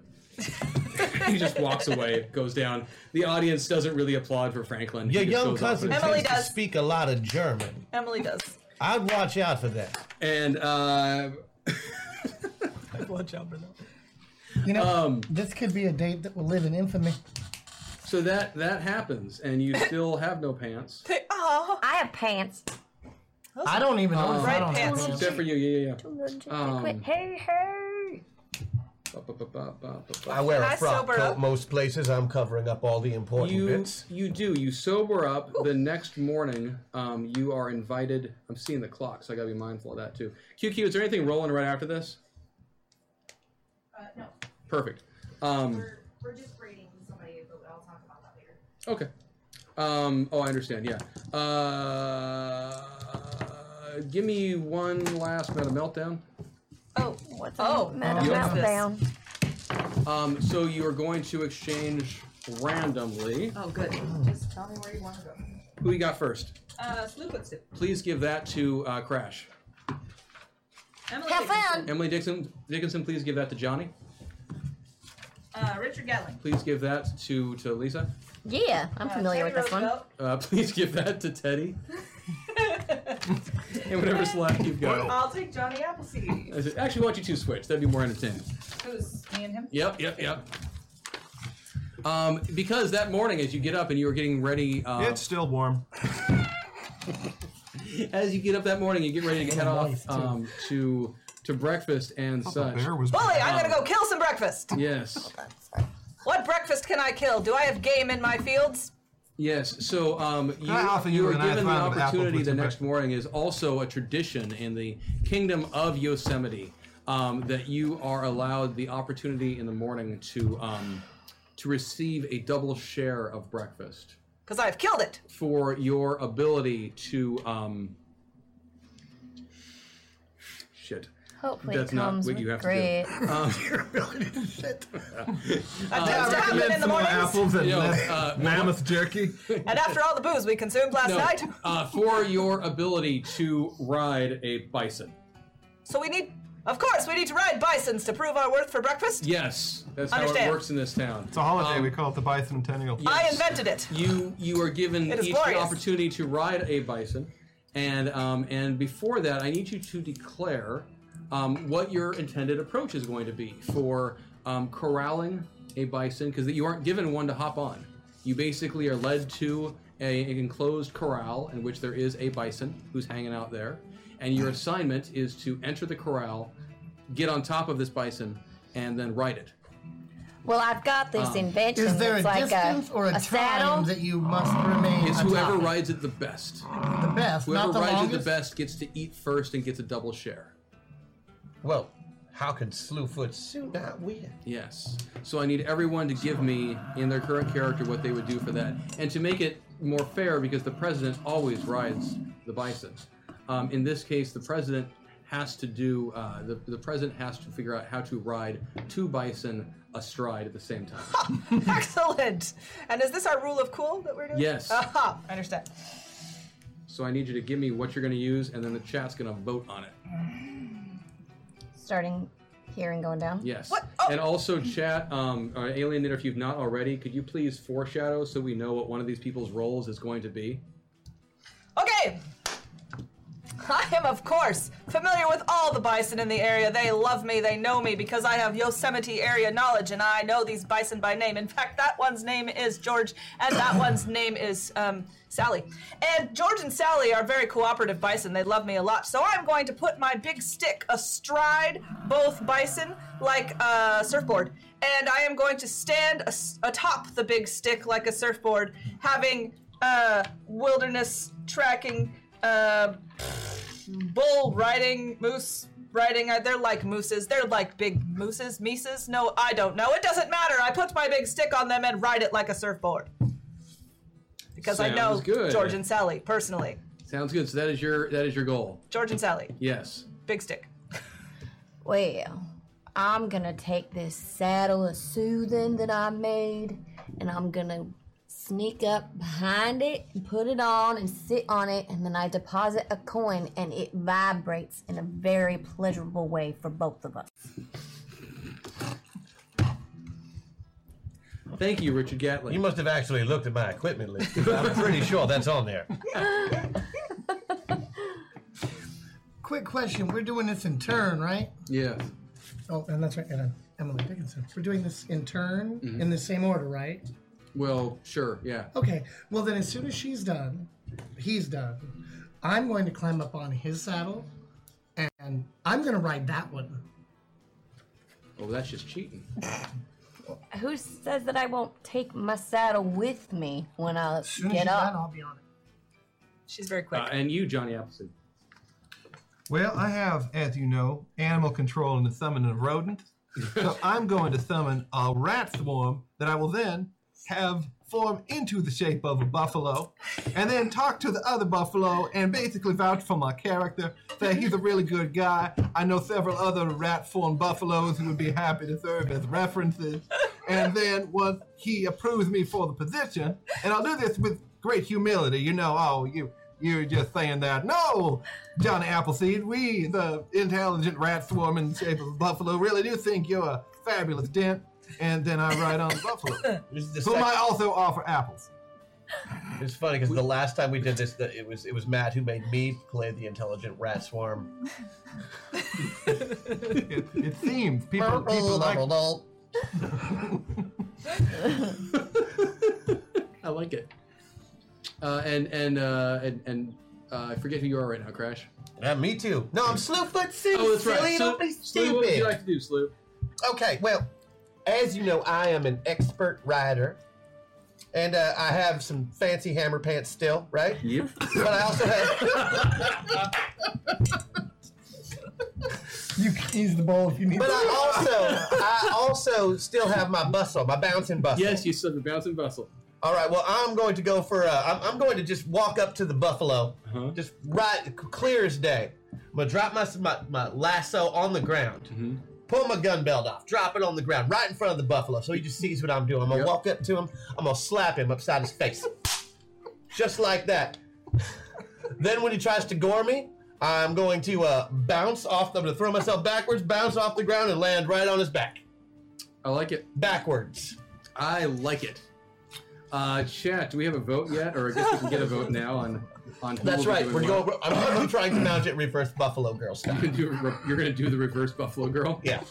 Speaker 2: he just walks away, goes down. The audience doesn't really applaud for Franklin. He
Speaker 4: Your
Speaker 2: just
Speaker 4: young
Speaker 2: goes off
Speaker 4: cousin
Speaker 2: and-
Speaker 4: tends
Speaker 3: Emily
Speaker 4: to
Speaker 3: does.
Speaker 4: speak a lot of German.
Speaker 3: Emily does.
Speaker 4: I'd watch out for that.
Speaker 2: And uh,
Speaker 3: Watch out for that.
Speaker 7: You know, this could be a date that will live in infamy.
Speaker 2: um, so that that happens, and you still have no pants.
Speaker 3: Oh,
Speaker 6: I have pants.
Speaker 7: I don't even know if I
Speaker 2: Um,
Speaker 7: don't have
Speaker 6: pants.
Speaker 2: Except for you, yeah, yeah. Um,
Speaker 6: hey, hey.
Speaker 2: ba, ba, ba, ba, ba, ba.
Speaker 4: I wear
Speaker 3: Can I
Speaker 4: a frock
Speaker 3: sober
Speaker 4: coat
Speaker 3: up?
Speaker 4: most places. I'm covering up all the important
Speaker 2: you
Speaker 4: bits.
Speaker 2: you do you sober up the next morning um, you are invited i'm seeing the clock so i gotta be mindful of that too qq is there anything rolling right after this
Speaker 15: Uh, no,
Speaker 2: perfect um,
Speaker 15: we're, we're just rating somebody, but I'll talk about that later.
Speaker 2: okay um, oh i understand yeah uh, give me one last meta meltdown
Speaker 3: Oh,
Speaker 6: what's
Speaker 3: oh,
Speaker 6: Meta
Speaker 2: what's this?
Speaker 6: meltdown.
Speaker 2: um, so you are going to exchange randomly
Speaker 15: Oh, good. Just tell me where you want to go.
Speaker 2: who you got first
Speaker 15: Uh, Sloop and Soup.
Speaker 2: please give that to uh, crash
Speaker 15: Emily Have fun.
Speaker 2: emily dixon dickinson please give that to johnny
Speaker 15: Uh, Richard Gatling.
Speaker 2: please give that to to lisa
Speaker 6: Yeah, I'm familiar with this one.
Speaker 2: Uh, please give that to Teddy. and whatever's left, you've got.
Speaker 15: I'll take Johnny Appleseed.
Speaker 2: I said, Actually, want you two switch. That'd be more entertaining.
Speaker 15: Who's me and him?
Speaker 2: Yep, yep, yep. Um, because that morning, as you get up and you were getting ready, uh,
Speaker 5: It's still warm.
Speaker 2: as you get up that morning, you get ready to head off um, to to breakfast and such.
Speaker 5: bear
Speaker 3: Bully, I'm gonna
Speaker 2: Um,
Speaker 3: go kill some breakfast.
Speaker 2: Yes,
Speaker 3: What breakfast can I kill? Do I have game in my fields?
Speaker 2: yes. So um, you,
Speaker 5: I offer
Speaker 2: you
Speaker 5: you
Speaker 2: were
Speaker 5: an eye
Speaker 2: given the
Speaker 5: round of apple
Speaker 2: opportunity
Speaker 5: with
Speaker 2: the
Speaker 5: some
Speaker 2: next morning is also a tradition in the kingdom of Yosemite um, that you are allowed the opportunity in the morning to um, to receive a double share of breakfast
Speaker 3: Because I've killed it.
Speaker 2: for your ability to um, shit.
Speaker 6: Hopefully,
Speaker 2: That's
Speaker 6: it
Speaker 2: not
Speaker 6: comes
Speaker 2: what you
Speaker 6: with
Speaker 2: have
Speaker 6: grit.
Speaker 2: to do. Um,
Speaker 3: That tends to happen
Speaker 5: recommend
Speaker 3: in the
Speaker 5: some
Speaker 3: mornings.
Speaker 5: apples and
Speaker 2: Yo,
Speaker 5: less
Speaker 2: uh,
Speaker 5: mammoth jerky.
Speaker 3: And after all the booze we consumed last
Speaker 2: no,
Speaker 3: night,
Speaker 2: uh, for your ability to ride a bison.
Speaker 3: so we need, of course, we need to ride bisons to prove our worth for breakfast.
Speaker 2: Yes, that's how
Speaker 3: Understand.
Speaker 2: it works in this town.
Speaker 5: It's a holiday. we call it the bicentennial.
Speaker 3: I invented it.
Speaker 2: You you are given
Speaker 3: It is
Speaker 2: each the
Speaker 3: glorious.
Speaker 2: opportunity to ride a bison, and um, and before that, I need you to declare um, what your intended approach is going to be for um, corralling a bison, because you aren't given one to hop on. You basically are led to a, an enclosed corral in which there is a bison who's hanging out there, and your assignment is to enter the corral, get on top of this bison, and then ride it.
Speaker 6: Well, I've got this
Speaker 3: Ah.
Speaker 2: Um,
Speaker 6: invention.
Speaker 7: Is there a
Speaker 6: that's like
Speaker 7: distance
Speaker 6: a,
Speaker 7: or a, time
Speaker 6: saddle?
Speaker 7: that you must remain?
Speaker 2: It's
Speaker 7: atop?
Speaker 2: whoever rides it the best.
Speaker 7: the best,
Speaker 2: Whoever
Speaker 7: not the
Speaker 2: rides
Speaker 7: longest.
Speaker 2: it the best gets to eat first and gets a double share.
Speaker 4: Well, How could Slewfoot Sue not win?
Speaker 2: Yes. So I need everyone to give me, in their current character, what they would do for that. And to make it more fair, because the president always rides the bison. Um, in this case, the president has to do, uh, the, the president has to figure out how to ride two bison astride at the same time.
Speaker 3: Excellent. And is this our rule of cool that we're doing?
Speaker 2: Yes.
Speaker 3: Aha, I understand.
Speaker 2: so I need you to give me what you're going to use, and then the chat's going to vote on it.
Speaker 6: Starting here and going down. Oh.
Speaker 2: Yes.
Speaker 3: Oh.
Speaker 2: And also, chat, um, uh, Alienator, if you've not already, could you please foreshadow so we know what one of these people's roles is going to be?
Speaker 3: Okay. I am, of course, familiar with all the bison in the area. They love me, they know me, because I have Yosemite area knowledge, and I know these bison by name. In fact, that one's name is George, and that one's name is um, Sally. And George and Sally are very cooperative bison. They love me a lot. So I'm going to put my big stick astride both bison like a surfboard. And I am going to stand as- atop the big stick like a surfboard, having uh, wilderness tracking uh, bull riding, moose riding. uh, They're like mooses. They're like big mooses, mises. No, I don't know. It doesn't matter. I put my big stick on them and ride it like a surfboard. Because I know
Speaker 2: Sounds good.
Speaker 3: George and Sally personally.
Speaker 2: Sounds good. So that is your that is your goal.
Speaker 3: George and Sally,
Speaker 2: Yes.
Speaker 3: big stick.
Speaker 6: Well, I'm gonna take this saddle of soothing that I made, and I'm gonna sneak up behind it, put it on, and sit on it, and then I deposit a coin, and it vibrates in a very pleasurable way for both of us.
Speaker 2: Thank you, Richard Gatlin.
Speaker 4: You must have actually looked at my equipment list. 'cause I'm pretty sure that's on there.
Speaker 7: Quick question. We're doing this in turn, right?
Speaker 2: Yeah.
Speaker 7: Oh, and that's right. And, uh, Emily Dickinson. We're doing this in turn
Speaker 2: Mm-hmm.
Speaker 7: in the same order, right?
Speaker 2: Well, sure. Yeah.
Speaker 7: Okay. Well, then as soon as she's done, he's done, I'm going to climb up on his saddle and I'm going to ride that one.
Speaker 2: Oh, that's just cheating.
Speaker 6: Who says that I won't take my saddle with me when I
Speaker 7: as
Speaker 6: get
Speaker 7: you're
Speaker 6: up?
Speaker 7: done, I'll be on it.
Speaker 3: She's very quick.
Speaker 2: Uh, and you, Johnny Appleseed.
Speaker 5: Well, I have, as you know, animal control and the thumbing of rodent. so I'm going to thumbing a rat swarm that I will then have form into the shape of a buffalo and then talk to the other buffalo and basically vouch for my character, say he's a really good guy. I know several other rat form buffaloes who would be happy to serve as references. And then once he approves me for the position, and I'll do this with great humility, you know, oh, you you're just saying that. No, Johnny Appleseed, we, the intelligent rat swarm in the shape of a buffalo, really do think you're a fabulous dent. And then I ride on the buffalo, whom I also offer apples.
Speaker 4: It's funny because the last time we did this, the, it was it was Matt who made me play the intelligent rat swarm.
Speaker 5: it, it seems people, people like.
Speaker 2: I like it. Uh, and and uh, and, and uh, I forget who you are right now, Crash.
Speaker 4: Yeah, me too. No, I'm Slewfoot City.
Speaker 2: Oh, that's
Speaker 4: silly,
Speaker 2: right. So,
Speaker 4: don't be
Speaker 2: Slew, what would you
Speaker 4: stupid.
Speaker 2: like to do, Slew?
Speaker 4: Okay, well, as you know, I am an expert rider, and uh, I have some fancy hammer pants still, right?
Speaker 2: Yep.
Speaker 4: But I also have.
Speaker 2: Uh,
Speaker 7: You can use the bowl if you need
Speaker 4: But
Speaker 7: to.
Speaker 4: I also, I also still have my bustle, my bouncing bustle.
Speaker 2: Yes, you said the bounce and bustle.
Speaker 4: All right. Well, I'm going to go for. Uh, I'm, I'm going to just walk up to the buffalo,
Speaker 2: Uh-huh.
Speaker 4: just right, c- clear as day. I'm gonna drop my s- my, my lasso on the ground,
Speaker 2: Mm-hmm.
Speaker 4: pull my gun belt off, drop it on the ground, right in front of the buffalo, so he just sees what I'm doing. I'm gonna walk up to him. I'm gonna slap him upside his face, just like that. then when he tries to gore me. I'm going to uh, bounce off. I'm going to throw myself backwards, bounce off the ground, and land right on his back.
Speaker 2: I like it.
Speaker 4: Backwards.
Speaker 2: I like it. Uh, chat, do we have a vote yet, or I guess we can get a vote now on on. Who
Speaker 4: That's
Speaker 2: will be
Speaker 4: right.
Speaker 2: doing
Speaker 4: We're
Speaker 2: what?
Speaker 4: going. I'm, I'm trying to mount it reverse Buffalo Girl style.
Speaker 2: You can do, re- you're going to do the reverse Buffalo Girl.
Speaker 4: Yeah.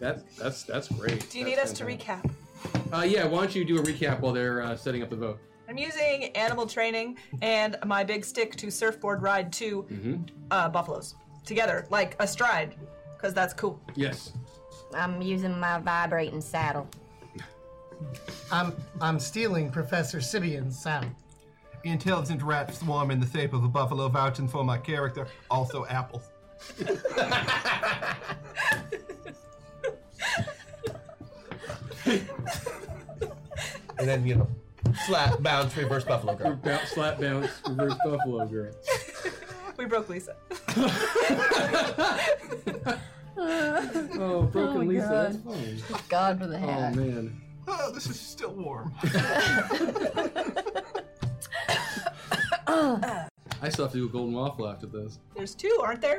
Speaker 2: That that's that's great.
Speaker 3: Do you need us
Speaker 2: That's
Speaker 3: to
Speaker 2: fantastic.
Speaker 3: recap?
Speaker 2: Uh, yeah, why don't you do a recap while they're uh, setting up the vote?
Speaker 3: I'm using animal training and my big stick to surfboard ride two uh, buffaloes together, like astride, because that's cool.
Speaker 2: Yes.
Speaker 6: I'm using my vibrating saddle.
Speaker 7: I'm, I'm stealing Professor Sibian's saddle.
Speaker 5: Intelligent rat swarm in the shape of a buffalo vouching for my character, also apples.
Speaker 10: and then you know, slap, bounce, reverse buffalo girl.
Speaker 2: Bounce, slap, bounce, reverse buffalo girl.
Speaker 3: We broke Lisa.
Speaker 2: oh, broken
Speaker 6: my
Speaker 2: Lisa.
Speaker 6: God.
Speaker 2: That's fine.
Speaker 6: Thank God for the
Speaker 2: Oh
Speaker 6: hat.
Speaker 2: man.
Speaker 5: Oh, this is still warm.
Speaker 2: I still have to do a golden waffle after
Speaker 3: Uh,
Speaker 2: this.
Speaker 3: There's two, aren't there?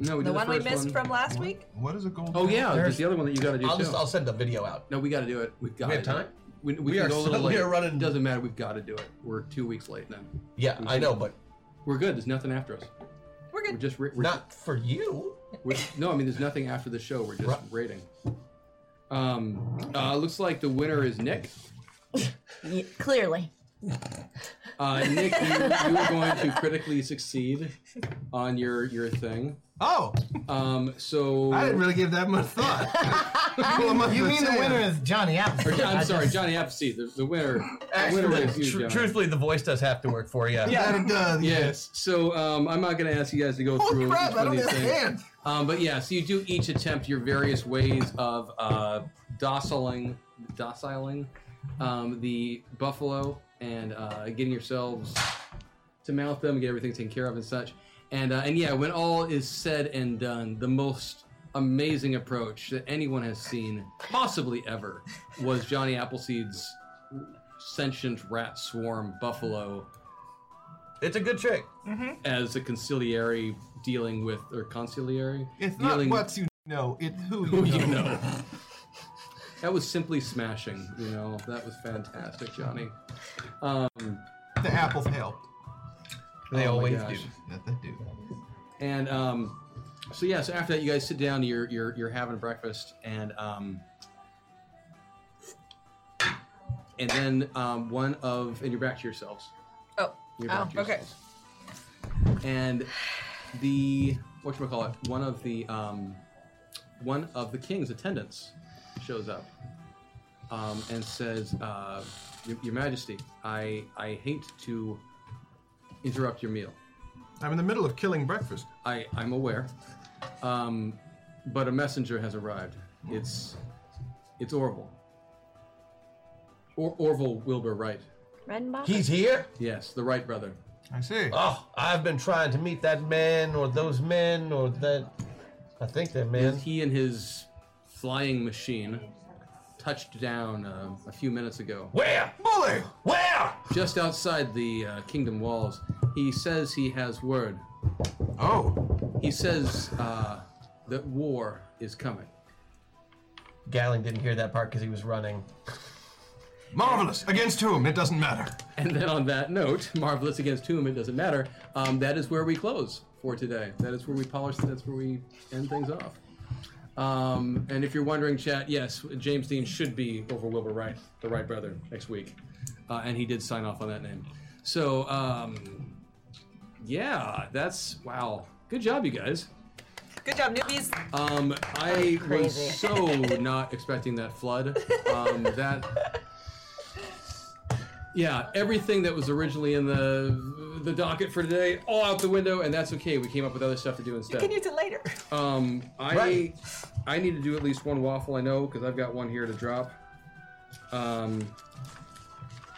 Speaker 2: No, we
Speaker 3: the
Speaker 2: did
Speaker 3: one
Speaker 2: the
Speaker 3: we
Speaker 2: first
Speaker 3: missed
Speaker 2: one.
Speaker 3: from last week.
Speaker 5: What is a golden?
Speaker 2: Oh yeah, there's the other one that you got to do
Speaker 10: I'll
Speaker 2: too.
Speaker 10: just I'll send a video out.
Speaker 2: No, we got to do it. We've got.
Speaker 10: have time?
Speaker 2: We, we,
Speaker 10: We
Speaker 2: can
Speaker 10: are
Speaker 2: go a little
Speaker 10: so- we
Speaker 2: late.
Speaker 10: are running-
Speaker 2: Doesn't matter. We've got to do it. We're two weeks late now.
Speaker 10: Yeah, I know, but
Speaker 2: we're good. There's nothing after us.
Speaker 3: We're
Speaker 2: good. We're just ra- we're
Speaker 10: not for you.
Speaker 2: We're, no, I mean there's nothing after the show. We're just rating. Um, uh, looks like the winner is Nick.
Speaker 6: Ye- clearly.
Speaker 2: Uh, Nick, you, you are going to critically succeed on your your thing.
Speaker 5: Oh.
Speaker 2: Um. So
Speaker 5: I didn't really give that much thought. Well, I'm not
Speaker 7: you mean the
Speaker 5: saying.
Speaker 7: winner is Johnny
Speaker 2: Or,
Speaker 7: Appleseed?
Speaker 2: John-
Speaker 7: I
Speaker 2: I'm sorry,
Speaker 7: just-
Speaker 2: Johnny Appleseed. The, the winner. The
Speaker 10: Actually,
Speaker 2: winner is you,
Speaker 10: tr-
Speaker 2: Johnny.
Speaker 10: truthfully, the voice does have to work for you.
Speaker 5: That it does,
Speaker 2: Yes. So um, I'm not going to ask you guys to go through
Speaker 5: crap,
Speaker 2: each
Speaker 5: I
Speaker 2: one of
Speaker 5: don't
Speaker 2: these
Speaker 5: have a hand.
Speaker 2: things. Um, but yeah, so you do each attempt your various ways of uh, dociling, dociling um, the buffalo and uh, getting yourselves to mount them, get everything taken care of and such. And uh, and yeah, when all is said and done, the most amazing approach that anyone has seen, possibly ever, was Johnny Appleseed's sentient rat swarm buffalo
Speaker 10: It's a good trick.
Speaker 3: Mm-hmm.
Speaker 2: as a conciliary dealing with or conciliary
Speaker 5: It's not
Speaker 2: dealing
Speaker 5: what you know, it's who you
Speaker 2: who
Speaker 5: know.
Speaker 2: you know. that was simply smashing. You know that was fantastic, Johnny. Um,
Speaker 5: The apples helped.
Speaker 10: They
Speaker 2: oh my
Speaker 10: always
Speaker 2: gosh.
Speaker 10: do.
Speaker 5: Yeah, they do.
Speaker 2: And um, so yeah, so after that, you guys sit down. You're you're you're having breakfast, and um, and then um, one of and you're back to yourselves.
Speaker 3: Oh.
Speaker 2: You're
Speaker 3: Oh,
Speaker 2: back to
Speaker 3: okay.
Speaker 2: yourselves. And the what should call it? One of the um, one of the king's attendants shows up um, and says, uh, your, "Your Majesty, I I hate to interrupt your meal."
Speaker 5: I'm in the middle of killing breakfast.
Speaker 2: I, I'm aware. Um, but a messenger has arrived. It's it's Orville. Or, Orville Wilbur Wright.
Speaker 6: Redenbacher?
Speaker 10: He's here.
Speaker 2: Yes, the Wright brother.
Speaker 5: I see.
Speaker 10: Oh, I've been trying to meet that man or those men or that. I think that man.
Speaker 2: He and his flying machine touched down uh, a few minutes ago.
Speaker 10: Where?
Speaker 5: Bully!
Speaker 10: Where?
Speaker 2: Just outside the uh, kingdom walls. He says he has word.
Speaker 5: Oh.
Speaker 2: He says uh, that war is coming.
Speaker 10: Galling didn't hear that part because he was running.
Speaker 5: Marvelous. Against whom? It doesn't matter.
Speaker 2: And then on that note, marvelous against whom it doesn't matter. Um, that is where we close for today. That is where we polish. That's where we end things off. Um, and if you're wondering, chat, yes, James Dean should be over Wilbur Wright, the Wright brother, next week, uh, and he did sign off on that name. So, um, yeah, that's wow. Good job, you guys.
Speaker 3: Good job, newbies.
Speaker 2: Um, I was
Speaker 3: Crazy.
Speaker 2: so not expecting that flood. Um, that, yeah, everything that was originally in the the docket for today, all out the window, and that's okay. We came up with other stuff to do
Speaker 3: You can
Speaker 2: instead.
Speaker 3: use it later.
Speaker 2: Um, I
Speaker 3: Right.
Speaker 2: I need to do at least one waffle. I know because I've got one here to drop. Um,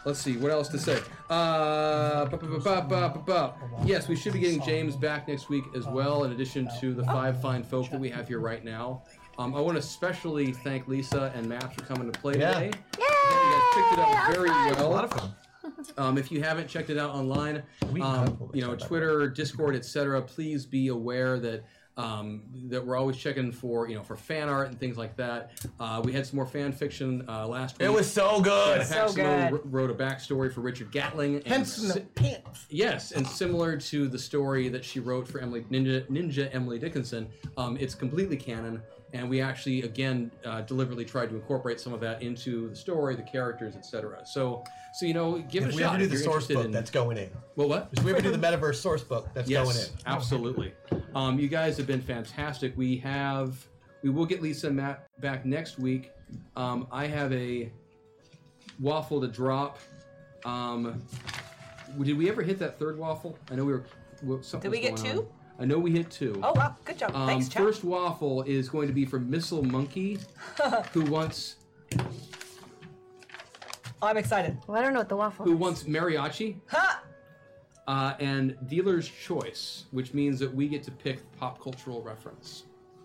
Speaker 2: let's see what else to say. Uh, ba- ba- ba- ba- ba- ba- ba. yes, we should be getting James back next week as well. In addition to the five fine folk that we have here right now. Um, I want to especially thank Lisa and Matt for coming to play
Speaker 10: Yeah.
Speaker 2: today. You guys picked it up very well.
Speaker 10: A lot of fun.
Speaker 2: Um, if you haven't checked it out online, um, you know Twitter, Discord, etc. Please be aware that um, that we're always checking for you know for fan art and things like that. Uh, we had some more fan fiction uh, last week.
Speaker 10: It was so good.
Speaker 2: Chad
Speaker 10: So
Speaker 2: Paxlow
Speaker 10: good.
Speaker 2: wr- wrote a backstory for Richard Gatling. And
Speaker 7: Pimps in the
Speaker 2: si-
Speaker 7: pants.
Speaker 2: Yes, and similar to the story that she wrote for Emily Ninja, Ninja Emily Dickinson, um, it's completely canon, and we actually again uh, deliberately tried to incorporate some of that into the story, the characters, etc. So, so you know, give it
Speaker 10: If
Speaker 2: a
Speaker 10: we
Speaker 2: shot.
Speaker 10: ever do
Speaker 2: if
Speaker 10: the
Speaker 2: you're
Speaker 10: source
Speaker 2: interested
Speaker 10: book,
Speaker 2: in-
Speaker 10: that's going in.
Speaker 2: Well, what?
Speaker 10: If we ever do the metaverse source book, that's
Speaker 2: yes,
Speaker 10: going in. Oh,
Speaker 2: absolutely. Um, you guys have been fantastic. We have, we will get Lisa and Matt back next week. Um, I have a waffle to drop. Um, w- did we ever hit that third waffle? I know we were. Well, something
Speaker 3: Did we
Speaker 2: was
Speaker 3: get
Speaker 2: going
Speaker 3: two?
Speaker 2: on. I know we hit two.
Speaker 3: Oh wow, good job.
Speaker 2: Um,
Speaker 3: Thanks, Chad.
Speaker 2: first waffle is going to be from Missile Monkey, who wants
Speaker 3: I'm excited.
Speaker 6: Well, I don't know what the waffle.
Speaker 2: who wants mariachi
Speaker 3: Ha!
Speaker 2: uh, and dealer's choice, which means that we get to pick pop cultural reference.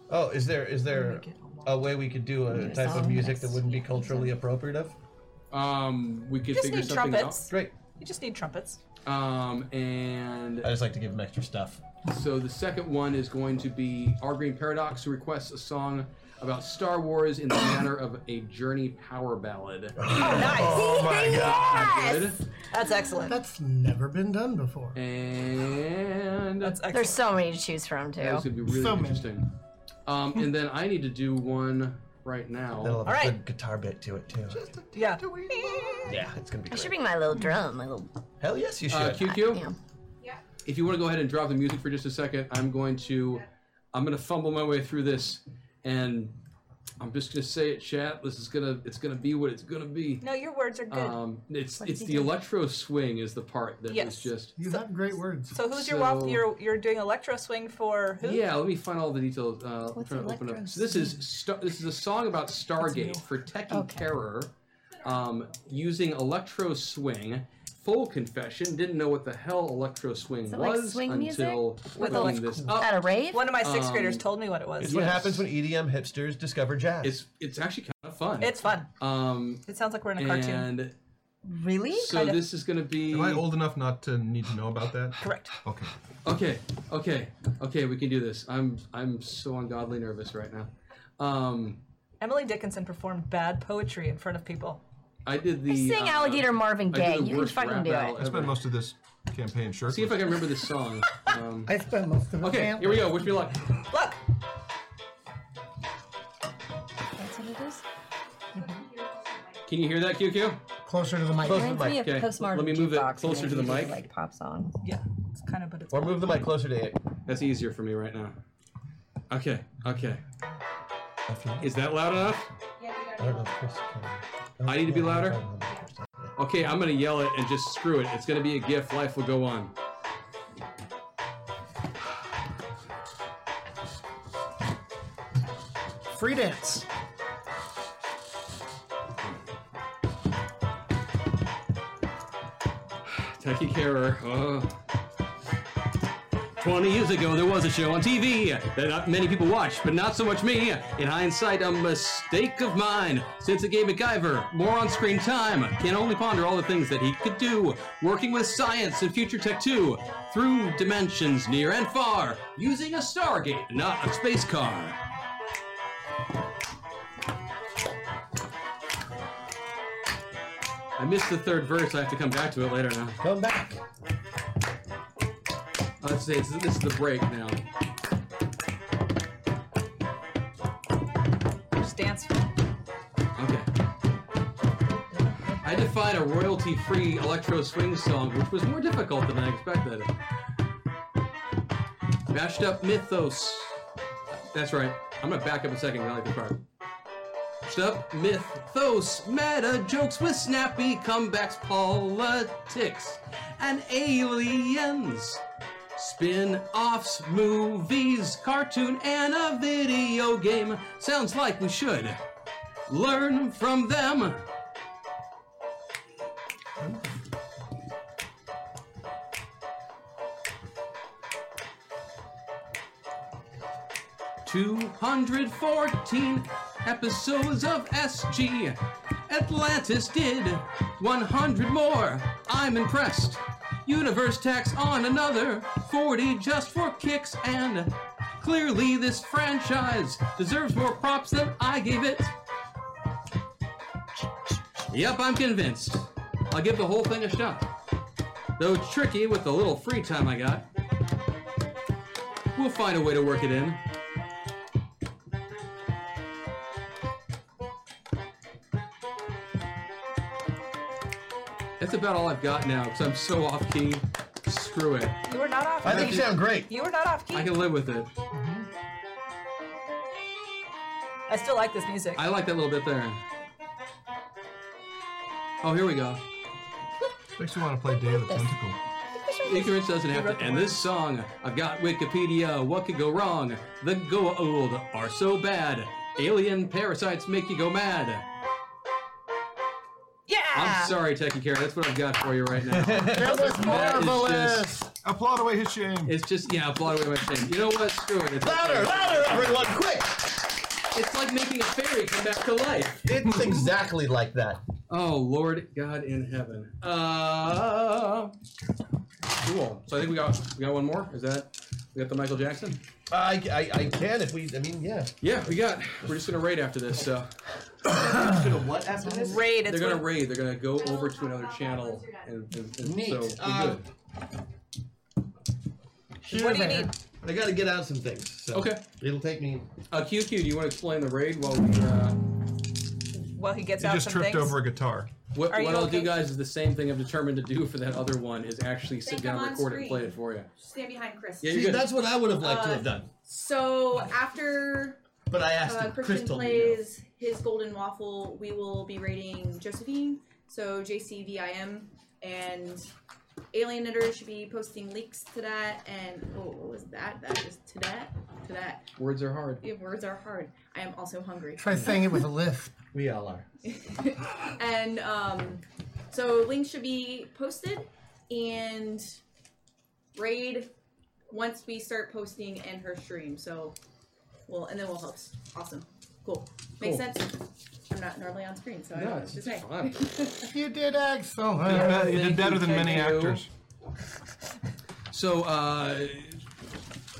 Speaker 10: Oh, is there is there a way we could do a type of music that wouldn't be culturally appropriate of?
Speaker 2: Um, we could
Speaker 3: You just
Speaker 2: figure
Speaker 3: need
Speaker 2: something
Speaker 3: trumpets.
Speaker 2: out.
Speaker 10: Great.
Speaker 3: You just need trumpets.
Speaker 2: Um, and
Speaker 10: I just like to give them extra stuff.
Speaker 2: So the second one is going to be Our Green Paradox, who requests a song about Star Wars in the manner of a Journey power ballad. Oh,
Speaker 3: nice!
Speaker 7: Oh, my
Speaker 2: Yes!
Speaker 3: That's excellent.
Speaker 7: That's never been done before.
Speaker 2: And
Speaker 3: that's
Speaker 6: There's so many to choose from too.
Speaker 2: That's gonna be really interesting. Um, and then I need to do one right now.
Speaker 10: They'll have a good guitar bit to it too.
Speaker 3: Yeah.
Speaker 10: Yeah, it's gonna be.
Speaker 6: I should
Speaker 10: Great.
Speaker 6: bring my little drum, my little.
Speaker 10: Hell yes, you should.
Speaker 2: Uh, QQ. If you want to go ahead and drop the music for just a second, I'm going to, I'm going to fumble my way through this, and I'm just going to say it, chat. This is gonna, it's gonna be what it's gonna be.
Speaker 3: No, your words are good.
Speaker 2: Um, it's
Speaker 3: What
Speaker 2: it's
Speaker 3: did
Speaker 2: the
Speaker 3: he do?
Speaker 2: electro swing is the part that
Speaker 3: Yes.
Speaker 2: was just.
Speaker 7: You have great words.
Speaker 3: so who's your waffle?
Speaker 2: so-
Speaker 3: You're you're doing electro swing for who?
Speaker 2: Yeah, let me find all the details. Uh, I'm trying to open up. So this is Star- this is a song about Stargate for Techie Terror, um, using electro swing. Full confession, didn't know what the hell electro swing
Speaker 6: Is it like
Speaker 2: was
Speaker 6: swing music?
Speaker 2: until
Speaker 3: With
Speaker 2: looking
Speaker 3: elec-
Speaker 2: this up.
Speaker 6: At a rave?
Speaker 3: One of my sixth
Speaker 2: Um,
Speaker 3: graders told me what it was.
Speaker 10: It's what happens when EDM hipsters discover jazz.
Speaker 2: It's it's actually kind of fun.
Speaker 3: It's fun.
Speaker 2: Um,
Speaker 3: It sounds like we're in a cartoon.
Speaker 2: and
Speaker 6: Really?
Speaker 2: so
Speaker 3: Kind of-
Speaker 2: this is gonna be.
Speaker 5: Am I old enough not to need to know about that?
Speaker 3: Correct.
Speaker 5: Okay.
Speaker 2: Okay, okay, okay. We can do this. I'm I'm so ungodly nervous right now. Um,
Speaker 3: Emily Dickinson performed bad poetry in front of people.
Speaker 2: I did the. uh,
Speaker 6: I sing Alligator Marvin
Speaker 2: I did
Speaker 6: Gaye.
Speaker 2: the
Speaker 6: You can
Speaker 2: worst
Speaker 6: fucking
Speaker 2: rap
Speaker 6: do
Speaker 2: battle
Speaker 6: it.
Speaker 5: I spent most of this campaign shirtless.
Speaker 2: See if I can remember this song. Um,
Speaker 7: I spent most of it.
Speaker 2: okay, here we go. Wish me luck.
Speaker 3: Look.
Speaker 6: That's what it is.
Speaker 2: Can you hear that, QQ?
Speaker 7: Closer to the mic.
Speaker 6: Reminds me of
Speaker 2: Okay,
Speaker 6: postmodern
Speaker 2: Let me move it
Speaker 6: jukebox when
Speaker 2: closer
Speaker 6: they
Speaker 2: to the
Speaker 6: do,
Speaker 2: mic.
Speaker 6: Like pop songs.
Speaker 3: Yeah, it's kind of, but it's.
Speaker 10: or move the mic closer to it.
Speaker 2: That's easier for me right now. Okay, okay. Is that loud enough?
Speaker 10: I don't know if Chris can.
Speaker 2: I need to be louder? Okay, I'm gonna yell it and just screw it. It's gonna be a gift. Life will go on.
Speaker 7: Free dance.
Speaker 2: Techie Carer. Oh. 20 years ago, there was a show on TV that not many people watched, but not so much me. In hindsight, a mistake of mine. Since it gave MacGyver more on screen time, can only ponder all the things that he could do. Working with science and future tech too, through dimensions near and far, using a Stargate, not a space car. I missed the third verse. I have to come back to it later now.
Speaker 10: Come back.
Speaker 2: Let's say it's, this is the break now.
Speaker 3: Just dance.
Speaker 2: Okay. I defined a royalty-free electro swing song, which was more difficult than I expected. Mashed up mythos. That's right. I'm gonna back up a second. 'cause I like the part. Mashed up mythos, meta jokes with snappy comebacks, politics, and aliens. Spin-offs, movies, cartoon, and a video game. Sounds like we should learn from them. Two hundred fourteen episodes of SG. Atlantis did one hundred more. I'm impressed. Universe tax on another forty just for kicks and. Clearly, this franchise deserves more props than I gave it. Yep, I'm convinced. I'll give the whole thing a shot. Though it's tricky with the little free time I got. We'll find a way to work it in. That's about all I've got now, because I'm so off key. Screw it.
Speaker 3: You were not off.
Speaker 10: I think you sound great.
Speaker 3: You were not off key.
Speaker 2: I
Speaker 3: I,
Speaker 2: can live with it.
Speaker 3: still like this music.
Speaker 2: I like that little bit there. Oh, here we go.
Speaker 5: Makes me want to play Day of the Tentacle.
Speaker 6: I think we should
Speaker 2: Ignorance doesn't have to end this song. I've got Wikipedia. What could go wrong? The Goa'uld are so bad. Alien parasites make you go mad.
Speaker 3: Yeah.
Speaker 2: I'm sorry, Techie Care. That's what I've got for you right now.
Speaker 5: That was
Speaker 2: is
Speaker 5: marvelous.
Speaker 2: just-
Speaker 5: Applaud away his shame.
Speaker 2: It's just yeah, blow away my shame. You know what? Screw it. It's
Speaker 5: Louder,
Speaker 4: louder, everyone,
Speaker 2: quick! It's like making a fairy come back to life.
Speaker 4: It's exactly like that.
Speaker 2: Oh Lord God in heaven. Uh, cool. So I think we got we got one more. Is that we got the Michael Jackson?
Speaker 4: I, I, I can if we. I mean, yeah.
Speaker 2: Yeah, we got. We're just gonna raid after this. So
Speaker 4: What after this?
Speaker 3: Raid.
Speaker 2: they're gonna raid. They're gonna go over to another channel. And, and, and
Speaker 4: Neat.
Speaker 2: So we're
Speaker 4: Uh,
Speaker 2: good.
Speaker 3: What do Um, you need?
Speaker 4: I gotta get out some things. So
Speaker 2: Okay.
Speaker 4: It'll take me.
Speaker 2: Uh, QQ, do you want to explain the raid while we? Uh,
Speaker 3: Well, he gets
Speaker 5: He
Speaker 3: out
Speaker 5: just
Speaker 3: some
Speaker 5: tripped
Speaker 3: things.
Speaker 5: over a guitar.
Speaker 2: What,
Speaker 3: Are
Speaker 2: what
Speaker 3: you
Speaker 2: I'll do,
Speaker 3: okay?
Speaker 2: guys, is the same thing I'm determined to do for that other one is actually sit
Speaker 15: Think
Speaker 2: down,
Speaker 15: I'm on
Speaker 2: record it, and play
Speaker 15: screen.
Speaker 2: it for you.
Speaker 15: Stand behind Chris. Uh,
Speaker 2: Yeah, you're See, good. that's what I would have
Speaker 3: Uh,
Speaker 2: liked to have
Speaker 4: done.
Speaker 15: So after
Speaker 4: But I asked
Speaker 15: uh,
Speaker 4: him,
Speaker 15: Christian
Speaker 4: Crystal, you
Speaker 15: plays his golden waffle, we will be rating Josephine. So JCVIM and Alien Knitter should be posting links to that. And oh, what was that? That was to that, to that.
Speaker 2: Words are hard.
Speaker 15: Yeah, words are hard. I am also hungry.
Speaker 7: Try saying it with a lisp.
Speaker 4: We all are.
Speaker 15: and um, so links should be posted and raid once we start posting in her stream. So we'll and then we'll host. Awesome. Cool. Makes
Speaker 7: Cool.
Speaker 15: sense. I'm not normally on screen, so I
Speaker 7: No,
Speaker 15: don't know what to
Speaker 7: it's
Speaker 15: say.
Speaker 2: fine.
Speaker 7: you did excellent.
Speaker 5: You did better- Oh, you
Speaker 2: Thank
Speaker 5: did better than
Speaker 2: you,
Speaker 5: many
Speaker 2: thank you.
Speaker 5: actors.
Speaker 2: So, uh,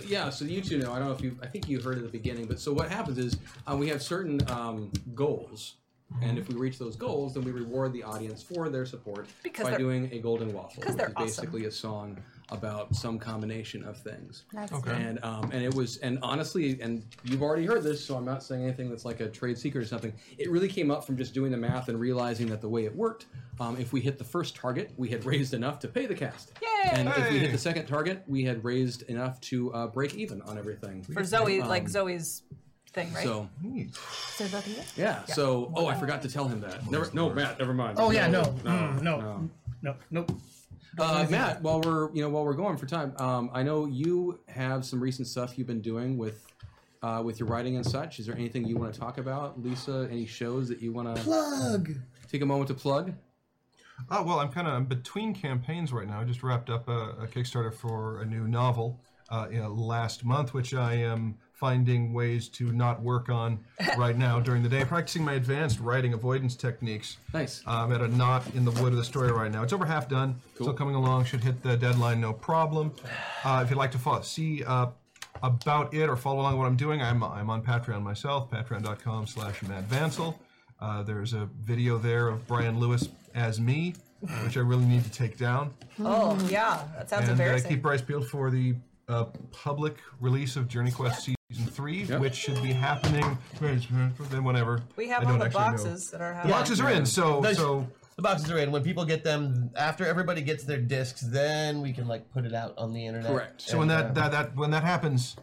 Speaker 2: yeah, so you two know. I don't know if you, I think you heard at the beginning, but so what happens is uh, we have certain um, goals.
Speaker 5: Mm-hmm.
Speaker 2: And if we reach those goals, then we reward the audience for their support
Speaker 3: Because
Speaker 2: by
Speaker 3: they're-
Speaker 2: doing a golden waffle,
Speaker 3: because
Speaker 2: which
Speaker 3: they're
Speaker 2: is
Speaker 3: awesome.
Speaker 2: basically a song about some combination of things.
Speaker 3: That's Okay. nice.
Speaker 2: And um, and it was and honestly, and you've already heard this, so I'm not saying anything that's like a trade secret or something. It really came up from just doing the math and realizing that the way it worked, um, if we hit the first target, we had raised enough to pay the cast.
Speaker 3: Yay!
Speaker 2: And if we hit
Speaker 3: Hey!
Speaker 2: the second target, we had raised enough to uh, break even on everything
Speaker 3: For Zoe, like
Speaker 2: Um,
Speaker 3: Zoe's thing, right?
Speaker 2: So
Speaker 3: So that is it?
Speaker 2: yeah, so oh, I forgot to tell him that. Never, no, Matt, never mind.
Speaker 7: Oh, yeah, no.
Speaker 2: no,
Speaker 7: Mm, no. No, nope.
Speaker 2: Uh, Matt, while we're you know while we're going for time, um, I know you have some recent stuff you've been doing with uh, with your writing and such. Is there anything you want to talk about, Lisa? Any shows that you want to
Speaker 7: plug?
Speaker 2: Take a moment to plug.
Speaker 5: Oh well, I'm kind of I'm between campaigns right now. I just wrapped up a, a Kickstarter for a new novel uh, you know, last month, which I am finding ways to not work on right now during the day, practicing my advanced writing avoidance techniques.
Speaker 2: Nice.
Speaker 5: I'm at a knot in the wood of the story right now. It's over half done. Still coming along. Should hit the deadline, no problem. Uh, if you'd like to follow, see uh, about it or follow along what I'm doing, I'm, I'm on Patreon myself, patreon.com slash Matt Vansel. Uh, there's a video there of Brian Lewis as me, which I really need to take down.
Speaker 3: Oh yeah, that sounds
Speaker 5: and uh,
Speaker 3: embarrassing.
Speaker 5: keep Bryce peeled for the uh, public release of Journey Quest Season 3, which should be happening then whenever.
Speaker 3: We have
Speaker 5: I
Speaker 3: all
Speaker 5: don't
Speaker 3: the
Speaker 5: actually know.
Speaker 3: boxes that are
Speaker 5: The boxes are in, so
Speaker 4: Nice.
Speaker 5: so
Speaker 4: the boxes are in. When people get them, after everybody gets their discs, then we can like put it out on the internet.
Speaker 5: So when
Speaker 10: uh,
Speaker 5: that,
Speaker 2: uh,
Speaker 5: that that when that happens,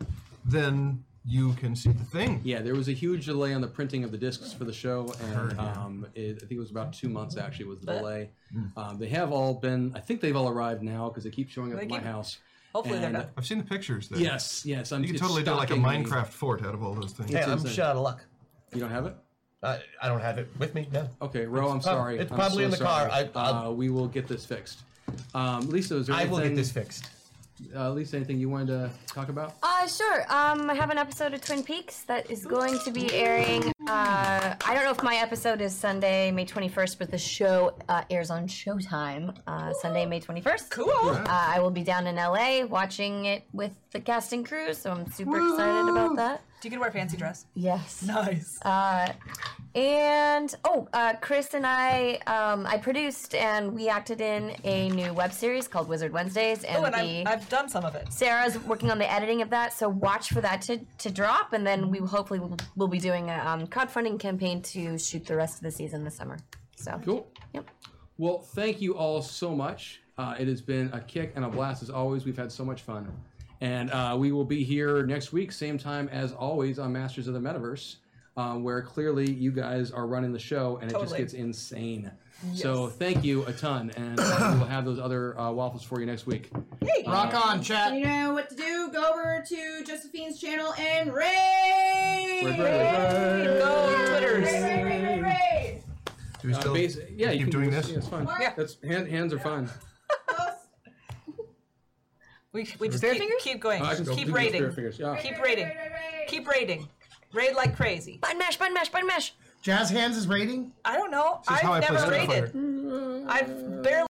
Speaker 5: then you can see the thing.
Speaker 2: Yeah, there was a huge delay on the printing of the discs for the show, and um, it, I think it was about two months actually was the
Speaker 3: Blech.
Speaker 2: delay. Um, they have all been, I think they've all arrived now because they keep showing up
Speaker 3: They
Speaker 2: at my
Speaker 3: keep-
Speaker 2: house.
Speaker 3: hopefully they're
Speaker 2: And-
Speaker 3: not.
Speaker 5: I've seen the pictures. There.
Speaker 2: Yes, yes, I'm-
Speaker 5: you can
Speaker 2: it's
Speaker 5: totally do like a
Speaker 2: stalking me.
Speaker 5: Minecraft fort out of all those things.
Speaker 4: Hey, I'm shot out of luck.
Speaker 2: You don't have it?
Speaker 4: I, I don't have it with me. No.
Speaker 2: Okay, Ro, I'm
Speaker 4: It's prob-
Speaker 2: sorry.
Speaker 4: it's
Speaker 2: I'm
Speaker 4: probably
Speaker 2: so
Speaker 4: in the
Speaker 2: sorry.
Speaker 4: car. I-
Speaker 2: uh, we will get this fixed. Um, Lisa, is there
Speaker 4: I
Speaker 2: anything,
Speaker 4: will get this fixed.
Speaker 2: Uh, Lisa, anything you wanted to talk about?
Speaker 6: Uh, sure. Um, I have an episode of Twin Peaks that is going to be airing. Uh, I don't know if my episode is Sunday, May 21st, but the show uh, airs on Showtime uh, Sunday, May 21st. Cool. Uh, I will be down in LA watching it with the cast and crew, so I'm super excited about that.
Speaker 3: Do you get to wear a fancy dress?
Speaker 6: Yes.
Speaker 3: Nice.
Speaker 6: Uh, and oh, uh, Chris and I, um, I produced and we acted in a new web series called Wizard Wednesdays. And
Speaker 3: oh, and
Speaker 6: the,
Speaker 3: I've, I've done some of it.
Speaker 6: Sarah's working on the editing of that, so watch for that to, to drop, and then we will hopefully will we'll be doing a um, crowdfunding campaign to shoot the rest of the season this summer. So
Speaker 2: Cool. Well, thank you all so much. Uh, it has been a kick and a blast as always. We've had so much fun. And uh, we will be here next week, same time as always on Masters uh, of the Metaverse, um, where clearly you guys are running the show and it just
Speaker 3: Totally.
Speaker 2: gets insane. So thank you a ton, and uh, we will have those other uh, waffles for you next week.
Speaker 15: Hey.
Speaker 2: Rock on,
Speaker 15: chat. You know what to do. Go over to Josephine's channel and raid.
Speaker 2: Raid, raid, raid. Go, Twitters.
Speaker 15: Raid, raid, raid, raid, raid.
Speaker 2: Do we still Uh, yeah, you can
Speaker 5: keep
Speaker 2: do
Speaker 5: doing this?
Speaker 2: Yeah, it's fine.
Speaker 15: Yeah.
Speaker 2: That's hand, hands are fine.
Speaker 3: We, we just
Speaker 2: Spirit
Speaker 3: keep, keep going.
Speaker 2: Oh, I can still do
Speaker 3: keep
Speaker 2: the
Speaker 3: raiding.
Speaker 2: spirit fingers, yeah.
Speaker 3: Keep raiding. Keep raiding. Raid like crazy. Button mash, button mash, button mash.
Speaker 7: Jazz hands is raiding. Mm.
Speaker 3: I don't know.
Speaker 7: This is how I
Speaker 3: I've
Speaker 7: play
Speaker 3: never
Speaker 7: Street
Speaker 3: raided. I've barely